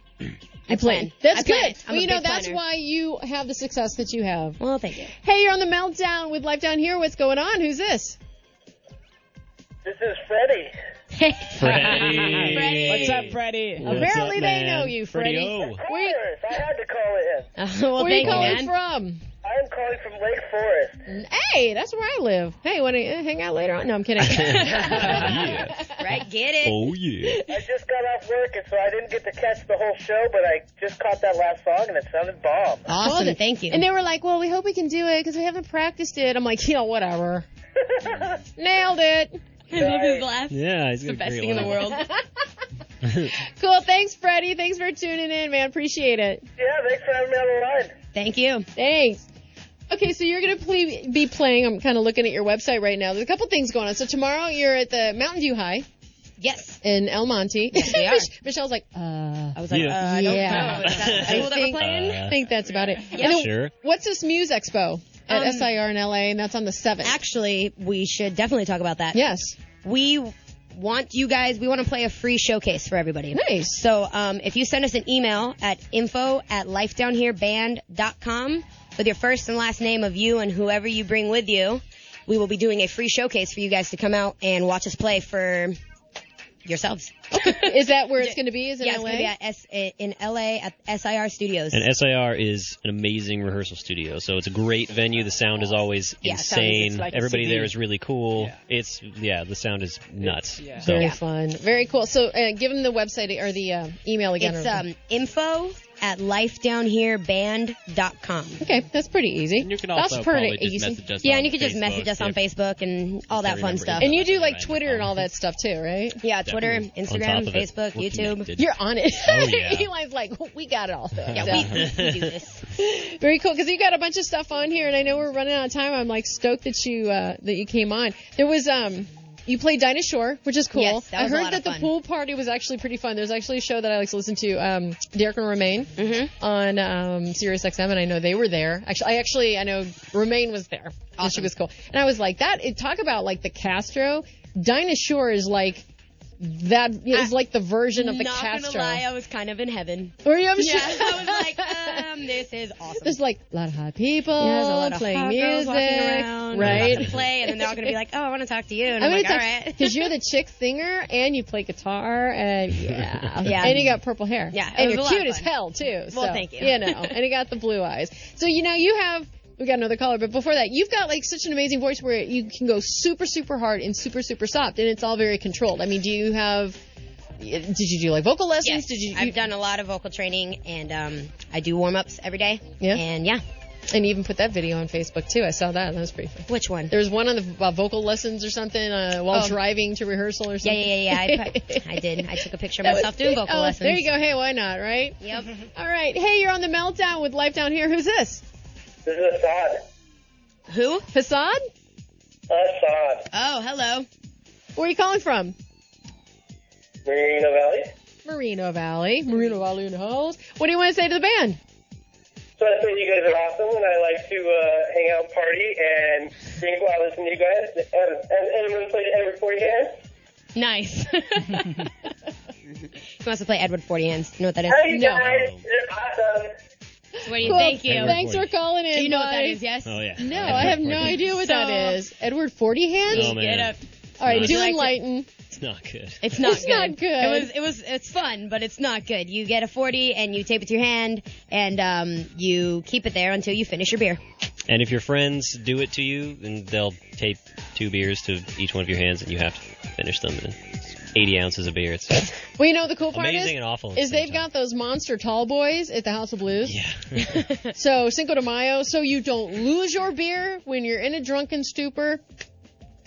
[SPEAKER 14] I plan.
[SPEAKER 3] That's
[SPEAKER 14] I
[SPEAKER 3] good.
[SPEAKER 14] plan. I'm
[SPEAKER 3] Well,
[SPEAKER 14] a
[SPEAKER 3] you know,
[SPEAKER 14] big
[SPEAKER 3] that's
[SPEAKER 14] planner.
[SPEAKER 3] why you have the success that you have.
[SPEAKER 14] Well, thank you.
[SPEAKER 3] Hey, you're on the meltdown with Life Down Here. What's going on? Who's this?
[SPEAKER 16] This is Freddie.
[SPEAKER 2] Freddie.
[SPEAKER 5] What's up, Freddie?
[SPEAKER 3] Apparently they know you, Freddie. Wait.
[SPEAKER 16] I had to call it in.
[SPEAKER 3] Where are you calling from?
[SPEAKER 16] I'm calling from Lake Forest.
[SPEAKER 3] Hey, that's where I live. Hey, want to hang out later on? No, I'm kidding.
[SPEAKER 14] Right? Get it?
[SPEAKER 2] Oh, yeah.
[SPEAKER 16] I just got off work, and so I didn't get to catch the whole show, but I just caught that last song, and it sounded bomb.
[SPEAKER 3] Well, And they were like, "Well, we hope we can do it because we haven't practiced it." I'm like, "You know, whatever." Nailed it.
[SPEAKER 14] I love his laugh.
[SPEAKER 7] Yeah, he's
[SPEAKER 14] It's the
[SPEAKER 7] got a
[SPEAKER 14] best
[SPEAKER 7] great
[SPEAKER 14] thing in the
[SPEAKER 7] laugh.
[SPEAKER 14] world. cool. Thanks, Freddie. Thanks for tuning in, man. Appreciate it.
[SPEAKER 16] Yeah, thanks for having me on the ride.
[SPEAKER 14] Thank you.
[SPEAKER 3] Thanks. Okay, so you're going to ple- be playing. I'm kind of looking at your website right now. There's a couple things going on. So tomorrow you're at the Mountain View High.
[SPEAKER 14] Yes.
[SPEAKER 3] In El Monte.
[SPEAKER 14] we are.
[SPEAKER 3] Mich- Michelle's like, uh. I
[SPEAKER 14] was like,
[SPEAKER 3] yeah.
[SPEAKER 14] uh, I don't know. Is that the
[SPEAKER 3] I
[SPEAKER 14] people that we're
[SPEAKER 3] think,
[SPEAKER 14] playing?
[SPEAKER 3] I think that's about it.
[SPEAKER 14] Yeah.
[SPEAKER 3] And then
[SPEAKER 14] Uh, Sure.
[SPEAKER 3] What's this Muse Expo at
[SPEAKER 14] Um,
[SPEAKER 3] SIR in LA, and that's on the 7th?
[SPEAKER 14] Actually, we should definitely talk about that.
[SPEAKER 3] Yes.
[SPEAKER 14] We want you guys, we want to play a free showcase for everybody.
[SPEAKER 3] Nice.
[SPEAKER 14] So um, if you send us an email at info at lifedownhereband.com with your first and last name of you and whoever you bring with you, we will be doing a free showcase for you guys to come out and watch us play for yourselves.
[SPEAKER 3] Is that where it's going to be? Is it
[SPEAKER 14] yeah,
[SPEAKER 3] LA?
[SPEAKER 14] it's going to be at S- in LA at SIR Studios.
[SPEAKER 7] And SIR is an amazing rehearsal studio. So it's a great venue. The sound is always
[SPEAKER 14] Yeah, sound is- it's
[SPEAKER 7] insane.
[SPEAKER 14] like a
[SPEAKER 7] Everybody
[SPEAKER 14] CD.
[SPEAKER 7] there is really cool. It's yeah, the sound is nuts. So
[SPEAKER 3] Very fun. Very cool. So uh, give them the website or the uh, email again.
[SPEAKER 14] It's
[SPEAKER 3] or-
[SPEAKER 14] um, info at lifedownhereband.com.
[SPEAKER 3] Okay, that's pretty easy. And you can
[SPEAKER 14] also
[SPEAKER 3] that's pretty
[SPEAKER 14] probably just
[SPEAKER 3] easy.
[SPEAKER 14] message us Yeah, and on you could just Facebook message us on if- Facebook and all that fun stuff.
[SPEAKER 3] And you do like Twitter and all that stuff too, right?
[SPEAKER 14] Yeah, Twitter, Definitely. Instagram, On top of it, Facebook, we're YouTube. connected.
[SPEAKER 3] You're on it.
[SPEAKER 14] Oh, yeah.
[SPEAKER 3] Eli's like, we got it all.
[SPEAKER 14] Yeah, we, we, we do this.
[SPEAKER 3] Very cool because you got a bunch of stuff on here, and I know we're running out of time. I'm like stoked that you uh, that you came on. There was um. You played Dinosaur, which is cool.
[SPEAKER 14] Yes, that was a
[SPEAKER 3] I heard
[SPEAKER 14] lot
[SPEAKER 3] that
[SPEAKER 14] of
[SPEAKER 3] the
[SPEAKER 14] fun.
[SPEAKER 3] pool party was actually pretty fun. There's actually a show that I like to listen to, um, Derek and Romaine,
[SPEAKER 14] Mm-hmm.
[SPEAKER 3] on um, Sirius XM, and I know they were there. Actually, I actually I know Romaine was there. and She was cool, and I was like that. It, talk about like the Castro. Dinosaur is like that is like the version of the
[SPEAKER 14] Not
[SPEAKER 3] Castro.
[SPEAKER 14] gonna lie, I was kind of in heaven.
[SPEAKER 3] Were you? I'm
[SPEAKER 14] yeah,
[SPEAKER 3] sure.
[SPEAKER 14] I was like, um, this is awesome.
[SPEAKER 3] There's like a lot of hot people
[SPEAKER 14] Yeah, there's a lot of
[SPEAKER 3] playing
[SPEAKER 14] hot girls
[SPEAKER 3] music,
[SPEAKER 14] walking around,
[SPEAKER 3] right?
[SPEAKER 14] about to play, and then they're all gonna be like, oh, I want to talk to you, and
[SPEAKER 3] I'm
[SPEAKER 14] I'm,
[SPEAKER 3] gonna
[SPEAKER 14] like, all
[SPEAKER 3] talk
[SPEAKER 14] right.
[SPEAKER 3] because you're the chick singer and you play guitar and yeah,
[SPEAKER 14] Yeah.
[SPEAKER 3] and you got purple hair,
[SPEAKER 14] Yeah, it
[SPEAKER 3] and
[SPEAKER 14] was
[SPEAKER 3] you're
[SPEAKER 14] a lot
[SPEAKER 3] cute
[SPEAKER 14] of
[SPEAKER 3] as
[SPEAKER 14] fun.
[SPEAKER 3] hell too.
[SPEAKER 14] Well,
[SPEAKER 3] so,
[SPEAKER 14] thank you.
[SPEAKER 3] You know, and you got the blue eyes. So you know, you have we got another caller, but before that, you've got like such an amazing voice where you can go super super hard and super super soft, and it's all very controlled. I mean, do you have? Did you do like vocal
[SPEAKER 14] Yes,
[SPEAKER 3] lessons? Did you?
[SPEAKER 14] I've done a lot of vocal training, and um, I do warm ups every day.
[SPEAKER 3] Yeah.
[SPEAKER 14] And yeah.
[SPEAKER 3] And you even put that video on Facebook too. I saw that. That was pretty fun.
[SPEAKER 14] Which one?
[SPEAKER 3] There was one on the about vocal lessons or something uh, while
[SPEAKER 14] Oh.
[SPEAKER 3] driving to rehearsal or
[SPEAKER 14] Yeah,
[SPEAKER 3] something.
[SPEAKER 14] yeah, yeah, yeah. I, put- I did. I took a picture of
[SPEAKER 3] That was
[SPEAKER 14] myself doing
[SPEAKER 3] it.
[SPEAKER 14] vocal
[SPEAKER 3] Oh,
[SPEAKER 14] lessons.
[SPEAKER 3] There you go. Hey, why not, right?
[SPEAKER 14] Yep.
[SPEAKER 3] All right. Hey, you're on the meltdown with Life Down Here. Who's this?
[SPEAKER 4] This is Assad.
[SPEAKER 3] Who? Facade?
[SPEAKER 4] Assad.
[SPEAKER 14] Oh, hello.
[SPEAKER 3] Where are you calling from?
[SPEAKER 4] Marino Valley.
[SPEAKER 3] Merino Valley. Merino Valley in the house. What do you want to say to the band?
[SPEAKER 4] So I think you guys are awesome, and I like to uh, hang out, party, and drink while listening to you guys. And, and, and I'm going to play the Ever 40 Hands.
[SPEAKER 14] Nice. he wants to play Edward Forty Hands. You know what that is?
[SPEAKER 4] Hey, you guys. You're awesome.
[SPEAKER 14] What do you
[SPEAKER 3] Cool.
[SPEAKER 14] thank you?
[SPEAKER 3] Thanks for calling in.
[SPEAKER 14] Do you know what that
[SPEAKER 3] buddy.
[SPEAKER 14] is? Yes.
[SPEAKER 7] Oh yeah.
[SPEAKER 3] No, I have no idea what that is. Edward Forty Hands?
[SPEAKER 7] Oh, man. Get up.
[SPEAKER 3] All right,
[SPEAKER 7] Nice.
[SPEAKER 3] do
[SPEAKER 7] You like it?
[SPEAKER 3] enlighten.
[SPEAKER 7] It's not good.
[SPEAKER 14] It's not
[SPEAKER 3] It's
[SPEAKER 14] good.
[SPEAKER 3] not good.
[SPEAKER 14] It was it was it's fun, but it's not good. You get a 40 and you tape it to your hand and um, you keep it there until you finish your beer.
[SPEAKER 7] And if your friends do it to you, then they'll tape two beers to each one of your hands, and you have to finish them. And it's 80 ounces of beer. It's
[SPEAKER 3] Well, you know what the cool part
[SPEAKER 7] Amazing
[SPEAKER 3] is,
[SPEAKER 7] and awful at the
[SPEAKER 3] is they've got those monster tall boys at the House of Blues. Yeah. so Cinco de Mayo, so you don't lose your beer when you're in a drunken stupor.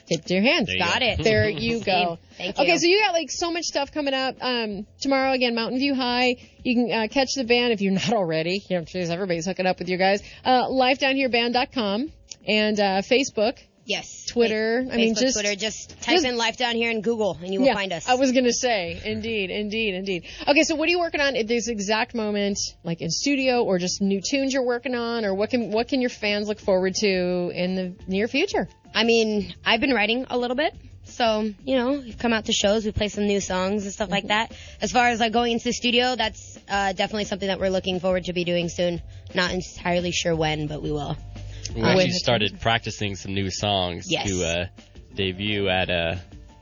[SPEAKER 3] Tip to your hands.
[SPEAKER 14] There you Got go. it.
[SPEAKER 3] There you go.
[SPEAKER 14] See? Thank you.
[SPEAKER 3] Okay, so you got like so much stuff coming up um, tomorrow. Again, Mountain View High. You can uh, catch the band if you're not already. You know, geez, everybody's hooking up with you guys. Uh, LifeDownHereBand.com and uh, Facebook.
[SPEAKER 14] Yes.
[SPEAKER 3] Twitter. I mean,
[SPEAKER 14] Facebook,
[SPEAKER 3] just
[SPEAKER 14] Twitter, just type in life down here in Google and you will
[SPEAKER 3] yeah,
[SPEAKER 14] find us.
[SPEAKER 3] I was gonna say, indeed, indeed, indeed. Okay, so what are you working on at this exact moment, like in studio, or just new tunes you're working on, or what can what can your fans look forward to in the near future?
[SPEAKER 14] I mean, I've been writing a little bit. So, you know, we've come out to shows, we play some new songs and stuff like
[SPEAKER 3] Mm-hmm.
[SPEAKER 14] that. As far as like going into the studio, that's uh, definitely something that we're looking forward to be doing soon. Not entirely sure when, but we will.
[SPEAKER 15] We
[SPEAKER 14] Uh,
[SPEAKER 15] actually
[SPEAKER 14] with-
[SPEAKER 15] started practicing some new songs
[SPEAKER 14] Yes.
[SPEAKER 15] to uh, debut at a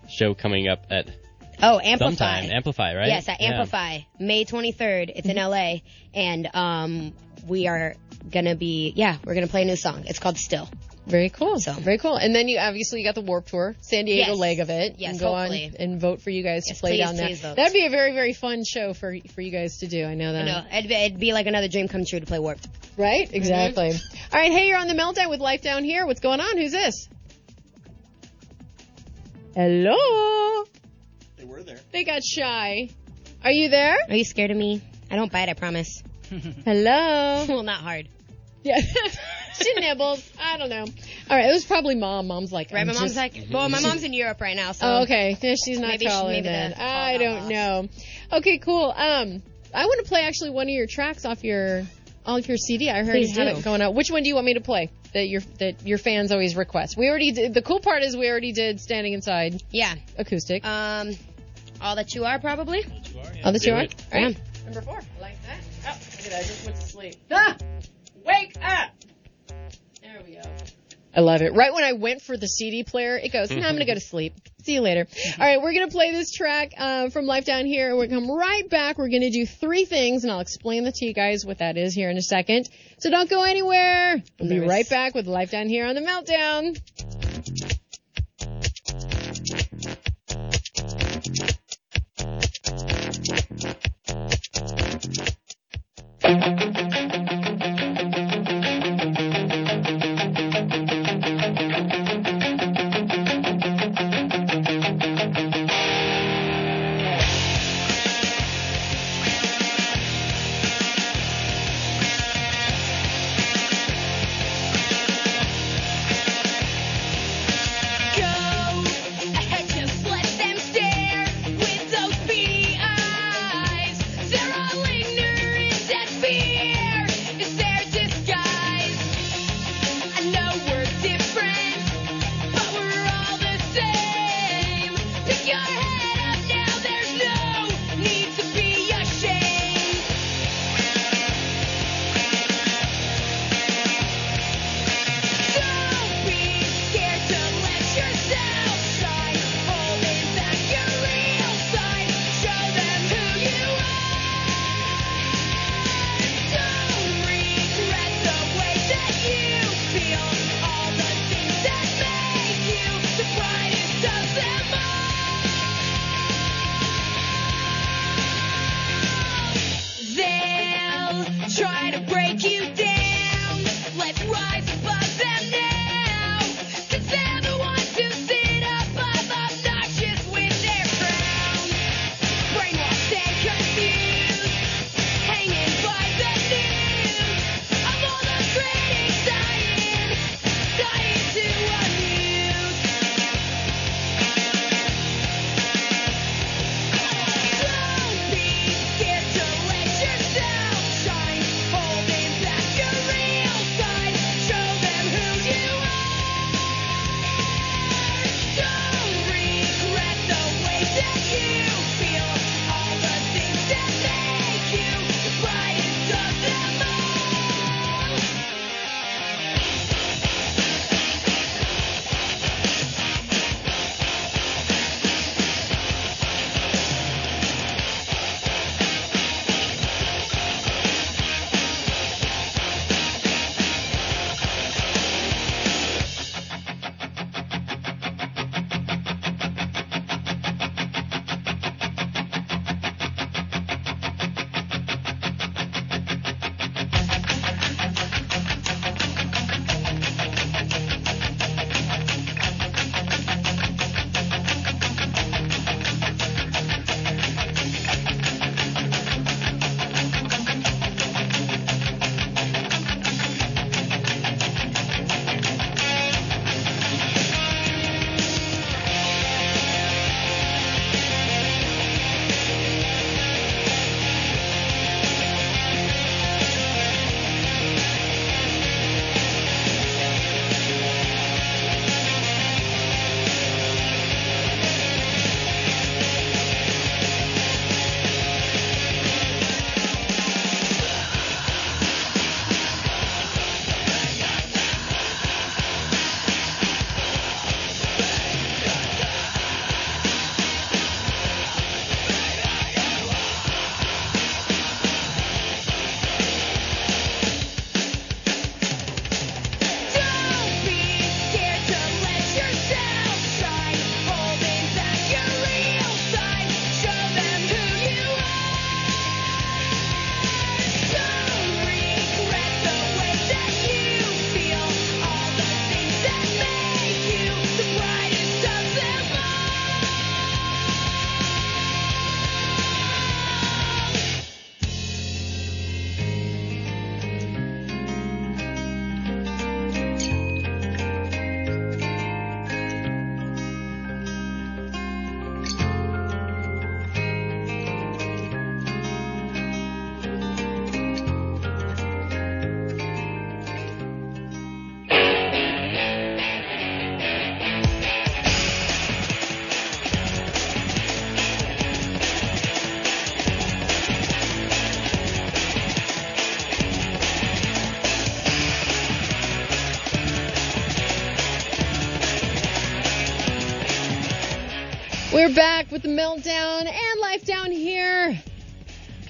[SPEAKER 15] show coming up at
[SPEAKER 14] Oh, Amplify.
[SPEAKER 15] sometime. Amplify, right?
[SPEAKER 14] Yes, at
[SPEAKER 15] Yeah.
[SPEAKER 14] Amplify, May 23rd.
[SPEAKER 3] Mm-hmm.
[SPEAKER 14] It's in LA, and um, we are gonna be yeah, we're gonna play a new song. It's called Still.
[SPEAKER 3] Very cool. Very cool. And then you obviously you got the Warp Tour, San Diego
[SPEAKER 14] Yes.
[SPEAKER 3] leg of it. You
[SPEAKER 14] Yes,
[SPEAKER 3] can go
[SPEAKER 14] hopefully.
[SPEAKER 3] on and vote for you guys to play
[SPEAKER 14] please,
[SPEAKER 3] down there.
[SPEAKER 14] please vote.
[SPEAKER 3] That'd be a very very fun show for for you guys to do. I know that.
[SPEAKER 14] You know, it'd be, it'd be like another dream come true to play Warped. Mm-hmm.
[SPEAKER 3] Right? Exactly. All right, hey, you're on the meltdown with Life Down Here. What's going on? Who's this? Hello.
[SPEAKER 20] They were there.
[SPEAKER 3] They got shy. Are you there?
[SPEAKER 14] Are you scared of me? I don't bite, I promise.
[SPEAKER 3] Hello.
[SPEAKER 14] well, not hard.
[SPEAKER 3] Yeah. she nibbles. I don't know. All right, it was probably mom. Mom's like,
[SPEAKER 14] Right,
[SPEAKER 3] I'm
[SPEAKER 14] my mom's
[SPEAKER 3] just-
[SPEAKER 14] like, well, my mom's in Europe right now, so.
[SPEAKER 3] Oh, okay. Yeah, she's not
[SPEAKER 14] Maybe she-
[SPEAKER 3] calling
[SPEAKER 14] maybe
[SPEAKER 3] then.
[SPEAKER 14] the call
[SPEAKER 3] I
[SPEAKER 14] got
[SPEAKER 3] don't know. Okay, cool. Um, I want to play actually one of your tracks off your off your CD. I heard
[SPEAKER 14] Please
[SPEAKER 3] you had
[SPEAKER 14] do.
[SPEAKER 3] it going out. Which one do you want me to play that your that your fans always request? We already did. The cool part is we already did standing inside.
[SPEAKER 14] Yeah.
[SPEAKER 3] Acoustic. Oh,
[SPEAKER 14] Um, all that you are, probably.
[SPEAKER 3] All that you are.
[SPEAKER 14] I am.
[SPEAKER 3] Number four. I like that. Oh, look at that. I just went to sleep. Ah! Wake up! There we go. I love it. Right when I went for the CD player, it goes, "No, I'm going to go to sleep. See you later. All right, we're going to play this track uh, from Life Down Here. We're going to come right back. We're going to do three things, and I'll explain that to you guys what that is here in a second. So don't go anywhere. We'll be right back with Life Down Here on the Meltdown.
[SPEAKER 21] Thank
[SPEAKER 3] We're back with the meltdown and life down here.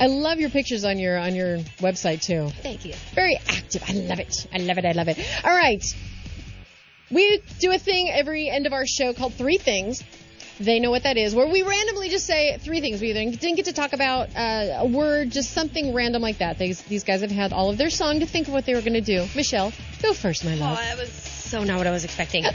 [SPEAKER 3] I love your pictures on your on your website too.
[SPEAKER 14] Thank you.
[SPEAKER 3] Very active. I love it. I love it. I love it. All right. We do a thing every end of our show called Three Things. They know what that is, where we randomly just say three things. We either didn't get to talk about uh, a word, just something random like that. These, these guys have had all of their song to think of what they were going to do. Michelle, go first, my love.
[SPEAKER 14] Oh, that was so not what I was expecting. All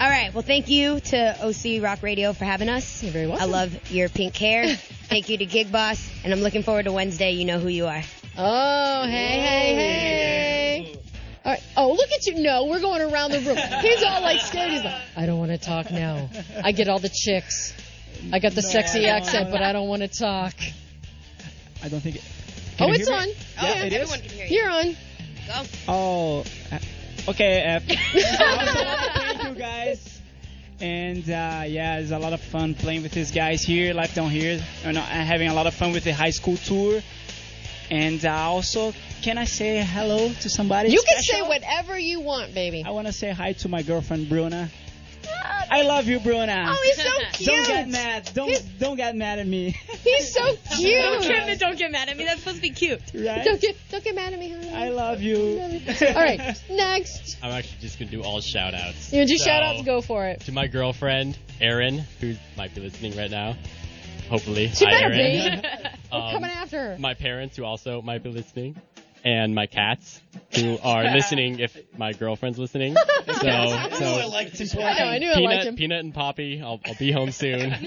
[SPEAKER 14] right. Well, thank you to OC Rock Radio for having us. You're
[SPEAKER 3] very
[SPEAKER 14] I love your pink hair. thank you to Gig Boss, and I'm looking forward to Wednesday. You know who you are.
[SPEAKER 3] Oh, hey, hey, hey. All right. Oh, look at you. No, we're going around the room. He's all like scared. He's like, I don't want to talk now. I get all the chicks. I got the
[SPEAKER 13] No, I
[SPEAKER 3] sexy
[SPEAKER 13] don't.
[SPEAKER 3] accent, but I don't want to talk.
[SPEAKER 13] I don't think. It,
[SPEAKER 3] oh,
[SPEAKER 13] you
[SPEAKER 3] it's
[SPEAKER 13] hear
[SPEAKER 3] on.
[SPEAKER 13] me?
[SPEAKER 3] Yeah,
[SPEAKER 13] Yeah, it is?
[SPEAKER 3] You're on.
[SPEAKER 13] Oh, uh, okay. Uh, thank you guys. And uh, yeah, it's a lot of fun playing with these guys here, live down here, and uh, having a lot of fun with the high school tour. And uh, also, can I say hello to somebody?
[SPEAKER 3] you can
[SPEAKER 13] special?
[SPEAKER 3] say whatever you want, baby.
[SPEAKER 13] I want to say hi to my girlfriend Bruna. I love you, Bruna.
[SPEAKER 3] Oh, he's so
[SPEAKER 13] Don't
[SPEAKER 3] cute.
[SPEAKER 13] get mad. Don't don't get mad at me.
[SPEAKER 3] He's so cute.
[SPEAKER 13] Don't get-
[SPEAKER 14] don't get mad at me. That's supposed to be cute.
[SPEAKER 13] Right?
[SPEAKER 3] Don't get don't get mad at me, honey.
[SPEAKER 13] I love you.
[SPEAKER 3] All right, next.
[SPEAKER 15] I'm actually just gonna do all shout outs.
[SPEAKER 3] You want to do shout outs? Go for it.
[SPEAKER 15] to my girlfriend Erin, who might be listening right now. Hopefully,
[SPEAKER 3] She
[SPEAKER 15] hi
[SPEAKER 3] better
[SPEAKER 15] Erin.
[SPEAKER 3] be. We're
[SPEAKER 15] Um,
[SPEAKER 3] coming after her.
[SPEAKER 15] My parents, who also might be listening, and my cats, who are listening if my girlfriend's listening. So, so
[SPEAKER 5] liked him.
[SPEAKER 3] I know, I knew I
[SPEAKER 15] Peanut,
[SPEAKER 3] liked him.
[SPEAKER 15] Peanut and Poppy, I'll, I'll be home soon.
[SPEAKER 3] Love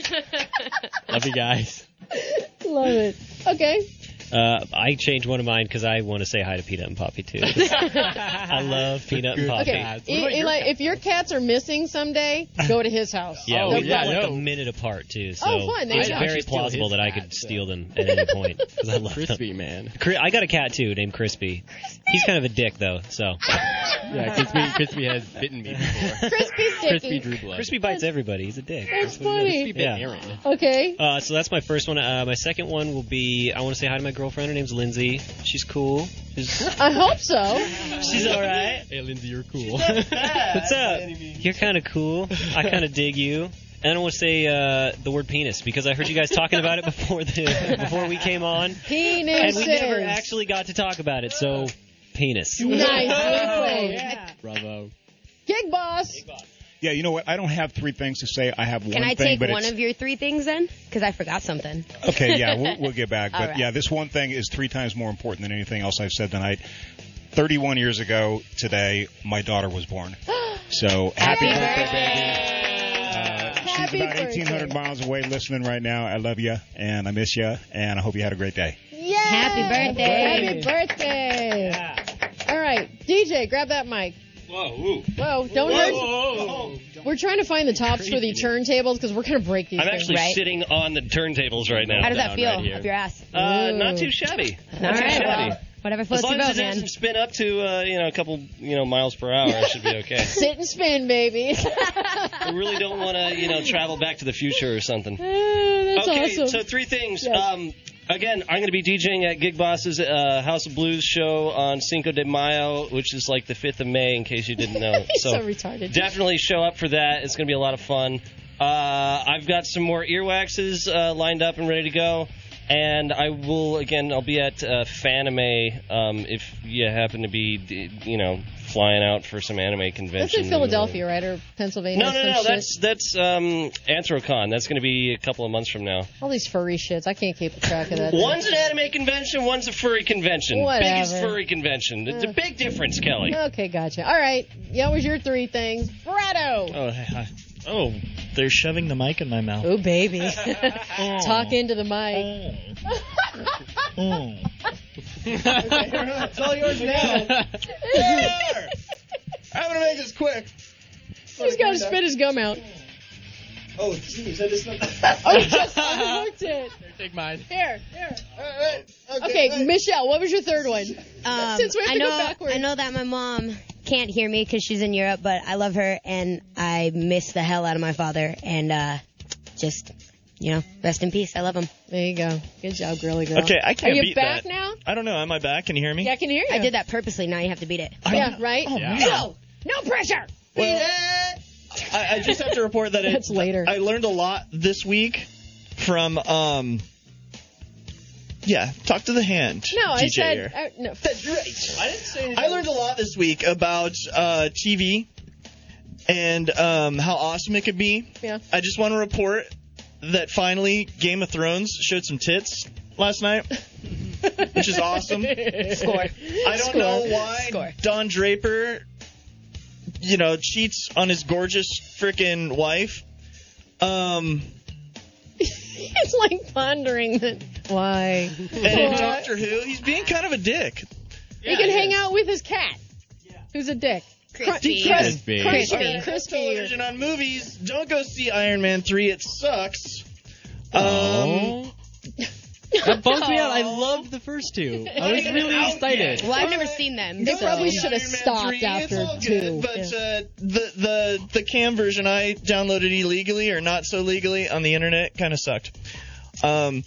[SPEAKER 15] Love you guys.
[SPEAKER 3] it. Okay.
[SPEAKER 7] Uh, I changed one of mine because I want to say hi to Peanut and Poppy too. I love Peanut and Poppy.
[SPEAKER 3] Okay. E- Eli, if your cats are missing someday, go to his house.
[SPEAKER 7] Yeah,
[SPEAKER 3] Oh, No
[SPEAKER 7] we got
[SPEAKER 3] problem.
[SPEAKER 7] like a minute apart too, so
[SPEAKER 3] Oh, fun, there
[SPEAKER 7] it's
[SPEAKER 3] you go.
[SPEAKER 7] very
[SPEAKER 3] Actually, steal
[SPEAKER 7] plausible that
[SPEAKER 3] his
[SPEAKER 7] I could steal them at any point because I love Crispy
[SPEAKER 15] man.
[SPEAKER 7] I got a cat too named Crispy. He's kind of a dick though, so
[SPEAKER 15] yeah, Crispy, Crispy has bitten me before.
[SPEAKER 3] Crispy's
[SPEAKER 15] Crispy
[SPEAKER 3] dicky.
[SPEAKER 15] drew blood.
[SPEAKER 7] Crispy bites everybody. He's a dick.
[SPEAKER 3] That's funny.
[SPEAKER 7] Yeah.
[SPEAKER 3] Okay.
[SPEAKER 7] Uh, so that's my first one. Uh, my second one will be I want to say hi to my girlfriend. Her name's Lindsay. She's cool. She's
[SPEAKER 3] I hope so.
[SPEAKER 7] She's all right.
[SPEAKER 15] Hey, Lindsay, you're cool.
[SPEAKER 7] What's up? You're kind of cool. I kind of dig you. And I want to say uh, the word penis because I heard you guys talking about it before the before we came on, and
[SPEAKER 3] Penis.
[SPEAKER 7] we never actually got to talk about it. So penis.
[SPEAKER 3] Nice. Good play.
[SPEAKER 7] Bravo.
[SPEAKER 3] Gig boss.
[SPEAKER 12] Yeah, you know what? I don't have three things to say. I have one
[SPEAKER 14] Can I
[SPEAKER 12] thing,
[SPEAKER 14] take
[SPEAKER 12] but
[SPEAKER 14] one
[SPEAKER 12] it's
[SPEAKER 14] of your three things then? Because I forgot something.
[SPEAKER 12] okay. Yeah, we'll, we'll get back.
[SPEAKER 14] All
[SPEAKER 12] But
[SPEAKER 14] right.
[SPEAKER 12] yeah, this one thing is three times more important than anything else I've said tonight. Thirty-one years ago today, my daughter was born. So happy birthday, baby! Uh, she's about eighteen hundred miles away, listening right now. I love you and I miss you, and I hope you had a great day.
[SPEAKER 3] Yeah.
[SPEAKER 14] Happy
[SPEAKER 3] Happy
[SPEAKER 14] birthday.
[SPEAKER 3] birthday. All right, DJ, grab that mic.
[SPEAKER 7] Whoa.
[SPEAKER 3] Whoa, don't hurt. We're trying to find the tops for the turntables because we're gonna break these.
[SPEAKER 7] I'm
[SPEAKER 3] things.
[SPEAKER 7] actually sitting on the turntables right now.
[SPEAKER 14] How does that
[SPEAKER 7] down
[SPEAKER 14] feel
[SPEAKER 7] right here.
[SPEAKER 14] up your ass?
[SPEAKER 7] Uh, not too shabby.
[SPEAKER 14] All
[SPEAKER 7] Not too
[SPEAKER 14] right,
[SPEAKER 7] shabby.
[SPEAKER 14] well, whatever
[SPEAKER 7] as
[SPEAKER 14] floats
[SPEAKER 7] long
[SPEAKER 14] your
[SPEAKER 7] as
[SPEAKER 14] boat,
[SPEAKER 7] it doesn't
[SPEAKER 14] man.
[SPEAKER 7] spin up to uh, you know a couple you know miles per hour, I should be okay.
[SPEAKER 3] Sit and spin, baby.
[SPEAKER 7] I really don't want to you know travel back to the future or something.
[SPEAKER 3] Uh, That's
[SPEAKER 7] okay,
[SPEAKER 3] awesome.
[SPEAKER 7] so three things. Um, again, I'm going to be DJing at Gig Boss's uh, House of Blues show on Cinco de Mayo, which is like the 5th of May, in case you didn't know.
[SPEAKER 3] He's so retarded.
[SPEAKER 7] Definitely show up for that. It's going to be a lot of fun. Uh, I've got some more earwaxes uh, lined up and ready to go. And I will again. I'll be at uh, Fanime um, if you happen to be, d- you know, flying out for some anime convention.
[SPEAKER 3] That's in
[SPEAKER 7] or-
[SPEAKER 3] Philadelphia, right, or Pennsylvania?
[SPEAKER 7] no,
[SPEAKER 3] some
[SPEAKER 7] no, no.
[SPEAKER 3] shit.
[SPEAKER 7] That's that's um, Anthrocon. That's going to be a couple of months from now.
[SPEAKER 3] all these furry shits. I can't keep track of that.
[SPEAKER 7] One's an anime convention, one's a furry convention.
[SPEAKER 3] Whatever.
[SPEAKER 7] Biggest furry convention. It's a big difference, Kelly.
[SPEAKER 3] Okay, gotcha. All right, that was your three things. Bretto.
[SPEAKER 5] Oh, I- oh, they're shoving the mic in my mouth.
[SPEAKER 3] Oh, baby. Talk into the mic.
[SPEAKER 5] Mm.
[SPEAKER 4] Oh.
[SPEAKER 6] it's all yours now.
[SPEAKER 5] I'm gonna make this quick.
[SPEAKER 3] He's got to spit his gum out.
[SPEAKER 5] Oh, jeez, I just.
[SPEAKER 3] Oh, he just unhooked it.
[SPEAKER 15] Take mine.
[SPEAKER 3] Here, here.
[SPEAKER 5] Oh,
[SPEAKER 3] Okay, Michelle, what was your third one?
[SPEAKER 14] Um,
[SPEAKER 3] Since we have
[SPEAKER 14] I
[SPEAKER 3] to
[SPEAKER 14] know,
[SPEAKER 3] go backwards.
[SPEAKER 14] I know that my mom can't hear me because she's in Europe, but I love her and I miss the hell out of my father. And uh, just, you know, rest in peace. I love him.
[SPEAKER 3] There you go. Good job, girly girl.
[SPEAKER 5] Okay, I can't
[SPEAKER 3] Are you
[SPEAKER 5] beat
[SPEAKER 3] back
[SPEAKER 5] that.
[SPEAKER 3] now?
[SPEAKER 5] I don't know. Am I back? Can you hear me?
[SPEAKER 3] Yeah, I can hear you.
[SPEAKER 14] I
[SPEAKER 3] oh,
[SPEAKER 14] Oh, did that purposely. Now you have to beat it.
[SPEAKER 3] Yeah, right?
[SPEAKER 5] man.
[SPEAKER 3] No! No pressure!
[SPEAKER 5] Well, I, I just have to report that it's later. I learned a lot this week from um. Yeah, talk to the hand.
[SPEAKER 3] No, I
[SPEAKER 5] DJ
[SPEAKER 3] said
[SPEAKER 5] here.
[SPEAKER 3] I, no.
[SPEAKER 5] That's right. I didn't say. I learned a lot this week about uh, TV and um, how awesome it could be.
[SPEAKER 3] Yeah.
[SPEAKER 5] I just want to report that finally Game of Thrones showed some tits last night, which is awesome.
[SPEAKER 6] Score.
[SPEAKER 5] I don't
[SPEAKER 6] Score.
[SPEAKER 5] know why
[SPEAKER 6] Score.
[SPEAKER 5] Don Draper, you know, cheats on his gorgeous freaking wife. Um,
[SPEAKER 3] it's like pondering that why.
[SPEAKER 5] and in
[SPEAKER 3] Why?
[SPEAKER 5] Doctor Who, he's being kind of a dick.
[SPEAKER 3] he can hang out with his cat, who's a dick.
[SPEAKER 5] Crispy.
[SPEAKER 3] Crun-
[SPEAKER 5] Crispy.
[SPEAKER 3] Crispy.
[SPEAKER 5] Crispy.
[SPEAKER 3] Crispy.
[SPEAKER 5] Television on movies. Don't go see Iron Man three. It sucks. Um,
[SPEAKER 15] Oh. That bummed me out. I loved the first two. I was really excited.
[SPEAKER 10] Well, I've never seen them.
[SPEAKER 3] They
[SPEAKER 10] so-
[SPEAKER 3] probably should have stopped after two.
[SPEAKER 5] but uh, the the the cam version I downloaded illegally or not so legally on the internet kind of sucked. Um,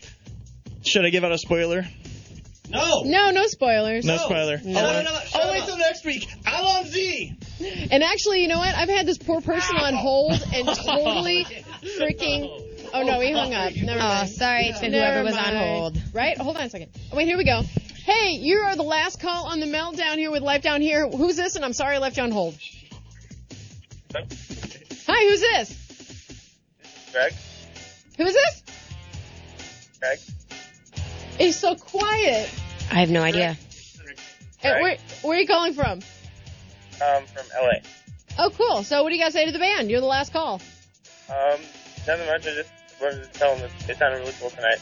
[SPEAKER 5] should I give out a spoiler? No.
[SPEAKER 3] No, no spoilers.
[SPEAKER 5] No spoiler.
[SPEAKER 3] No.
[SPEAKER 5] I'll, I'll wait till next week. I'm on Z.
[SPEAKER 3] And actually, you know what? I've had this poor person on hold and totally freaking. Oh no, he hung up. Never
[SPEAKER 10] Oh,
[SPEAKER 3] mind.
[SPEAKER 10] sorry to whoever was on hold.
[SPEAKER 3] Right? Hold on a second. Oh, Wait, here we go. Hey, you are the last call on the meltdown here with Life Down Here. Who's this? And I'm sorry I left you on hold. Hi, who's this?
[SPEAKER 19] Greg?
[SPEAKER 3] Who's this?
[SPEAKER 19] Greg?
[SPEAKER 3] He's so quiet.
[SPEAKER 10] I have no idea.
[SPEAKER 3] Hey, where, where are you calling from?
[SPEAKER 19] Um, from LA.
[SPEAKER 3] Oh, cool. So, what do you guys say to the band? You're the last call.
[SPEAKER 19] Um, nothing much. I just wanted to tell them that they sounded really cool tonight.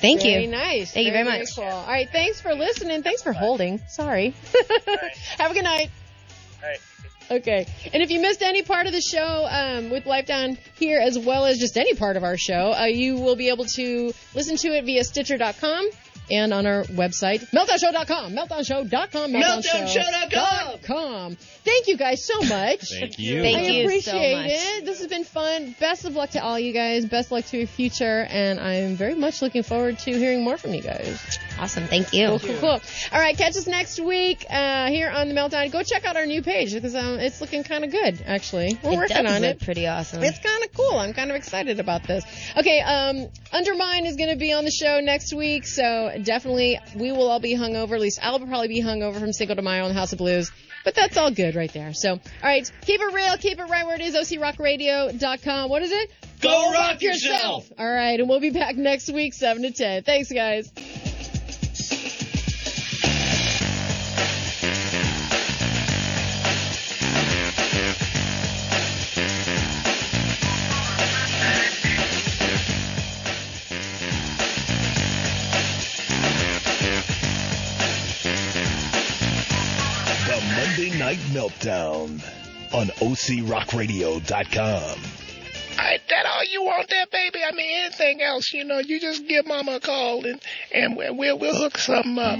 [SPEAKER 10] Thank
[SPEAKER 3] very
[SPEAKER 10] you.
[SPEAKER 3] nice.
[SPEAKER 10] Thank you very much.
[SPEAKER 3] Cool. All right. Thanks for listening. Thanks for holding. Sorry. Have a good night. Okay. And if you missed any part of the show um, with Life Down here, as well as just any part of our show, uh, you will be able to listen to it via Stitcher.com and on our website, meltdownshow.com, meltdownshow.com,
[SPEAKER 6] meltdownshow.com.
[SPEAKER 3] com. Thank you guys so much.
[SPEAKER 6] Thank you.
[SPEAKER 3] I
[SPEAKER 6] Thank you so
[SPEAKER 3] appreciate
[SPEAKER 6] much.
[SPEAKER 3] it. This has been fun. Best of luck to all you guys. Best luck to your future. And I'm very much looking forward to hearing more from you guys.
[SPEAKER 10] Awesome. Thank you.
[SPEAKER 3] Cool, cool, cool. All right, catch us next week uh, here on the Meltdown. Go check out our new page because um, it's looking kind of good, actually. We're
[SPEAKER 10] It
[SPEAKER 3] working
[SPEAKER 10] does
[SPEAKER 3] on
[SPEAKER 10] look
[SPEAKER 3] it.
[SPEAKER 10] Pretty awesome.
[SPEAKER 3] It's kind of cool. I'm kind of excited about this. Okay, um, Undermine is going to be on the show next week, so definitely we will all be hungover. At least I'll probably be hungover from Cinco de Mayo and the House of Blues, but that's all good right there. So, all right, keep it real, keep it right where it is. OCRockRadio.com. What is it?
[SPEAKER 6] Go rock yourself.
[SPEAKER 3] All right, and we'll be back next week, seven to ten. Thanks, guys.
[SPEAKER 8] The Monday Night Meltdown on OCRockRadio.com.
[SPEAKER 7] I, that all you want there, baby? I mean, anything else, you know, you just give mama a call and, and we- we'll, we'll hook something up.